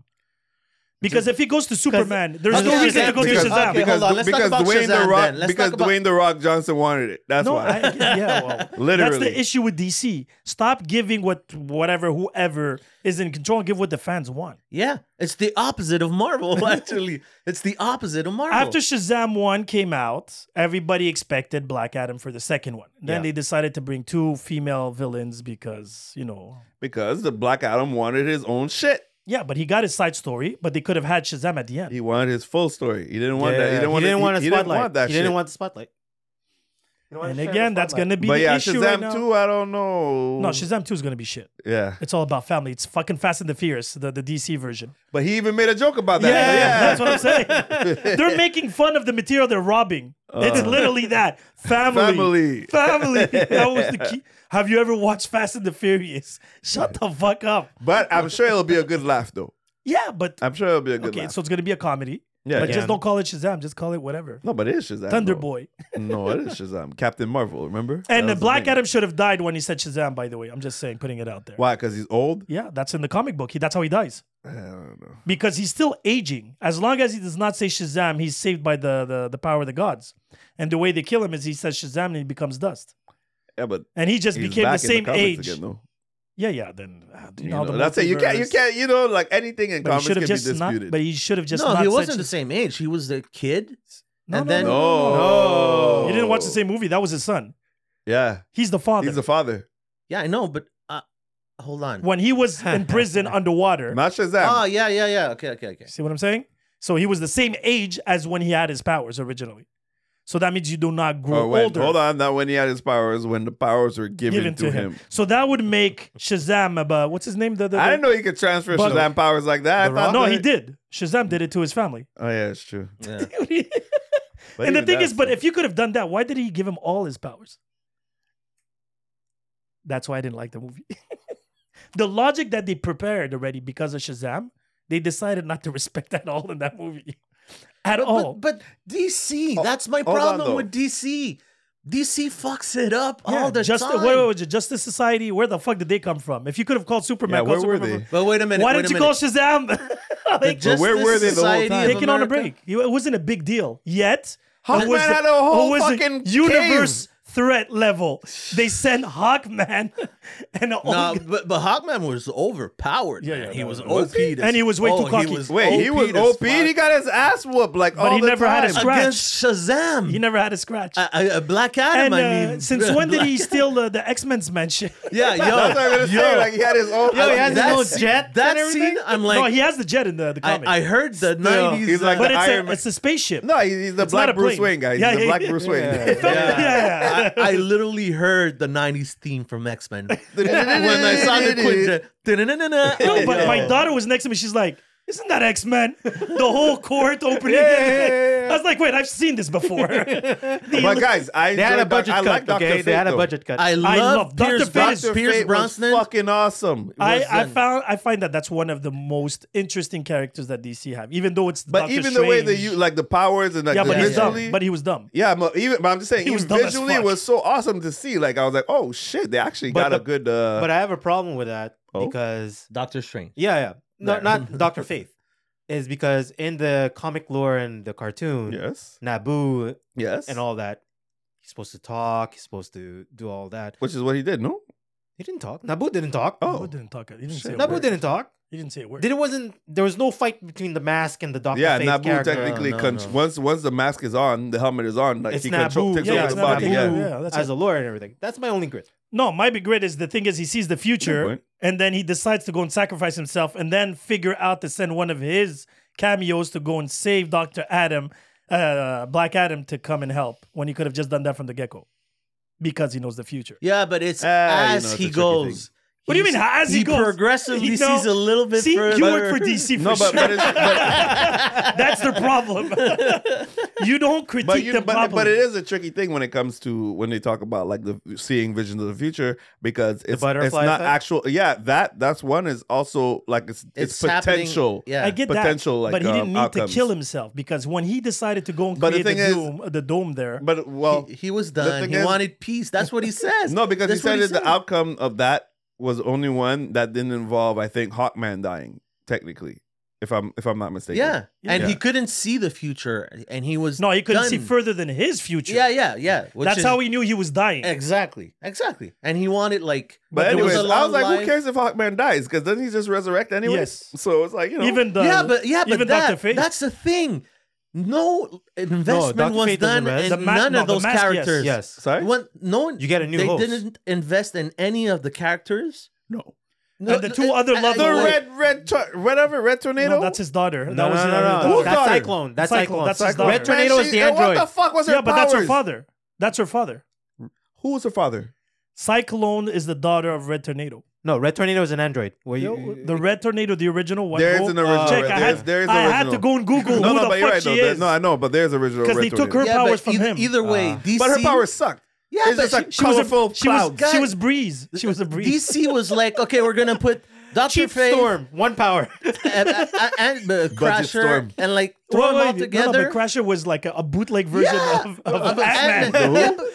[SPEAKER 3] Because if he goes to Superman, there's no
[SPEAKER 1] Okay,
[SPEAKER 3] reason to go to
[SPEAKER 1] because-
[SPEAKER 3] Shazam.
[SPEAKER 1] okay,
[SPEAKER 2] because,
[SPEAKER 1] hold on, let's talk
[SPEAKER 2] because
[SPEAKER 1] about
[SPEAKER 2] Dwayne
[SPEAKER 1] Shazam
[SPEAKER 2] the Rock
[SPEAKER 1] then. Let's
[SPEAKER 2] because
[SPEAKER 1] talk about-
[SPEAKER 2] Dwayne the Rock Johnson wanted it. That's
[SPEAKER 3] no,
[SPEAKER 2] why.
[SPEAKER 3] I, yeah, well,
[SPEAKER 2] Literally.
[SPEAKER 3] that's the issue with DC. Stop giving what whatever whoever is in control and give what the fans want.
[SPEAKER 1] Yeah, it's the opposite of Marvel. Actually, it's the opposite of Marvel.
[SPEAKER 3] After Shazam 1 came out, everybody expected Black Adam for the second one. Then
[SPEAKER 1] Yeah.
[SPEAKER 3] they decided to bring two female villains because, you know.
[SPEAKER 2] because the Black Adam wanted his own shit.
[SPEAKER 3] Yeah, but he got his side story, but they could have had Shazam at the end.
[SPEAKER 2] He wanted his full story. He didn't want that. He
[SPEAKER 4] Yeah,
[SPEAKER 2] didn't want.
[SPEAKER 4] he didn't
[SPEAKER 2] it-
[SPEAKER 4] want a
[SPEAKER 2] he
[SPEAKER 4] spotlight.
[SPEAKER 2] Didn't want that
[SPEAKER 4] he
[SPEAKER 2] shit.
[SPEAKER 4] didn't want the spotlight.
[SPEAKER 3] and again, that's going to be
[SPEAKER 2] but
[SPEAKER 3] the
[SPEAKER 2] yeah,
[SPEAKER 3] issue right
[SPEAKER 2] Shazam
[SPEAKER 3] now.
[SPEAKER 2] two. I don't know.
[SPEAKER 3] No, Shazam 2 is going to be shit.
[SPEAKER 2] Yeah,
[SPEAKER 3] It's all about family. It's fucking Fast and the Furious, the, the DC version.
[SPEAKER 2] but he even made a joke about that.
[SPEAKER 3] Yeah, that's what I'm saying. They're making fun of the material they're robbing. it's literally that family,
[SPEAKER 2] Uh. Family.
[SPEAKER 3] family. That was the key. Have you ever watched Fast and the Furious? Shut the fuck up.
[SPEAKER 2] But I'm sure it'll be a good laugh, though.
[SPEAKER 3] Yeah, but
[SPEAKER 2] I'm sure it'll be a good
[SPEAKER 3] okay,
[SPEAKER 2] laugh.
[SPEAKER 3] so it's gonna be a comedy.
[SPEAKER 2] Yeah,
[SPEAKER 3] but
[SPEAKER 2] yeah.
[SPEAKER 3] just don't call it Shazam. Just call it whatever.
[SPEAKER 2] no, but it is Shazam.
[SPEAKER 3] Thunder
[SPEAKER 2] though.
[SPEAKER 3] Boy.
[SPEAKER 2] No, it is Shazam. Captain Marvel. Remember? That
[SPEAKER 3] And the
[SPEAKER 2] was
[SPEAKER 3] Black
[SPEAKER 2] thing.
[SPEAKER 3] Adam should have died when he said Shazam. By the way, I'm just saying, putting it out there.
[SPEAKER 2] Why? Because he's old.
[SPEAKER 3] Yeah, that's in the comic book. He, that's how he dies
[SPEAKER 2] I don't know.
[SPEAKER 3] because he's still aging. As long as he does not say Shazam, he's saved by the the, the power of the gods. And the way they kill him is he says Shazam and he becomes dust.
[SPEAKER 2] Yeah, but
[SPEAKER 3] and he just
[SPEAKER 2] he's
[SPEAKER 3] became the
[SPEAKER 2] back in
[SPEAKER 3] same
[SPEAKER 2] comics
[SPEAKER 3] age.
[SPEAKER 2] Again, though.
[SPEAKER 3] yeah, yeah. Then uh, you
[SPEAKER 2] You
[SPEAKER 3] know,
[SPEAKER 2] know,
[SPEAKER 3] the
[SPEAKER 2] that's it. You can't. You
[SPEAKER 3] multiverse.
[SPEAKER 2] can't. You know, like anything in
[SPEAKER 3] But he
[SPEAKER 2] comics
[SPEAKER 3] should
[SPEAKER 2] can
[SPEAKER 3] have
[SPEAKER 2] be
[SPEAKER 3] just
[SPEAKER 2] disputed.
[SPEAKER 3] not. But he should have just
[SPEAKER 1] no,
[SPEAKER 3] not.
[SPEAKER 1] he
[SPEAKER 3] said
[SPEAKER 1] wasn't the
[SPEAKER 3] Shaz-
[SPEAKER 1] same age. He was the kid.
[SPEAKER 3] No,
[SPEAKER 1] and
[SPEAKER 3] no,
[SPEAKER 1] then-
[SPEAKER 3] no, no, no,
[SPEAKER 2] no,
[SPEAKER 3] You didn't watch the same movie. That was his son.
[SPEAKER 2] Yeah,
[SPEAKER 3] He's the father.
[SPEAKER 2] he's the father.
[SPEAKER 1] Yeah, I know, but uh, hold on.
[SPEAKER 3] when he was in prison underwater.
[SPEAKER 2] Not Shazam.
[SPEAKER 3] Ah,
[SPEAKER 1] Oh, yeah, yeah, yeah. Okay, okay, okay.
[SPEAKER 3] See what I'm saying? So he was the same age as when he had his powers originally. So that means you do not grow
[SPEAKER 2] Or when,
[SPEAKER 3] older.
[SPEAKER 2] Oh, Hold on, not when he had his powers, when the powers were given,
[SPEAKER 3] Given
[SPEAKER 2] to, him.
[SPEAKER 3] So that would make Shazam about what's his name? The, the,
[SPEAKER 2] I
[SPEAKER 3] the-
[SPEAKER 2] didn't know he could transfer
[SPEAKER 3] But-
[SPEAKER 2] Shazam powers like that. I thought
[SPEAKER 3] No,
[SPEAKER 2] that-
[SPEAKER 3] he did. Shazam did it to his family.
[SPEAKER 2] Oh yeah, it's true.
[SPEAKER 1] Yeah.
[SPEAKER 2] But
[SPEAKER 3] and the
[SPEAKER 2] even
[SPEAKER 3] thing
[SPEAKER 2] that-
[SPEAKER 3] is, but if you could have done that, why did he give him all his powers? That's why I didn't like the movie. the logic that they prepared already because of Shazam, they decided not to respect at all in that movie. At all.
[SPEAKER 1] But, but DC,
[SPEAKER 2] Oh,
[SPEAKER 1] that's my
[SPEAKER 2] hold on,
[SPEAKER 1] problem
[SPEAKER 2] though.
[SPEAKER 1] with DC. DC fucks it up
[SPEAKER 3] Yeah,
[SPEAKER 1] all the
[SPEAKER 3] Justi-
[SPEAKER 1] time.
[SPEAKER 3] Wait, wait, wait, Justice Society, where the fuck did they come from? If you could have called Superman,
[SPEAKER 2] Yeah,
[SPEAKER 3] call
[SPEAKER 2] where were
[SPEAKER 3] Superman.
[SPEAKER 2] they?
[SPEAKER 1] But wait a minute.
[SPEAKER 3] Why
[SPEAKER 1] wait
[SPEAKER 3] didn't
[SPEAKER 1] a
[SPEAKER 3] you call
[SPEAKER 1] minute.
[SPEAKER 3] Shazam?
[SPEAKER 1] The
[SPEAKER 3] like,
[SPEAKER 1] Justice
[SPEAKER 2] where were they the whole
[SPEAKER 1] Society
[SPEAKER 2] time?
[SPEAKER 1] of
[SPEAKER 3] taking on a
[SPEAKER 1] America?
[SPEAKER 3] break. You- It wasn't a big deal yet.
[SPEAKER 2] Hawkman
[SPEAKER 3] It was the-
[SPEAKER 2] had a whole
[SPEAKER 3] it was the
[SPEAKER 2] fucking
[SPEAKER 3] universe threat level. They sent Hawkman and all,
[SPEAKER 1] No, but, but Hawkman was overpowered.
[SPEAKER 3] Yeah,
[SPEAKER 1] Yeah,
[SPEAKER 3] yeah,
[SPEAKER 1] he
[SPEAKER 3] no,
[SPEAKER 1] was
[SPEAKER 2] no. Was
[SPEAKER 1] OP.
[SPEAKER 2] he?
[SPEAKER 3] And he was
[SPEAKER 1] Oh,
[SPEAKER 3] way too cocky.
[SPEAKER 2] Wait, he was OP. He got his ass whooped like
[SPEAKER 3] But
[SPEAKER 2] all
[SPEAKER 3] he
[SPEAKER 2] the
[SPEAKER 3] never had a
[SPEAKER 2] time.
[SPEAKER 3] scratch.
[SPEAKER 1] against Shazam.
[SPEAKER 3] he never had a scratch.
[SPEAKER 1] a, a- a Black Adam.
[SPEAKER 3] and
[SPEAKER 1] I
[SPEAKER 3] uh,
[SPEAKER 1] mean,
[SPEAKER 3] since when did he
[SPEAKER 1] Black-
[SPEAKER 3] steal the, the X Men's mention?
[SPEAKER 1] Yeah,
[SPEAKER 2] That's what I'm
[SPEAKER 1] yo,
[SPEAKER 2] gonna say. Like he had his own.
[SPEAKER 3] Oh,
[SPEAKER 4] Yo, he has his
[SPEAKER 1] That
[SPEAKER 4] little
[SPEAKER 1] scene-
[SPEAKER 4] jet
[SPEAKER 1] That
[SPEAKER 4] and everything.
[SPEAKER 1] scene, I'm
[SPEAKER 3] no,
[SPEAKER 1] like,
[SPEAKER 3] he has the jet in the, the comic.
[SPEAKER 1] I, I heard the
[SPEAKER 4] Still.
[SPEAKER 1] '90s.
[SPEAKER 2] He's like
[SPEAKER 3] but
[SPEAKER 2] the
[SPEAKER 3] it's
[SPEAKER 2] Iron
[SPEAKER 3] a,
[SPEAKER 2] Man.
[SPEAKER 3] it's a spaceship.
[SPEAKER 2] No, he- he's the
[SPEAKER 3] not
[SPEAKER 2] black
[SPEAKER 3] a
[SPEAKER 2] Bruce
[SPEAKER 3] plane.
[SPEAKER 2] Wayne guy. He's
[SPEAKER 3] Yeah,
[SPEAKER 2] the
[SPEAKER 3] yeah,
[SPEAKER 2] black
[SPEAKER 3] yeah.
[SPEAKER 2] Bruce Wayne.
[SPEAKER 4] Yeah.
[SPEAKER 1] yeah,
[SPEAKER 3] Yeah.
[SPEAKER 1] uh, I, I literally heard the '90s theme from X Men when I saw the quick.
[SPEAKER 3] No,
[SPEAKER 1] No,
[SPEAKER 3] but
[SPEAKER 2] Yeah.
[SPEAKER 3] my daughter was next to me. She's like, "Isn't that X Men?" The whole court opening. I was like, "Wait, I've seen this before."
[SPEAKER 2] But guys, I
[SPEAKER 4] They had a
[SPEAKER 2] enjoyed Doc-
[SPEAKER 4] budget
[SPEAKER 2] I like
[SPEAKER 4] cut.
[SPEAKER 2] Dr.
[SPEAKER 4] Okay,
[SPEAKER 2] Fate,
[SPEAKER 4] they had a
[SPEAKER 2] though.
[SPEAKER 4] budget cut.
[SPEAKER 1] I
[SPEAKER 3] love
[SPEAKER 1] love
[SPEAKER 3] Dr.
[SPEAKER 1] Pierce,
[SPEAKER 3] Fate
[SPEAKER 1] Bros-
[SPEAKER 3] is-
[SPEAKER 2] Dr.
[SPEAKER 1] Pierce
[SPEAKER 2] Fate was
[SPEAKER 1] Brosnan.
[SPEAKER 2] fucking awesome.
[SPEAKER 3] I, I
[SPEAKER 1] wasn't.
[SPEAKER 3] found I find that that's one of the most interesting characters that DC have, even though it's
[SPEAKER 2] But
[SPEAKER 3] Doctor
[SPEAKER 2] even the way that
[SPEAKER 3] Strange.
[SPEAKER 2] you like the powers and like
[SPEAKER 3] yeah,
[SPEAKER 2] the
[SPEAKER 3] but he's
[SPEAKER 2] visually,
[SPEAKER 3] dumb. But he was dumb.
[SPEAKER 2] yeah, but even but I'm just saying,
[SPEAKER 3] He was
[SPEAKER 2] even
[SPEAKER 3] dumb as
[SPEAKER 2] visually, it
[SPEAKER 3] fuck.
[SPEAKER 2] was so awesome to see. Like I was like, oh shit, they actually
[SPEAKER 4] But
[SPEAKER 2] got a
[SPEAKER 4] the-
[SPEAKER 2] good. Uh,
[SPEAKER 4] but I have a problem with that
[SPEAKER 2] Oh?
[SPEAKER 4] because
[SPEAKER 1] Doctor Strange.
[SPEAKER 4] yeah, yeah, no,
[SPEAKER 2] There.
[SPEAKER 4] not Doctor Faith, is because in the comic lore and the cartoon,
[SPEAKER 2] yes,
[SPEAKER 4] Naboo
[SPEAKER 2] yes,
[SPEAKER 4] and all that, he's supposed to talk. He's supposed to do all that.
[SPEAKER 2] which is what he did. No,
[SPEAKER 4] He didn't talk. Naboo didn't talk.
[SPEAKER 2] Oh.
[SPEAKER 3] Nabu didn't talk. He didn't say a
[SPEAKER 2] Shit.
[SPEAKER 4] Naboo
[SPEAKER 3] word.
[SPEAKER 4] didn't talk.
[SPEAKER 3] He didn't say a word.
[SPEAKER 4] Then it wasn't. There was no fight between the mask and the Doctor.
[SPEAKER 2] yeah,
[SPEAKER 4] Faith
[SPEAKER 2] Naboo
[SPEAKER 4] character.
[SPEAKER 2] technically
[SPEAKER 1] No, no,
[SPEAKER 2] con-
[SPEAKER 1] no.
[SPEAKER 2] once once the mask is on, the helmet is on, like
[SPEAKER 4] It's
[SPEAKER 2] he control-
[SPEAKER 4] Naboo.
[SPEAKER 2] takes
[SPEAKER 3] Yeah,
[SPEAKER 2] over
[SPEAKER 3] it's
[SPEAKER 2] the body.
[SPEAKER 3] Naboo.
[SPEAKER 2] Yeah,
[SPEAKER 3] Yeah, that's
[SPEAKER 4] as
[SPEAKER 3] it.
[SPEAKER 4] a lawyer and everything. That's my only grit.
[SPEAKER 3] no, my big grit is the thing is he sees the
[SPEAKER 2] Good
[SPEAKER 3] future
[SPEAKER 2] point.
[SPEAKER 3] and then he decides to go and sacrifice himself and then figure out to send one of his cameos to go and save Doctor Adam, uh, Black Adam to come and help when he could have just done that from the get go, because he knows the future.
[SPEAKER 1] Yeah, but it's
[SPEAKER 2] Ah, you
[SPEAKER 1] as
[SPEAKER 2] know, it's a
[SPEAKER 1] he
[SPEAKER 2] tricky
[SPEAKER 1] goes.
[SPEAKER 3] What do you mean,
[SPEAKER 1] He's-
[SPEAKER 3] as he goes?
[SPEAKER 1] progressively
[SPEAKER 3] You know-
[SPEAKER 1] sees a little bit
[SPEAKER 3] See,
[SPEAKER 1] further.
[SPEAKER 3] you work for DC for
[SPEAKER 2] No, but,
[SPEAKER 3] sure.
[SPEAKER 2] but, it's, but,
[SPEAKER 3] That's the problem. you don't critique
[SPEAKER 2] but, you,
[SPEAKER 3] the
[SPEAKER 2] but,
[SPEAKER 3] problem.
[SPEAKER 2] but it is a tricky thing when it comes to when they talk about like the seeing visions of the future because it's, it's not
[SPEAKER 4] butterfly effect?
[SPEAKER 2] actual. Yeah, that that's one is also like it's it's,
[SPEAKER 1] happening-
[SPEAKER 2] potential.
[SPEAKER 1] Yeah,
[SPEAKER 3] I get
[SPEAKER 2] potential, like,
[SPEAKER 3] that, but he didn't
[SPEAKER 2] um,
[SPEAKER 3] need
[SPEAKER 2] outcomes.
[SPEAKER 3] to kill himself because when he decided to go and
[SPEAKER 2] But the
[SPEAKER 3] create the,
[SPEAKER 2] thing is-
[SPEAKER 3] dome, the dome there,
[SPEAKER 2] But well,
[SPEAKER 1] he, he was
[SPEAKER 2] the
[SPEAKER 1] done.
[SPEAKER 2] thing
[SPEAKER 1] He
[SPEAKER 2] is-
[SPEAKER 1] wanted peace. That's what he says.
[SPEAKER 2] No, because
[SPEAKER 1] That's
[SPEAKER 2] he
[SPEAKER 1] what
[SPEAKER 2] said that
[SPEAKER 1] said.
[SPEAKER 2] the outcome of that was only one that didn't involve, I think, Hawkman dying, technically. if I'm if I'm not mistaken.
[SPEAKER 1] yeah, and
[SPEAKER 2] Yeah.
[SPEAKER 1] he couldn't see the future, and he was
[SPEAKER 3] No, he couldn't see
[SPEAKER 1] done.
[SPEAKER 3] further than his future.
[SPEAKER 1] Yeah, yeah, yeah. which
[SPEAKER 3] That's
[SPEAKER 1] is-
[SPEAKER 3] how he knew he was dying.
[SPEAKER 1] exactly, exactly. And he wanted like,
[SPEAKER 2] But,
[SPEAKER 1] there was
[SPEAKER 2] anyways,
[SPEAKER 1] a
[SPEAKER 2] I was
[SPEAKER 1] long
[SPEAKER 2] like, who
[SPEAKER 1] life-
[SPEAKER 2] cares if Hawkman dies? Because doesn't he just resurrect anyway?
[SPEAKER 3] Yes.
[SPEAKER 2] So it's like you know.
[SPEAKER 3] Even the
[SPEAKER 1] yeah, but yeah, but
[SPEAKER 3] even Dr.
[SPEAKER 1] that,
[SPEAKER 3] Fate.
[SPEAKER 1] that's the thing. No investment
[SPEAKER 4] Dr.
[SPEAKER 1] was
[SPEAKER 4] Fate doesn't
[SPEAKER 1] done
[SPEAKER 4] res-
[SPEAKER 1] in
[SPEAKER 3] The ma-
[SPEAKER 1] none
[SPEAKER 3] no,
[SPEAKER 1] of
[SPEAKER 3] the
[SPEAKER 1] those
[SPEAKER 3] mask, yes.
[SPEAKER 1] characters.
[SPEAKER 4] Yes.
[SPEAKER 2] sorry.
[SPEAKER 1] One- no one,
[SPEAKER 4] You get a new
[SPEAKER 1] they
[SPEAKER 4] host.
[SPEAKER 1] didn't invest in any of the characters.
[SPEAKER 2] No.
[SPEAKER 1] No,
[SPEAKER 3] And the two other
[SPEAKER 1] I- I-
[SPEAKER 2] The
[SPEAKER 3] lovers-
[SPEAKER 1] like-
[SPEAKER 2] red red tor- whatever red tornado.
[SPEAKER 3] no, that's his daughter.
[SPEAKER 4] No,
[SPEAKER 3] that
[SPEAKER 4] no,
[SPEAKER 3] was
[SPEAKER 4] no,
[SPEAKER 3] another
[SPEAKER 4] no,
[SPEAKER 2] Who's
[SPEAKER 3] daughter.
[SPEAKER 4] That's
[SPEAKER 2] daughter?
[SPEAKER 4] Cyclone. That's
[SPEAKER 3] Cyclone,
[SPEAKER 4] Cyclone.
[SPEAKER 3] that's his
[SPEAKER 4] Cyclone.
[SPEAKER 3] daughter.
[SPEAKER 4] Red Tornado
[SPEAKER 2] Man, she-
[SPEAKER 4] is the
[SPEAKER 2] and
[SPEAKER 4] android.
[SPEAKER 2] What the fuck was her
[SPEAKER 3] Yeah, but that's her
[SPEAKER 2] powers?
[SPEAKER 3] father. That's her father.
[SPEAKER 2] Who was her father?
[SPEAKER 3] Cyclone is the daughter of Red Tornado.
[SPEAKER 4] no, Red Tornado is an android. Where you,
[SPEAKER 3] The Red Tornado, the original one.
[SPEAKER 2] There's
[SPEAKER 3] Go-
[SPEAKER 2] an original.
[SPEAKER 3] Check,
[SPEAKER 2] Red-
[SPEAKER 3] I,
[SPEAKER 2] there's,
[SPEAKER 3] had,
[SPEAKER 2] there's
[SPEAKER 3] I
[SPEAKER 2] original.
[SPEAKER 3] had to go and Google
[SPEAKER 2] No,
[SPEAKER 3] who
[SPEAKER 2] no,
[SPEAKER 3] the
[SPEAKER 2] but
[SPEAKER 3] fuck
[SPEAKER 2] you're right.
[SPEAKER 3] she
[SPEAKER 2] though. There-
[SPEAKER 3] is.
[SPEAKER 2] No, I know, but there's original.
[SPEAKER 3] Because
[SPEAKER 2] Red
[SPEAKER 3] they took
[SPEAKER 2] Tornado.
[SPEAKER 3] her
[SPEAKER 1] Yeah,
[SPEAKER 3] powers
[SPEAKER 1] but
[SPEAKER 3] from
[SPEAKER 1] eith-
[SPEAKER 3] him.
[SPEAKER 1] Either way,
[SPEAKER 4] Ah.
[SPEAKER 1] DC.
[SPEAKER 2] but her powers sucked.
[SPEAKER 1] Yeah,
[SPEAKER 2] It's
[SPEAKER 1] but
[SPEAKER 2] just like
[SPEAKER 1] she-
[SPEAKER 3] she was
[SPEAKER 2] colorful
[SPEAKER 3] a she was,
[SPEAKER 2] clouds.
[SPEAKER 3] she
[SPEAKER 1] Guys-
[SPEAKER 3] was breeze. She was a breeze.
[SPEAKER 1] DC was like, okay, we're gonna put Doctor
[SPEAKER 4] Cheap
[SPEAKER 1] Fate
[SPEAKER 4] Storm, one power.
[SPEAKER 1] and, and, and uh, Crusher
[SPEAKER 2] Storm.
[SPEAKER 1] and like
[SPEAKER 3] Wait,
[SPEAKER 1] throw them
[SPEAKER 3] wait,
[SPEAKER 1] all
[SPEAKER 3] no, no,
[SPEAKER 1] together.
[SPEAKER 3] but Crasher was like a, a bootleg version
[SPEAKER 1] Yeah.
[SPEAKER 3] of, of,
[SPEAKER 1] Of
[SPEAKER 3] Ant-Man.
[SPEAKER 1] Ant-Man.
[SPEAKER 2] Who?
[SPEAKER 1] Yeah, but-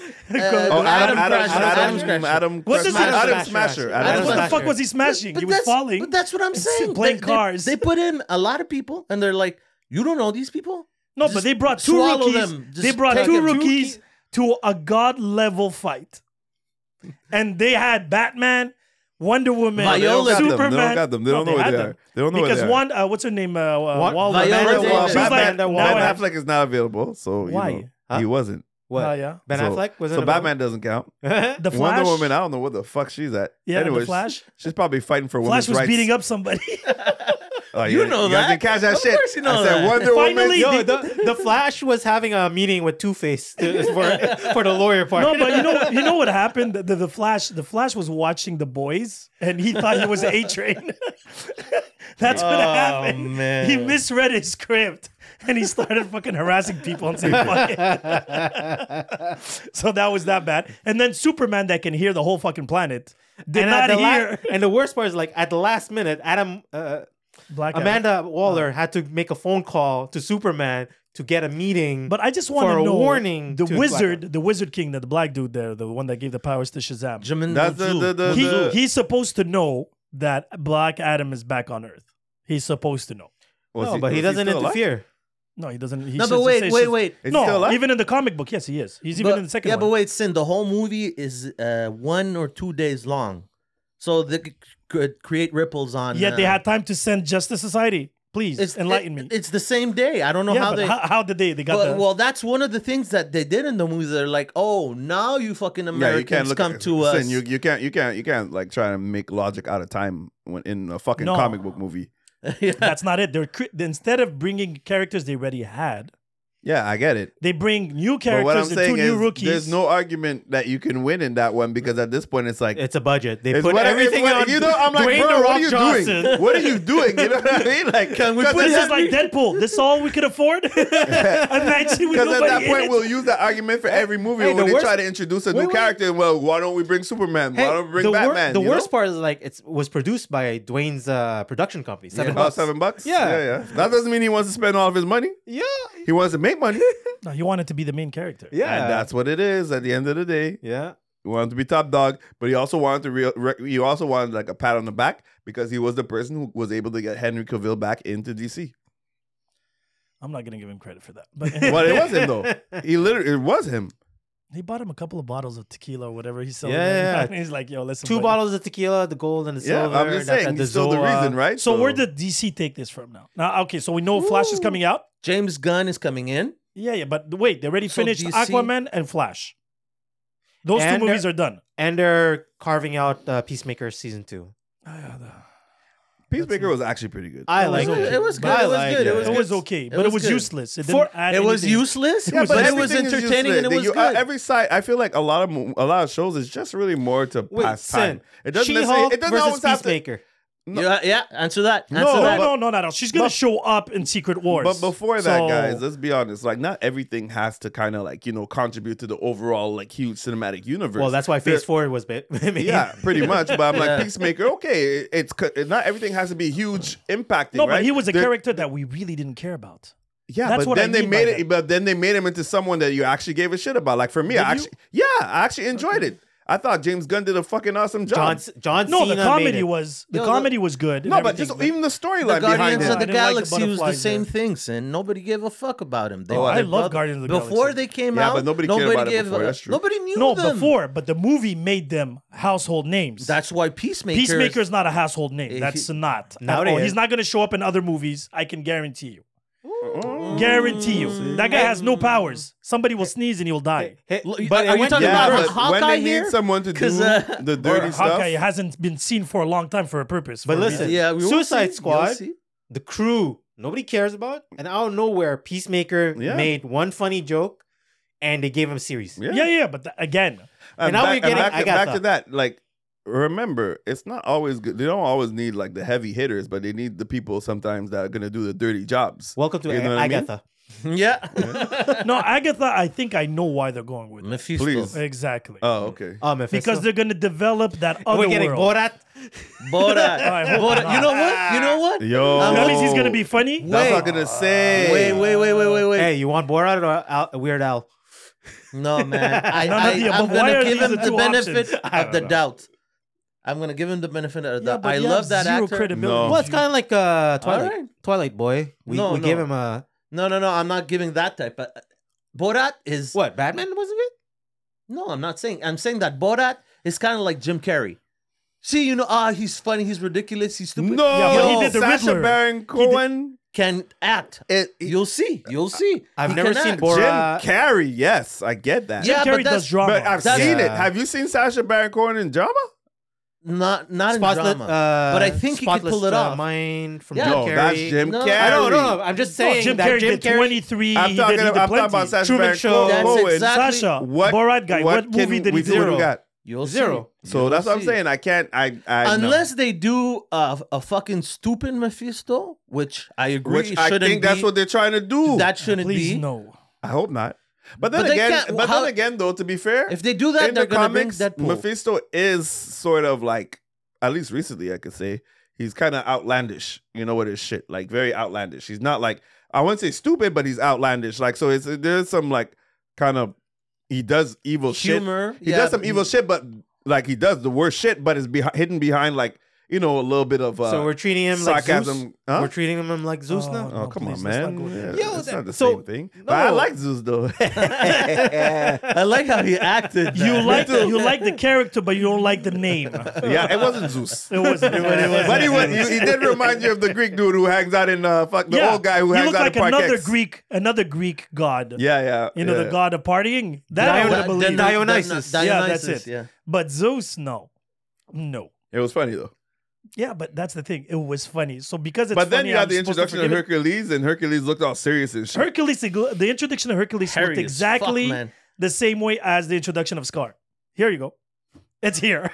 [SPEAKER 1] Uh,
[SPEAKER 2] Oh, Adam,
[SPEAKER 1] Adam Crusher,
[SPEAKER 2] Adam, Adam,
[SPEAKER 1] Adam
[SPEAKER 2] Adam,
[SPEAKER 1] Crusher.
[SPEAKER 2] Adam,
[SPEAKER 3] What does
[SPEAKER 2] Crusher.
[SPEAKER 3] it-
[SPEAKER 2] Adam
[SPEAKER 4] Smasher.
[SPEAKER 2] Smasher.
[SPEAKER 4] Smasher.
[SPEAKER 2] Adam
[SPEAKER 3] Adam what the
[SPEAKER 4] Smasher.
[SPEAKER 2] Smasher.
[SPEAKER 3] fuck was he smashing? he was
[SPEAKER 1] that's,
[SPEAKER 3] falling.
[SPEAKER 1] But that's what I'm
[SPEAKER 3] and
[SPEAKER 1] saying.
[SPEAKER 3] playing
[SPEAKER 1] They- they-
[SPEAKER 3] cars.
[SPEAKER 1] They, put in a lot of people, and they're like, "You don't know these people."
[SPEAKER 3] no, but
[SPEAKER 1] just
[SPEAKER 3] they brought two
[SPEAKER 1] swallow
[SPEAKER 3] rookies.
[SPEAKER 1] them. Just
[SPEAKER 3] They brought
[SPEAKER 1] take
[SPEAKER 3] two
[SPEAKER 1] them. Two
[SPEAKER 3] rookies to a god level fight, and they had Batman, Wonder Woman,
[SPEAKER 2] They
[SPEAKER 1] Viola.
[SPEAKER 2] don't got them. They don't
[SPEAKER 3] Superman.
[SPEAKER 2] got them. They don't know
[SPEAKER 3] had
[SPEAKER 2] where they
[SPEAKER 3] them.
[SPEAKER 2] are. They don't know where
[SPEAKER 3] because
[SPEAKER 2] they are.
[SPEAKER 3] one, uh, what's her name? Uh, uh,
[SPEAKER 4] Wa-
[SPEAKER 1] Viola
[SPEAKER 3] Walda.
[SPEAKER 2] Batman,
[SPEAKER 1] Davis. She
[SPEAKER 2] well,
[SPEAKER 1] was
[SPEAKER 2] Batman,
[SPEAKER 3] like,
[SPEAKER 2] Batman
[SPEAKER 3] now I-
[SPEAKER 2] Affleck is not available, so you
[SPEAKER 3] Why?
[SPEAKER 2] know,
[SPEAKER 4] Huh?
[SPEAKER 2] he wasn't.
[SPEAKER 4] What?
[SPEAKER 3] Oh, yeah.
[SPEAKER 4] Ben
[SPEAKER 2] So-
[SPEAKER 4] Affleck was
[SPEAKER 2] so Batman doesn't count.
[SPEAKER 4] Batman.
[SPEAKER 3] The Flash.
[SPEAKER 2] Wonder Woman, I don't know what the fuck she's at.
[SPEAKER 3] Yeah, The
[SPEAKER 2] Anyways, she-
[SPEAKER 3] Flash.
[SPEAKER 2] She's probably fighting for
[SPEAKER 3] Flash
[SPEAKER 2] women's
[SPEAKER 3] was
[SPEAKER 2] rights.
[SPEAKER 3] beating up somebody.
[SPEAKER 2] Oh,
[SPEAKER 1] You know
[SPEAKER 2] guys
[SPEAKER 1] that.
[SPEAKER 2] didn't catch that
[SPEAKER 1] Of
[SPEAKER 2] shit.
[SPEAKER 1] course you know
[SPEAKER 2] I said
[SPEAKER 1] that.
[SPEAKER 2] Wonder
[SPEAKER 3] Finally,
[SPEAKER 2] Woman.
[SPEAKER 4] Yo, the, the Flash was having a meeting with Two Face for, for the lawyer part.
[SPEAKER 3] No, but you know, you know what happened? The, the, the Flash, the Flash was watching the boys, and he thought he was A Train. That's
[SPEAKER 4] Oh,
[SPEAKER 3] what happened.
[SPEAKER 1] man.
[SPEAKER 3] He misread his script, and he started fucking harassing people and saying "fuck it." so that was that bad. And then Superman, that can hear the whole fucking planet, did
[SPEAKER 4] and, at
[SPEAKER 3] not
[SPEAKER 4] the la-
[SPEAKER 3] hear
[SPEAKER 4] and the worst part is like at the last minute, Adam uh,
[SPEAKER 3] Black Adam.
[SPEAKER 4] Amanda Waller had to make a phone call to Superman to get a meeting.
[SPEAKER 3] But I just want
[SPEAKER 4] for
[SPEAKER 3] to
[SPEAKER 4] a
[SPEAKER 3] know
[SPEAKER 4] warning
[SPEAKER 3] the
[SPEAKER 4] to Black
[SPEAKER 3] wizard,
[SPEAKER 4] Adam.
[SPEAKER 3] the wizard king, that the black dude there, the one that gave the powers to Shazam.
[SPEAKER 1] Jamin
[SPEAKER 2] That's the-
[SPEAKER 1] Zoo.
[SPEAKER 2] the- the-
[SPEAKER 3] he,
[SPEAKER 2] the-
[SPEAKER 3] he's supposed to know that Black Adam is back on Earth. He's supposed to know.
[SPEAKER 2] Was
[SPEAKER 4] no, but he
[SPEAKER 2] was
[SPEAKER 4] doesn't
[SPEAKER 2] still alive?
[SPEAKER 4] interfere.
[SPEAKER 3] No, he doesn't. He
[SPEAKER 1] No,
[SPEAKER 3] says-
[SPEAKER 1] but
[SPEAKER 3] it
[SPEAKER 1] wait,
[SPEAKER 3] says
[SPEAKER 1] wait,
[SPEAKER 3] she's-
[SPEAKER 1] wait.
[SPEAKER 2] Is he still
[SPEAKER 3] No,
[SPEAKER 2] alive?
[SPEAKER 3] even in the comic book, yes, he is. He's even
[SPEAKER 1] But-
[SPEAKER 3] in the second
[SPEAKER 1] yeah,
[SPEAKER 3] one.
[SPEAKER 1] but wait, Sin. The whole movie is uh, one or two days long, so they c- could create ripples on.
[SPEAKER 3] Yet they
[SPEAKER 1] uh,
[SPEAKER 3] had time to send Justice Society. Please enlighten
[SPEAKER 1] it-
[SPEAKER 3] me.
[SPEAKER 1] It's the same day. I don't know
[SPEAKER 3] yeah,
[SPEAKER 1] how
[SPEAKER 3] but
[SPEAKER 1] they.
[SPEAKER 3] how, how did they? They got
[SPEAKER 1] well,
[SPEAKER 3] the.
[SPEAKER 1] well, that's one of the things that they did in the movie. They're like, "Oh, now you fucking
[SPEAKER 2] Yeah,
[SPEAKER 1] Americans
[SPEAKER 2] you can't look
[SPEAKER 1] come
[SPEAKER 2] at,
[SPEAKER 1] to us."
[SPEAKER 2] Listen, you, you can't you can't you can't like try to make logic out of time when in a fucking
[SPEAKER 3] No.
[SPEAKER 2] comic book movie.
[SPEAKER 1] yeah.
[SPEAKER 3] that's not it. They're cre- instead of bringing characters they already had,
[SPEAKER 2] Yeah, I get it.
[SPEAKER 3] they bring new
[SPEAKER 2] But what I'm
[SPEAKER 3] characters and two
[SPEAKER 2] saying
[SPEAKER 3] new
[SPEAKER 2] is,
[SPEAKER 3] rookies.
[SPEAKER 2] there's no argument that you can win in that one because at this point, it's like
[SPEAKER 4] It's a budget. They
[SPEAKER 2] It's
[SPEAKER 4] put
[SPEAKER 2] what- it's
[SPEAKER 4] everything
[SPEAKER 2] what-
[SPEAKER 4] on.
[SPEAKER 2] You know, I'm like,
[SPEAKER 4] Dwayne
[SPEAKER 2] bro,
[SPEAKER 4] the
[SPEAKER 2] what
[SPEAKER 4] Rock
[SPEAKER 2] are you
[SPEAKER 4] Johnson.
[SPEAKER 2] doing? What are you doing? You know what I mean? Like,
[SPEAKER 1] Can we
[SPEAKER 2] 'cause
[SPEAKER 1] put
[SPEAKER 2] at
[SPEAKER 3] this
[SPEAKER 2] that-
[SPEAKER 3] is like Deadpool. This is all we could afford. Imagine with
[SPEAKER 2] Because
[SPEAKER 3] nobody
[SPEAKER 2] at that
[SPEAKER 3] in
[SPEAKER 2] point,
[SPEAKER 3] it.
[SPEAKER 2] we'll use that argument for every movie
[SPEAKER 4] Hey,
[SPEAKER 2] when
[SPEAKER 4] the
[SPEAKER 2] they
[SPEAKER 4] worst-
[SPEAKER 2] try to introduce a new
[SPEAKER 4] Wait, wait.
[SPEAKER 2] character. Well, why don't we bring Superman?
[SPEAKER 4] Hey,
[SPEAKER 2] why don't we bring
[SPEAKER 4] the wor-
[SPEAKER 2] Batman?
[SPEAKER 4] the
[SPEAKER 2] you
[SPEAKER 4] worst
[SPEAKER 2] know?
[SPEAKER 4] part is like it was produced by Dwayne's uh, production company. Seven
[SPEAKER 2] Yeah. Oh,
[SPEAKER 4] bucks.
[SPEAKER 2] seven bucks.
[SPEAKER 4] Yeah.
[SPEAKER 2] yeah, yeah. That doesn't mean he wants to spend all of his money.
[SPEAKER 4] Yeah,
[SPEAKER 2] He wants to make money,
[SPEAKER 3] No, you wanted to be the main character.
[SPEAKER 4] yeah,
[SPEAKER 2] and that's what it is. At the end of the day,
[SPEAKER 4] yeah.
[SPEAKER 2] he wanted to be top dog, but he also wanted to real. Re- he also wanted like a pat on the back because he was the person who was able to get Henry Cavill back into DC.
[SPEAKER 3] I'm not gonna give him credit for that. But
[SPEAKER 2] Well, it was him though. He literally it was him.
[SPEAKER 3] he bought him a couple of bottles of tequila or whatever he's selling.
[SPEAKER 4] Yeah, yeah, yeah.
[SPEAKER 3] And he's like, "Yo, listen,
[SPEAKER 4] Two
[SPEAKER 3] buddy.
[SPEAKER 4] bottles of tequila, the gold and the
[SPEAKER 2] Yeah,
[SPEAKER 4] silver.
[SPEAKER 2] I'm just
[SPEAKER 4] that-
[SPEAKER 2] saying.
[SPEAKER 4] that
[SPEAKER 2] He's still the
[SPEAKER 4] Zoa.
[SPEAKER 2] reason, right?
[SPEAKER 3] So, where did DC take this from now? Now, okay, so we know Flash is coming out.
[SPEAKER 1] James Gunn is coming in.
[SPEAKER 3] Yeah, yeah, but wait, they already
[SPEAKER 1] So
[SPEAKER 3] finished
[SPEAKER 1] DC
[SPEAKER 3] Aquaman and Flash. Those
[SPEAKER 4] And
[SPEAKER 2] uh,
[SPEAKER 3] two movies
[SPEAKER 4] they're-
[SPEAKER 3] are done.
[SPEAKER 4] And they're carving out uh, Peacemaker season two.
[SPEAKER 2] Ah, Peacemaker was actually pretty good.
[SPEAKER 4] I
[SPEAKER 3] It
[SPEAKER 4] like
[SPEAKER 3] was okay.
[SPEAKER 1] It was good. It
[SPEAKER 4] I
[SPEAKER 1] was
[SPEAKER 4] like
[SPEAKER 1] good.
[SPEAKER 4] it.
[SPEAKER 1] It
[SPEAKER 3] It
[SPEAKER 1] was
[SPEAKER 3] was
[SPEAKER 1] good.
[SPEAKER 3] okay,
[SPEAKER 1] It
[SPEAKER 3] but it
[SPEAKER 1] was
[SPEAKER 3] was
[SPEAKER 1] good.
[SPEAKER 3] useless. It
[SPEAKER 4] For-
[SPEAKER 3] didn't add
[SPEAKER 1] It was
[SPEAKER 3] anything.
[SPEAKER 1] useless,
[SPEAKER 2] Yeah,
[SPEAKER 1] but it was
[SPEAKER 2] everything is
[SPEAKER 1] entertaining and it
[SPEAKER 2] useless.
[SPEAKER 1] was
[SPEAKER 2] You- uh,
[SPEAKER 1] good.
[SPEAKER 2] Every side, I feel like a lot of mo- a lot of shows is just really more to
[SPEAKER 4] Wait,
[SPEAKER 2] pass
[SPEAKER 4] Sin.
[SPEAKER 2] time. It doesn't
[SPEAKER 4] She-Hulk
[SPEAKER 2] necessarily. It doesn't
[SPEAKER 4] versus
[SPEAKER 2] always have to.
[SPEAKER 4] Peacemaker.
[SPEAKER 1] Yeah, yeah, answer that. Answer
[SPEAKER 2] No,
[SPEAKER 3] No,
[SPEAKER 1] that.
[SPEAKER 3] no, no, no, no. She's gonna
[SPEAKER 2] but-
[SPEAKER 3] show up in Secret Wars.
[SPEAKER 2] But before that,
[SPEAKER 3] So-
[SPEAKER 2] guys, let's be honest. Like, not everything has to kind of like you know contribute to the overall like huge cinematic universe.
[SPEAKER 4] Well, that's why Phase
[SPEAKER 2] There-
[SPEAKER 4] Four was ba- made.
[SPEAKER 2] Yeah, pretty much. But I'm like
[SPEAKER 1] Yeah.
[SPEAKER 2] Peacemaker. Okay, it- it's co- it- not everything has to be huge impacting.
[SPEAKER 3] no,
[SPEAKER 2] right?
[SPEAKER 3] but he was a
[SPEAKER 2] There-
[SPEAKER 3] character that we really didn't care about.
[SPEAKER 2] Yeah,
[SPEAKER 3] That's
[SPEAKER 2] but
[SPEAKER 3] what I
[SPEAKER 2] then they
[SPEAKER 3] mean by
[SPEAKER 2] made it.
[SPEAKER 3] that.
[SPEAKER 2] But then they made him into someone that you actually gave a shit about. Like for me, I
[SPEAKER 3] Did you?
[SPEAKER 2] actually, yeah, I actually enjoyed it. I thought James Gunn did a fucking awesome job.
[SPEAKER 4] John, John
[SPEAKER 3] No,
[SPEAKER 4] Cena
[SPEAKER 3] the
[SPEAKER 4] made
[SPEAKER 3] comedy
[SPEAKER 4] it.
[SPEAKER 3] was the
[SPEAKER 1] No, the-
[SPEAKER 3] comedy was good. and
[SPEAKER 2] no, but just
[SPEAKER 3] everything,
[SPEAKER 2] even the
[SPEAKER 1] The
[SPEAKER 2] storyline behind
[SPEAKER 1] Guardians
[SPEAKER 2] it.
[SPEAKER 1] of
[SPEAKER 3] I
[SPEAKER 1] the
[SPEAKER 3] didn't like the
[SPEAKER 1] Galaxy was the
[SPEAKER 3] butterflies
[SPEAKER 1] same
[SPEAKER 3] there.
[SPEAKER 1] thing, Sin. Nobody gave a fuck about him. They,
[SPEAKER 2] Oh, I
[SPEAKER 1] they
[SPEAKER 3] love
[SPEAKER 1] brought-
[SPEAKER 3] Guardians of the
[SPEAKER 1] before
[SPEAKER 3] Galaxy.
[SPEAKER 1] they came
[SPEAKER 2] Yeah,
[SPEAKER 1] out.
[SPEAKER 2] but nobody cared about it
[SPEAKER 1] gave
[SPEAKER 2] before,
[SPEAKER 1] a-
[SPEAKER 2] that's true.
[SPEAKER 1] Nobody knew
[SPEAKER 3] no,
[SPEAKER 1] them.
[SPEAKER 3] before, but the movie made them household names.
[SPEAKER 1] That's why Peacemaker.
[SPEAKER 3] Peacemaker's not a household
[SPEAKER 1] He-
[SPEAKER 3] name. That's not. at
[SPEAKER 4] Nowadays-
[SPEAKER 3] all. He's not going to show up in other movies. I can guarantee you.
[SPEAKER 2] Oh.
[SPEAKER 3] Guarantee you. That guy has no powers. Somebody will sneeze and he'll die.
[SPEAKER 4] Hey,
[SPEAKER 1] Look,
[SPEAKER 4] but
[SPEAKER 1] are
[SPEAKER 4] it
[SPEAKER 1] you
[SPEAKER 4] went
[SPEAKER 1] talking
[SPEAKER 4] to
[SPEAKER 2] yeah,
[SPEAKER 1] about
[SPEAKER 4] the-
[SPEAKER 2] but
[SPEAKER 1] Hawkeye
[SPEAKER 2] when they
[SPEAKER 1] here?
[SPEAKER 2] need someone to do
[SPEAKER 1] 'Cause, uh,
[SPEAKER 2] the
[SPEAKER 3] Or
[SPEAKER 2] dirty stuff,
[SPEAKER 3] Hawkeye hasn't been seen for a long time for a purpose.
[SPEAKER 4] But
[SPEAKER 3] for a
[SPEAKER 4] listen,
[SPEAKER 3] reason.
[SPEAKER 1] Yeah, we will
[SPEAKER 4] Suicide
[SPEAKER 1] see, you'll
[SPEAKER 4] Squad.
[SPEAKER 1] see.
[SPEAKER 4] the crew nobody cares about, and out of nowhere, Peacemaker
[SPEAKER 2] Yeah.
[SPEAKER 4] made one funny joke, and they gave him series.
[SPEAKER 2] Yeah.
[SPEAKER 3] yeah, yeah. But th- again,
[SPEAKER 4] And now we're getting
[SPEAKER 2] uh, back, to, back
[SPEAKER 4] Agatha.
[SPEAKER 2] to that. Like, remember, it's not always good. They don't always need like the heavy hitters, but they need the people sometimes that are gonna do the dirty jobs.
[SPEAKER 4] Welcome to
[SPEAKER 2] You know what
[SPEAKER 4] A-
[SPEAKER 2] I mean?
[SPEAKER 4] Agatha.
[SPEAKER 1] Yeah.
[SPEAKER 3] no, Agatha. I think I know why they're going with it.
[SPEAKER 1] Mephisto.
[SPEAKER 2] Please.
[SPEAKER 3] Exactly.
[SPEAKER 2] Oh, okay.
[SPEAKER 4] Oh, Mephisto.
[SPEAKER 3] because they're going to develop that
[SPEAKER 4] And
[SPEAKER 3] other
[SPEAKER 4] we're getting
[SPEAKER 3] world.
[SPEAKER 4] Borat.
[SPEAKER 1] Borat.
[SPEAKER 3] I hope
[SPEAKER 1] Borat. You know what? You know what?
[SPEAKER 2] Yo,
[SPEAKER 1] I'm
[SPEAKER 3] That means
[SPEAKER 2] Oh.
[SPEAKER 3] he's going to be funny.
[SPEAKER 1] Wait.
[SPEAKER 2] That's what I'm gonna say.
[SPEAKER 1] Wait, wait, wait, wait, wait, wait.
[SPEAKER 4] Hey, you want Borat or Al- Weird Al?
[SPEAKER 1] No, man. I,
[SPEAKER 3] None of
[SPEAKER 1] I,
[SPEAKER 3] the
[SPEAKER 1] I'm
[SPEAKER 3] above. Why
[SPEAKER 1] going
[SPEAKER 3] are
[SPEAKER 1] to give
[SPEAKER 3] these
[SPEAKER 1] him
[SPEAKER 3] the
[SPEAKER 1] the
[SPEAKER 3] two
[SPEAKER 1] benefit
[SPEAKER 3] options? I
[SPEAKER 1] of the doubt. I'm going to give him the benefit of the
[SPEAKER 3] Yeah,
[SPEAKER 1] doubt.
[SPEAKER 3] but
[SPEAKER 1] I
[SPEAKER 3] you
[SPEAKER 1] love
[SPEAKER 3] have
[SPEAKER 1] that
[SPEAKER 3] zero
[SPEAKER 1] actor.
[SPEAKER 3] credibility.
[SPEAKER 2] No.
[SPEAKER 4] Well, it's kind of like uh, Twilight.
[SPEAKER 1] Alright.
[SPEAKER 4] Twilight boy. We,
[SPEAKER 1] No,
[SPEAKER 4] we gave
[SPEAKER 1] no.
[SPEAKER 4] him a
[SPEAKER 1] No, no, no. I'm not giving that type. But uh, Borat is.
[SPEAKER 4] what? Batman wasn't it?
[SPEAKER 1] No, I'm not saying. I'm saying that Borat is kind of like Jim Carrey. See, you know, ah, he's funny, he's ridiculous, he's
[SPEAKER 2] No,
[SPEAKER 1] stupid.
[SPEAKER 3] but he did the
[SPEAKER 2] Sacha
[SPEAKER 3] Riddler.
[SPEAKER 2] Baron Cohen.
[SPEAKER 1] Can act.
[SPEAKER 2] It, he-
[SPEAKER 1] You'll see. You'll see.
[SPEAKER 4] I've
[SPEAKER 1] He
[SPEAKER 4] never
[SPEAKER 1] can
[SPEAKER 4] seen
[SPEAKER 1] act.
[SPEAKER 4] Borat.
[SPEAKER 2] Jim
[SPEAKER 4] Bora-
[SPEAKER 2] Carrey. Yes, I get that.
[SPEAKER 1] Yeah,
[SPEAKER 3] Jim
[SPEAKER 1] but
[SPEAKER 3] Carrey
[SPEAKER 1] that's-
[SPEAKER 3] does drama.
[SPEAKER 2] but I've
[SPEAKER 1] That's-
[SPEAKER 2] seen it.
[SPEAKER 4] Yeah.
[SPEAKER 2] Have you seen Sacha Baron Cohen in drama?
[SPEAKER 1] Not not in
[SPEAKER 4] Spotless-
[SPEAKER 1] drama.
[SPEAKER 4] uh,
[SPEAKER 1] But I think he could
[SPEAKER 4] Spotless,
[SPEAKER 1] pull it
[SPEAKER 4] uh,
[SPEAKER 1] off.
[SPEAKER 4] Mind from
[SPEAKER 1] Yeah.
[SPEAKER 4] Jim
[SPEAKER 2] No,
[SPEAKER 4] Carrey.
[SPEAKER 2] that's Jim
[SPEAKER 1] No,
[SPEAKER 2] Carrey.
[SPEAKER 1] I
[SPEAKER 4] I don't know. I'm just saying
[SPEAKER 3] Jim
[SPEAKER 4] that
[SPEAKER 3] Carrey
[SPEAKER 4] Jim
[SPEAKER 3] did
[SPEAKER 4] Carrey.
[SPEAKER 3] 23.
[SPEAKER 2] I'm
[SPEAKER 3] he
[SPEAKER 2] talking,
[SPEAKER 3] did, he did
[SPEAKER 2] I'm talking
[SPEAKER 3] plenty.
[SPEAKER 2] about Sacha
[SPEAKER 4] Truman
[SPEAKER 2] Baron
[SPEAKER 4] Show.
[SPEAKER 2] Cohen.
[SPEAKER 1] That's exactly-
[SPEAKER 3] Sasha, Borat guy. What,
[SPEAKER 2] can
[SPEAKER 3] movie did
[SPEAKER 2] we
[SPEAKER 3] he
[SPEAKER 2] do? What
[SPEAKER 3] do?
[SPEAKER 2] we got?
[SPEAKER 1] You'll see.
[SPEAKER 4] Zero.
[SPEAKER 2] So
[SPEAKER 1] You'll
[SPEAKER 2] that's what I'm
[SPEAKER 1] see.
[SPEAKER 2] saying. I can't. I, I no.
[SPEAKER 1] Unless they do a, a fucking stupid Mephisto, which I agree
[SPEAKER 2] which I
[SPEAKER 1] shouldn't
[SPEAKER 2] think
[SPEAKER 1] be.
[SPEAKER 2] that's what they're trying to do.
[SPEAKER 1] that shouldn't
[SPEAKER 3] Please
[SPEAKER 1] be.
[SPEAKER 3] no.
[SPEAKER 2] I hope not. But then
[SPEAKER 1] But they
[SPEAKER 2] again,
[SPEAKER 1] can't-
[SPEAKER 2] but
[SPEAKER 1] how-
[SPEAKER 2] then again, though, to be fair,
[SPEAKER 1] If they do that,
[SPEAKER 2] in
[SPEAKER 1] they're
[SPEAKER 2] the
[SPEAKER 1] gonna
[SPEAKER 2] comics,
[SPEAKER 1] bring Deadpool.
[SPEAKER 2] Mephisto is sort of like, at least recently, I could say he's kind of outlandish. You know what his shit like, very outlandish. He's not like I wouldn't say stupid, but he's outlandish. Like so, it's there's some like kind of he does evil shit.
[SPEAKER 1] Humor.
[SPEAKER 2] He
[SPEAKER 1] yeah,
[SPEAKER 2] does some evil
[SPEAKER 1] he-
[SPEAKER 2] shit, but like he does the worst shit, but it's behi- hidden behind like you know a little bit of uh,
[SPEAKER 4] so we're treating him like Zeus.
[SPEAKER 2] sarcasm. Huh?
[SPEAKER 4] We're treating him like Zeus
[SPEAKER 3] Oh,
[SPEAKER 4] now.
[SPEAKER 2] Oh,
[SPEAKER 3] No,
[SPEAKER 2] come
[SPEAKER 3] please,
[SPEAKER 2] on,
[SPEAKER 3] let's not
[SPEAKER 2] man.
[SPEAKER 3] go there.
[SPEAKER 2] Yeah,
[SPEAKER 4] Yo,
[SPEAKER 2] it's
[SPEAKER 4] that-
[SPEAKER 2] not the
[SPEAKER 4] so-
[SPEAKER 2] same thing. But I
[SPEAKER 4] no.
[SPEAKER 2] like Zeus though.
[SPEAKER 1] I like how he acted.
[SPEAKER 3] You
[SPEAKER 1] that.
[SPEAKER 3] like the, you like the character, but you don't like the name.
[SPEAKER 2] yeah, it wasn't Zeus.
[SPEAKER 3] It was, it was-
[SPEAKER 2] But he, was, he, he did remind you of the Greek dude who hangs out in uh, fuck the
[SPEAKER 3] yeah.
[SPEAKER 2] old guy who
[SPEAKER 3] you
[SPEAKER 2] hangs
[SPEAKER 3] look
[SPEAKER 2] out
[SPEAKER 3] like
[SPEAKER 2] in Park
[SPEAKER 3] another
[SPEAKER 2] X.
[SPEAKER 3] Greek, another Greek god.
[SPEAKER 2] Yeah, yeah.
[SPEAKER 3] you know
[SPEAKER 2] yeah.
[SPEAKER 3] the god of partying. That I would
[SPEAKER 1] Dion-
[SPEAKER 3] have believed.
[SPEAKER 1] Dion-
[SPEAKER 4] Dionysus.
[SPEAKER 1] Dion-
[SPEAKER 3] Yeah, that's
[SPEAKER 1] Dionysus,
[SPEAKER 3] it.
[SPEAKER 1] Yeah.
[SPEAKER 3] But Zeus, no, no.
[SPEAKER 2] It was funny though. Yeah,
[SPEAKER 3] Yeah, but that's the thing. It was funny. So because it's
[SPEAKER 2] but then
[SPEAKER 3] funny,
[SPEAKER 2] you had
[SPEAKER 3] I'm
[SPEAKER 2] the
[SPEAKER 3] supposed to
[SPEAKER 2] introduction of
[SPEAKER 3] forgive it.
[SPEAKER 2] Hercules, and Hercules looked all serious and shit.
[SPEAKER 3] Hercules, the the introduction of Hercules
[SPEAKER 1] Hairy
[SPEAKER 3] looked
[SPEAKER 1] as fuck,
[SPEAKER 3] exactly
[SPEAKER 1] man.
[SPEAKER 3] the same way as the introduction of Scar. Here you go. It's here.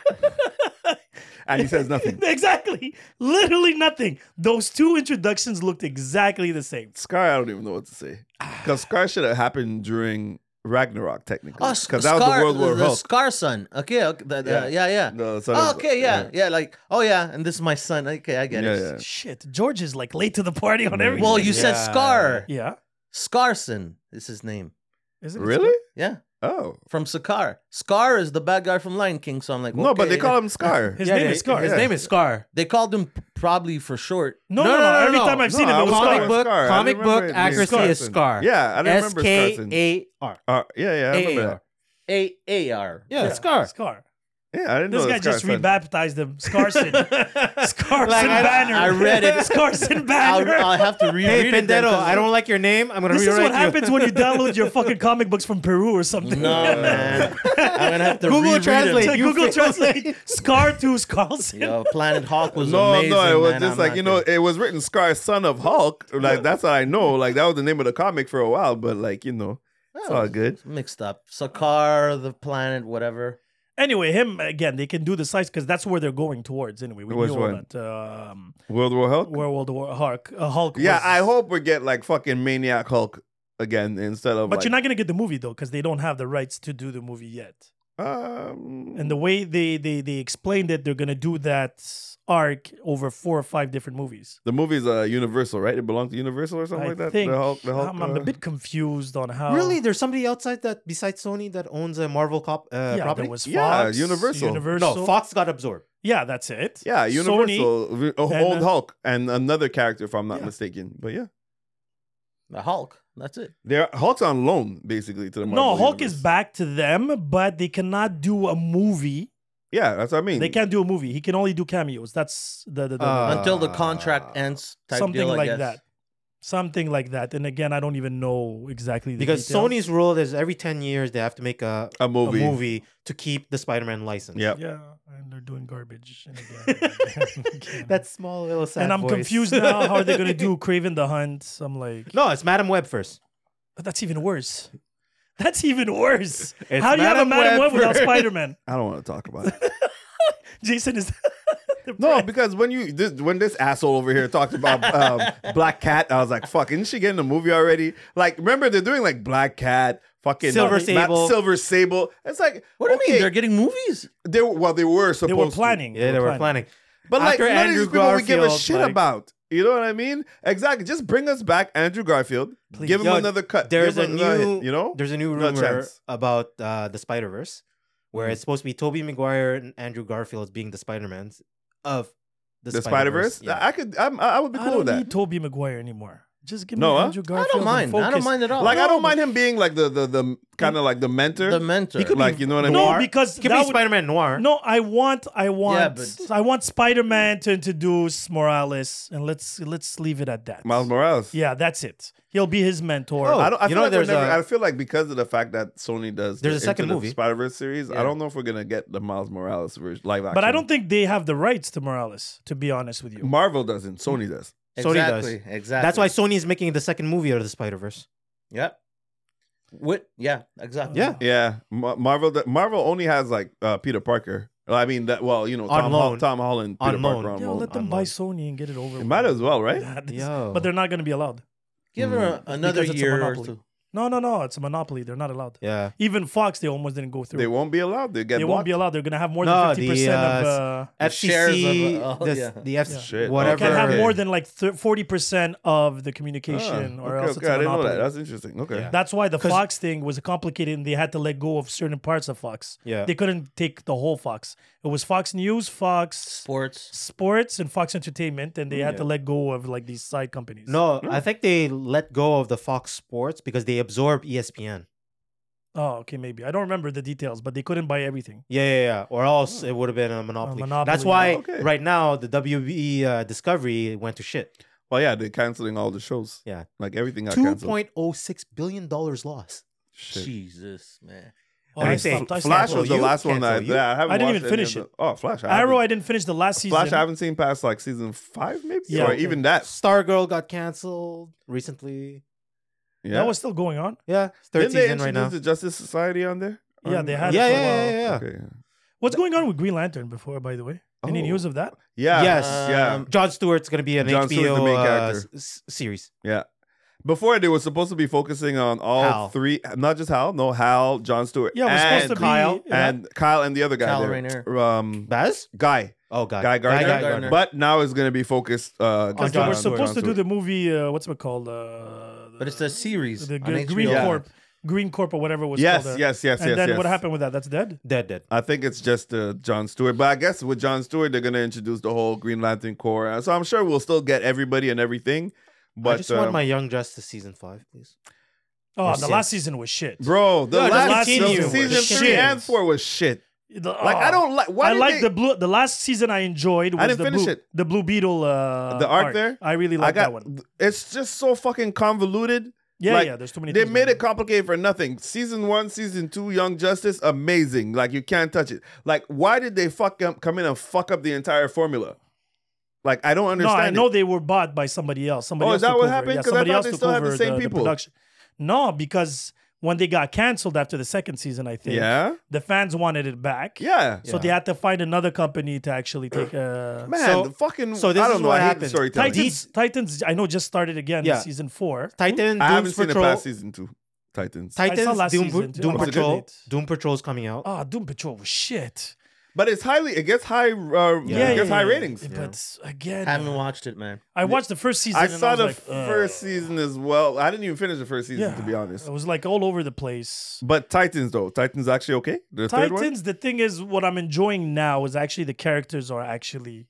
[SPEAKER 2] and he says nothing.
[SPEAKER 3] exactly. Literally nothing. Those two introductions looked exactly the same.
[SPEAKER 2] Scar, I don't even know what to say
[SPEAKER 3] Ah.
[SPEAKER 2] because Scar should have happened during Ragnarok technically
[SPEAKER 1] Oh,
[SPEAKER 2] because
[SPEAKER 1] Sc-
[SPEAKER 2] that was the
[SPEAKER 1] Scar-
[SPEAKER 2] World War
[SPEAKER 1] the
[SPEAKER 2] Hulk.
[SPEAKER 1] Scar son. Okay, okay the- the-
[SPEAKER 2] Yeah.
[SPEAKER 1] yeah, yeah.
[SPEAKER 2] No, so
[SPEAKER 1] Oh,
[SPEAKER 2] that was-
[SPEAKER 1] okay, yeah, yeah, Like, oh yeah, and this is my son. Okay, I get
[SPEAKER 2] Yeah,
[SPEAKER 1] it.
[SPEAKER 2] yeah.
[SPEAKER 3] Shit, George is like late to the party on everything.
[SPEAKER 1] Well, you said
[SPEAKER 4] Yeah.
[SPEAKER 1] Scar.
[SPEAKER 3] yeah,
[SPEAKER 1] Scarson is his name.
[SPEAKER 3] Isn't it
[SPEAKER 2] Really?
[SPEAKER 1] Yeah,
[SPEAKER 2] Oh
[SPEAKER 1] from Scar. Scar is the bad guy from Lion King. So I'm like,
[SPEAKER 2] no, but
[SPEAKER 1] okay.
[SPEAKER 2] they call him Scar.
[SPEAKER 3] His name is Scar.
[SPEAKER 4] His
[SPEAKER 2] Yeah.
[SPEAKER 4] name is Scar.
[SPEAKER 1] They called him probably for short.
[SPEAKER 3] No, no, no. Every time I've seen
[SPEAKER 2] No,
[SPEAKER 3] it,
[SPEAKER 2] I
[SPEAKER 3] it was
[SPEAKER 2] was
[SPEAKER 3] Scar.
[SPEAKER 2] Scar.
[SPEAKER 4] comic book.
[SPEAKER 2] Scar. I
[SPEAKER 4] Comic
[SPEAKER 2] remember
[SPEAKER 4] book
[SPEAKER 2] it being
[SPEAKER 4] accuracy is
[SPEAKER 2] Scarson.
[SPEAKER 4] Scar.
[SPEAKER 2] Yeah, I don't
[SPEAKER 4] S
[SPEAKER 2] remember
[SPEAKER 4] K
[SPEAKER 2] Scarson.
[SPEAKER 4] A R.
[SPEAKER 2] Uh, yeah, yeah, I remember
[SPEAKER 4] A
[SPEAKER 2] that.
[SPEAKER 4] R.
[SPEAKER 1] A A R.
[SPEAKER 4] Yeah, Scar.
[SPEAKER 3] Scar.
[SPEAKER 2] Yeah, I didn't
[SPEAKER 3] This
[SPEAKER 2] know
[SPEAKER 3] guy
[SPEAKER 2] that Scar
[SPEAKER 3] just
[SPEAKER 2] said-
[SPEAKER 3] rebaptized him. Scarson. Scarson
[SPEAKER 4] Like, I-
[SPEAKER 3] Banner.
[SPEAKER 1] I read it.
[SPEAKER 3] Scarson
[SPEAKER 1] I'll,
[SPEAKER 3] Banner.
[SPEAKER 1] I'll have to reread
[SPEAKER 4] Hey,
[SPEAKER 1] it. then,
[SPEAKER 4] Pendero,
[SPEAKER 1] 'cause-
[SPEAKER 4] I don't like your name. I'm gonna
[SPEAKER 3] this is
[SPEAKER 4] rewrite
[SPEAKER 3] what
[SPEAKER 4] you.
[SPEAKER 3] happens when you download your fucking comic books from Peru or something.
[SPEAKER 1] No, man. I'm gonna have to
[SPEAKER 4] Google
[SPEAKER 1] reread
[SPEAKER 4] Translate.
[SPEAKER 1] It.
[SPEAKER 3] Like
[SPEAKER 4] You
[SPEAKER 3] Google
[SPEAKER 4] failed.
[SPEAKER 3] Translate. Scar to Carlson.
[SPEAKER 1] Yo, Planet Hawk was
[SPEAKER 2] No,
[SPEAKER 1] amazing.
[SPEAKER 2] no, it was
[SPEAKER 1] man.
[SPEAKER 2] just
[SPEAKER 1] I'm
[SPEAKER 2] like
[SPEAKER 1] not
[SPEAKER 2] you know,
[SPEAKER 1] gonna-
[SPEAKER 2] it was written Scar, son of Hulk. Like that's what I know. Like that was the name of the comic for a while, but like you know, it's all good.
[SPEAKER 1] mixed up. Sakar, the planet, whatever.
[SPEAKER 3] Anyway, him again. They can do the size because that's where they're going towards. Anyway, we
[SPEAKER 2] Which
[SPEAKER 3] knew all
[SPEAKER 2] one?
[SPEAKER 3] that. Um,
[SPEAKER 2] World War Hulk.
[SPEAKER 3] where World War Hulk. Uh, Hulk
[SPEAKER 2] yeah,
[SPEAKER 3] was-
[SPEAKER 2] I hope we get like fucking Maniac Hulk again instead of.
[SPEAKER 3] But
[SPEAKER 2] like,
[SPEAKER 3] you're not gonna get the movie though because they don't have the rights to do the movie yet.
[SPEAKER 2] Um,
[SPEAKER 3] And the way they they they explained it, they're gonna do that arc over four or five different movies.
[SPEAKER 2] the movie's uh, Universal, right? It belongs to Universal or something
[SPEAKER 3] I
[SPEAKER 2] like that.
[SPEAKER 3] think
[SPEAKER 2] the Hulk, the Hulk,
[SPEAKER 3] I'm, I'm
[SPEAKER 2] uh,
[SPEAKER 3] a bit confused on how
[SPEAKER 4] Really, there's somebody outside that besides Sony that owns a Marvel cop uh,
[SPEAKER 3] yeah,
[SPEAKER 4] property.
[SPEAKER 3] there was Fox,
[SPEAKER 2] Yeah, Universal.
[SPEAKER 3] Universal.
[SPEAKER 4] no, Fox got absorbed.
[SPEAKER 3] Yeah, that's it.
[SPEAKER 2] Yeah,
[SPEAKER 3] Sony-
[SPEAKER 2] Universal, v- oh,
[SPEAKER 3] and,
[SPEAKER 2] old
[SPEAKER 3] uh,
[SPEAKER 2] Hulk, and another character, if I'm not
[SPEAKER 3] Yeah.
[SPEAKER 2] mistaken. But yeah,
[SPEAKER 1] The Hulk. That's it.
[SPEAKER 2] they're Hulk's on loan basically to the Marvel
[SPEAKER 3] No, Hulk
[SPEAKER 2] universe.
[SPEAKER 3] is back to them, but they cannot do a movie.
[SPEAKER 2] Yeah, that's what I mean.
[SPEAKER 3] They can't do a movie. He can only do cameos. That's the the, the, the-
[SPEAKER 4] Uh,
[SPEAKER 2] Ah.
[SPEAKER 1] Until the contract ends. Type
[SPEAKER 3] something
[SPEAKER 1] Ah, deal, I
[SPEAKER 3] like
[SPEAKER 1] guess.
[SPEAKER 3] that. Something like that. And again, I don't even know exactly the
[SPEAKER 4] Because
[SPEAKER 3] details.
[SPEAKER 4] Sony's rule is every 10 years they have to make a,
[SPEAKER 2] a
[SPEAKER 4] a
[SPEAKER 2] movie.
[SPEAKER 4] movie. to keep the Spider Man license.
[SPEAKER 2] Yeah.
[SPEAKER 3] Yeah, and they're doing garbage. And, again, and again.
[SPEAKER 4] that small little sad
[SPEAKER 3] and I'm
[SPEAKER 4] voice.
[SPEAKER 3] confused now. How are they gonna do Craven the Hunt? I'm like,
[SPEAKER 4] No, it's Madam Web first.
[SPEAKER 3] but that's even worse. That's even worse.
[SPEAKER 2] It's
[SPEAKER 3] how do you have a
[SPEAKER 2] Madame
[SPEAKER 3] Madam Web
[SPEAKER 2] Web
[SPEAKER 3] without
[SPEAKER 2] first.
[SPEAKER 3] Spider Man?
[SPEAKER 2] I don't want to talk about it.
[SPEAKER 3] Jason is
[SPEAKER 2] No, because when you this, when this asshole over here talked about um, Black Cat, I was like, "Fuck, isn't she getting a movie already?" Like, remember they're doing like Black Cat, fucking uh,
[SPEAKER 4] Silver Sable.
[SPEAKER 2] Silver Sable. It's like,
[SPEAKER 1] What do you mean?
[SPEAKER 2] okay,
[SPEAKER 1] They're getting movies.
[SPEAKER 2] They were well, they were supposed
[SPEAKER 3] they were
[SPEAKER 2] to.
[SPEAKER 3] planning.
[SPEAKER 4] Yeah, they were planning.
[SPEAKER 2] but like
[SPEAKER 4] After
[SPEAKER 2] none
[SPEAKER 4] Andrew
[SPEAKER 2] of these people we give a
[SPEAKER 4] Garfield,
[SPEAKER 2] shit
[SPEAKER 4] like-
[SPEAKER 2] about. You know what I mean? Exactly. Just bring us back Andrew Garfield.
[SPEAKER 3] Please.
[SPEAKER 2] Give him
[SPEAKER 4] Yo,
[SPEAKER 2] another cut.
[SPEAKER 4] There's
[SPEAKER 2] Give
[SPEAKER 4] a
[SPEAKER 2] him another
[SPEAKER 4] new,
[SPEAKER 2] hit, you know.
[SPEAKER 4] there's a new
[SPEAKER 2] No
[SPEAKER 4] rumor
[SPEAKER 2] chance. Hmm.
[SPEAKER 4] about uh, the Spider Verse, where it's supposed to be Tobey Maguire and Andrew Garfield being the Spider Mans of the,
[SPEAKER 2] The Spider
[SPEAKER 4] Spider-Verse.
[SPEAKER 2] Verse.
[SPEAKER 4] Yeah.
[SPEAKER 2] I could. I'm, I I would be
[SPEAKER 3] I
[SPEAKER 2] cool with
[SPEAKER 3] don't
[SPEAKER 2] that.
[SPEAKER 3] need Tobey Maguire anymore. Just give
[SPEAKER 2] No,
[SPEAKER 3] me
[SPEAKER 2] huh?
[SPEAKER 3] Andrew
[SPEAKER 1] I
[SPEAKER 3] Garfield.
[SPEAKER 1] don't
[SPEAKER 3] and
[SPEAKER 1] mind. I don't
[SPEAKER 3] focus.
[SPEAKER 1] mind at all.
[SPEAKER 2] like I
[SPEAKER 3] No,
[SPEAKER 2] don't mind him being like the the the kind of like the mentor.
[SPEAKER 1] the mentor.
[SPEAKER 4] He could be
[SPEAKER 2] like you know what I mean?
[SPEAKER 3] No,
[SPEAKER 4] Noir.
[SPEAKER 3] because
[SPEAKER 4] It could
[SPEAKER 3] that
[SPEAKER 4] be
[SPEAKER 3] would-
[SPEAKER 4] Spider Man Noir.
[SPEAKER 3] No, I want, I want,
[SPEAKER 1] but-
[SPEAKER 3] I want Spider Man to introduce Morales, and let's let's leave it at that.
[SPEAKER 2] Miles Morales.
[SPEAKER 3] Yeah, that's it. He'll be his mentor.
[SPEAKER 4] Oh,
[SPEAKER 2] I don't. I
[SPEAKER 4] You
[SPEAKER 2] feel
[SPEAKER 4] know
[SPEAKER 2] like we're
[SPEAKER 4] there's
[SPEAKER 2] never,
[SPEAKER 4] a-
[SPEAKER 2] I feel like because of the fact that Sony does
[SPEAKER 4] There's
[SPEAKER 2] the
[SPEAKER 4] a second movie.
[SPEAKER 2] Spider Verse series, I
[SPEAKER 4] Yeah.
[SPEAKER 2] don't know if we're gonna get the Miles Morales version live action.
[SPEAKER 3] but I don't think they have the rights to Morales. To be honest with you,
[SPEAKER 2] Marvel doesn't. Sony does.
[SPEAKER 4] Sony does.
[SPEAKER 1] exactly. Exactly.
[SPEAKER 4] That's why Sony is making the second movie out of the Spider Verse.
[SPEAKER 1] Yep. What? Yeah. Exactly.
[SPEAKER 4] Yeah.
[SPEAKER 2] Yeah, Ma- Marvel. do- Marvel only has like uh, Peter Parker. I mean that. Well, you know,
[SPEAKER 4] On
[SPEAKER 2] Tom, Hol-
[SPEAKER 4] loan.
[SPEAKER 2] Tom Holland,
[SPEAKER 4] On
[SPEAKER 2] Peter Parker
[SPEAKER 4] loan.
[SPEAKER 2] on
[SPEAKER 3] yeah,
[SPEAKER 2] loan.
[SPEAKER 3] let them
[SPEAKER 4] I'm
[SPEAKER 3] buy
[SPEAKER 4] on.
[SPEAKER 3] Sony and get it over.
[SPEAKER 2] It
[SPEAKER 3] with.
[SPEAKER 2] might as well, right?
[SPEAKER 3] That is-
[SPEAKER 4] Yo.
[SPEAKER 3] But they're not going to be allowed.
[SPEAKER 1] Give
[SPEAKER 4] Mm.
[SPEAKER 1] her another
[SPEAKER 3] Because it's a
[SPEAKER 1] year or
[SPEAKER 3] monopoly.
[SPEAKER 1] two.
[SPEAKER 3] No, no, no. It's a monopoly. They're not allowed.
[SPEAKER 4] Yeah.
[SPEAKER 3] Even Fox, they almost didn't go through.
[SPEAKER 2] They won't be allowed. They get
[SPEAKER 3] They won't
[SPEAKER 2] blocked.
[SPEAKER 3] be allowed. They're going to have more
[SPEAKER 4] No,
[SPEAKER 3] than
[SPEAKER 4] the,
[SPEAKER 3] fifty percent of.
[SPEAKER 4] uh,
[SPEAKER 3] Uh,
[SPEAKER 1] shares of,
[SPEAKER 4] FCC,
[SPEAKER 1] uh, oh,
[SPEAKER 4] the,
[SPEAKER 1] yeah.
[SPEAKER 4] the F
[SPEAKER 3] Yeah.
[SPEAKER 2] Shit.
[SPEAKER 4] whatever.
[SPEAKER 3] can't have
[SPEAKER 2] Okay.
[SPEAKER 3] more than like forty percent of the
[SPEAKER 2] Ah,
[SPEAKER 3] communication, or
[SPEAKER 2] okay,
[SPEAKER 3] else
[SPEAKER 2] okay,
[SPEAKER 3] it's a
[SPEAKER 2] I didn't know
[SPEAKER 3] monopoly.
[SPEAKER 2] that. That's interesting. Okay.
[SPEAKER 4] Yeah.
[SPEAKER 3] That's why the
[SPEAKER 4] 'Cause-
[SPEAKER 3] Fox thing was complicated and they had to let go of certain parts of Fox.
[SPEAKER 4] Yeah.
[SPEAKER 3] They couldn't take the whole Fox. It was Fox News, Fox
[SPEAKER 1] Sports.
[SPEAKER 3] Sports, and Fox Entertainment, and they had to let go of like these side companies.
[SPEAKER 4] No,
[SPEAKER 2] Hmm.
[SPEAKER 4] I think they let go of the Fox Sports because they E absorbed ESPN.
[SPEAKER 3] Oh, okay, maybe. I don't remember the details, but they couldn't buy everything.
[SPEAKER 4] Yeah, yeah, yeah. Or else it would have been a monopoly. That's
[SPEAKER 3] monopoly,
[SPEAKER 4] why
[SPEAKER 2] yeah. Hmm. Okay.
[SPEAKER 4] right now the WB uh, Discovery went to shit.
[SPEAKER 2] Well, yeah, they're canceling all the shows.
[SPEAKER 4] Yeah.
[SPEAKER 2] Like everything got
[SPEAKER 4] Two
[SPEAKER 2] canceled.
[SPEAKER 4] point oh six billion dollars loss.
[SPEAKER 2] Shit.
[SPEAKER 1] Jesus, man.
[SPEAKER 3] Oh,
[SPEAKER 4] And
[SPEAKER 3] I
[SPEAKER 4] they say
[SPEAKER 3] stopped. I
[SPEAKER 2] Flash
[SPEAKER 3] stopped.
[SPEAKER 2] was the
[SPEAKER 4] You
[SPEAKER 2] last one that
[SPEAKER 4] cancel,
[SPEAKER 2] I,
[SPEAKER 4] you-
[SPEAKER 2] that I haven't.
[SPEAKER 3] I didn't
[SPEAKER 2] watched
[SPEAKER 3] even
[SPEAKER 2] any of
[SPEAKER 3] finish
[SPEAKER 2] the-
[SPEAKER 3] it.
[SPEAKER 2] Oh, Flash. I
[SPEAKER 3] Arrow,
[SPEAKER 2] haven't-
[SPEAKER 3] I didn't finish the last season.
[SPEAKER 2] Flash. I haven't seen past like season five, maybe,
[SPEAKER 3] Yeah.
[SPEAKER 2] or even that.
[SPEAKER 4] Stargirl got canceled recently.
[SPEAKER 2] Yeah.
[SPEAKER 3] That was still going on.
[SPEAKER 4] Yeah, third
[SPEAKER 2] Didn't they
[SPEAKER 4] season right now.
[SPEAKER 2] introduce the Justice Society on there?
[SPEAKER 3] Yeah,
[SPEAKER 2] On-
[SPEAKER 3] they
[SPEAKER 4] Yeah,
[SPEAKER 3] had- for
[SPEAKER 4] yeah,
[SPEAKER 3] a
[SPEAKER 4] yeah,
[SPEAKER 3] while.
[SPEAKER 4] yeah, yeah.
[SPEAKER 2] Okay.
[SPEAKER 3] What's going on with Green Lantern before, by the way? Any
[SPEAKER 2] Oh.
[SPEAKER 3] news of that?
[SPEAKER 2] Yeah.
[SPEAKER 4] Yes.
[SPEAKER 2] Yeah.
[SPEAKER 1] Um,
[SPEAKER 4] John Stewart's gonna be an
[SPEAKER 2] Jon
[SPEAKER 4] HBO
[SPEAKER 2] Stewart's the main
[SPEAKER 4] uh,
[SPEAKER 2] character.
[SPEAKER 4] s- s- series.
[SPEAKER 2] Yeah. Before they were supposed to be focusing on all
[SPEAKER 4] Hal.
[SPEAKER 2] three, not just Hal, no Hal, John Stewart,
[SPEAKER 3] Yeah, it was supposed
[SPEAKER 2] and
[SPEAKER 3] to be
[SPEAKER 4] Kyle
[SPEAKER 3] yeah.
[SPEAKER 2] and Kyle and the other guy
[SPEAKER 1] Kyle
[SPEAKER 2] there,
[SPEAKER 1] Rayner.
[SPEAKER 2] um,
[SPEAKER 4] Baz?
[SPEAKER 2] guy,
[SPEAKER 4] Oh, God.
[SPEAKER 2] guy Gardner.
[SPEAKER 1] Gardner. Gardner.
[SPEAKER 2] But now it's gonna be focused. Uh,
[SPEAKER 4] On
[SPEAKER 3] Because they
[SPEAKER 4] John
[SPEAKER 3] were
[SPEAKER 4] Stewart.
[SPEAKER 3] supposed to do
[SPEAKER 2] the.
[SPEAKER 3] the movie. Uh, what's it called? Uh,
[SPEAKER 1] But it's a series.
[SPEAKER 3] the
[SPEAKER 1] on
[SPEAKER 3] Gre- Green
[SPEAKER 1] HBO.
[SPEAKER 3] Corp, Green Corp or whatever it was
[SPEAKER 2] Yes,
[SPEAKER 3] called. uh,
[SPEAKER 2] yes, yes,
[SPEAKER 3] And
[SPEAKER 2] yes,
[SPEAKER 3] then
[SPEAKER 2] yes.
[SPEAKER 3] what happened with that? That's dead.
[SPEAKER 4] Dead, dead.
[SPEAKER 2] I think it's just uh, John Stewart, but I guess with John Stewart, they're gonna introduce the whole Green Lantern Corps, Uh, so I'm sure we'll still get everybody and everything. But
[SPEAKER 4] I just want
[SPEAKER 2] um,
[SPEAKER 4] my Young Justice season five, please.
[SPEAKER 3] Oh,
[SPEAKER 4] Or
[SPEAKER 3] the
[SPEAKER 4] six.
[SPEAKER 3] last season was shit.
[SPEAKER 2] bro, the
[SPEAKER 4] No, the
[SPEAKER 2] last,
[SPEAKER 3] last
[SPEAKER 2] season,
[SPEAKER 3] season
[SPEAKER 2] season
[SPEAKER 3] was
[SPEAKER 2] three
[SPEAKER 3] shit.
[SPEAKER 2] and four was shit.
[SPEAKER 3] The-
[SPEAKER 2] Like I
[SPEAKER 3] oh.
[SPEAKER 2] don't like. Why
[SPEAKER 3] I
[SPEAKER 2] did
[SPEAKER 3] like
[SPEAKER 2] they-
[SPEAKER 3] the blue. The last season I enjoyed. Was
[SPEAKER 2] didn't
[SPEAKER 3] the
[SPEAKER 2] finish
[SPEAKER 3] blue,
[SPEAKER 2] it.
[SPEAKER 3] The Blue Beetle. Uh,
[SPEAKER 2] The arc there?
[SPEAKER 3] I really
[SPEAKER 2] I
[SPEAKER 3] like that
[SPEAKER 2] got.
[SPEAKER 3] one.
[SPEAKER 2] It's just so fucking convoluted.
[SPEAKER 3] Yeah,
[SPEAKER 2] like,
[SPEAKER 3] yeah. There's too many.
[SPEAKER 2] They
[SPEAKER 3] things
[SPEAKER 2] made
[SPEAKER 3] going
[SPEAKER 2] it complicated for nothing. Season one, season two, Young Justice, amazing. Like you can't touch it. Like why did they fuck up, come in and fuck up the entire formula? Like I don't
[SPEAKER 3] on. No,
[SPEAKER 2] understand.
[SPEAKER 3] I
[SPEAKER 2] it.
[SPEAKER 3] know they were bought by somebody else. Somebody
[SPEAKER 2] Oh, is
[SPEAKER 3] else
[SPEAKER 2] that
[SPEAKER 3] took
[SPEAKER 2] what
[SPEAKER 3] over.
[SPEAKER 2] happened?
[SPEAKER 3] Yeah,
[SPEAKER 2] 'Cause I
[SPEAKER 3] somebody
[SPEAKER 2] thought
[SPEAKER 3] else
[SPEAKER 2] they
[SPEAKER 3] took
[SPEAKER 2] still had the
[SPEAKER 3] over
[SPEAKER 2] same
[SPEAKER 3] the
[SPEAKER 2] people.
[SPEAKER 3] production. No, because when they got canceled after the second season, I think
[SPEAKER 2] Yeah,
[SPEAKER 3] the fans wanted it back.
[SPEAKER 2] yeah.
[SPEAKER 3] So they had to find another company to actually take. Uh,
[SPEAKER 2] Man,
[SPEAKER 4] So-
[SPEAKER 2] the fucking.
[SPEAKER 4] so this
[SPEAKER 2] I don't
[SPEAKER 4] is
[SPEAKER 2] know.
[SPEAKER 4] what
[SPEAKER 2] I hate
[SPEAKER 4] happened.
[SPEAKER 2] storytelling.
[SPEAKER 3] Titans, Titans, I know just started again
[SPEAKER 4] Yeah.
[SPEAKER 3] season four.
[SPEAKER 4] Titan,
[SPEAKER 2] I
[SPEAKER 4] Doom's
[SPEAKER 2] haven't seen it
[SPEAKER 4] Patrol-
[SPEAKER 2] past season two. Titans.
[SPEAKER 4] Titans,
[SPEAKER 3] last
[SPEAKER 4] Doom,
[SPEAKER 3] season, too.
[SPEAKER 4] Doom
[SPEAKER 2] Oh, was it
[SPEAKER 4] Patrol,
[SPEAKER 3] good?
[SPEAKER 4] Doom Patrol's coming out.
[SPEAKER 3] Ah, Doom Patrol was shit.
[SPEAKER 2] But it's highly it gets high uh,
[SPEAKER 4] Yeah,
[SPEAKER 2] it gets high
[SPEAKER 3] yeah.
[SPEAKER 2] ratings.
[SPEAKER 3] Yeah, But again,
[SPEAKER 1] haven't watched it, man.
[SPEAKER 3] I watched the first season.
[SPEAKER 2] I
[SPEAKER 3] and
[SPEAKER 2] saw
[SPEAKER 3] was
[SPEAKER 2] the
[SPEAKER 3] like, uh,
[SPEAKER 2] first season as well. I didn't even finish the first season
[SPEAKER 3] yeah.
[SPEAKER 2] to be honest.
[SPEAKER 3] It was like all over the place.
[SPEAKER 2] But Titans though, Titans actually okay. The third one.
[SPEAKER 3] Titans. The thing is, what I'm enjoying now is actually the characters are actually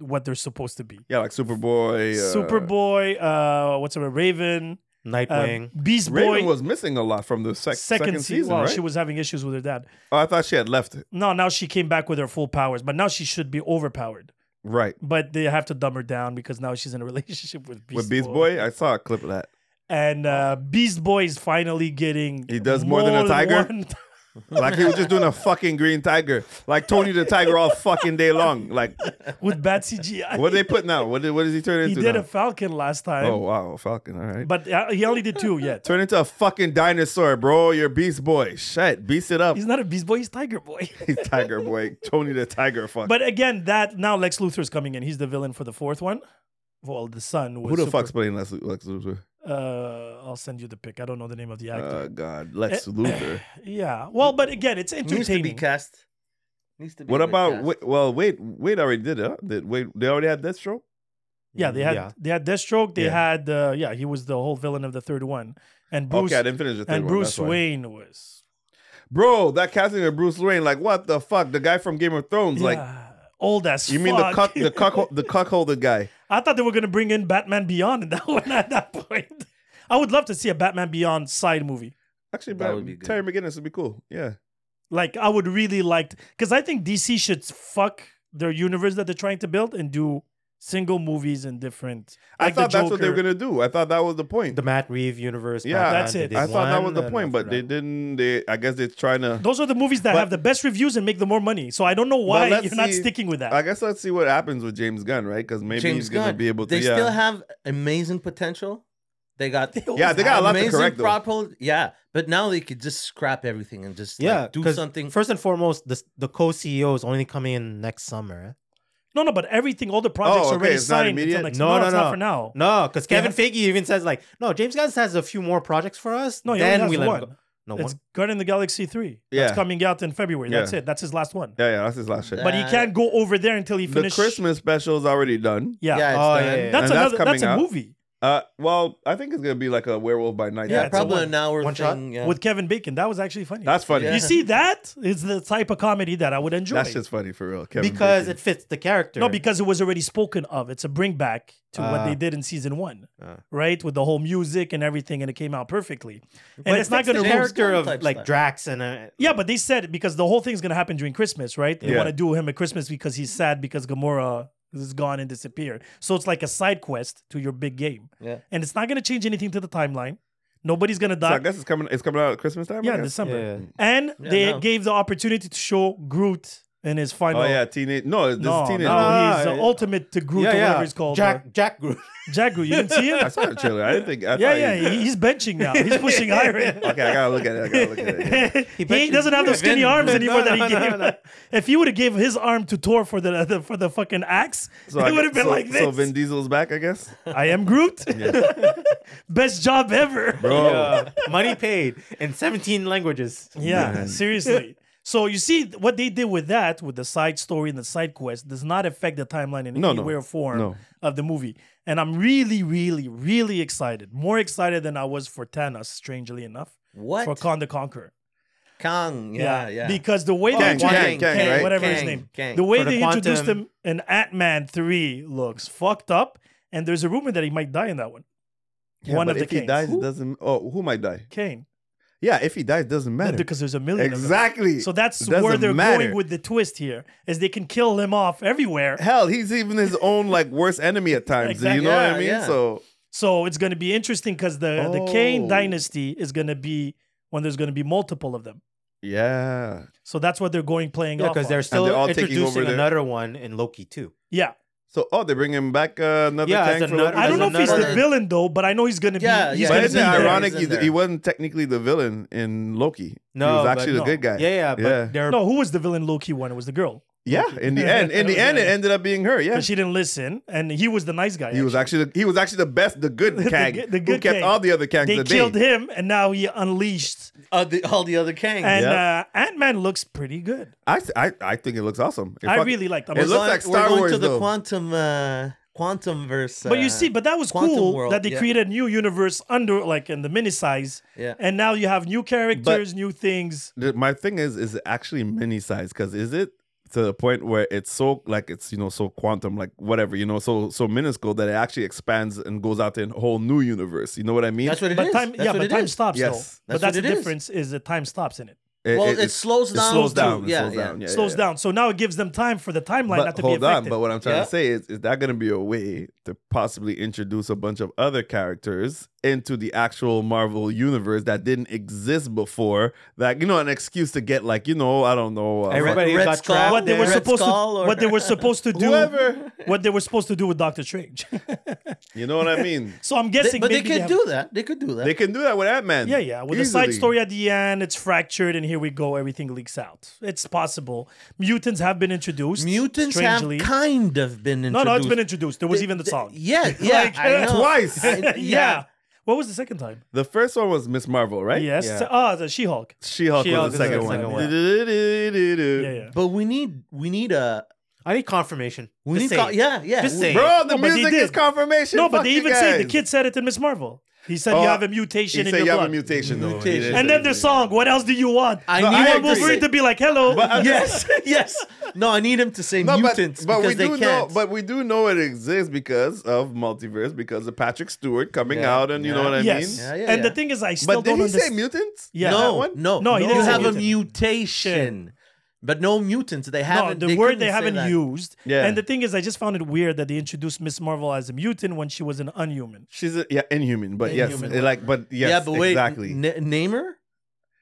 [SPEAKER 3] what they're supposed to be.
[SPEAKER 2] Yeah, like Superboy. Uh,
[SPEAKER 3] Superboy, uh, what's her Raven, uh,
[SPEAKER 4] Nightwing.
[SPEAKER 3] Beast
[SPEAKER 2] Raven
[SPEAKER 3] Boy.
[SPEAKER 2] was missing a lot from the sec- second,
[SPEAKER 3] se-
[SPEAKER 2] season,
[SPEAKER 3] well,
[SPEAKER 2] right?
[SPEAKER 3] she was having issues with her dad.
[SPEAKER 2] oh, I thought she had left it.
[SPEAKER 3] No, now she came back with her full powers, but now she should be overpowered.
[SPEAKER 2] Right.
[SPEAKER 3] But they have to dumb her down because now she's in a relationship with Beast,
[SPEAKER 2] With Beast Boy, I saw a clip of that.
[SPEAKER 3] and uh, Beast Boy is finally getting.
[SPEAKER 2] He does more than a tiger?
[SPEAKER 3] one-
[SPEAKER 2] Like he was just doing a fucking green tiger, like Tony the Tiger all fucking day long. Like
[SPEAKER 3] with bad CGI.
[SPEAKER 2] what are they putting out? What did, what does he turn
[SPEAKER 3] he
[SPEAKER 2] into?
[SPEAKER 3] did
[SPEAKER 2] now?
[SPEAKER 3] a Falcon last time,
[SPEAKER 2] oh wow, Falcon. All right.
[SPEAKER 3] but uh, he only did two yet.
[SPEAKER 2] Turn into a fucking dinosaur, bro. You're Beast Boy. Shit, beast it up.
[SPEAKER 3] He's not a Beast Boy; he's Tiger Boy.
[SPEAKER 2] He's Tiger Boy. Tony the Tiger. Fuck.
[SPEAKER 3] but again, that now Lex Luthor's coming in. He's the villain for the fourth one. Well, the son. Was
[SPEAKER 2] Who the
[SPEAKER 3] super-
[SPEAKER 2] fuck's playing Lex, Lex Luthor?
[SPEAKER 3] Uh, I'll send you the pic. I Eh, don't know the name of the actor.
[SPEAKER 2] Uh, God, Lex Luthor.
[SPEAKER 3] yeah. Well, but again, it's
[SPEAKER 1] Needs to be
[SPEAKER 3] entertaining.
[SPEAKER 1] cast. Needs to be
[SPEAKER 2] What about?
[SPEAKER 1] recast.
[SPEAKER 2] Wait, well, wait, wait. Already did it. Huh? Did wait? They already had Deathstroke.
[SPEAKER 3] Yeah, they had they had Deathstroke. They
[SPEAKER 2] Yeah.
[SPEAKER 3] had uh, yeah, he was the whole villain of the third one, and Bruce
[SPEAKER 2] okay, I didn't finish the third
[SPEAKER 3] and
[SPEAKER 2] one,
[SPEAKER 3] Bruce
[SPEAKER 2] that's why.
[SPEAKER 3] Wayne was
[SPEAKER 2] Bro, that casting of Bruce Wayne, like what the fuck? The guy from Game of Thrones, like
[SPEAKER 3] yeah, old as
[SPEAKER 2] you mean the
[SPEAKER 3] fuck.
[SPEAKER 2] cuck, the cuck, the cuckolded guy?
[SPEAKER 3] I thought they were gonna bring in Batman Beyond in that one at that point. I would love to see a Batman Beyond side movie.
[SPEAKER 2] Actually,
[SPEAKER 1] That
[SPEAKER 2] but
[SPEAKER 1] would be good.
[SPEAKER 2] Terry McGinnis would be cool. Yeah,
[SPEAKER 3] Like I would really like because I think DC should fuck their universe that they're trying to build and do single movies and different.
[SPEAKER 2] I
[SPEAKER 3] Like the
[SPEAKER 2] thought that's what they were
[SPEAKER 3] Joker.
[SPEAKER 2] gonna do. I thought that was the point.
[SPEAKER 4] the Matt Reeve universe.
[SPEAKER 2] Yeah,
[SPEAKER 4] Batman,
[SPEAKER 3] That's
[SPEAKER 4] they
[SPEAKER 3] it.
[SPEAKER 4] did
[SPEAKER 2] I thought that was
[SPEAKER 4] one,
[SPEAKER 2] the
[SPEAKER 4] and
[SPEAKER 2] point, but
[SPEAKER 4] after
[SPEAKER 2] they
[SPEAKER 4] that-
[SPEAKER 2] didn't. They, I guess they're trying to.
[SPEAKER 3] Those are the movies that
[SPEAKER 2] But-
[SPEAKER 3] have the best reviews and make the more money. So I don't know why
[SPEAKER 2] let's
[SPEAKER 3] you're not
[SPEAKER 2] see-
[SPEAKER 3] sticking with that.
[SPEAKER 2] I guess let's see what happens with James Gunn, right? Because maybe
[SPEAKER 1] James
[SPEAKER 2] he's gonna
[SPEAKER 1] Gunn.
[SPEAKER 2] be able to.
[SPEAKER 1] They
[SPEAKER 2] yeah.
[SPEAKER 1] still have amazing potential. They got
[SPEAKER 2] yeah, they got a lot to
[SPEAKER 1] amazing
[SPEAKER 2] correct. though.
[SPEAKER 1] propo- yeah, but now they could just scrap everything and just yeah
[SPEAKER 4] yeah,
[SPEAKER 1] do
[SPEAKER 4] 'cause
[SPEAKER 1] something.
[SPEAKER 4] First and foremost, the the co CEO is only coming in next summer.
[SPEAKER 3] No, no, but everything, all the projects
[SPEAKER 2] Oh, okay,
[SPEAKER 3] are already
[SPEAKER 2] it's not
[SPEAKER 3] signed.
[SPEAKER 2] immediate?
[SPEAKER 3] Until next,
[SPEAKER 4] No,
[SPEAKER 3] no,
[SPEAKER 4] no,
[SPEAKER 3] it's
[SPEAKER 4] no.
[SPEAKER 3] not for now.
[SPEAKER 4] No, because
[SPEAKER 3] They
[SPEAKER 4] Kevin
[SPEAKER 3] ha-
[SPEAKER 4] Feige even says like, no, James Gunn has a few more projects for us.
[SPEAKER 3] No, he
[SPEAKER 4] then
[SPEAKER 3] only
[SPEAKER 4] we
[SPEAKER 3] has
[SPEAKER 4] let him
[SPEAKER 3] one.
[SPEAKER 4] go. No
[SPEAKER 3] it's
[SPEAKER 4] one.
[SPEAKER 3] Guardian of the Galaxy 3.
[SPEAKER 2] Yeah.
[SPEAKER 3] That's coming out in February. That's
[SPEAKER 2] Yeah.
[SPEAKER 3] it. That's his last one.
[SPEAKER 2] Yeah, yeah, that's his last shit.
[SPEAKER 1] That-
[SPEAKER 3] But he can't go over there until he
[SPEAKER 2] the
[SPEAKER 3] finishes.
[SPEAKER 2] Christmas special is already done.
[SPEAKER 3] Yeah.
[SPEAKER 1] Yeah,
[SPEAKER 4] Oh,
[SPEAKER 1] it's done.
[SPEAKER 4] yeah, yeah.
[SPEAKER 3] That's
[SPEAKER 2] And that's
[SPEAKER 3] another,
[SPEAKER 2] coming
[SPEAKER 3] that's, a
[SPEAKER 2] out.
[SPEAKER 3] movie
[SPEAKER 2] Uh, well, I think it's gonna be like a Werewolf by Night.
[SPEAKER 3] Yeah,
[SPEAKER 2] type
[SPEAKER 3] it's a
[SPEAKER 2] of-
[SPEAKER 1] probably
[SPEAKER 3] one-
[SPEAKER 1] an hour
[SPEAKER 4] one
[SPEAKER 1] thing.
[SPEAKER 4] shot.
[SPEAKER 1] Yeah.
[SPEAKER 3] with Kevin Bacon. That was actually funny.
[SPEAKER 2] that's funny.
[SPEAKER 1] Yeah.
[SPEAKER 3] You see, that is the type of comedy that I would enjoy.
[SPEAKER 2] That's just funny for real, Kevin
[SPEAKER 4] because
[SPEAKER 2] Bacon.
[SPEAKER 4] it fits the character.
[SPEAKER 3] no, because it was already spoken of. It's a bring back to what
[SPEAKER 4] Ah.
[SPEAKER 3] they did in season one,
[SPEAKER 4] Ah.
[SPEAKER 3] right? With the whole music and everything, and it came out perfectly. And
[SPEAKER 4] but
[SPEAKER 3] it's not going
[SPEAKER 4] the
[SPEAKER 3] to
[SPEAKER 1] James
[SPEAKER 4] character
[SPEAKER 1] Gunn
[SPEAKER 4] of
[SPEAKER 1] type
[SPEAKER 4] like
[SPEAKER 1] stuff.
[SPEAKER 4] Drax and uh,
[SPEAKER 3] Yeah, but they said it because the whole thing's gonna happen during Christmas, right? They
[SPEAKER 2] Yeah.
[SPEAKER 3] want to do him at Christmas because he's sad because Gamora is gone and disappeared. So it's like a side quest to your big game,
[SPEAKER 1] Yeah.
[SPEAKER 3] and it's not gonna change anything to the timeline. Nobody's gonna
[SPEAKER 2] So I
[SPEAKER 3] die.
[SPEAKER 2] guess it's coming. It's coming out at Christmas time. I
[SPEAKER 3] yeah,
[SPEAKER 2] guess?
[SPEAKER 3] December,
[SPEAKER 4] Yeah.
[SPEAKER 3] and they
[SPEAKER 1] no.
[SPEAKER 3] gave the opportunity to show Groot in his final.
[SPEAKER 2] Oh yeah, teenage. No, this
[SPEAKER 3] No,
[SPEAKER 2] is
[SPEAKER 3] no,
[SPEAKER 2] teenage. Ah,
[SPEAKER 4] No,
[SPEAKER 3] he's
[SPEAKER 4] no,
[SPEAKER 3] the
[SPEAKER 4] no.
[SPEAKER 3] ultimate to Groot,
[SPEAKER 4] yeah,
[SPEAKER 3] or
[SPEAKER 4] yeah.
[SPEAKER 3] whatever he's called.
[SPEAKER 4] Jack
[SPEAKER 3] uh,
[SPEAKER 4] Jack Groot.
[SPEAKER 3] Jack Groot. You didn't see
[SPEAKER 2] I
[SPEAKER 3] it?
[SPEAKER 2] saw the trailer. I didn't think. I
[SPEAKER 3] yeah,
[SPEAKER 2] thought
[SPEAKER 3] yeah.
[SPEAKER 2] he-
[SPEAKER 3] he- He's benching now. He's pushing iron.
[SPEAKER 2] Okay, I gotta look at it. I gotta look at it. yeah.
[SPEAKER 3] he,
[SPEAKER 4] benches-
[SPEAKER 3] doesn't have those skinny arms
[SPEAKER 4] No,
[SPEAKER 3] anymore that he
[SPEAKER 4] no, no,
[SPEAKER 3] gave.
[SPEAKER 4] no.
[SPEAKER 3] If he would have gave his arm to Thor for the, the for the fucking axe,
[SPEAKER 2] I
[SPEAKER 3] it would have
[SPEAKER 2] guess-
[SPEAKER 3] been
[SPEAKER 2] so-
[SPEAKER 3] like this.
[SPEAKER 2] So Vin Diesel's back, I guess.
[SPEAKER 3] I am Groot. Best job ever.
[SPEAKER 2] Bro,
[SPEAKER 4] Uh, money paid in 17 languages.
[SPEAKER 3] Yeah, seriously. So you see what they did with that, with the side story and the side quest, does not affect the timeline in
[SPEAKER 2] No,
[SPEAKER 3] any
[SPEAKER 2] no.
[SPEAKER 3] way or form
[SPEAKER 2] No.
[SPEAKER 3] of the movie. And I'm really, really, really excited. More excited than I was for Thanos, strangely enough,
[SPEAKER 1] What
[SPEAKER 3] for Khan the Conqueror.
[SPEAKER 1] Kang? Yeah, yeah.
[SPEAKER 3] Because the way
[SPEAKER 2] Kang,
[SPEAKER 3] they
[SPEAKER 2] Kang, Kang, right?
[SPEAKER 3] whatever his
[SPEAKER 1] Kang,
[SPEAKER 3] name,
[SPEAKER 1] Kang.
[SPEAKER 3] the way
[SPEAKER 4] For the
[SPEAKER 3] they introduced
[SPEAKER 4] quantum-
[SPEAKER 3] him in Ant Man three looks fucked up, and there's a rumor that he might die in that one.
[SPEAKER 2] Yeah,
[SPEAKER 3] one
[SPEAKER 2] but
[SPEAKER 3] of the
[SPEAKER 2] if he
[SPEAKER 3] kings.
[SPEAKER 2] dies, it
[SPEAKER 3] Who?
[SPEAKER 2] doesn't. Oh, who might die?
[SPEAKER 3] Kane,
[SPEAKER 2] Yeah, if he dies, it doesn't matter.
[SPEAKER 3] because there's a million. of them.
[SPEAKER 2] exactly.
[SPEAKER 3] So that's
[SPEAKER 2] Doesn't
[SPEAKER 3] where they're
[SPEAKER 2] matter.
[SPEAKER 3] going with the twist here, is they can kill him off everywhere.
[SPEAKER 2] Hell, he's even his own like worst enemy at times. You
[SPEAKER 3] Exactly.
[SPEAKER 2] know what
[SPEAKER 1] Yeah,
[SPEAKER 2] I mean?
[SPEAKER 1] yeah.
[SPEAKER 2] So
[SPEAKER 3] So it's going to be interesting because the the Kane
[SPEAKER 2] Oh.
[SPEAKER 3] dynasty is going to be when there's going to be multiple of them.
[SPEAKER 2] yeah,
[SPEAKER 3] So that's what they're going playing
[SPEAKER 4] Yeah,
[SPEAKER 3] off.
[SPEAKER 4] because
[SPEAKER 3] on.
[SPEAKER 4] they're still
[SPEAKER 2] they're all taking over
[SPEAKER 4] introducing
[SPEAKER 2] the-
[SPEAKER 4] another one in Loki too.
[SPEAKER 3] yeah.
[SPEAKER 2] So oh, they bring him back uh, another
[SPEAKER 4] Yeah,
[SPEAKER 2] Kang
[SPEAKER 4] as
[SPEAKER 2] for
[SPEAKER 4] another-
[SPEAKER 2] Loki?
[SPEAKER 3] I don't know if he's the
[SPEAKER 1] another-
[SPEAKER 3] villain though, but I know he's going to be.
[SPEAKER 1] Yeah,
[SPEAKER 3] he's
[SPEAKER 1] yeah.
[SPEAKER 2] But
[SPEAKER 3] gonna
[SPEAKER 1] He's
[SPEAKER 2] isn't it
[SPEAKER 1] in
[SPEAKER 3] be there.
[SPEAKER 1] there.
[SPEAKER 2] ironic?
[SPEAKER 1] He's
[SPEAKER 2] He,
[SPEAKER 1] in there.
[SPEAKER 2] he wasn't technically the villain in Loki.
[SPEAKER 4] No,
[SPEAKER 2] he was
[SPEAKER 4] but
[SPEAKER 2] actually the
[SPEAKER 3] no.
[SPEAKER 2] good guy.
[SPEAKER 4] Yeah, yeah, but
[SPEAKER 2] Yeah.
[SPEAKER 4] they're
[SPEAKER 3] No, who was the villain Loki one? It was the girl.
[SPEAKER 2] Yeah, in the end, in the end, it ended up being her. Yeah,
[SPEAKER 3] But she didn't listen, and he was the nice guy.
[SPEAKER 2] he was actually the, he was actually the best, the good
[SPEAKER 3] The
[SPEAKER 2] Kang,
[SPEAKER 3] good- the
[SPEAKER 2] who
[SPEAKER 3] good
[SPEAKER 2] kept
[SPEAKER 3] Kang.
[SPEAKER 2] all the other Kangs.
[SPEAKER 3] They
[SPEAKER 2] at bay.
[SPEAKER 3] killed him, and now he unleashed.
[SPEAKER 1] Uh, the, all the other Kangs.
[SPEAKER 3] And
[SPEAKER 2] Yep.
[SPEAKER 3] uh, Ant Man looks pretty good.
[SPEAKER 2] I, I I think it looks awesome. It
[SPEAKER 3] I
[SPEAKER 2] fuck-
[SPEAKER 3] really liked. I'm
[SPEAKER 2] it
[SPEAKER 3] like,
[SPEAKER 1] We're
[SPEAKER 2] looks
[SPEAKER 1] going-
[SPEAKER 2] like Star
[SPEAKER 1] we're going
[SPEAKER 2] Wars,
[SPEAKER 1] to the
[SPEAKER 2] though.
[SPEAKER 1] quantum uh, quantum verse.
[SPEAKER 3] but
[SPEAKER 1] uh,
[SPEAKER 3] you see, but that was
[SPEAKER 1] Quantum
[SPEAKER 3] cool
[SPEAKER 1] World,
[SPEAKER 3] that they
[SPEAKER 1] yeah.
[SPEAKER 3] created a new universe under like in the mini size,
[SPEAKER 1] yeah.
[SPEAKER 3] and now you have new characters, new things.
[SPEAKER 2] The- my thing is is it actually mini size because is it to the point where it's so like it's you know so quantum like whatever you know so so minuscule that it actually expands and goes out in a whole new universe. You know what I mean?
[SPEAKER 1] That's what it is.
[SPEAKER 3] But time,
[SPEAKER 1] That's
[SPEAKER 3] yeah,
[SPEAKER 1] what
[SPEAKER 3] but
[SPEAKER 1] it
[SPEAKER 3] time
[SPEAKER 1] is.
[SPEAKER 3] stops
[SPEAKER 2] Yes. That's
[SPEAKER 3] though. But
[SPEAKER 1] what
[SPEAKER 3] that's the
[SPEAKER 1] it is.
[SPEAKER 3] difference is the time stops in it.
[SPEAKER 2] It-
[SPEAKER 1] Well,
[SPEAKER 2] it-
[SPEAKER 1] it,
[SPEAKER 2] it's-
[SPEAKER 1] slows
[SPEAKER 2] it
[SPEAKER 1] down.
[SPEAKER 2] slows
[SPEAKER 1] too.
[SPEAKER 2] down. It
[SPEAKER 1] Yeah,
[SPEAKER 2] slows
[SPEAKER 1] yeah.
[SPEAKER 2] down. Yeah,
[SPEAKER 3] It slows
[SPEAKER 2] yeah.
[SPEAKER 3] down, so now it gives them time for the timeline
[SPEAKER 2] but
[SPEAKER 3] not to be
[SPEAKER 2] hold
[SPEAKER 3] affected.
[SPEAKER 2] on. But what I'm trying
[SPEAKER 1] Yeah.
[SPEAKER 2] to say is, is that going to be a way to possibly introduce a bunch of other characters into the actual Marvel universe that didn't exist before? That you know, an excuse to get like you know, I don't know, uh,
[SPEAKER 4] Everybody-
[SPEAKER 1] Red
[SPEAKER 4] got
[SPEAKER 1] Skull,
[SPEAKER 4] trapped
[SPEAKER 3] what they were
[SPEAKER 1] Red
[SPEAKER 3] supposed to,
[SPEAKER 1] Skull or-
[SPEAKER 3] what they were supposed to do,
[SPEAKER 2] whoever.
[SPEAKER 3] what they were supposed to do with Doctor Strange.
[SPEAKER 2] You know what I mean?
[SPEAKER 3] so I'm
[SPEAKER 1] They-
[SPEAKER 3] guessing,
[SPEAKER 1] but they
[SPEAKER 3] maybe
[SPEAKER 1] could
[SPEAKER 3] have-
[SPEAKER 1] do that. They could do that.
[SPEAKER 2] They can do that with Ant Man.
[SPEAKER 3] Yeah, yeah. With the side story at the end, it's fractured, and here we go. Everything leaks out. It's possible. Mutants have been introduced.
[SPEAKER 1] Mutants
[SPEAKER 3] strangely.
[SPEAKER 1] have kind of been introduced.
[SPEAKER 3] no, no, it's been introduced. There was
[SPEAKER 1] They-
[SPEAKER 3] even the
[SPEAKER 1] they-
[SPEAKER 3] song.
[SPEAKER 1] Yeah, yeah,
[SPEAKER 3] Like,
[SPEAKER 1] I know.
[SPEAKER 2] Twice.
[SPEAKER 1] I-
[SPEAKER 3] yeah.
[SPEAKER 1] yeah.
[SPEAKER 3] What was the second time?
[SPEAKER 2] The first one was Miss Marvel, right?
[SPEAKER 3] Yes.
[SPEAKER 4] Yeah.
[SPEAKER 3] Ah, the She-Hulk.
[SPEAKER 2] She Hulk
[SPEAKER 4] She-Hulk
[SPEAKER 2] was the second one.
[SPEAKER 4] one, yeah.
[SPEAKER 3] Yeah, yeah.
[SPEAKER 1] But we need we need a
[SPEAKER 4] I need confirmation.
[SPEAKER 1] we
[SPEAKER 4] Just
[SPEAKER 1] need
[SPEAKER 4] saying.
[SPEAKER 1] co- yeah yeah
[SPEAKER 4] Just
[SPEAKER 1] we-
[SPEAKER 4] saying.
[SPEAKER 2] Bro, the
[SPEAKER 3] No, but they
[SPEAKER 2] music is
[SPEAKER 3] did.
[SPEAKER 2] confirmation.
[SPEAKER 3] No, but
[SPEAKER 2] Fuck
[SPEAKER 3] they
[SPEAKER 2] you
[SPEAKER 3] even say the
[SPEAKER 2] guys.
[SPEAKER 3] kid said it in Miss Marvel. He said
[SPEAKER 2] Oh,
[SPEAKER 3] you have a mutation
[SPEAKER 2] He
[SPEAKER 3] in
[SPEAKER 2] said
[SPEAKER 3] your
[SPEAKER 2] you have
[SPEAKER 3] blood.
[SPEAKER 2] a mutation. though.
[SPEAKER 1] Mutation.
[SPEAKER 2] He didn't
[SPEAKER 3] and
[SPEAKER 2] say
[SPEAKER 3] then their song. What else do you want?
[SPEAKER 1] I
[SPEAKER 2] No,
[SPEAKER 1] need
[SPEAKER 2] I
[SPEAKER 1] him
[SPEAKER 3] want
[SPEAKER 2] agree.
[SPEAKER 1] to say,
[SPEAKER 3] Wolverine to be like, "Hello."
[SPEAKER 2] But- uh,
[SPEAKER 1] yes yes no I need him to say
[SPEAKER 2] No, but,
[SPEAKER 1] mutants
[SPEAKER 2] but we
[SPEAKER 1] because
[SPEAKER 2] do
[SPEAKER 1] they
[SPEAKER 2] know,
[SPEAKER 1] can't
[SPEAKER 2] but we do know it exists because of multiverse, because of Patrick Stewart coming
[SPEAKER 1] Yeah,
[SPEAKER 2] out, and you know
[SPEAKER 1] yeah.
[SPEAKER 2] what I mean.
[SPEAKER 3] yes.
[SPEAKER 1] Yeah, yeah,
[SPEAKER 3] and the
[SPEAKER 1] yeah.
[SPEAKER 3] thing is, I still
[SPEAKER 2] But did
[SPEAKER 3] don't
[SPEAKER 2] he say
[SPEAKER 3] understand.
[SPEAKER 2] mutants?
[SPEAKER 3] Yeah.
[SPEAKER 2] That
[SPEAKER 1] no
[SPEAKER 2] one?
[SPEAKER 1] no
[SPEAKER 3] No, he
[SPEAKER 1] you
[SPEAKER 3] didn't say
[SPEAKER 1] have a
[SPEAKER 3] mutant.
[SPEAKER 1] mutation but no mutants they
[SPEAKER 3] no,
[SPEAKER 1] haven't
[SPEAKER 3] the
[SPEAKER 1] they
[SPEAKER 3] word
[SPEAKER 1] couldn't
[SPEAKER 3] they
[SPEAKER 1] say
[SPEAKER 3] haven't
[SPEAKER 1] that.
[SPEAKER 3] used.
[SPEAKER 2] Yeah.
[SPEAKER 3] And the thing is, I just found it weird that they introduced Miss Marvel as a mutant when she was an unhuman.
[SPEAKER 2] She's a, yeah, inhuman, but yes,
[SPEAKER 1] Inhuman.
[SPEAKER 2] it like, but yes,
[SPEAKER 1] yeah but wait
[SPEAKER 2] exactly.
[SPEAKER 1] N- Namer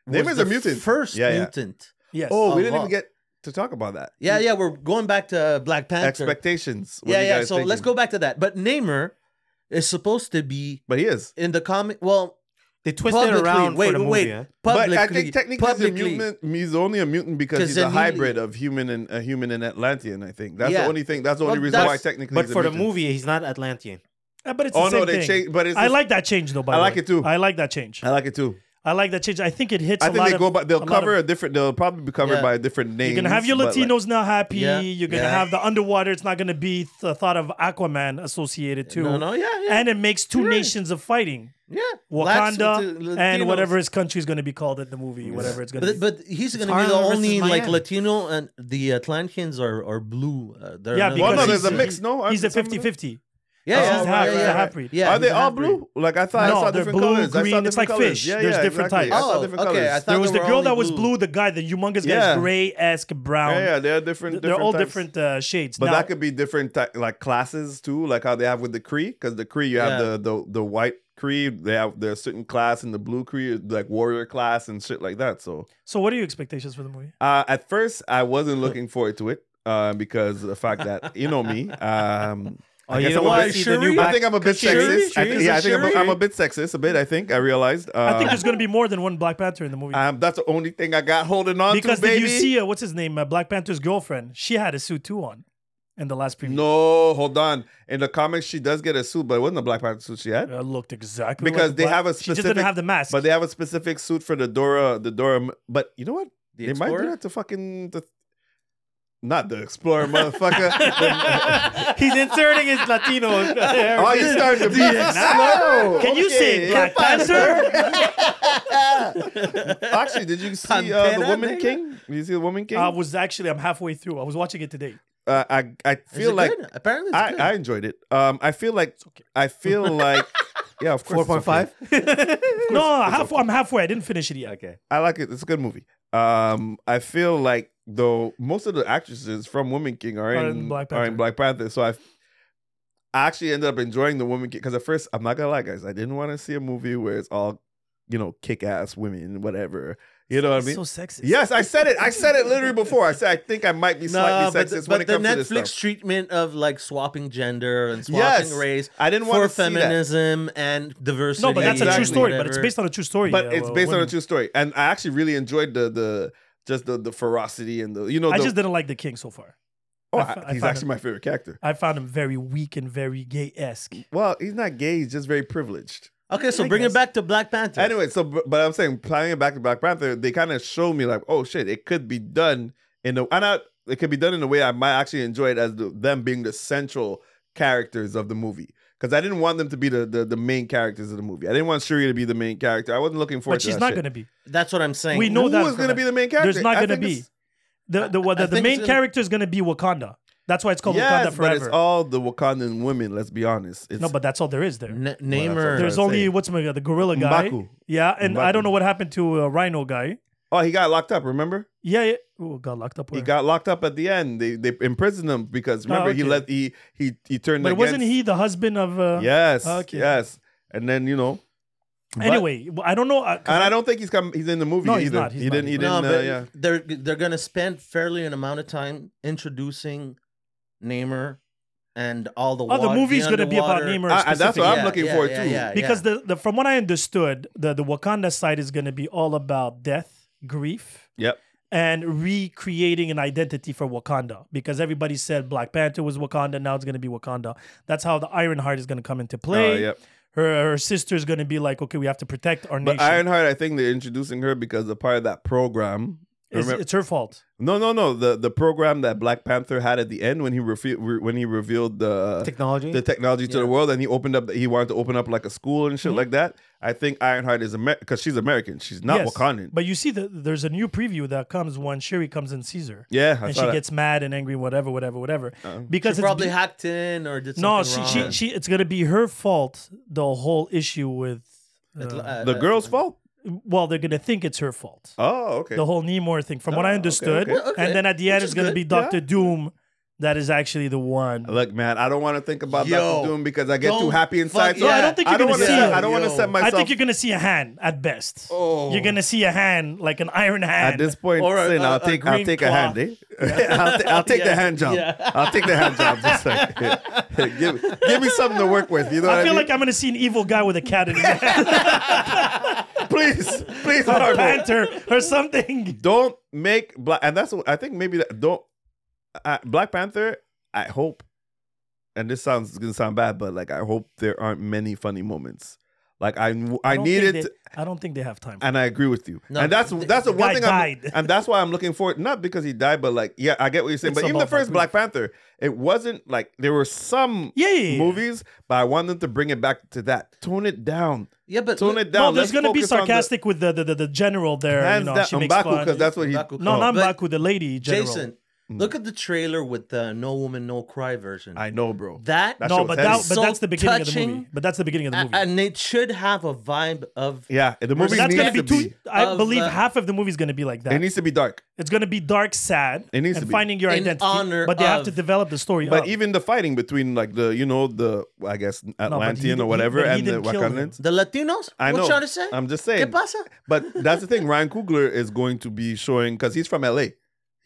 [SPEAKER 1] was
[SPEAKER 2] Namer's
[SPEAKER 1] the
[SPEAKER 2] a mutant.
[SPEAKER 1] first
[SPEAKER 2] Yeah, yeah.
[SPEAKER 1] mutant
[SPEAKER 3] Yes.
[SPEAKER 2] oh, we
[SPEAKER 1] a
[SPEAKER 2] didn't even
[SPEAKER 1] lot.
[SPEAKER 2] get to talk about that.
[SPEAKER 1] yeah yeah we're going back to Black Panther
[SPEAKER 2] Expectations. What
[SPEAKER 1] yeah
[SPEAKER 2] do you
[SPEAKER 1] yeah
[SPEAKER 2] guys
[SPEAKER 1] so let's
[SPEAKER 2] thinking?
[SPEAKER 1] go back to that but Namer is supposed to be
[SPEAKER 2] But he is.
[SPEAKER 1] in the comic well
[SPEAKER 4] They twisted it around
[SPEAKER 1] wait,
[SPEAKER 4] for the
[SPEAKER 1] wait,
[SPEAKER 4] movie. huh?
[SPEAKER 1] Publicly,
[SPEAKER 2] but I think technically
[SPEAKER 1] publicly,
[SPEAKER 2] he's a mutant. He's only a mutant because
[SPEAKER 1] 'Cause
[SPEAKER 2] he's a
[SPEAKER 1] then he-
[SPEAKER 2] hybrid of human and a human and Atlantean. I think that's
[SPEAKER 1] Yeah.
[SPEAKER 2] the only thing. That's the only
[SPEAKER 1] Well,
[SPEAKER 2] reason why
[SPEAKER 1] that's-
[SPEAKER 2] technically.
[SPEAKER 4] But
[SPEAKER 2] he's a
[SPEAKER 4] for the
[SPEAKER 2] mutant.
[SPEAKER 4] movie, he's not Atlantean.
[SPEAKER 3] Uh, but it's
[SPEAKER 2] Oh
[SPEAKER 3] the same
[SPEAKER 2] no, they
[SPEAKER 3] thing.
[SPEAKER 2] changed. But it's
[SPEAKER 3] I
[SPEAKER 2] just-
[SPEAKER 3] like that change though. By
[SPEAKER 2] I
[SPEAKER 3] the
[SPEAKER 2] like
[SPEAKER 3] way.
[SPEAKER 2] it too.
[SPEAKER 3] I like that change.
[SPEAKER 2] I like it too.
[SPEAKER 3] I like that change. I think it hits.
[SPEAKER 2] I
[SPEAKER 3] a
[SPEAKER 2] think
[SPEAKER 3] lot
[SPEAKER 2] they
[SPEAKER 3] of,
[SPEAKER 2] go by.
[SPEAKER 3] a
[SPEAKER 2] They'll
[SPEAKER 3] lot
[SPEAKER 2] cover
[SPEAKER 3] of-
[SPEAKER 2] a different. They'll probably be covered
[SPEAKER 1] Yeah.
[SPEAKER 2] by a different name.
[SPEAKER 3] you're gonna have your Latinos now happy.
[SPEAKER 1] Yeah,
[SPEAKER 3] You're gonna
[SPEAKER 1] yeah.
[SPEAKER 3] have the underwater. It's not gonna be th- thought of Aquaman associated too.
[SPEAKER 1] No, no, yeah, yeah,
[SPEAKER 3] And it makes 2
[SPEAKER 1] You're right.
[SPEAKER 3] nations of fighting.
[SPEAKER 1] yeah. Blacks with
[SPEAKER 3] Wakanda
[SPEAKER 1] the
[SPEAKER 3] and
[SPEAKER 1] Latinos.
[SPEAKER 3] whatever his country is going to be called in the movie, whatever it's going to
[SPEAKER 1] But,
[SPEAKER 3] be.
[SPEAKER 1] but he's going to be
[SPEAKER 4] Harlem
[SPEAKER 1] the
[SPEAKER 4] versus
[SPEAKER 1] only like
[SPEAKER 4] Miami.
[SPEAKER 1] Latino, and the Atlanteans are are blue. Uh, they're
[SPEAKER 3] yeah,
[SPEAKER 1] not-
[SPEAKER 2] Well,
[SPEAKER 3] because
[SPEAKER 2] no, there's
[SPEAKER 3] he's-
[SPEAKER 2] a mix, no?
[SPEAKER 3] he's a
[SPEAKER 2] Aren't there some-
[SPEAKER 3] 50 50.
[SPEAKER 1] Yeah, yeah,
[SPEAKER 3] he's
[SPEAKER 1] yeah,
[SPEAKER 3] half,
[SPEAKER 1] yeah,
[SPEAKER 3] he's
[SPEAKER 1] yeah.
[SPEAKER 3] a half breed.
[SPEAKER 1] Yeah,
[SPEAKER 2] Are they
[SPEAKER 1] he's a
[SPEAKER 2] all
[SPEAKER 1] half breed.
[SPEAKER 2] blue? Like I thought.
[SPEAKER 3] No,
[SPEAKER 2] I saw
[SPEAKER 3] they're
[SPEAKER 2] different
[SPEAKER 3] blue,
[SPEAKER 2] colors. I saw
[SPEAKER 3] green, it's
[SPEAKER 2] different
[SPEAKER 3] like
[SPEAKER 2] colors.
[SPEAKER 3] fish.
[SPEAKER 2] Yeah,
[SPEAKER 3] There's
[SPEAKER 2] yeah,
[SPEAKER 3] different
[SPEAKER 2] exactly.
[SPEAKER 3] types.
[SPEAKER 2] I saw
[SPEAKER 1] Oh,
[SPEAKER 2] different
[SPEAKER 1] okay,
[SPEAKER 2] colors.
[SPEAKER 1] I thought-
[SPEAKER 3] There was
[SPEAKER 1] they
[SPEAKER 3] the
[SPEAKER 1] were
[SPEAKER 3] girl that
[SPEAKER 1] only
[SPEAKER 3] was
[SPEAKER 1] blue.
[SPEAKER 3] blue, the guy, the humongous guy
[SPEAKER 2] Yeah.
[SPEAKER 3] is gray esque brown.
[SPEAKER 2] yeah, yeah, they're different.
[SPEAKER 3] They're all
[SPEAKER 2] types.
[SPEAKER 3] different uh, shades.
[SPEAKER 2] But
[SPEAKER 3] now,
[SPEAKER 2] that could be different, ty- like classes too, like how they have with the Cree, because the Cree you have
[SPEAKER 1] Yeah.
[SPEAKER 2] the, the the white Cree, they have there's certain class, and the blue Cree is like warrior class and shit like that. So
[SPEAKER 3] so, what are your expectations for the movie?
[SPEAKER 2] uh, at first, I wasn't looking forward to it uh, because of the fact that you know me. Um,
[SPEAKER 4] Oh,
[SPEAKER 2] I
[SPEAKER 4] you
[SPEAKER 2] guess
[SPEAKER 4] don't
[SPEAKER 2] I'm a
[SPEAKER 1] why
[SPEAKER 4] want
[SPEAKER 2] bit-
[SPEAKER 4] to see the
[SPEAKER 1] Shuri?
[SPEAKER 4] new
[SPEAKER 2] I
[SPEAKER 4] back.
[SPEAKER 2] think I'm a bit
[SPEAKER 1] Shuri?
[SPEAKER 2] sexist. I
[SPEAKER 1] Shuri?
[SPEAKER 2] think,
[SPEAKER 1] Is
[SPEAKER 2] yeah,
[SPEAKER 1] it
[SPEAKER 2] I think I'm a,
[SPEAKER 1] Shuri?
[SPEAKER 2] I'm a bit sexist a bit. I think I realized. Uh,
[SPEAKER 3] I think there's going to be more than one Black Panther in the movie.
[SPEAKER 2] um, that's the only thing I got holding on
[SPEAKER 3] because
[SPEAKER 2] to, baby.
[SPEAKER 3] did you see uh, what's his name? Uh, Black Panther's girlfriend. She had a suit too on in the last preview.
[SPEAKER 2] no, hold on. In the comics, she does get a suit, but it wasn't a black panther suit she had.
[SPEAKER 3] It Uh, looked exactly like
[SPEAKER 2] Because
[SPEAKER 3] the
[SPEAKER 2] they
[SPEAKER 3] Black-
[SPEAKER 2] have a
[SPEAKER 3] She just didn't
[SPEAKER 2] specific-
[SPEAKER 3] have the mask.
[SPEAKER 2] But they have a specific suit for the Dora, the Dora. But you know what?
[SPEAKER 1] The
[SPEAKER 2] they might do
[SPEAKER 1] Explorer?
[SPEAKER 2] that to fucking the, not the Explorer, motherfucker.
[SPEAKER 4] He's inserting his Latino.
[SPEAKER 2] oh, you starting to be slow.
[SPEAKER 3] Can you
[SPEAKER 2] Okay.
[SPEAKER 3] say Black Panther?
[SPEAKER 2] Actually, did you see uh, the
[SPEAKER 1] Pantera, Uh,
[SPEAKER 2] Woman
[SPEAKER 1] nigga?
[SPEAKER 2] King? Did you see the Woman King?
[SPEAKER 3] I was actually, I'm halfway through. I was watching it today.
[SPEAKER 2] uh, I I
[SPEAKER 1] Is
[SPEAKER 2] feel
[SPEAKER 1] it
[SPEAKER 2] like
[SPEAKER 1] good? apparently it's
[SPEAKER 2] I,
[SPEAKER 1] good.
[SPEAKER 2] I enjoyed it. Um, I feel like
[SPEAKER 3] okay.
[SPEAKER 2] I feel like yeah, of course.
[SPEAKER 4] Four
[SPEAKER 2] it's okay.
[SPEAKER 4] point five.
[SPEAKER 3] No, half, I'm halfway. I didn't finish it yet.
[SPEAKER 4] Okay.
[SPEAKER 2] I like it. It's a good movie. Um, I feel like though most of the actresses from Woman King are in, are in Black Panther. so I, I actually ended up enjoying the Woman King because at first I'm not gonna lie, guys, I didn't want to see a movie where it's all, you know, kick ass women, whatever. You know what I mean?
[SPEAKER 3] So sexy.
[SPEAKER 2] yes, I said it. I said it literally before. I said I think I might be
[SPEAKER 1] No,
[SPEAKER 2] slightly
[SPEAKER 1] but,
[SPEAKER 2] sexist
[SPEAKER 1] the,
[SPEAKER 2] when
[SPEAKER 1] but
[SPEAKER 2] it
[SPEAKER 1] the
[SPEAKER 2] comes to this
[SPEAKER 1] Netflix
[SPEAKER 2] stuff.
[SPEAKER 1] treatment of like swapping gender and swapping
[SPEAKER 2] Yes,
[SPEAKER 1] race
[SPEAKER 2] I didn't want
[SPEAKER 1] for
[SPEAKER 2] to see that.
[SPEAKER 1] feminism and diversity.
[SPEAKER 3] No, but that's a true
[SPEAKER 2] Exactly.
[SPEAKER 3] story. But it's based on a true story.
[SPEAKER 2] But
[SPEAKER 3] uh,
[SPEAKER 2] it's
[SPEAKER 3] uh,
[SPEAKER 2] based on a
[SPEAKER 3] women.
[SPEAKER 2] true story, and I actually really enjoyed the the just the the ferocity and the you know.
[SPEAKER 3] I
[SPEAKER 2] the-
[SPEAKER 3] just didn't like the king so far.
[SPEAKER 2] oh,
[SPEAKER 3] I fo- I
[SPEAKER 2] he's
[SPEAKER 3] found
[SPEAKER 2] actually
[SPEAKER 3] him-
[SPEAKER 2] my favorite character.
[SPEAKER 3] I found him very weak and very gay esque.
[SPEAKER 2] Well, he's not gay. He's just very privileged.
[SPEAKER 1] Okay, so
[SPEAKER 3] I
[SPEAKER 1] bring it
[SPEAKER 3] guess.
[SPEAKER 1] back to Black Panther.
[SPEAKER 2] Anyway, so but, but I'm saying playing it back to Black Panther, they kind of showed me like, oh shit, it could be done in a and I, it could be done in a way I might actually enjoy it as the, them being the central characters of the movie. Because I didn't want them to be the, the the main characters of the movie. I didn't want Shuri to be the main character. I wasn't looking forward
[SPEAKER 3] But
[SPEAKER 2] to
[SPEAKER 3] she's
[SPEAKER 2] that
[SPEAKER 3] not
[SPEAKER 2] shit.
[SPEAKER 3] going to be.
[SPEAKER 1] that's what I'm saying.
[SPEAKER 3] We know
[SPEAKER 2] Who
[SPEAKER 3] that
[SPEAKER 2] is
[SPEAKER 3] for
[SPEAKER 2] going to
[SPEAKER 3] that.
[SPEAKER 2] be the main character?
[SPEAKER 3] There's not
[SPEAKER 2] I
[SPEAKER 3] going to
[SPEAKER 2] think
[SPEAKER 3] be.
[SPEAKER 2] it's-
[SPEAKER 3] The, the, the,
[SPEAKER 1] I
[SPEAKER 3] the
[SPEAKER 1] think
[SPEAKER 3] main
[SPEAKER 1] it's gonna-
[SPEAKER 3] character is going to be Wakanda. That's why it's called
[SPEAKER 2] Yes,
[SPEAKER 3] Wakanda
[SPEAKER 2] but it's
[SPEAKER 3] Forever.
[SPEAKER 2] all the Wakandan women. Let's be honest. It's,
[SPEAKER 3] no, but that's all there is there.
[SPEAKER 1] N- name her.
[SPEAKER 2] that's what I'm
[SPEAKER 3] There's
[SPEAKER 2] I'd
[SPEAKER 3] only
[SPEAKER 2] say.
[SPEAKER 3] what's my, the gorilla guy.
[SPEAKER 2] M'Baku.
[SPEAKER 3] Yeah, and I don't
[SPEAKER 2] M'Baku.
[SPEAKER 3] know what happened to uh, Rhino guy.
[SPEAKER 2] oh, he got locked up. Remember?
[SPEAKER 3] Yeah, yeah. Ooh, got locked up.
[SPEAKER 2] He
[SPEAKER 3] where?
[SPEAKER 2] got locked up at the end. They they imprisoned him because remember he
[SPEAKER 3] Oh, okay.
[SPEAKER 2] let he he he turned.
[SPEAKER 3] but wasn't
[SPEAKER 2] against-
[SPEAKER 3] he the husband of? Uh,
[SPEAKER 2] Yes.
[SPEAKER 3] Okay.
[SPEAKER 2] Yes. And then you know. but-
[SPEAKER 3] Anyway, well, I don't know. Uh, 'cause
[SPEAKER 2] and I don't think he's come. He's in the movie
[SPEAKER 3] No,
[SPEAKER 2] either.
[SPEAKER 3] he's not, he's
[SPEAKER 2] he
[SPEAKER 3] not,
[SPEAKER 2] didn't. He
[SPEAKER 3] he's
[SPEAKER 1] No,
[SPEAKER 2] didn't.
[SPEAKER 1] but
[SPEAKER 2] uh, yeah.
[SPEAKER 1] they're they're gonna spend fairly an amount of time introducing Namer and all the.
[SPEAKER 3] Oh, the movie's
[SPEAKER 1] going to
[SPEAKER 3] gonna be about Namor
[SPEAKER 2] I- I- that's what I'm
[SPEAKER 3] specifically.
[SPEAKER 2] looking forward to.
[SPEAKER 3] because the, the from what I understood, the the Wakanda side is going to be all about death, grief,
[SPEAKER 2] Yep.
[SPEAKER 3] and recreating an identity for Wakanda. Because everybody said Black Panther was Wakanda, now it's going to be Wakanda. That's how the Ironheart is going to come into play.
[SPEAKER 2] Uh, yep.
[SPEAKER 3] Her her sister is going to be like, okay, we have to protect our
[SPEAKER 2] But
[SPEAKER 3] nation.
[SPEAKER 2] Ironheart, I think they're introducing her because a part of that program.
[SPEAKER 3] it's,
[SPEAKER 2] remem-
[SPEAKER 3] it's her fault.
[SPEAKER 2] no, no, no. The the program that Black Panther had at the end when he refe- re- when he revealed the
[SPEAKER 4] Technology.
[SPEAKER 2] the technology to
[SPEAKER 1] Yeah. Mm-hmm.
[SPEAKER 2] the world and he opened up he wanted to open up like a school and shit
[SPEAKER 3] Mhm.
[SPEAKER 2] like that i think ironheart is american because she's american she's not
[SPEAKER 3] Yes,
[SPEAKER 2] wakandan
[SPEAKER 3] But you see, that there's a new preview that comes when Shiri comes in Caesar,
[SPEAKER 2] yeah I
[SPEAKER 3] and
[SPEAKER 2] saw
[SPEAKER 3] she
[SPEAKER 2] that.
[SPEAKER 3] gets mad and angry, whatever, whatever, whatever.
[SPEAKER 2] Uh-huh.
[SPEAKER 3] Because it's
[SPEAKER 1] probably
[SPEAKER 3] be-
[SPEAKER 1] hacked in or did
[SPEAKER 3] no, she,
[SPEAKER 1] something
[SPEAKER 3] she
[SPEAKER 1] wrong.
[SPEAKER 3] she it's gonna be her fault. The whole issue with
[SPEAKER 1] It-
[SPEAKER 3] uh,
[SPEAKER 1] uh,
[SPEAKER 2] the
[SPEAKER 1] uh,
[SPEAKER 2] girl's fault
[SPEAKER 3] well, they're gonna think it's her fault.
[SPEAKER 2] oh okay
[SPEAKER 3] The whole Namor thing, from what
[SPEAKER 2] Oh,
[SPEAKER 3] I
[SPEAKER 2] okay,
[SPEAKER 3] understood,
[SPEAKER 1] okay. Okay,
[SPEAKER 3] and then at the
[SPEAKER 1] which
[SPEAKER 3] end
[SPEAKER 1] is
[SPEAKER 3] it's gonna
[SPEAKER 1] good,
[SPEAKER 3] be Doctor Doom that is actually the one.
[SPEAKER 2] Look, man, I don't want to think about
[SPEAKER 1] Yo,
[SPEAKER 2] Doctor Doom because I get too
[SPEAKER 1] don't
[SPEAKER 2] happy inside.
[SPEAKER 1] fuck- No, I
[SPEAKER 3] don't think
[SPEAKER 2] I
[SPEAKER 3] you're
[SPEAKER 2] don't
[SPEAKER 3] gonna
[SPEAKER 2] wanna
[SPEAKER 3] see
[SPEAKER 2] set-
[SPEAKER 3] it.
[SPEAKER 2] I don't want to
[SPEAKER 1] Yo.
[SPEAKER 2] set
[SPEAKER 3] I
[SPEAKER 2] myself.
[SPEAKER 3] think you're gonna see a hand at best.
[SPEAKER 2] Oh.
[SPEAKER 3] You're gonna see a hand like an iron hand.
[SPEAKER 2] at this point,
[SPEAKER 1] Or a-
[SPEAKER 2] sin,
[SPEAKER 1] a-
[SPEAKER 2] I'll
[SPEAKER 1] a
[SPEAKER 2] take I'll
[SPEAKER 1] green
[SPEAKER 2] take a
[SPEAKER 1] claw.
[SPEAKER 2] hand. Eh? I'll, ta- I'll take the
[SPEAKER 1] Yeah.
[SPEAKER 2] hand job.
[SPEAKER 1] Yeah.
[SPEAKER 2] I'll take the hand job. Just like, give, give me something to work with. You know what
[SPEAKER 3] I feel
[SPEAKER 2] I mean?
[SPEAKER 3] like I'm gonna see an evil guy with a cat in his hand,
[SPEAKER 2] please, please,
[SPEAKER 3] a
[SPEAKER 2] Marvel,
[SPEAKER 3] panther or something.
[SPEAKER 2] don't make black. And that's what I think. Maybe that don't uh, Black Panther. I hope, and this sounds it's gonna sound bad, but like I hope there aren't many funny moments. Like I, I,
[SPEAKER 3] don't
[SPEAKER 2] needed.
[SPEAKER 3] think They, I don't think they have time. For
[SPEAKER 2] and I agree with you.
[SPEAKER 1] No,
[SPEAKER 2] and that's
[SPEAKER 1] th-
[SPEAKER 2] that's the
[SPEAKER 3] the
[SPEAKER 2] one
[SPEAKER 3] guy
[SPEAKER 2] thing. I'm,
[SPEAKER 3] died.
[SPEAKER 2] and that's why I'm looking forward. Not because he died, but like, yeah, I get what you're saying.
[SPEAKER 3] It's
[SPEAKER 2] but even the
[SPEAKER 3] about my
[SPEAKER 2] first
[SPEAKER 3] grief.
[SPEAKER 2] Black Panther, it wasn't like there were some
[SPEAKER 3] Yeah, yeah, yeah.
[SPEAKER 2] movies, but I wanted to bring it back to that. Tone it down.
[SPEAKER 1] yeah, but
[SPEAKER 2] Tone
[SPEAKER 1] look-
[SPEAKER 2] it
[SPEAKER 3] No,
[SPEAKER 2] down.
[SPEAKER 3] there's
[SPEAKER 2] Let's
[SPEAKER 3] gonna be
[SPEAKER 2] focus on the-
[SPEAKER 3] sarcastic with the, the, the, the general there.
[SPEAKER 2] Hands
[SPEAKER 3] you know,
[SPEAKER 2] down,
[SPEAKER 3] she makes
[SPEAKER 2] M'Baku,
[SPEAKER 3] fun.
[SPEAKER 2] because that's what he.
[SPEAKER 1] M'Baku.
[SPEAKER 3] No,
[SPEAKER 1] Oh.
[SPEAKER 3] not
[SPEAKER 1] But-
[SPEAKER 3] Baku, the lady general.
[SPEAKER 1] Jason, look at the
[SPEAKER 2] Mm.
[SPEAKER 1] trailer with the No Woman No Cry version.
[SPEAKER 2] I know, bro.
[SPEAKER 1] that
[SPEAKER 2] That
[SPEAKER 3] No,
[SPEAKER 2] shit was
[SPEAKER 3] but that,
[SPEAKER 2] heavy.
[SPEAKER 3] but
[SPEAKER 1] So
[SPEAKER 3] that's the beginning of the
[SPEAKER 1] touching.
[SPEAKER 3] movie. But that's the beginning of the
[SPEAKER 1] a-
[SPEAKER 3] movie.
[SPEAKER 1] and it should have a vibe of
[SPEAKER 2] yeah, the
[SPEAKER 3] But
[SPEAKER 2] movie
[SPEAKER 3] that's
[SPEAKER 2] needs
[SPEAKER 3] gonna
[SPEAKER 2] to
[SPEAKER 3] be too.
[SPEAKER 2] be.
[SPEAKER 3] I
[SPEAKER 1] of,
[SPEAKER 3] believe
[SPEAKER 1] uh,
[SPEAKER 3] half of the movie is gonna be like that.
[SPEAKER 2] It needs to be dark.
[SPEAKER 3] it's gonna be dark, sad,
[SPEAKER 2] It needs
[SPEAKER 3] and
[SPEAKER 2] to be.
[SPEAKER 3] finding your
[SPEAKER 1] In
[SPEAKER 3] identity.
[SPEAKER 1] honor
[SPEAKER 3] but they have
[SPEAKER 1] of-
[SPEAKER 3] to develop the story.
[SPEAKER 2] But
[SPEAKER 3] up.
[SPEAKER 2] even the fighting between like the you know the I guess Atlantean
[SPEAKER 3] didn't-
[SPEAKER 2] or
[SPEAKER 3] he-
[SPEAKER 2] whatever
[SPEAKER 3] but he
[SPEAKER 2] and the
[SPEAKER 3] didn't kill him.
[SPEAKER 2] Wakandans.
[SPEAKER 1] the Latinos.
[SPEAKER 2] I
[SPEAKER 1] What
[SPEAKER 2] know.
[SPEAKER 1] you trying to say?
[SPEAKER 2] I'm just
[SPEAKER 1] ¿Qué
[SPEAKER 2] saying.
[SPEAKER 1] pasa?
[SPEAKER 2] But that's the thing. Ryan Coogler is going to be showing because he's from LA.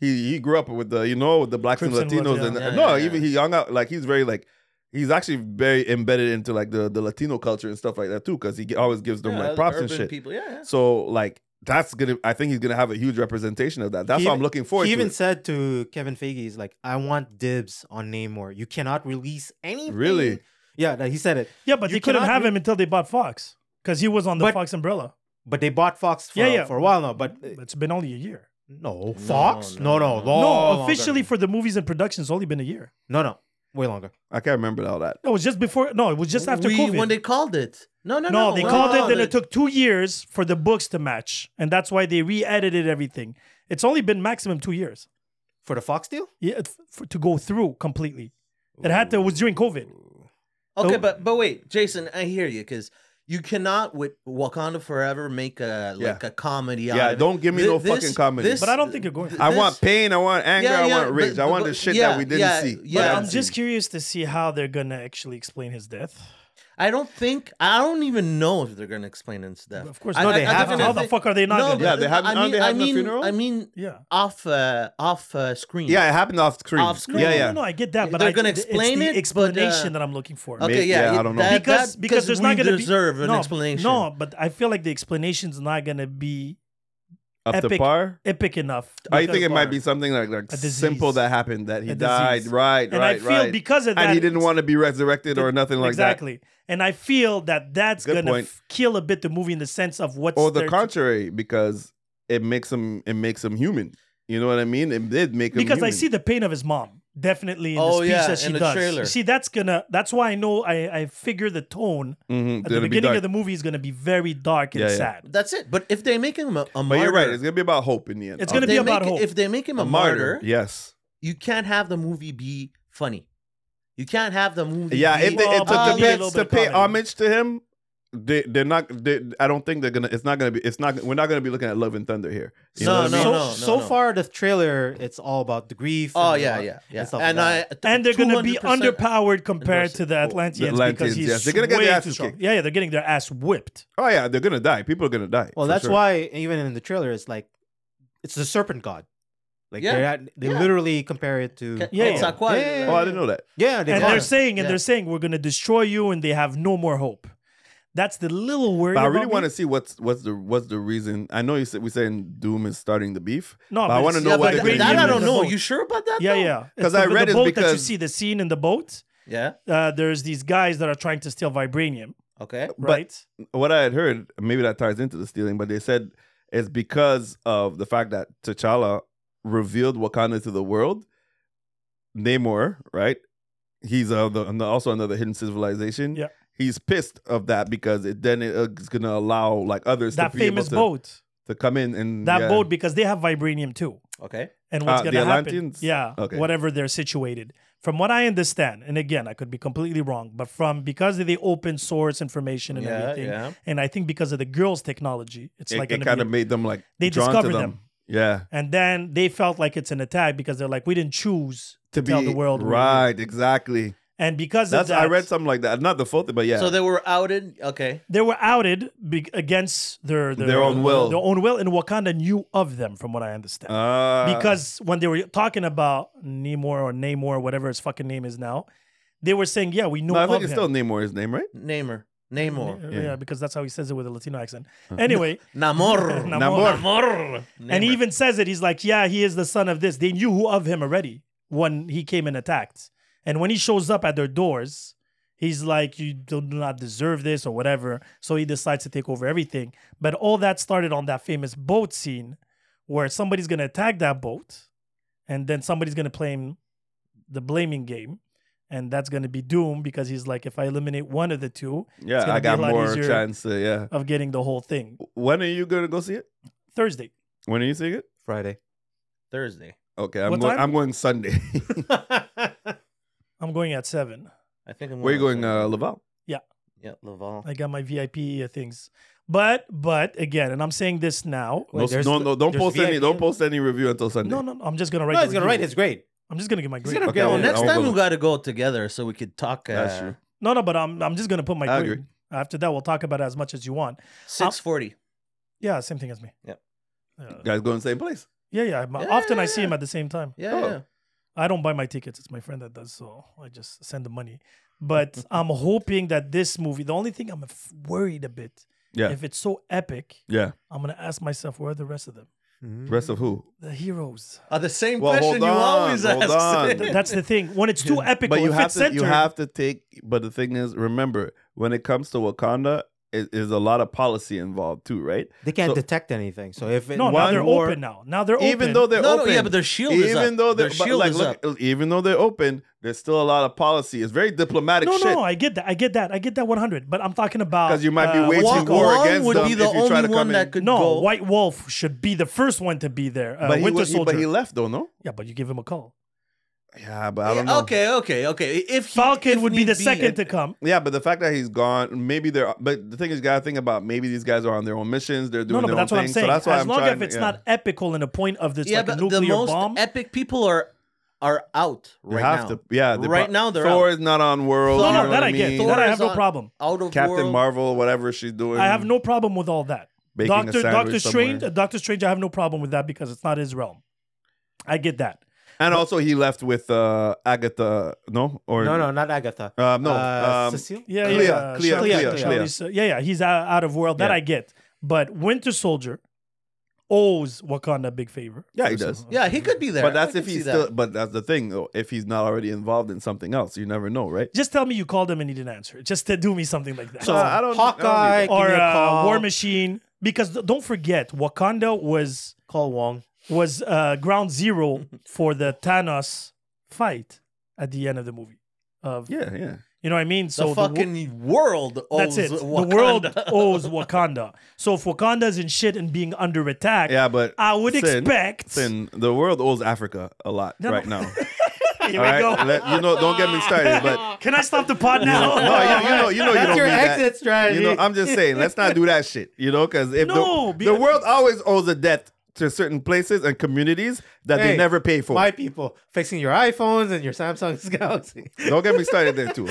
[SPEAKER 2] He he grew up with the you know with the blacks and
[SPEAKER 3] Crips and
[SPEAKER 2] Latinos
[SPEAKER 3] Latinos,
[SPEAKER 2] and
[SPEAKER 1] yeah.
[SPEAKER 2] no
[SPEAKER 1] Yeah, yeah,
[SPEAKER 2] even he hung out like he's very like he's actually very embedded into like the the Latino culture and stuff like that too because he g- always gives them
[SPEAKER 1] Yeah,
[SPEAKER 2] like props and
[SPEAKER 1] urban
[SPEAKER 2] shit.
[SPEAKER 1] People, yeah, yeah.
[SPEAKER 2] So like that's gonna I think he's gonna have a huge representation of that. That's
[SPEAKER 4] He
[SPEAKER 2] what
[SPEAKER 4] even-
[SPEAKER 2] I'm looking forward
[SPEAKER 4] he
[SPEAKER 2] to.
[SPEAKER 4] even
[SPEAKER 2] it.
[SPEAKER 4] said to Kevin Feige, "He's like, I want dibs on Namor. You cannot release anything."
[SPEAKER 2] Really?
[SPEAKER 4] Yeah, that- he said it.
[SPEAKER 3] yeah, but
[SPEAKER 4] you
[SPEAKER 3] they couldn't
[SPEAKER 4] cannot
[SPEAKER 3] have
[SPEAKER 4] re-
[SPEAKER 3] him until they bought Fox because he was on the
[SPEAKER 4] But-
[SPEAKER 3] Fox umbrella.
[SPEAKER 4] But they bought Fox for,
[SPEAKER 3] Yeah, yeah.
[SPEAKER 4] for a while now. But uh,
[SPEAKER 3] It's been only a year.
[SPEAKER 4] no, Fox?
[SPEAKER 1] no, no,
[SPEAKER 4] No, no,
[SPEAKER 1] no.
[SPEAKER 4] long
[SPEAKER 3] no,
[SPEAKER 4] longer.
[SPEAKER 3] officially for the movies and production, it's only been a year.
[SPEAKER 4] no, no, way longer.
[SPEAKER 2] I can't remember all that.
[SPEAKER 3] No, it was just before. No, it was just after
[SPEAKER 1] we,
[SPEAKER 3] COVID.
[SPEAKER 1] when they called it. No, no, no.
[SPEAKER 3] No, they
[SPEAKER 1] when
[SPEAKER 3] called it, then it took two years for the books to match. And that's why they re edited everything. It's only been maximum two years
[SPEAKER 4] For the Fox deal?
[SPEAKER 3] yeah, f- for, to go through completely. It had to, it was during COVID.
[SPEAKER 1] Okay,
[SPEAKER 3] Oh.
[SPEAKER 1] but but wait, Jason, I hear you because you cannot with Wakanda Forever make a
[SPEAKER 2] Yeah.
[SPEAKER 1] like a comedy.
[SPEAKER 2] Yeah,
[SPEAKER 1] out of it.
[SPEAKER 2] don't give me
[SPEAKER 1] Thi-
[SPEAKER 2] no fucking comedy.
[SPEAKER 3] But I don't think you're going for
[SPEAKER 2] I
[SPEAKER 1] this-
[SPEAKER 2] want pain. I want anger.
[SPEAKER 1] Yeah,
[SPEAKER 2] I
[SPEAKER 1] yeah,
[SPEAKER 2] want
[SPEAKER 1] but-
[SPEAKER 2] rage. I want
[SPEAKER 1] but-
[SPEAKER 2] the shit
[SPEAKER 1] yeah,
[SPEAKER 2] that we didn't
[SPEAKER 1] yeah,
[SPEAKER 2] see.
[SPEAKER 1] yeah.
[SPEAKER 2] But
[SPEAKER 1] But
[SPEAKER 3] I'm
[SPEAKER 2] I've
[SPEAKER 3] just
[SPEAKER 2] seen.
[SPEAKER 3] curious to see how they're going to actually explain his death.
[SPEAKER 1] I don't think. I don't even know if they're gonna explain it to death.
[SPEAKER 3] Of course,
[SPEAKER 1] I-
[SPEAKER 4] No,
[SPEAKER 1] I-
[SPEAKER 4] they
[SPEAKER 1] I
[SPEAKER 4] have
[SPEAKER 1] don't
[SPEAKER 4] to.
[SPEAKER 3] How the
[SPEAKER 1] think-
[SPEAKER 3] fuck are they not
[SPEAKER 1] No,
[SPEAKER 3] gonna-
[SPEAKER 1] but
[SPEAKER 2] Yeah, they have-
[SPEAKER 1] I
[SPEAKER 2] aren't
[SPEAKER 1] mean,
[SPEAKER 2] they
[SPEAKER 1] I
[SPEAKER 2] having a
[SPEAKER 1] mean,
[SPEAKER 2] funeral?
[SPEAKER 1] I mean,
[SPEAKER 3] Yeah.
[SPEAKER 1] off uh, off uh, screen.
[SPEAKER 2] Yeah, it happened off screen.
[SPEAKER 1] Off screen.
[SPEAKER 3] No,
[SPEAKER 2] Yeah,
[SPEAKER 3] no,
[SPEAKER 2] yeah.
[SPEAKER 3] No, no, I get that. But
[SPEAKER 1] They're
[SPEAKER 3] I,
[SPEAKER 1] gonna
[SPEAKER 3] it's
[SPEAKER 1] explain
[SPEAKER 3] the
[SPEAKER 1] it, but,
[SPEAKER 3] explanation
[SPEAKER 1] uh,
[SPEAKER 3] that I'm looking for.
[SPEAKER 1] Okay,
[SPEAKER 2] Maybe-
[SPEAKER 1] yeah,
[SPEAKER 2] yeah,
[SPEAKER 1] it-
[SPEAKER 2] I don't know.
[SPEAKER 1] that-
[SPEAKER 3] because
[SPEAKER 1] that-
[SPEAKER 3] because there's
[SPEAKER 1] we
[SPEAKER 3] not going to
[SPEAKER 1] deserve
[SPEAKER 3] be
[SPEAKER 1] an
[SPEAKER 3] no,
[SPEAKER 1] explanation.
[SPEAKER 3] No, but I feel like the explanation's not going to be
[SPEAKER 2] Up to
[SPEAKER 3] Epic-
[SPEAKER 2] par?
[SPEAKER 3] epic enough.
[SPEAKER 2] I Oh, think
[SPEAKER 3] because-
[SPEAKER 2] it might be something like like
[SPEAKER 3] A
[SPEAKER 2] simple
[SPEAKER 3] disease.
[SPEAKER 2] that happened that he
[SPEAKER 3] A
[SPEAKER 2] died.
[SPEAKER 3] disease.
[SPEAKER 2] Right,
[SPEAKER 3] And I
[SPEAKER 2] right,
[SPEAKER 3] feel
[SPEAKER 2] right.
[SPEAKER 3] because of that,
[SPEAKER 2] and he didn't
[SPEAKER 3] it's-
[SPEAKER 2] want to be resurrected or nothing like that.
[SPEAKER 3] exactly. And I feel that that's
[SPEAKER 2] Good
[SPEAKER 3] gonna
[SPEAKER 2] point.
[SPEAKER 3] f- kill a bit the movie in the sense of what's
[SPEAKER 2] Or the
[SPEAKER 3] there to-
[SPEAKER 2] contrary, because it makes him it makes him human. You know what I mean? It did make him
[SPEAKER 3] because I
[SPEAKER 2] human.
[SPEAKER 3] see the pain of his mom definitely in
[SPEAKER 1] Oh,
[SPEAKER 3] the speech
[SPEAKER 1] yeah,
[SPEAKER 3] that she
[SPEAKER 1] in the
[SPEAKER 3] does.
[SPEAKER 1] trailer.
[SPEAKER 3] You see, that's gonna that's why I know I I figure the tone
[SPEAKER 2] Mhm,
[SPEAKER 3] at
[SPEAKER 2] gonna
[SPEAKER 3] the
[SPEAKER 2] be
[SPEAKER 3] beginning
[SPEAKER 2] dark.
[SPEAKER 3] of the movie is gonna be very dark and
[SPEAKER 2] Yeah, yeah.
[SPEAKER 3] sad.
[SPEAKER 1] That's it. But if they make him a, a martyr,
[SPEAKER 2] But you're right. It's gonna be about hope in the end.
[SPEAKER 3] It's
[SPEAKER 1] if
[SPEAKER 3] gonna
[SPEAKER 1] they
[SPEAKER 3] be about
[SPEAKER 1] make-
[SPEAKER 3] hope.
[SPEAKER 1] If they make him a,
[SPEAKER 2] a
[SPEAKER 1] martyr,
[SPEAKER 2] Yes.
[SPEAKER 1] you can't have the movie be funny. You can't have the movie.
[SPEAKER 2] Yeah.
[SPEAKER 1] be,
[SPEAKER 2] If they,
[SPEAKER 3] Well,
[SPEAKER 2] if
[SPEAKER 3] but
[SPEAKER 2] the,
[SPEAKER 3] there'll be a
[SPEAKER 2] the
[SPEAKER 3] little
[SPEAKER 2] Mets
[SPEAKER 3] bit
[SPEAKER 2] to
[SPEAKER 3] of
[SPEAKER 2] pay
[SPEAKER 3] comedy.
[SPEAKER 2] homage to him, they they're not. They, I don't think they're gonna. It's not gonna be. It's not. We're not gonna be looking at Love and Thunder here. You know
[SPEAKER 1] No,
[SPEAKER 2] what I
[SPEAKER 1] no,
[SPEAKER 2] mean?
[SPEAKER 4] so,
[SPEAKER 1] no, no,
[SPEAKER 4] so
[SPEAKER 1] no.
[SPEAKER 4] far the trailer it's all about the grief.
[SPEAKER 1] oh
[SPEAKER 4] and
[SPEAKER 1] yeah,
[SPEAKER 4] all-
[SPEAKER 1] yeah, yeah.
[SPEAKER 4] stuff like
[SPEAKER 1] And I
[SPEAKER 4] that.
[SPEAKER 3] And they're going to be
[SPEAKER 1] 200%.
[SPEAKER 3] underpowered compared to the Atlanteans,
[SPEAKER 2] The
[SPEAKER 3] because
[SPEAKER 2] Atlanteans,
[SPEAKER 3] he's
[SPEAKER 2] yes. They're gonna get
[SPEAKER 3] way
[SPEAKER 2] their asses
[SPEAKER 3] too strong.
[SPEAKER 2] kicked.
[SPEAKER 3] Yeah, yeah, they're getting their ass whipped.
[SPEAKER 2] Oh yeah, they're gonna die. People are gonna die.
[SPEAKER 4] Well,
[SPEAKER 2] for
[SPEAKER 4] that's
[SPEAKER 2] sure.
[SPEAKER 4] why even in the trailer it's like it's the serpent god. Like
[SPEAKER 1] Yeah,
[SPEAKER 4] they're at, they
[SPEAKER 1] yeah.
[SPEAKER 4] literally compare it to
[SPEAKER 1] Ca-
[SPEAKER 3] Yeah,
[SPEAKER 1] it's
[SPEAKER 3] yeah.
[SPEAKER 1] aqua-
[SPEAKER 4] Yeah,
[SPEAKER 2] Oh, I didn't know that.
[SPEAKER 4] yeah. They
[SPEAKER 3] and
[SPEAKER 4] call
[SPEAKER 3] they're
[SPEAKER 4] it.
[SPEAKER 3] saying, and
[SPEAKER 1] Yeah.
[SPEAKER 3] they're saying, we're going to destroy you, and they have no more hope. That's the little worry.
[SPEAKER 2] But I
[SPEAKER 3] about
[SPEAKER 2] really
[SPEAKER 3] me.
[SPEAKER 2] want to see what's what's the what's the reason. I know you said we saying Doom is starting the beef.
[SPEAKER 3] No,
[SPEAKER 2] but I
[SPEAKER 3] but
[SPEAKER 2] want to
[SPEAKER 3] it's-
[SPEAKER 2] know
[SPEAKER 1] yeah,
[SPEAKER 2] what
[SPEAKER 1] but
[SPEAKER 2] the
[SPEAKER 1] th-
[SPEAKER 3] green
[SPEAKER 1] that
[SPEAKER 2] green
[SPEAKER 1] I
[SPEAKER 3] union
[SPEAKER 1] don't
[SPEAKER 3] is.
[SPEAKER 1] know.
[SPEAKER 3] The
[SPEAKER 1] You sure about that?
[SPEAKER 3] Yeah,
[SPEAKER 1] though?
[SPEAKER 3] yeah. It's
[SPEAKER 2] 'Cause I
[SPEAKER 3] the,
[SPEAKER 2] read
[SPEAKER 3] the
[SPEAKER 2] it
[SPEAKER 3] boat that you
[SPEAKER 2] because-
[SPEAKER 3] see the scene in the boat.
[SPEAKER 1] yeah.
[SPEAKER 3] Uh, there's these guys that are trying to steal vibranium,
[SPEAKER 1] Okay.
[SPEAKER 2] But-
[SPEAKER 3] right?
[SPEAKER 2] What I had heard, maybe that ties into the stealing, but they said it's because of the fact that T'Challa revealed Wakanda to the world. Namor, right? He's uh, the, and also another hidden civilization.
[SPEAKER 3] Yeah.
[SPEAKER 2] He's pissed of that because it then it, uh, it's gonna allow like others
[SPEAKER 3] that
[SPEAKER 2] to be able
[SPEAKER 3] famous
[SPEAKER 2] to,
[SPEAKER 3] boat,
[SPEAKER 2] to come in and
[SPEAKER 3] that
[SPEAKER 2] yeah.
[SPEAKER 3] boat, because they have vibranium too.
[SPEAKER 1] Okay.
[SPEAKER 3] And what's
[SPEAKER 2] Ah,
[SPEAKER 3] going to
[SPEAKER 2] the
[SPEAKER 3] happen?
[SPEAKER 2] Atlanteans?
[SPEAKER 3] Yeah,
[SPEAKER 2] Okay.
[SPEAKER 3] whatever they're situated. From what I understand, and again, I could be completely wrong, but from because of the open source information and
[SPEAKER 1] Yeah,
[SPEAKER 3] everything,
[SPEAKER 1] yeah.
[SPEAKER 3] and I think because of the girls' technology, it's
[SPEAKER 2] It,
[SPEAKER 3] like
[SPEAKER 2] it
[SPEAKER 3] gonna
[SPEAKER 2] kind
[SPEAKER 3] be-
[SPEAKER 2] of made them like
[SPEAKER 3] they
[SPEAKER 2] drawn
[SPEAKER 3] discovered
[SPEAKER 2] to them.
[SPEAKER 3] them.
[SPEAKER 2] Yeah.
[SPEAKER 3] And then they felt like it's an attack because they're like, we didn't choose to, tell the world. we were here."
[SPEAKER 2] Right, exactly.
[SPEAKER 3] And because
[SPEAKER 2] That's
[SPEAKER 3] of that,
[SPEAKER 2] I read something like that. Not the fault, but yeah.
[SPEAKER 1] So they were outed. Okay.
[SPEAKER 3] they were outed be- against their, their
[SPEAKER 2] Their own will.
[SPEAKER 3] Their own will, and Wakanda knew of them, from what I understand.
[SPEAKER 2] Ah.
[SPEAKER 3] because when they were talking about Namor or Namor, whatever his fucking name is now, they were saying, "Yeah, we know
[SPEAKER 2] no, I
[SPEAKER 3] of
[SPEAKER 2] think it's
[SPEAKER 3] him."
[SPEAKER 2] still Namor his name, right?
[SPEAKER 1] Namor. Namor.
[SPEAKER 3] yeah. because that's how he says it with a Latino accent. Anyway,
[SPEAKER 1] Namor.
[SPEAKER 3] Namor.
[SPEAKER 1] Namor.
[SPEAKER 3] and he even says it. He's like, "Yeah, he is the son of this." They knew who of him already when he came and attacked, and when he shows up at their doors, he's like, "You do not deserve this" or whatever. So he decides to take over everything. But all that started on that famous boat scene, where somebody's gonna attack that boat, and then somebody's gonna play him the blaming game. And that's going to be doom because he's like, if I eliminate one of the two It's
[SPEAKER 2] Yeah,
[SPEAKER 3] gonna
[SPEAKER 2] I
[SPEAKER 3] be
[SPEAKER 2] got
[SPEAKER 3] a lot
[SPEAKER 2] more
[SPEAKER 3] easier.
[SPEAKER 2] chance. To, yeah.
[SPEAKER 3] of getting the whole thing.
[SPEAKER 2] When are you gonna go see it?
[SPEAKER 3] Thursday.
[SPEAKER 2] When are you seeing it?
[SPEAKER 4] Friday.
[SPEAKER 1] Thursday.
[SPEAKER 2] Okay, I'm
[SPEAKER 3] What
[SPEAKER 2] going.
[SPEAKER 3] time?
[SPEAKER 2] I'm going Sunday.
[SPEAKER 1] I
[SPEAKER 3] I'm going at seven.
[SPEAKER 1] think I'm.
[SPEAKER 2] Where you going, uh,
[SPEAKER 1] also-
[SPEAKER 2] Laval?
[SPEAKER 1] Yeah, Laval.
[SPEAKER 3] I got my VIP uh, things. But but again, and I'm saying this now.
[SPEAKER 2] No,
[SPEAKER 4] Wait, there's
[SPEAKER 2] no,
[SPEAKER 4] the-
[SPEAKER 2] no, don't
[SPEAKER 4] there's
[SPEAKER 2] post any.
[SPEAKER 4] VIP.
[SPEAKER 2] Don't post any review until Sunday.
[SPEAKER 3] No, no, no I'm just gonna write.
[SPEAKER 4] No,
[SPEAKER 3] the
[SPEAKER 4] he's gonna write
[SPEAKER 3] review.
[SPEAKER 4] his grade.
[SPEAKER 3] I'm just gonna get my
[SPEAKER 4] He's
[SPEAKER 3] grade.
[SPEAKER 4] gonna
[SPEAKER 2] Okay,
[SPEAKER 4] get
[SPEAKER 1] Well,
[SPEAKER 4] one.
[SPEAKER 1] Oh,
[SPEAKER 2] yeah,
[SPEAKER 1] next
[SPEAKER 2] I'll
[SPEAKER 1] time
[SPEAKER 2] go.
[SPEAKER 1] we gotta go together so we could talk. Uh,
[SPEAKER 2] That's true.
[SPEAKER 3] No, no, but I'm I'm just gonna put my
[SPEAKER 2] I
[SPEAKER 3] grade.
[SPEAKER 2] agree.
[SPEAKER 3] After that, we'll talk about it as much as you want.
[SPEAKER 1] Six forty.
[SPEAKER 3] Yeah, same thing as me.
[SPEAKER 1] Yep.
[SPEAKER 3] Uh,
[SPEAKER 2] guys go in the same place.
[SPEAKER 3] yeah, yeah. I'm-
[SPEAKER 1] Yeah,
[SPEAKER 3] Often
[SPEAKER 1] yeah,
[SPEAKER 3] I see
[SPEAKER 1] yeah.
[SPEAKER 3] him at the same time.
[SPEAKER 1] Yeah,
[SPEAKER 2] Oh.
[SPEAKER 1] yeah.
[SPEAKER 3] I don't buy my tickets. It's my friend that does, so I just send the money. But I'm hoping that this movie. The only thing I'm f- worried a bit.
[SPEAKER 2] Yeah.
[SPEAKER 3] If it's so epic,
[SPEAKER 2] Yeah.
[SPEAKER 3] I'm gonna ask myself where are the rest of them,
[SPEAKER 2] Rest of who?
[SPEAKER 3] the heroes.
[SPEAKER 1] Uh, the same
[SPEAKER 2] Well,
[SPEAKER 1] question
[SPEAKER 2] hold
[SPEAKER 1] you always
[SPEAKER 2] on,
[SPEAKER 1] ask.
[SPEAKER 2] hold on.
[SPEAKER 3] That's the thing. When it's too epic,
[SPEAKER 2] But you
[SPEAKER 3] if
[SPEAKER 2] have
[SPEAKER 3] it's
[SPEAKER 2] to
[SPEAKER 3] centered,
[SPEAKER 2] you have to take. But the thing is, remember when it comes to Wakanda, it is a lot of policy involved too, right?
[SPEAKER 4] They can't
[SPEAKER 2] So-
[SPEAKER 4] detect anything. So if it,
[SPEAKER 3] No, now
[SPEAKER 2] One
[SPEAKER 3] they're
[SPEAKER 4] more-
[SPEAKER 3] open now. Now they're
[SPEAKER 2] even
[SPEAKER 3] open.
[SPEAKER 2] though they're
[SPEAKER 1] no,
[SPEAKER 2] open,
[SPEAKER 1] no, yeah, but their shield is up.
[SPEAKER 2] even though they're
[SPEAKER 1] their
[SPEAKER 2] but,
[SPEAKER 1] shield
[SPEAKER 2] like,
[SPEAKER 1] is
[SPEAKER 2] look,
[SPEAKER 1] up.
[SPEAKER 2] even though they're open, there's still a lot of policy. It's very diplomatic
[SPEAKER 3] no,
[SPEAKER 2] shit.
[SPEAKER 3] no, I get that. I get that. I get that 100. But I'm talking about
[SPEAKER 2] 'Cause you might be
[SPEAKER 3] uh,
[SPEAKER 2] waging
[SPEAKER 3] Walker.
[SPEAKER 2] war
[SPEAKER 1] Wong
[SPEAKER 2] against
[SPEAKER 1] would
[SPEAKER 2] them
[SPEAKER 1] be the
[SPEAKER 2] if you try
[SPEAKER 1] only
[SPEAKER 2] to
[SPEAKER 1] one
[SPEAKER 2] come
[SPEAKER 1] that
[SPEAKER 2] in.
[SPEAKER 1] could
[SPEAKER 3] No,
[SPEAKER 1] go.
[SPEAKER 3] White Wolf should be the first one to be there. Uh,
[SPEAKER 2] but, he,
[SPEAKER 3] Winter
[SPEAKER 2] wa- he-
[SPEAKER 3] Soldier.
[SPEAKER 2] but he left though, no?
[SPEAKER 3] yeah, but you give him a call.
[SPEAKER 2] Yeah, but I
[SPEAKER 1] Yeah,
[SPEAKER 2] don't know.
[SPEAKER 1] Okay, okay, okay. If he-
[SPEAKER 3] Falcon
[SPEAKER 1] if
[SPEAKER 3] would be
[SPEAKER 1] need
[SPEAKER 3] the second to come.
[SPEAKER 2] Yeah, but the fact that he's gone, maybe they're. But the thing is, you gotta think about maybe these guys are on their own missions. They're doing
[SPEAKER 3] No, no,
[SPEAKER 2] their
[SPEAKER 3] but that's
[SPEAKER 2] own
[SPEAKER 3] what I'm
[SPEAKER 2] thing.
[SPEAKER 3] saying.
[SPEAKER 2] So that's why
[SPEAKER 3] as
[SPEAKER 2] I'm
[SPEAKER 3] long
[SPEAKER 2] trying
[SPEAKER 3] as it's
[SPEAKER 2] to, yeah.
[SPEAKER 3] not epical in the point of this
[SPEAKER 1] yeah,
[SPEAKER 3] like a
[SPEAKER 1] but
[SPEAKER 3] nuclear
[SPEAKER 1] the most
[SPEAKER 3] bomb.
[SPEAKER 1] epic people are are out
[SPEAKER 2] You
[SPEAKER 1] right now.
[SPEAKER 2] have to, yeah. they
[SPEAKER 1] right
[SPEAKER 2] pro-
[SPEAKER 1] now they're
[SPEAKER 2] Thor
[SPEAKER 1] out.
[SPEAKER 2] is not on world.
[SPEAKER 3] no,
[SPEAKER 2] you
[SPEAKER 3] no,
[SPEAKER 2] know
[SPEAKER 3] that
[SPEAKER 2] what
[SPEAKER 3] I get.
[SPEAKER 2] mean?
[SPEAKER 3] That I
[SPEAKER 1] Thor
[SPEAKER 3] have
[SPEAKER 1] is
[SPEAKER 3] no
[SPEAKER 1] on-
[SPEAKER 3] problem.
[SPEAKER 1] out of
[SPEAKER 2] Captain
[SPEAKER 1] world.
[SPEAKER 2] Marvel, whatever she's doing.
[SPEAKER 3] I have no problem with all that.
[SPEAKER 2] baking a
[SPEAKER 3] Doctor Doctor
[SPEAKER 2] sandwich
[SPEAKER 3] Strange,
[SPEAKER 2] somewhere.
[SPEAKER 3] Doctor Strange, I have no problem with that because it's not his realm. I get that.
[SPEAKER 2] and also he left with uh, Agatha. No, or
[SPEAKER 4] No, no, not Agatha.
[SPEAKER 2] Um, no,
[SPEAKER 4] Uh,
[SPEAKER 2] um,
[SPEAKER 4] Cecile.
[SPEAKER 3] Yeah,
[SPEAKER 2] Clea,
[SPEAKER 3] yeah,
[SPEAKER 2] Clea,
[SPEAKER 3] Charlize-
[SPEAKER 4] Clea,
[SPEAKER 3] Charlize- yeah, yeah. He's out, out of world. That
[SPEAKER 2] Yeah.
[SPEAKER 3] I get. But Winter Soldier owes Wakanda a big favor.
[SPEAKER 2] Yeah, he
[SPEAKER 3] First of
[SPEAKER 2] does.
[SPEAKER 3] all.
[SPEAKER 1] Yeah, he could be there.
[SPEAKER 2] But
[SPEAKER 1] I
[SPEAKER 2] that's
[SPEAKER 1] can
[SPEAKER 2] if he's
[SPEAKER 1] see
[SPEAKER 2] still.
[SPEAKER 1] that.
[SPEAKER 2] But that's the thing, though. If he's not already involved in something else, you never know, right?
[SPEAKER 3] Just tell me you called him and he didn't answer. Just to do me something like that.
[SPEAKER 2] So I don't.
[SPEAKER 4] Hawkeye.
[SPEAKER 2] I don't
[SPEAKER 4] give
[SPEAKER 3] or
[SPEAKER 4] me a
[SPEAKER 3] uh,
[SPEAKER 4] call.
[SPEAKER 3] War Machine, because th- don't forget, Wakanda was
[SPEAKER 4] Call Wong.
[SPEAKER 3] was uh, ground zero for the Thanos fight at the end of the movie. Of
[SPEAKER 2] need it. yeah, yeah.
[SPEAKER 3] you know what I mean?
[SPEAKER 1] The
[SPEAKER 3] So the wo-
[SPEAKER 1] fucking world owes
[SPEAKER 3] that's it.
[SPEAKER 1] Wakanda.
[SPEAKER 3] The world owes Wakanda. So if Wakanda's in shit and being under attack,
[SPEAKER 2] Yeah, but
[SPEAKER 3] I would
[SPEAKER 2] Sin-
[SPEAKER 3] expect.
[SPEAKER 2] Sin, the world owes Africa a lot
[SPEAKER 3] No, no.
[SPEAKER 2] right now.
[SPEAKER 3] Here
[SPEAKER 2] all
[SPEAKER 3] we
[SPEAKER 2] right,
[SPEAKER 3] go.
[SPEAKER 2] Let- you know, don't get me started. But
[SPEAKER 3] Can I stop the pod now?
[SPEAKER 2] no, you, you know, you know, you
[SPEAKER 4] That's
[SPEAKER 2] don't
[SPEAKER 4] your
[SPEAKER 2] mean that.
[SPEAKER 4] exit strategy.
[SPEAKER 2] You know, I'm just saying, let's not do that shit. You know, because if
[SPEAKER 3] No,
[SPEAKER 2] the,
[SPEAKER 3] because-
[SPEAKER 2] the world always owes a debt to certain places and communities that they
[SPEAKER 4] Hey,
[SPEAKER 2] never pay for.
[SPEAKER 4] My people fixing your iPhones and your Samsung Galaxy.
[SPEAKER 2] Don't get me started there too.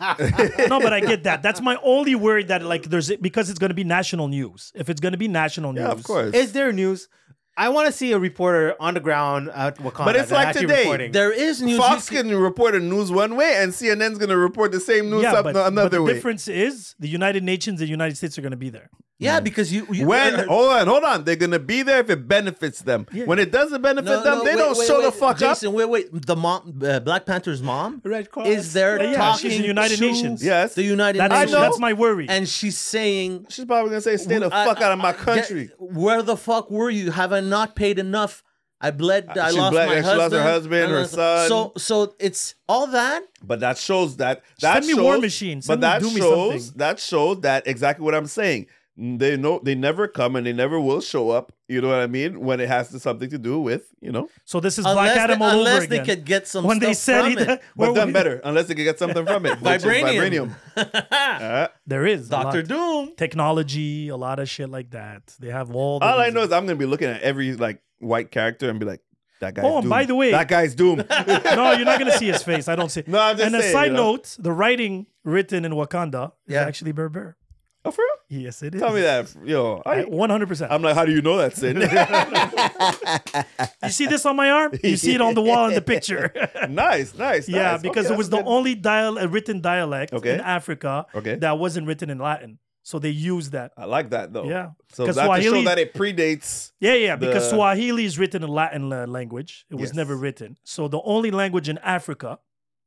[SPEAKER 3] no, but I get that. That's my only worry that like there's because it's gonna be national news. If it's gonna be national news,
[SPEAKER 2] Yeah, of course.
[SPEAKER 4] Is there news? I want to see a reporter on the ground at Wakanda.
[SPEAKER 2] But it's
[SPEAKER 4] that's
[SPEAKER 2] like
[SPEAKER 4] actually
[SPEAKER 2] today.
[SPEAKER 4] Reporting.
[SPEAKER 1] there is news.
[SPEAKER 2] Fox
[SPEAKER 1] you can-
[SPEAKER 2] can report the news one way, and CNN's gonna report the same news
[SPEAKER 3] yeah,
[SPEAKER 2] up
[SPEAKER 3] but,
[SPEAKER 2] another
[SPEAKER 3] but the
[SPEAKER 2] way.
[SPEAKER 3] difference is the United Nations and the United States are gonna be there.
[SPEAKER 1] yeah, because you, you
[SPEAKER 2] When
[SPEAKER 1] uh,
[SPEAKER 2] hold on, hold on, they're gonna be there if it benefits them. When it doesn't benefit
[SPEAKER 1] no,
[SPEAKER 2] them,
[SPEAKER 1] no,
[SPEAKER 2] they
[SPEAKER 1] wait,
[SPEAKER 2] don't
[SPEAKER 1] wait,
[SPEAKER 2] show the
[SPEAKER 1] wait,
[SPEAKER 2] fuck up.
[SPEAKER 1] Jason, wait, wait. The mom, uh, Black Panther's mom,
[SPEAKER 4] Red Cross.
[SPEAKER 1] is there
[SPEAKER 3] Yeah, yeah,
[SPEAKER 1] talking
[SPEAKER 3] she's in United
[SPEAKER 1] to
[SPEAKER 3] Nations.
[SPEAKER 2] Yes,
[SPEAKER 1] the United
[SPEAKER 3] That's,
[SPEAKER 1] Nations,
[SPEAKER 3] that's my worry.
[SPEAKER 1] and she's saying,
[SPEAKER 2] she's probably gonna say, "Stay the
[SPEAKER 1] I-
[SPEAKER 2] fuck out of my
[SPEAKER 1] I-
[SPEAKER 2] country."
[SPEAKER 1] yeah, where the fuck were you? Have I not paid enough? I bled. I
[SPEAKER 2] Uh, She
[SPEAKER 1] lost
[SPEAKER 2] bled-
[SPEAKER 1] my
[SPEAKER 2] she
[SPEAKER 1] husband.
[SPEAKER 2] lost her husband, her son.
[SPEAKER 1] So, so it's all that.
[SPEAKER 2] But that shows that that
[SPEAKER 3] Send me
[SPEAKER 2] shows,
[SPEAKER 3] War Machine. Send me
[SPEAKER 2] but that
[SPEAKER 3] Do Me
[SPEAKER 2] shows
[SPEAKER 3] Something.
[SPEAKER 2] that shows that exactly what I'm saying. They know they never come and they never will show up. You know what I mean? When it has to, something to do with you know,
[SPEAKER 3] so this is
[SPEAKER 1] unless
[SPEAKER 3] Black Adam
[SPEAKER 1] they,
[SPEAKER 3] all
[SPEAKER 1] unless
[SPEAKER 3] over
[SPEAKER 1] they
[SPEAKER 3] again.
[SPEAKER 1] could get some
[SPEAKER 3] when
[SPEAKER 1] stuff
[SPEAKER 3] they said
[SPEAKER 1] from
[SPEAKER 3] it,
[SPEAKER 1] it.
[SPEAKER 2] but
[SPEAKER 3] where
[SPEAKER 2] done
[SPEAKER 3] we-
[SPEAKER 2] better unless they can get something from it. which is
[SPEAKER 1] Vibranium.
[SPEAKER 2] vibranium. Uh,
[SPEAKER 3] there is a
[SPEAKER 1] Doctor
[SPEAKER 3] lot.
[SPEAKER 1] Doom.
[SPEAKER 3] technology, a lot of shit like that. They have all. The
[SPEAKER 2] all I
[SPEAKER 3] reasons.
[SPEAKER 2] know is I'm gonna be looking at every like white character and be like, that guy's
[SPEAKER 3] Oh, and
[SPEAKER 2] doom.
[SPEAKER 3] by the way-
[SPEAKER 2] that guy's Oh, doom.
[SPEAKER 3] no, you're not gonna see his face. I don't see.
[SPEAKER 2] No, I'm just
[SPEAKER 3] and a
[SPEAKER 2] saying,
[SPEAKER 3] side
[SPEAKER 2] you know.
[SPEAKER 3] note: the writing written in Wakanda
[SPEAKER 1] Yeah.
[SPEAKER 3] is actually Berber.
[SPEAKER 2] oh, for real?
[SPEAKER 3] Yes, it is.
[SPEAKER 2] Tell me that, yo. I,
[SPEAKER 3] One hundred percent.
[SPEAKER 2] I'm like, how do you know that, Sid?
[SPEAKER 3] You see this on my arm? You see it on the wall in the picture.
[SPEAKER 2] nice, nice.
[SPEAKER 3] yeah,
[SPEAKER 2] nice.
[SPEAKER 3] because
[SPEAKER 2] Okay,
[SPEAKER 3] it was the
[SPEAKER 2] that's good.
[SPEAKER 3] only dial- uh, written dialect
[SPEAKER 2] Okay.
[SPEAKER 3] in Africa
[SPEAKER 2] Okay.
[SPEAKER 3] that wasn't written in Latin. So they used that.
[SPEAKER 2] I like that though.
[SPEAKER 3] Yeah.
[SPEAKER 2] So
[SPEAKER 3] 'Cause
[SPEAKER 2] that to show
[SPEAKER 3] Swahili-
[SPEAKER 2] that it predates.
[SPEAKER 3] Yeah, yeah, because
[SPEAKER 2] Oh. The-
[SPEAKER 3] Swahili is written in Latin la- language. It was
[SPEAKER 2] Yes.
[SPEAKER 3] never written. So the only language in Africa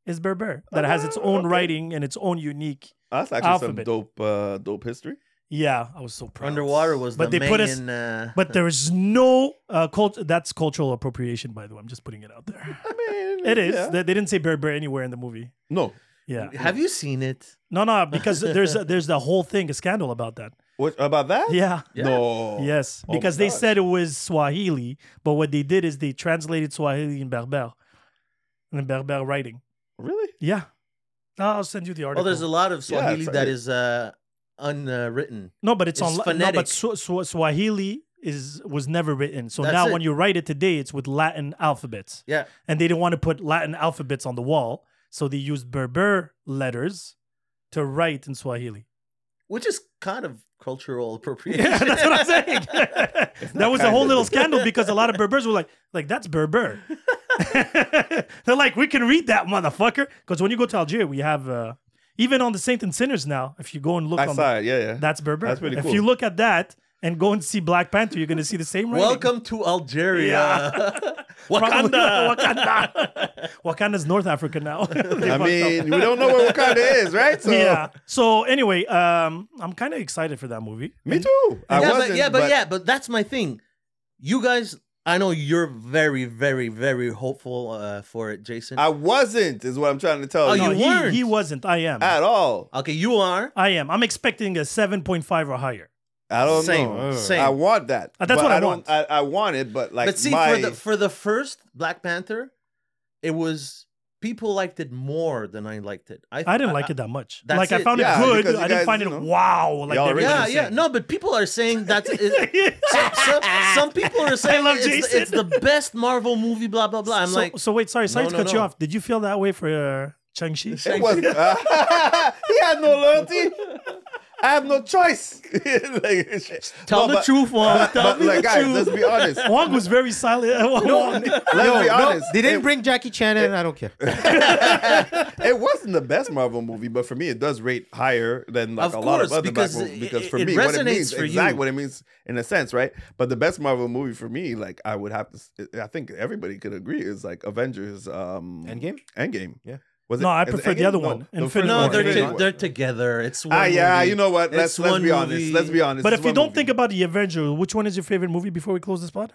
[SPEAKER 3] is Berber that has its
[SPEAKER 2] Ah,
[SPEAKER 3] own
[SPEAKER 2] okay.
[SPEAKER 3] writing and its own unique.
[SPEAKER 2] That's actually
[SPEAKER 3] Alphabet.
[SPEAKER 2] some dope, uh, dope history.
[SPEAKER 3] Yeah, I was so proud.
[SPEAKER 1] Underwater was
[SPEAKER 3] But
[SPEAKER 1] the
[SPEAKER 3] they
[SPEAKER 1] main.
[SPEAKER 3] put us-
[SPEAKER 1] uh,
[SPEAKER 3] But there is no uh, cult. That's cultural appropriation, by the way. I'm just putting it out there.
[SPEAKER 2] I mean,
[SPEAKER 3] It is.
[SPEAKER 2] yeah.
[SPEAKER 3] They, they didn't say Berber anywhere in the movie.
[SPEAKER 2] no.
[SPEAKER 3] Yeah.
[SPEAKER 1] have you seen it?
[SPEAKER 3] No, no, because there's a, there's the whole thing, a scandal about that.
[SPEAKER 2] What about that?
[SPEAKER 3] Yeah.
[SPEAKER 2] No.
[SPEAKER 3] Yes,
[SPEAKER 2] Oh my
[SPEAKER 3] because they
[SPEAKER 2] gosh.
[SPEAKER 3] said it was Swahili, but what they did is they translated Swahili in Berber, in Berber writing.
[SPEAKER 2] Really?
[SPEAKER 3] Yeah, I'll send you the
[SPEAKER 1] Oh,
[SPEAKER 3] article.
[SPEAKER 1] there's a lot of
[SPEAKER 2] Yeah,
[SPEAKER 1] Swahili
[SPEAKER 2] it's-
[SPEAKER 1] that
[SPEAKER 2] it-
[SPEAKER 1] is uh, unwritten.
[SPEAKER 3] no, but it's,
[SPEAKER 1] it's
[SPEAKER 3] on No,
[SPEAKER 1] phonetic.
[SPEAKER 3] but Swa- Swa- Swahili is was never written. So
[SPEAKER 1] That's
[SPEAKER 3] now
[SPEAKER 1] it.
[SPEAKER 3] when you write it today, it's with Latin alphabets,
[SPEAKER 1] Yeah,
[SPEAKER 3] and they didn't want to put Latin alphabets on the wall, so they used Berber letters to write in Swahili.
[SPEAKER 1] which is kind of cultural appropriation.
[SPEAKER 3] Yeah, that's what I'm saying. that was a
[SPEAKER 2] kind
[SPEAKER 3] whole
[SPEAKER 2] of.
[SPEAKER 3] little scandal because a lot of Berbers were like, like that's Berber. They're like, we can read that motherfucker. Because when you go to Algeria, we have uh, even on the Saint and Sinners now. If you go and look
[SPEAKER 2] I
[SPEAKER 3] on,
[SPEAKER 2] saw it. Yeah, yeah.
[SPEAKER 3] that's Berber.
[SPEAKER 2] That's pretty
[SPEAKER 3] If
[SPEAKER 2] cool.
[SPEAKER 3] you look at that and go and see Black Panther, you're gonna see the same. Writing.
[SPEAKER 1] Welcome to Algeria,
[SPEAKER 3] From-
[SPEAKER 1] Wakanda.
[SPEAKER 3] Wakanda. Wakanda's North Africa now. They
[SPEAKER 2] I
[SPEAKER 3] fucked up.
[SPEAKER 2] mean, we don't know where Wakanda is, right? So,
[SPEAKER 3] yeah. So anyway, um, I'm kind of excited for that movie.
[SPEAKER 2] Me too. I
[SPEAKER 1] yeah,
[SPEAKER 2] wasn't.
[SPEAKER 1] but, yeah, but, yeah, but that's my thing. You guys, I know you're very, very, very hopeful uh, for it, Jason.
[SPEAKER 2] I wasn't. Is what I'm trying to tell
[SPEAKER 1] Oh,
[SPEAKER 2] you. Ah,
[SPEAKER 1] you
[SPEAKER 3] no,
[SPEAKER 1] weren't.
[SPEAKER 3] he, he wasn't. I am.
[SPEAKER 2] At all.
[SPEAKER 1] okay, you are.
[SPEAKER 3] I am. I'm expecting a 7.5 or higher.
[SPEAKER 2] I don't
[SPEAKER 1] Same,
[SPEAKER 2] know.
[SPEAKER 1] same.
[SPEAKER 2] I want that.
[SPEAKER 3] Uh, that's
[SPEAKER 2] but
[SPEAKER 3] what I
[SPEAKER 2] don't-
[SPEAKER 3] want.
[SPEAKER 2] I, I want it, but like
[SPEAKER 1] but see,
[SPEAKER 2] my
[SPEAKER 1] for the for the first Black Panther, it was people liked it more than I liked it.
[SPEAKER 3] I didn't like it that
[SPEAKER 1] Uh,
[SPEAKER 3] much.
[SPEAKER 1] That's
[SPEAKER 3] like I
[SPEAKER 1] it.
[SPEAKER 3] found
[SPEAKER 2] Yeah,
[SPEAKER 3] it good.
[SPEAKER 2] because you
[SPEAKER 3] I didn't
[SPEAKER 2] guys,
[SPEAKER 3] find it
[SPEAKER 2] you know,
[SPEAKER 3] wow. Like
[SPEAKER 2] y'all
[SPEAKER 3] everybody
[SPEAKER 1] Yeah,
[SPEAKER 3] was
[SPEAKER 1] yeah.
[SPEAKER 3] saying.
[SPEAKER 1] No, but people are saying that's. It, some, some, some people are saying
[SPEAKER 3] love
[SPEAKER 1] it's,
[SPEAKER 3] Jason.
[SPEAKER 1] it's the best Marvel movie. Blah blah blah. I'm
[SPEAKER 3] so,
[SPEAKER 1] like,
[SPEAKER 3] so wait, sorry, sorry
[SPEAKER 1] no,
[SPEAKER 3] to
[SPEAKER 1] no,
[SPEAKER 3] cut you
[SPEAKER 1] no.
[SPEAKER 3] off. Did you feel that way for uh, Chang Chi?
[SPEAKER 2] It was. he had no loyalty. I have no choice. like, shit.
[SPEAKER 1] Tell
[SPEAKER 2] No,
[SPEAKER 1] the
[SPEAKER 2] but-
[SPEAKER 1] truth, Wong. Tell
[SPEAKER 2] but,
[SPEAKER 1] me
[SPEAKER 2] like,
[SPEAKER 1] the
[SPEAKER 2] guys,
[SPEAKER 1] truth.
[SPEAKER 2] let's be honest.
[SPEAKER 3] Wong was very silent. Wong-
[SPEAKER 2] Let's
[SPEAKER 4] Yo,
[SPEAKER 2] be
[SPEAKER 4] no,
[SPEAKER 2] honest.
[SPEAKER 4] they didn't
[SPEAKER 2] It-
[SPEAKER 4] bring Jackie Chan in. I don't care.
[SPEAKER 2] it wasn't the best Marvel movie, but for me, it does rate higher than like
[SPEAKER 1] Of
[SPEAKER 2] a lot
[SPEAKER 1] course,
[SPEAKER 2] of other
[SPEAKER 1] because
[SPEAKER 2] Marvel movies. Because
[SPEAKER 1] it-
[SPEAKER 2] for
[SPEAKER 1] it
[SPEAKER 2] me, what it
[SPEAKER 1] resonates
[SPEAKER 2] means,
[SPEAKER 1] for you.
[SPEAKER 2] exactly what it means in a sense, right? But the best Marvel movie for me, like I would have to, s- I think everybody could agree, is like Avengers um,
[SPEAKER 4] Endgame?
[SPEAKER 2] Endgame.
[SPEAKER 4] Yeah.
[SPEAKER 2] Was
[SPEAKER 3] No, I
[SPEAKER 2] is it
[SPEAKER 3] prefer the
[SPEAKER 2] Endgame?
[SPEAKER 3] other
[SPEAKER 2] No,
[SPEAKER 3] one,
[SPEAKER 2] the
[SPEAKER 3] Infinity
[SPEAKER 2] first
[SPEAKER 3] War.
[SPEAKER 1] no,
[SPEAKER 2] one,
[SPEAKER 1] they're,
[SPEAKER 3] Infinity
[SPEAKER 2] Infinity
[SPEAKER 1] to,
[SPEAKER 2] War.
[SPEAKER 1] they're together. It's one.
[SPEAKER 2] Ah, yeah,
[SPEAKER 1] movie.
[SPEAKER 2] you know what? Let's
[SPEAKER 1] It's
[SPEAKER 2] let's
[SPEAKER 1] one
[SPEAKER 2] be honest.
[SPEAKER 1] movie.
[SPEAKER 2] Let's be honest.
[SPEAKER 3] But
[SPEAKER 2] It's
[SPEAKER 3] if you
[SPEAKER 2] one
[SPEAKER 3] don't
[SPEAKER 2] movie.
[SPEAKER 3] think about the Avenger, which one is your favorite movie before we close this pod?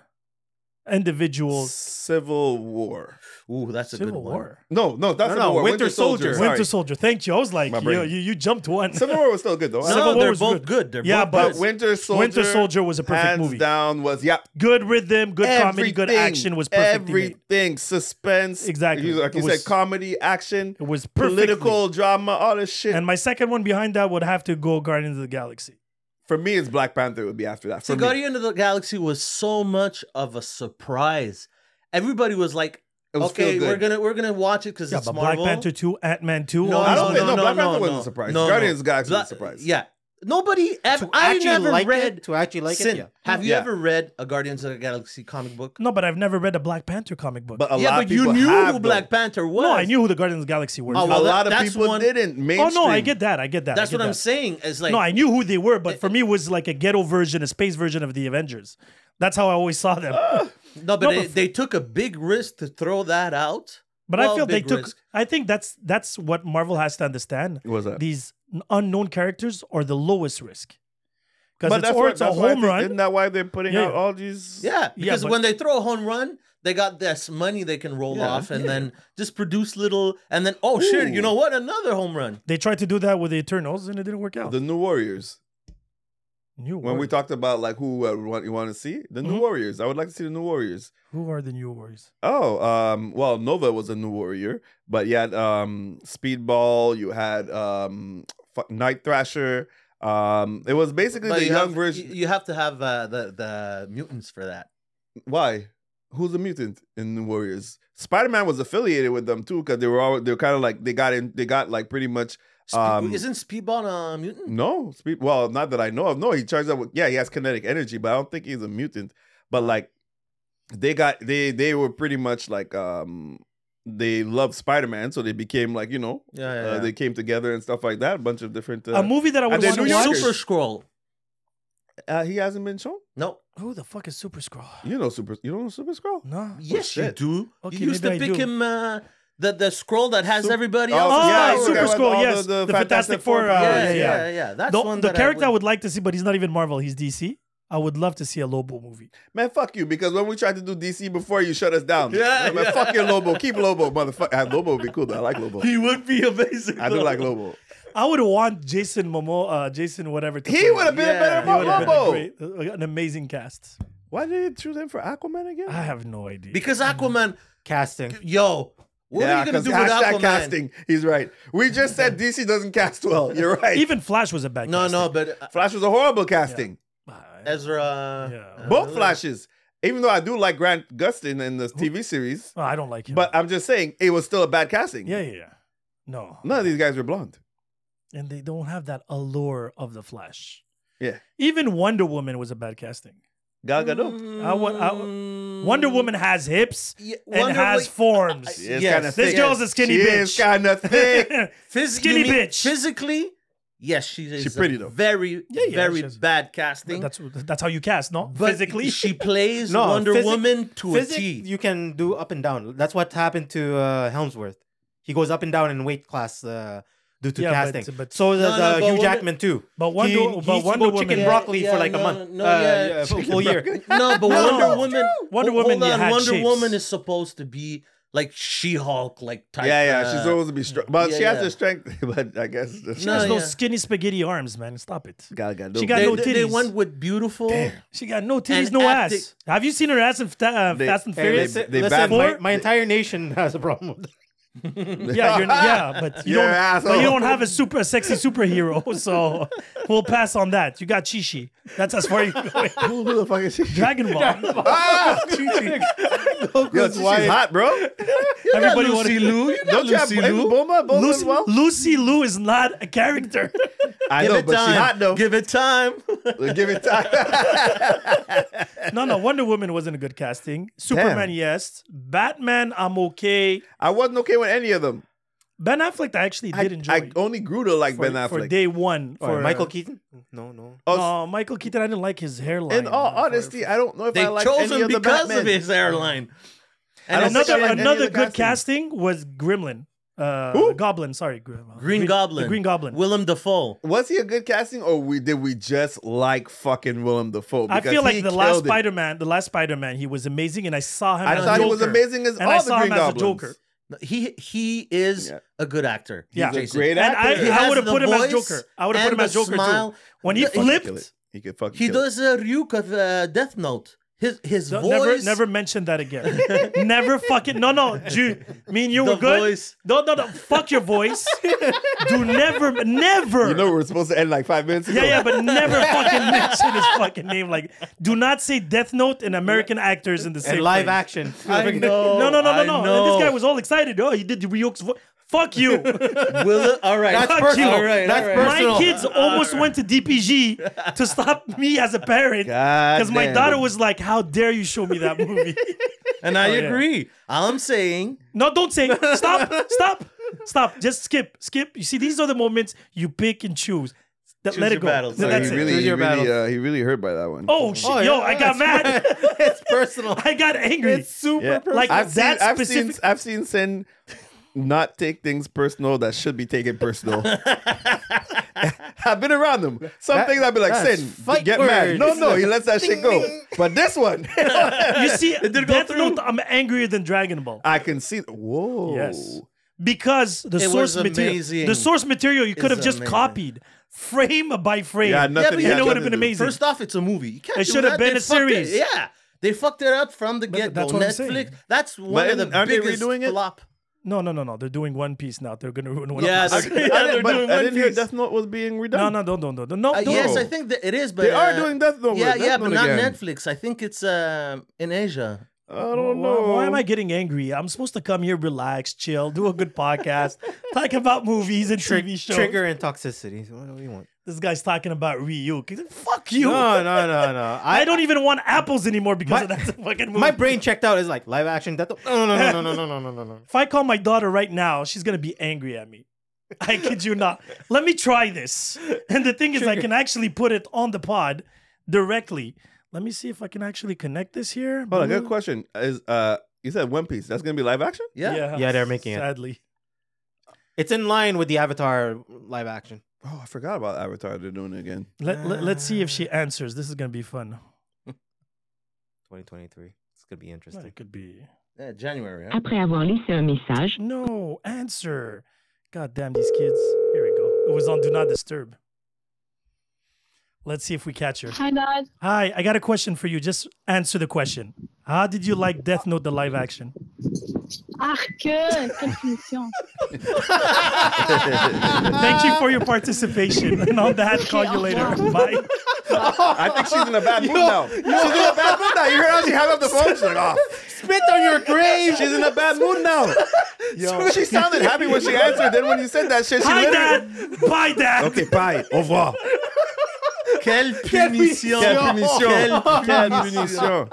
[SPEAKER 3] Individuals.
[SPEAKER 2] Civil War.
[SPEAKER 1] Ooh, that's a
[SPEAKER 3] Civil
[SPEAKER 1] good one.
[SPEAKER 3] War.
[SPEAKER 2] No, no, that's
[SPEAKER 4] No, no,
[SPEAKER 2] War.
[SPEAKER 4] Winter Soldier.
[SPEAKER 2] sorry.
[SPEAKER 3] Winter Soldier. Thank you. I was like,
[SPEAKER 2] My
[SPEAKER 3] yo,
[SPEAKER 2] brain.
[SPEAKER 3] you, you jumped one.
[SPEAKER 2] Civil War was still good though.
[SPEAKER 1] No,
[SPEAKER 3] Civil War
[SPEAKER 1] they're
[SPEAKER 3] was
[SPEAKER 1] both
[SPEAKER 3] good.
[SPEAKER 1] good. They're
[SPEAKER 3] Yeah,
[SPEAKER 1] both
[SPEAKER 2] But
[SPEAKER 1] good.
[SPEAKER 2] Winter Soldier,
[SPEAKER 3] Winter Soldier was a perfect
[SPEAKER 2] hands
[SPEAKER 3] movie.
[SPEAKER 2] down was yeah.
[SPEAKER 3] good rhythm, good comedy, good
[SPEAKER 2] everything,
[SPEAKER 3] action was perfect.
[SPEAKER 2] Everything, suspense,
[SPEAKER 3] Exactly.
[SPEAKER 2] you- Like you
[SPEAKER 3] It was-
[SPEAKER 2] said, comedy, action,
[SPEAKER 3] It was perfectly-
[SPEAKER 2] political drama, all this shit.
[SPEAKER 3] And my second one behind that would have to go Guardians of the Galaxy.
[SPEAKER 2] for me, it's Black Panther would be after that. For
[SPEAKER 1] See,
[SPEAKER 2] me.
[SPEAKER 1] Guardian of the Galaxy was so much of a surprise. Everybody was like,
[SPEAKER 2] It was
[SPEAKER 1] "Okay,
[SPEAKER 2] feel good.
[SPEAKER 1] we're gonna we're gonna watch it because
[SPEAKER 3] Yeah,
[SPEAKER 1] it's
[SPEAKER 3] but
[SPEAKER 1] Marvel."
[SPEAKER 3] Black Panther 2, Ant Man 2.
[SPEAKER 1] No,
[SPEAKER 3] all
[SPEAKER 2] I
[SPEAKER 3] these
[SPEAKER 1] no,
[SPEAKER 2] don't think-
[SPEAKER 1] no,
[SPEAKER 3] ones.
[SPEAKER 2] no, Black
[SPEAKER 1] no,
[SPEAKER 2] Panther
[SPEAKER 1] no,
[SPEAKER 2] wasn't
[SPEAKER 1] no.
[SPEAKER 2] a surprise.
[SPEAKER 1] No,
[SPEAKER 2] Guardians
[SPEAKER 1] no.
[SPEAKER 2] of the Galaxy was a
[SPEAKER 1] Bla-
[SPEAKER 2] surprise.
[SPEAKER 1] Yeah, nobody ever. I
[SPEAKER 4] actually
[SPEAKER 1] never
[SPEAKER 4] like
[SPEAKER 1] read.
[SPEAKER 4] it, to actually like
[SPEAKER 1] Sin-
[SPEAKER 4] it. Yeah.
[SPEAKER 1] Have you
[SPEAKER 2] Yeah.
[SPEAKER 1] ever read a Guardians of the Galaxy comic book?
[SPEAKER 3] No, but I've never read a Black Panther comic book.
[SPEAKER 2] But a
[SPEAKER 1] yeah,
[SPEAKER 2] lot
[SPEAKER 1] but
[SPEAKER 2] of
[SPEAKER 1] you
[SPEAKER 2] people
[SPEAKER 1] knew
[SPEAKER 2] have,
[SPEAKER 1] who
[SPEAKER 2] though.
[SPEAKER 1] Black Panther was.
[SPEAKER 3] no, I knew who the Guardians of the Galaxy were.
[SPEAKER 1] Oh,
[SPEAKER 2] A
[SPEAKER 1] well, that-
[SPEAKER 2] lot of
[SPEAKER 1] that's
[SPEAKER 2] people
[SPEAKER 1] one-
[SPEAKER 2] didn't.
[SPEAKER 3] oh
[SPEAKER 2] Mainstream.
[SPEAKER 3] no, I get that. I get that. I
[SPEAKER 1] That's
[SPEAKER 3] get
[SPEAKER 1] what I'm
[SPEAKER 3] that.
[SPEAKER 1] saying. Is like
[SPEAKER 3] No, I knew who they were, but for me, it was like a ghetto version, a space version of the Avengers. That's how I always saw them.
[SPEAKER 1] No, but
[SPEAKER 3] No,
[SPEAKER 1] they,
[SPEAKER 3] but-
[SPEAKER 1] they took a big risk to throw that out.
[SPEAKER 3] But I
[SPEAKER 1] Well,
[SPEAKER 3] feel they
[SPEAKER 1] big
[SPEAKER 3] took.
[SPEAKER 1] risk.
[SPEAKER 3] I think that's that's what Marvel has to understand.
[SPEAKER 2] What's that?
[SPEAKER 3] These n- unknown characters are the lowest risk because it's
[SPEAKER 2] that's
[SPEAKER 3] or
[SPEAKER 2] what-
[SPEAKER 3] it's a
[SPEAKER 2] that's why I
[SPEAKER 3] home
[SPEAKER 2] think- Isn't
[SPEAKER 3] run.
[SPEAKER 2] that why they're putting
[SPEAKER 3] Yeah.
[SPEAKER 2] out all these?
[SPEAKER 1] Yeah, because
[SPEAKER 3] but-
[SPEAKER 1] when they throw a home run, they got this money they can roll
[SPEAKER 2] Yeah.
[SPEAKER 1] off and then just produce little, and then oh shit, you
[SPEAKER 2] Ooh.
[SPEAKER 1] know what? Another home run.
[SPEAKER 3] They tried to do that with the Eternals and it didn't work out.
[SPEAKER 2] The New Warriors.
[SPEAKER 3] new
[SPEAKER 2] When we
[SPEAKER 3] Warriors.
[SPEAKER 2] talked about like who uh, want, you want to see, the New
[SPEAKER 3] Mhm.
[SPEAKER 2] Warriors. I would like to see the New Warriors.
[SPEAKER 3] who are the new warriors?
[SPEAKER 2] Oh, um, well, Nova was a new warrior, but you had um, Speedball, you had um, F- Night Thrasher. Um, it was basically
[SPEAKER 1] But
[SPEAKER 2] the
[SPEAKER 1] you
[SPEAKER 2] young
[SPEAKER 1] have,
[SPEAKER 2] version.
[SPEAKER 1] You have to have uh, the the mutants for that.
[SPEAKER 2] Why? Who's a mutant in New Warriors? Spider Man was affiliated with them too, because they were all they were kind of like they got in they got like pretty much
[SPEAKER 1] Spe-
[SPEAKER 2] Um, Uh,
[SPEAKER 1] Isn't Speedball a mutant?
[SPEAKER 2] no speed. Well, not that I know of. No, he charges up with yeah, he has kinetic energy, but I don't think he's a mutant. But like they got they they were pretty much like um they loved Spider Man, so they became like you know
[SPEAKER 1] Yeah, yeah.
[SPEAKER 2] Uh,
[SPEAKER 1] yeah.
[SPEAKER 2] they came together and stuff like that. A bunch of different. Uh,
[SPEAKER 3] a movie that I
[SPEAKER 2] and
[SPEAKER 3] would
[SPEAKER 2] they're New
[SPEAKER 3] want to watch.
[SPEAKER 2] Yorkers.
[SPEAKER 1] Super Scroll.
[SPEAKER 2] uh, he hasn't been shown.
[SPEAKER 1] No.
[SPEAKER 3] Who the fuck is Super Scroll?
[SPEAKER 2] You know, super. You don't know Super Scroll.
[SPEAKER 3] No.
[SPEAKER 1] Yes, you
[SPEAKER 2] shit.
[SPEAKER 1] do.
[SPEAKER 3] Okay,
[SPEAKER 1] you used to
[SPEAKER 3] maybe I
[SPEAKER 1] pick
[SPEAKER 3] do.
[SPEAKER 1] him uh, the the scroll that has
[SPEAKER 2] Sup-
[SPEAKER 1] everybody
[SPEAKER 2] Oh,
[SPEAKER 1] else.
[SPEAKER 3] Oh,
[SPEAKER 2] Yeah, okay,
[SPEAKER 3] Super
[SPEAKER 2] with
[SPEAKER 3] Scroll,
[SPEAKER 2] all the-
[SPEAKER 3] yes. The,
[SPEAKER 2] the
[SPEAKER 3] Fantastic
[SPEAKER 2] Fantastic
[SPEAKER 3] Four.
[SPEAKER 2] Four
[SPEAKER 3] uh,
[SPEAKER 2] powers.
[SPEAKER 1] yeah,
[SPEAKER 3] yeah, yeah.
[SPEAKER 1] yeah, yeah. That's
[SPEAKER 3] The,
[SPEAKER 1] one.
[SPEAKER 3] the
[SPEAKER 1] that
[SPEAKER 3] character I would...
[SPEAKER 1] I
[SPEAKER 3] like to see, but he's not even Marvel. He's DC. I would love to see a Lobo movie.
[SPEAKER 2] Man, fuck you. Because when we tried to do DC before, you shut us down.
[SPEAKER 1] Yeah,
[SPEAKER 2] Man,
[SPEAKER 1] yeah.
[SPEAKER 2] fuck your Lobo. Keep Lobo, motherfucker. Ah, Lobo would be cool though. I like Lobo.
[SPEAKER 1] He would be amazing.
[SPEAKER 2] I do like Lobo.
[SPEAKER 3] I would want Jason Momoa, uh, Jason whatever. To
[SPEAKER 2] He
[SPEAKER 3] play
[SPEAKER 2] would have been
[SPEAKER 1] Yeah. He
[SPEAKER 2] a better
[SPEAKER 3] It would've been a
[SPEAKER 2] Lobo.
[SPEAKER 3] great- uh, an amazing cast.
[SPEAKER 2] Why did they choose him for Aquaman again?
[SPEAKER 1] Ah,
[SPEAKER 3] I have no idea.
[SPEAKER 1] Because Aquaman,
[SPEAKER 4] Casting.
[SPEAKER 1] yo, what are you gonna
[SPEAKER 2] 'cause
[SPEAKER 1] do with
[SPEAKER 2] hashtag
[SPEAKER 1] Aquaman?
[SPEAKER 2] casting. He's right. We just said DC doesn't cast well. You're right.
[SPEAKER 3] even Flash was a bad.
[SPEAKER 1] No,
[SPEAKER 3] casting.
[SPEAKER 1] no, but uh,
[SPEAKER 2] Flash was a horrible casting.
[SPEAKER 3] Uh,
[SPEAKER 1] Ezra.
[SPEAKER 3] Yeah.
[SPEAKER 1] uh,
[SPEAKER 2] Both Flashes. Even though I do like Grant Gustin in the TV series,
[SPEAKER 3] oh, I don't like him.
[SPEAKER 2] But I'm just saying it was still a bad casting.
[SPEAKER 3] yeah, yeah, yeah. No,
[SPEAKER 2] None of these guys were blonde.
[SPEAKER 3] and they don't have that allure of the Flash.
[SPEAKER 2] Yeah.
[SPEAKER 3] Even Wonder Woman was a bad casting.
[SPEAKER 2] Gal Gadot.
[SPEAKER 3] I wa- I wa-
[SPEAKER 1] Mm.
[SPEAKER 3] Wonder Woman has hips
[SPEAKER 1] Yeah,
[SPEAKER 3] and
[SPEAKER 1] Wonder
[SPEAKER 3] has
[SPEAKER 1] Wo-
[SPEAKER 3] forms.
[SPEAKER 1] I-
[SPEAKER 2] She is
[SPEAKER 1] Yes.
[SPEAKER 2] kinda
[SPEAKER 1] This
[SPEAKER 2] thick.
[SPEAKER 3] girl's a skinny
[SPEAKER 2] she
[SPEAKER 3] bitch.
[SPEAKER 2] Is kind of thick.
[SPEAKER 1] Phys-
[SPEAKER 3] Skinny
[SPEAKER 1] you mean
[SPEAKER 3] bitch.
[SPEAKER 1] Physically, yes, she is.
[SPEAKER 2] She's
[SPEAKER 1] a
[SPEAKER 2] pretty, though.
[SPEAKER 1] Very,
[SPEAKER 3] Yeah, yeah,
[SPEAKER 1] very
[SPEAKER 3] she's-
[SPEAKER 1] bad casting.
[SPEAKER 3] that's that's how you cast, no?
[SPEAKER 1] but
[SPEAKER 3] Physically,
[SPEAKER 1] she plays
[SPEAKER 4] No,
[SPEAKER 1] Wonder
[SPEAKER 4] physic-
[SPEAKER 1] Woman to a
[SPEAKER 4] Physics,
[SPEAKER 1] T.
[SPEAKER 4] you can do up and down. That's what happened to uh, Helmsworth. He goes up and down in weight class uh, due to
[SPEAKER 3] Yeah, but-
[SPEAKER 4] casting.
[SPEAKER 3] but-
[SPEAKER 4] so does
[SPEAKER 1] No, no,
[SPEAKER 4] uh,
[SPEAKER 1] but
[SPEAKER 4] Hugh
[SPEAKER 1] Wonder-
[SPEAKER 4] Jackman too.
[SPEAKER 3] But Wonder- but
[SPEAKER 4] he, he used to
[SPEAKER 3] Wonder
[SPEAKER 4] go chicken
[SPEAKER 3] Woman-
[SPEAKER 4] broccoli
[SPEAKER 1] Yeah,
[SPEAKER 4] for like
[SPEAKER 1] no,
[SPEAKER 4] a month,
[SPEAKER 1] no,
[SPEAKER 4] uh,
[SPEAKER 1] yeah.
[SPEAKER 4] yeah, full-
[SPEAKER 2] Chicken
[SPEAKER 4] full year.
[SPEAKER 2] broccoli.
[SPEAKER 1] No, but
[SPEAKER 3] No,
[SPEAKER 1] Wonder
[SPEAKER 3] it's
[SPEAKER 1] Woman.
[SPEAKER 3] Wonder
[SPEAKER 1] Ho-
[SPEAKER 3] Woman,
[SPEAKER 1] Hold
[SPEAKER 3] you
[SPEAKER 1] on,
[SPEAKER 3] had
[SPEAKER 1] Wonder
[SPEAKER 3] shapes.
[SPEAKER 1] Woman is supposed to be like She-Hulk, like type.
[SPEAKER 2] yeah, yeah.
[SPEAKER 1] uh,
[SPEAKER 2] She's supposed to be strong. But
[SPEAKER 1] yeah,
[SPEAKER 2] she has
[SPEAKER 1] yeah.
[SPEAKER 2] the strength. But I guess the
[SPEAKER 3] she
[SPEAKER 1] No,
[SPEAKER 3] has
[SPEAKER 1] yeah.
[SPEAKER 3] those skinny spaghetti arms, man. Stop it.
[SPEAKER 2] Gal Gadot.
[SPEAKER 3] She got
[SPEAKER 1] They,
[SPEAKER 3] no
[SPEAKER 1] they- they
[SPEAKER 3] titties.
[SPEAKER 1] went with beautiful.
[SPEAKER 3] She got no titties,
[SPEAKER 1] And
[SPEAKER 3] no
[SPEAKER 1] acti-
[SPEAKER 3] ass. Have you seen her ass in Fa- uh,
[SPEAKER 2] They-
[SPEAKER 3] Fast and
[SPEAKER 2] and they-
[SPEAKER 3] Furious?
[SPEAKER 4] Listen,
[SPEAKER 2] they
[SPEAKER 4] listen,
[SPEAKER 2] banned-
[SPEAKER 4] my,
[SPEAKER 3] Four-
[SPEAKER 4] my entire nation has a problem with that.
[SPEAKER 3] Yeah, you're, yeah, but you
[SPEAKER 2] You're an
[SPEAKER 3] don't. But you
[SPEAKER 2] asshole.
[SPEAKER 3] don't have a super a sexy superhero, so we'll pass on that. You got Chichi. That's as far you go.
[SPEAKER 2] Who the fuck is she?
[SPEAKER 3] Dragon Ball.
[SPEAKER 2] Ah! Yo, she's
[SPEAKER 4] wife.
[SPEAKER 2] hot, bro.
[SPEAKER 3] Everybody wanted
[SPEAKER 1] Lucy Liu. You got
[SPEAKER 2] Don't you have
[SPEAKER 1] Lucy
[SPEAKER 2] isn't
[SPEAKER 1] Liu.
[SPEAKER 2] Bulma? Bulma as
[SPEAKER 3] Lucy,
[SPEAKER 2] well?
[SPEAKER 3] Lucy Liu is not a character.
[SPEAKER 2] I
[SPEAKER 1] Give
[SPEAKER 2] know,
[SPEAKER 1] it
[SPEAKER 2] but she's
[SPEAKER 1] time.
[SPEAKER 2] hot though.
[SPEAKER 1] Give it time.
[SPEAKER 2] Give it time.
[SPEAKER 3] No, no, Wonder Woman wasn't a good casting. Superman, yes. Batman, I'm okay.
[SPEAKER 2] I wasn't okay with any of them.
[SPEAKER 3] Ben Affleck, I actually
[SPEAKER 2] I,
[SPEAKER 3] did enjoy.
[SPEAKER 2] I only grew to like
[SPEAKER 3] for,
[SPEAKER 2] Ben Affleck.
[SPEAKER 3] for day one.
[SPEAKER 4] Or uh,
[SPEAKER 3] For
[SPEAKER 4] Michael Keaton? No, no.
[SPEAKER 2] Oh,
[SPEAKER 3] No, Michael Keaton, I didn't like his hairline.
[SPEAKER 2] in all
[SPEAKER 3] For-
[SPEAKER 2] honesty, I don't know if
[SPEAKER 1] they
[SPEAKER 2] I like
[SPEAKER 1] chose
[SPEAKER 2] any
[SPEAKER 1] him
[SPEAKER 2] of the
[SPEAKER 1] because
[SPEAKER 2] Batman.
[SPEAKER 1] of his airline.
[SPEAKER 2] I
[SPEAKER 1] And
[SPEAKER 2] don't think
[SPEAKER 1] another
[SPEAKER 2] I liked
[SPEAKER 3] another
[SPEAKER 2] any
[SPEAKER 3] another
[SPEAKER 2] of the
[SPEAKER 3] good casting. was Gremlin. Uh,
[SPEAKER 2] Who?
[SPEAKER 3] Goblin, sorry, Grim,
[SPEAKER 1] Green Goblin.
[SPEAKER 3] The Green Goblin.
[SPEAKER 1] Willem Dafoe.
[SPEAKER 2] Was he a good casting, or we did we just like fucking Willem Dafoe?
[SPEAKER 3] I
[SPEAKER 2] Because
[SPEAKER 3] feel
[SPEAKER 2] he
[SPEAKER 3] like the last
[SPEAKER 2] killed it.
[SPEAKER 3] Spider Man, the last Spider Man, he was amazing, and I saw him.
[SPEAKER 2] I
[SPEAKER 3] as
[SPEAKER 2] thought
[SPEAKER 3] Joker.
[SPEAKER 2] he was amazing as
[SPEAKER 3] And
[SPEAKER 2] all
[SPEAKER 3] I
[SPEAKER 2] the
[SPEAKER 3] saw
[SPEAKER 2] Green
[SPEAKER 3] him as a
[SPEAKER 2] Goblins.
[SPEAKER 3] Joker.
[SPEAKER 1] He he is
[SPEAKER 2] Yeah.
[SPEAKER 1] a good actor.
[SPEAKER 3] Yeah.
[SPEAKER 2] He's a
[SPEAKER 1] Jason.
[SPEAKER 2] great
[SPEAKER 3] And I,
[SPEAKER 2] actor.
[SPEAKER 1] He
[SPEAKER 3] I
[SPEAKER 1] has
[SPEAKER 3] would have
[SPEAKER 1] the
[SPEAKER 3] put him as
[SPEAKER 1] voice
[SPEAKER 3] Joker. I would have
[SPEAKER 1] and
[SPEAKER 3] put him
[SPEAKER 1] the
[SPEAKER 3] as Joker
[SPEAKER 1] smile.
[SPEAKER 3] too. When he
[SPEAKER 1] The-
[SPEAKER 2] Fucking kill
[SPEAKER 3] flipped,
[SPEAKER 2] it. He could fucking
[SPEAKER 1] He
[SPEAKER 2] kill it.
[SPEAKER 1] does a Ryuk of uh, Death Note. His his
[SPEAKER 3] No,
[SPEAKER 1] voice.
[SPEAKER 3] Never, never mention that again. never fucking. No, no. Ju, me and you
[SPEAKER 1] The
[SPEAKER 3] were good.
[SPEAKER 1] voice.
[SPEAKER 3] No, no, no. Fuck your voice. Do never, never.
[SPEAKER 2] You know we're supposed to end like five minutes ago.
[SPEAKER 3] yeah, yeah, but never fucking mention his fucking name. Like, do not say Death Note and American actors in the same
[SPEAKER 4] And live
[SPEAKER 3] frame.
[SPEAKER 4] action.
[SPEAKER 1] I know.
[SPEAKER 3] No, no, no,
[SPEAKER 1] I
[SPEAKER 3] no, no. And this guy was all excited. Oh, he did Ryuk's voice. Fuck you.
[SPEAKER 1] know. Will- all right.
[SPEAKER 4] That's
[SPEAKER 3] Fuck
[SPEAKER 4] personal.
[SPEAKER 3] you.
[SPEAKER 1] Alright,
[SPEAKER 4] That's
[SPEAKER 1] alright.
[SPEAKER 4] personal.
[SPEAKER 3] My kids almost went to DPG to stop me as a parent
[SPEAKER 2] God
[SPEAKER 3] because my
[SPEAKER 2] damn.
[SPEAKER 3] daughter was like, "How dare you show me that movie?"
[SPEAKER 1] and I
[SPEAKER 3] Oh, yeah.
[SPEAKER 1] agree. I'm saying
[SPEAKER 3] no, don't say. Stop. Stop. Stop. Just skip. Skip. You see, these are the moments you pick and choose. That,
[SPEAKER 1] Choose
[SPEAKER 3] let it
[SPEAKER 1] your
[SPEAKER 3] go.
[SPEAKER 1] battles.
[SPEAKER 3] Th-
[SPEAKER 2] So
[SPEAKER 3] That's
[SPEAKER 2] he
[SPEAKER 3] it.
[SPEAKER 2] really, he
[SPEAKER 4] Choose your
[SPEAKER 2] really,
[SPEAKER 4] battle.
[SPEAKER 2] uh, he really hurt by that one.
[SPEAKER 3] Oh shit! Yo, I got mad.
[SPEAKER 4] it's personal.
[SPEAKER 3] I got angry.
[SPEAKER 4] It's super
[SPEAKER 2] Yeah.
[SPEAKER 4] personal.
[SPEAKER 3] Like
[SPEAKER 2] I've seen,
[SPEAKER 3] that
[SPEAKER 2] I've seen,
[SPEAKER 3] specific.
[SPEAKER 2] I've seen Sin not take things personal that should be taken personal. I've been around him. Some
[SPEAKER 4] That-
[SPEAKER 2] things I'd be like,
[SPEAKER 4] that's
[SPEAKER 2] Sin,
[SPEAKER 4] fight
[SPEAKER 2] get mad.
[SPEAKER 4] words.
[SPEAKER 2] No, no, he lets that shit go. But this one,
[SPEAKER 3] you see,
[SPEAKER 1] did go
[SPEAKER 3] Death Note. I'm angrier than Dragon Ball.
[SPEAKER 2] I can see. Whoa.
[SPEAKER 3] Yes. because the
[SPEAKER 1] It
[SPEAKER 3] source
[SPEAKER 1] was
[SPEAKER 3] material,
[SPEAKER 1] amazing.
[SPEAKER 3] the source material, you could
[SPEAKER 1] It's
[SPEAKER 3] have just
[SPEAKER 1] amazing.
[SPEAKER 3] copied frame by frame.
[SPEAKER 2] Yeah, nothing.
[SPEAKER 1] but
[SPEAKER 2] he
[SPEAKER 1] you
[SPEAKER 2] had
[SPEAKER 1] know
[SPEAKER 3] it
[SPEAKER 2] nothing
[SPEAKER 3] would've
[SPEAKER 2] to
[SPEAKER 3] been
[SPEAKER 2] do.
[SPEAKER 3] amazing.
[SPEAKER 1] First off, it's a movie. You can't
[SPEAKER 3] It
[SPEAKER 1] do
[SPEAKER 3] should have
[SPEAKER 1] that.
[SPEAKER 3] been
[SPEAKER 1] They
[SPEAKER 3] a
[SPEAKER 1] fucked it-
[SPEAKER 3] series.
[SPEAKER 1] Yeah, they fucked it up from the get go.
[SPEAKER 3] that's what I'm saying.
[SPEAKER 1] Netflix. That's one of
[SPEAKER 2] isn't-
[SPEAKER 1] the
[SPEAKER 2] aren't they
[SPEAKER 1] biggest
[SPEAKER 2] redoing it?
[SPEAKER 1] flop.
[SPEAKER 3] No, no, no, no. They're doing One Piece now. They're gonna ruin One
[SPEAKER 1] Yeah,
[SPEAKER 3] Piece.
[SPEAKER 1] they're-
[SPEAKER 2] I
[SPEAKER 1] Yeah,
[SPEAKER 2] didn't-
[SPEAKER 1] they're
[SPEAKER 2] but
[SPEAKER 1] doing
[SPEAKER 2] I
[SPEAKER 1] One
[SPEAKER 2] didn't hear
[SPEAKER 1] Piece.
[SPEAKER 2] Death Note was being redone.
[SPEAKER 3] no, no, don't, don't, don't, no,
[SPEAKER 1] Uh,
[SPEAKER 3] don't.
[SPEAKER 1] yes, I think that it is, but
[SPEAKER 2] They are
[SPEAKER 1] uh,
[SPEAKER 2] doing Death Note. with
[SPEAKER 1] Yeah,
[SPEAKER 2] Death
[SPEAKER 1] yeah,
[SPEAKER 2] Note
[SPEAKER 1] but not
[SPEAKER 2] again.
[SPEAKER 1] Netflix. I think it's um, in Asia.
[SPEAKER 2] I
[SPEAKER 3] Why,
[SPEAKER 2] don't know.
[SPEAKER 3] why am I getting angry? I'm supposed to come here, relax, chill, do a good podcast, talk about movies and TV shows.
[SPEAKER 4] Trigger and toxicity. What do you want?
[SPEAKER 3] This guy's talking about Ryuk. He's like, Fuck you.
[SPEAKER 4] No, no, no, no.
[SPEAKER 3] I don't even want apples anymore because
[SPEAKER 4] My-
[SPEAKER 3] of that fucking movie.
[SPEAKER 4] My brain checked out. It's like live action. That no, no, no, no, no, no, no, no, no, no.
[SPEAKER 3] if I call my daughter right now, she's gonna be angry at me. I kid you not. Let me try this. And the thing is, I can actually put it on the pod directly. Let me see if I can actually connect this here.
[SPEAKER 2] Hold on, good question. Is uh, you said One Piece? That's gonna be live action?
[SPEAKER 1] Yeah,
[SPEAKER 4] Yeah, they're making it.
[SPEAKER 3] sadly.
[SPEAKER 4] It's in line with the Avatar live action.
[SPEAKER 2] Oh, I forgot about Avatar. They're doing it again.
[SPEAKER 3] Let, let, let's see if she answers. This is gonna be fun.
[SPEAKER 4] 2023. It's gonna be
[SPEAKER 3] Well,
[SPEAKER 4] interesting.
[SPEAKER 3] It could be.
[SPEAKER 1] Yeah, January. Huh?
[SPEAKER 5] Après avoir laissé un message,
[SPEAKER 3] No answer. God damn these kids. Here we go. It was on Do Not Disturb. Let's see if we catch her.
[SPEAKER 6] Hi guys.
[SPEAKER 3] Hi, I got a question for you. Just answer the question. How did you like Death Note the live action?
[SPEAKER 6] Ah que quelle punition.
[SPEAKER 3] Thank you for your participation. And on that, call you later. Bye.
[SPEAKER 2] I think she's in a bad mood now. She's in a bad mood now. You heard how she hung up the phone? She's like, oh,
[SPEAKER 4] Spit on your grave.
[SPEAKER 2] she's in a bad mood now. She sounded happy when she answered. Then when you said that shit, she
[SPEAKER 3] Hi,
[SPEAKER 2] literally.
[SPEAKER 3] Dad. Bye, Dad.
[SPEAKER 2] Okay, bye. Au revoir.
[SPEAKER 1] Quelle punition!
[SPEAKER 2] Quelle punition.
[SPEAKER 1] Quelle punition!
[SPEAKER 2] Punition.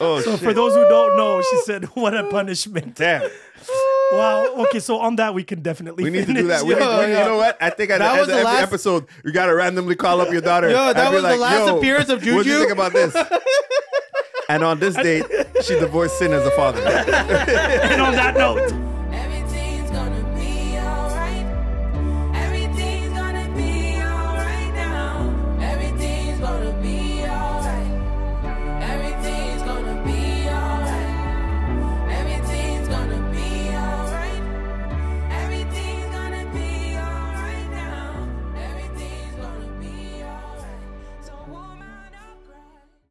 [SPEAKER 2] Oh, shit.
[SPEAKER 3] For those who don't know, she said, "What a punishment!"
[SPEAKER 2] Damn.
[SPEAKER 3] Wow. Okay, so on that we can definitely
[SPEAKER 2] We need to
[SPEAKER 3] finish.
[SPEAKER 2] do that. We need,
[SPEAKER 4] Yo,
[SPEAKER 2] we need-
[SPEAKER 4] yo.
[SPEAKER 2] You know what? I think at
[SPEAKER 4] That
[SPEAKER 2] the end
[SPEAKER 4] was
[SPEAKER 2] of
[SPEAKER 4] the
[SPEAKER 2] every
[SPEAKER 4] last-
[SPEAKER 2] episode, you got to randomly call up your daughter.
[SPEAKER 4] Yo, that
[SPEAKER 2] and be
[SPEAKER 4] was the last appearance of
[SPEAKER 2] What do you
[SPEAKER 4] Juju."
[SPEAKER 2] think about this? and on this date, she divorced Sin as a father.
[SPEAKER 3] and on that note.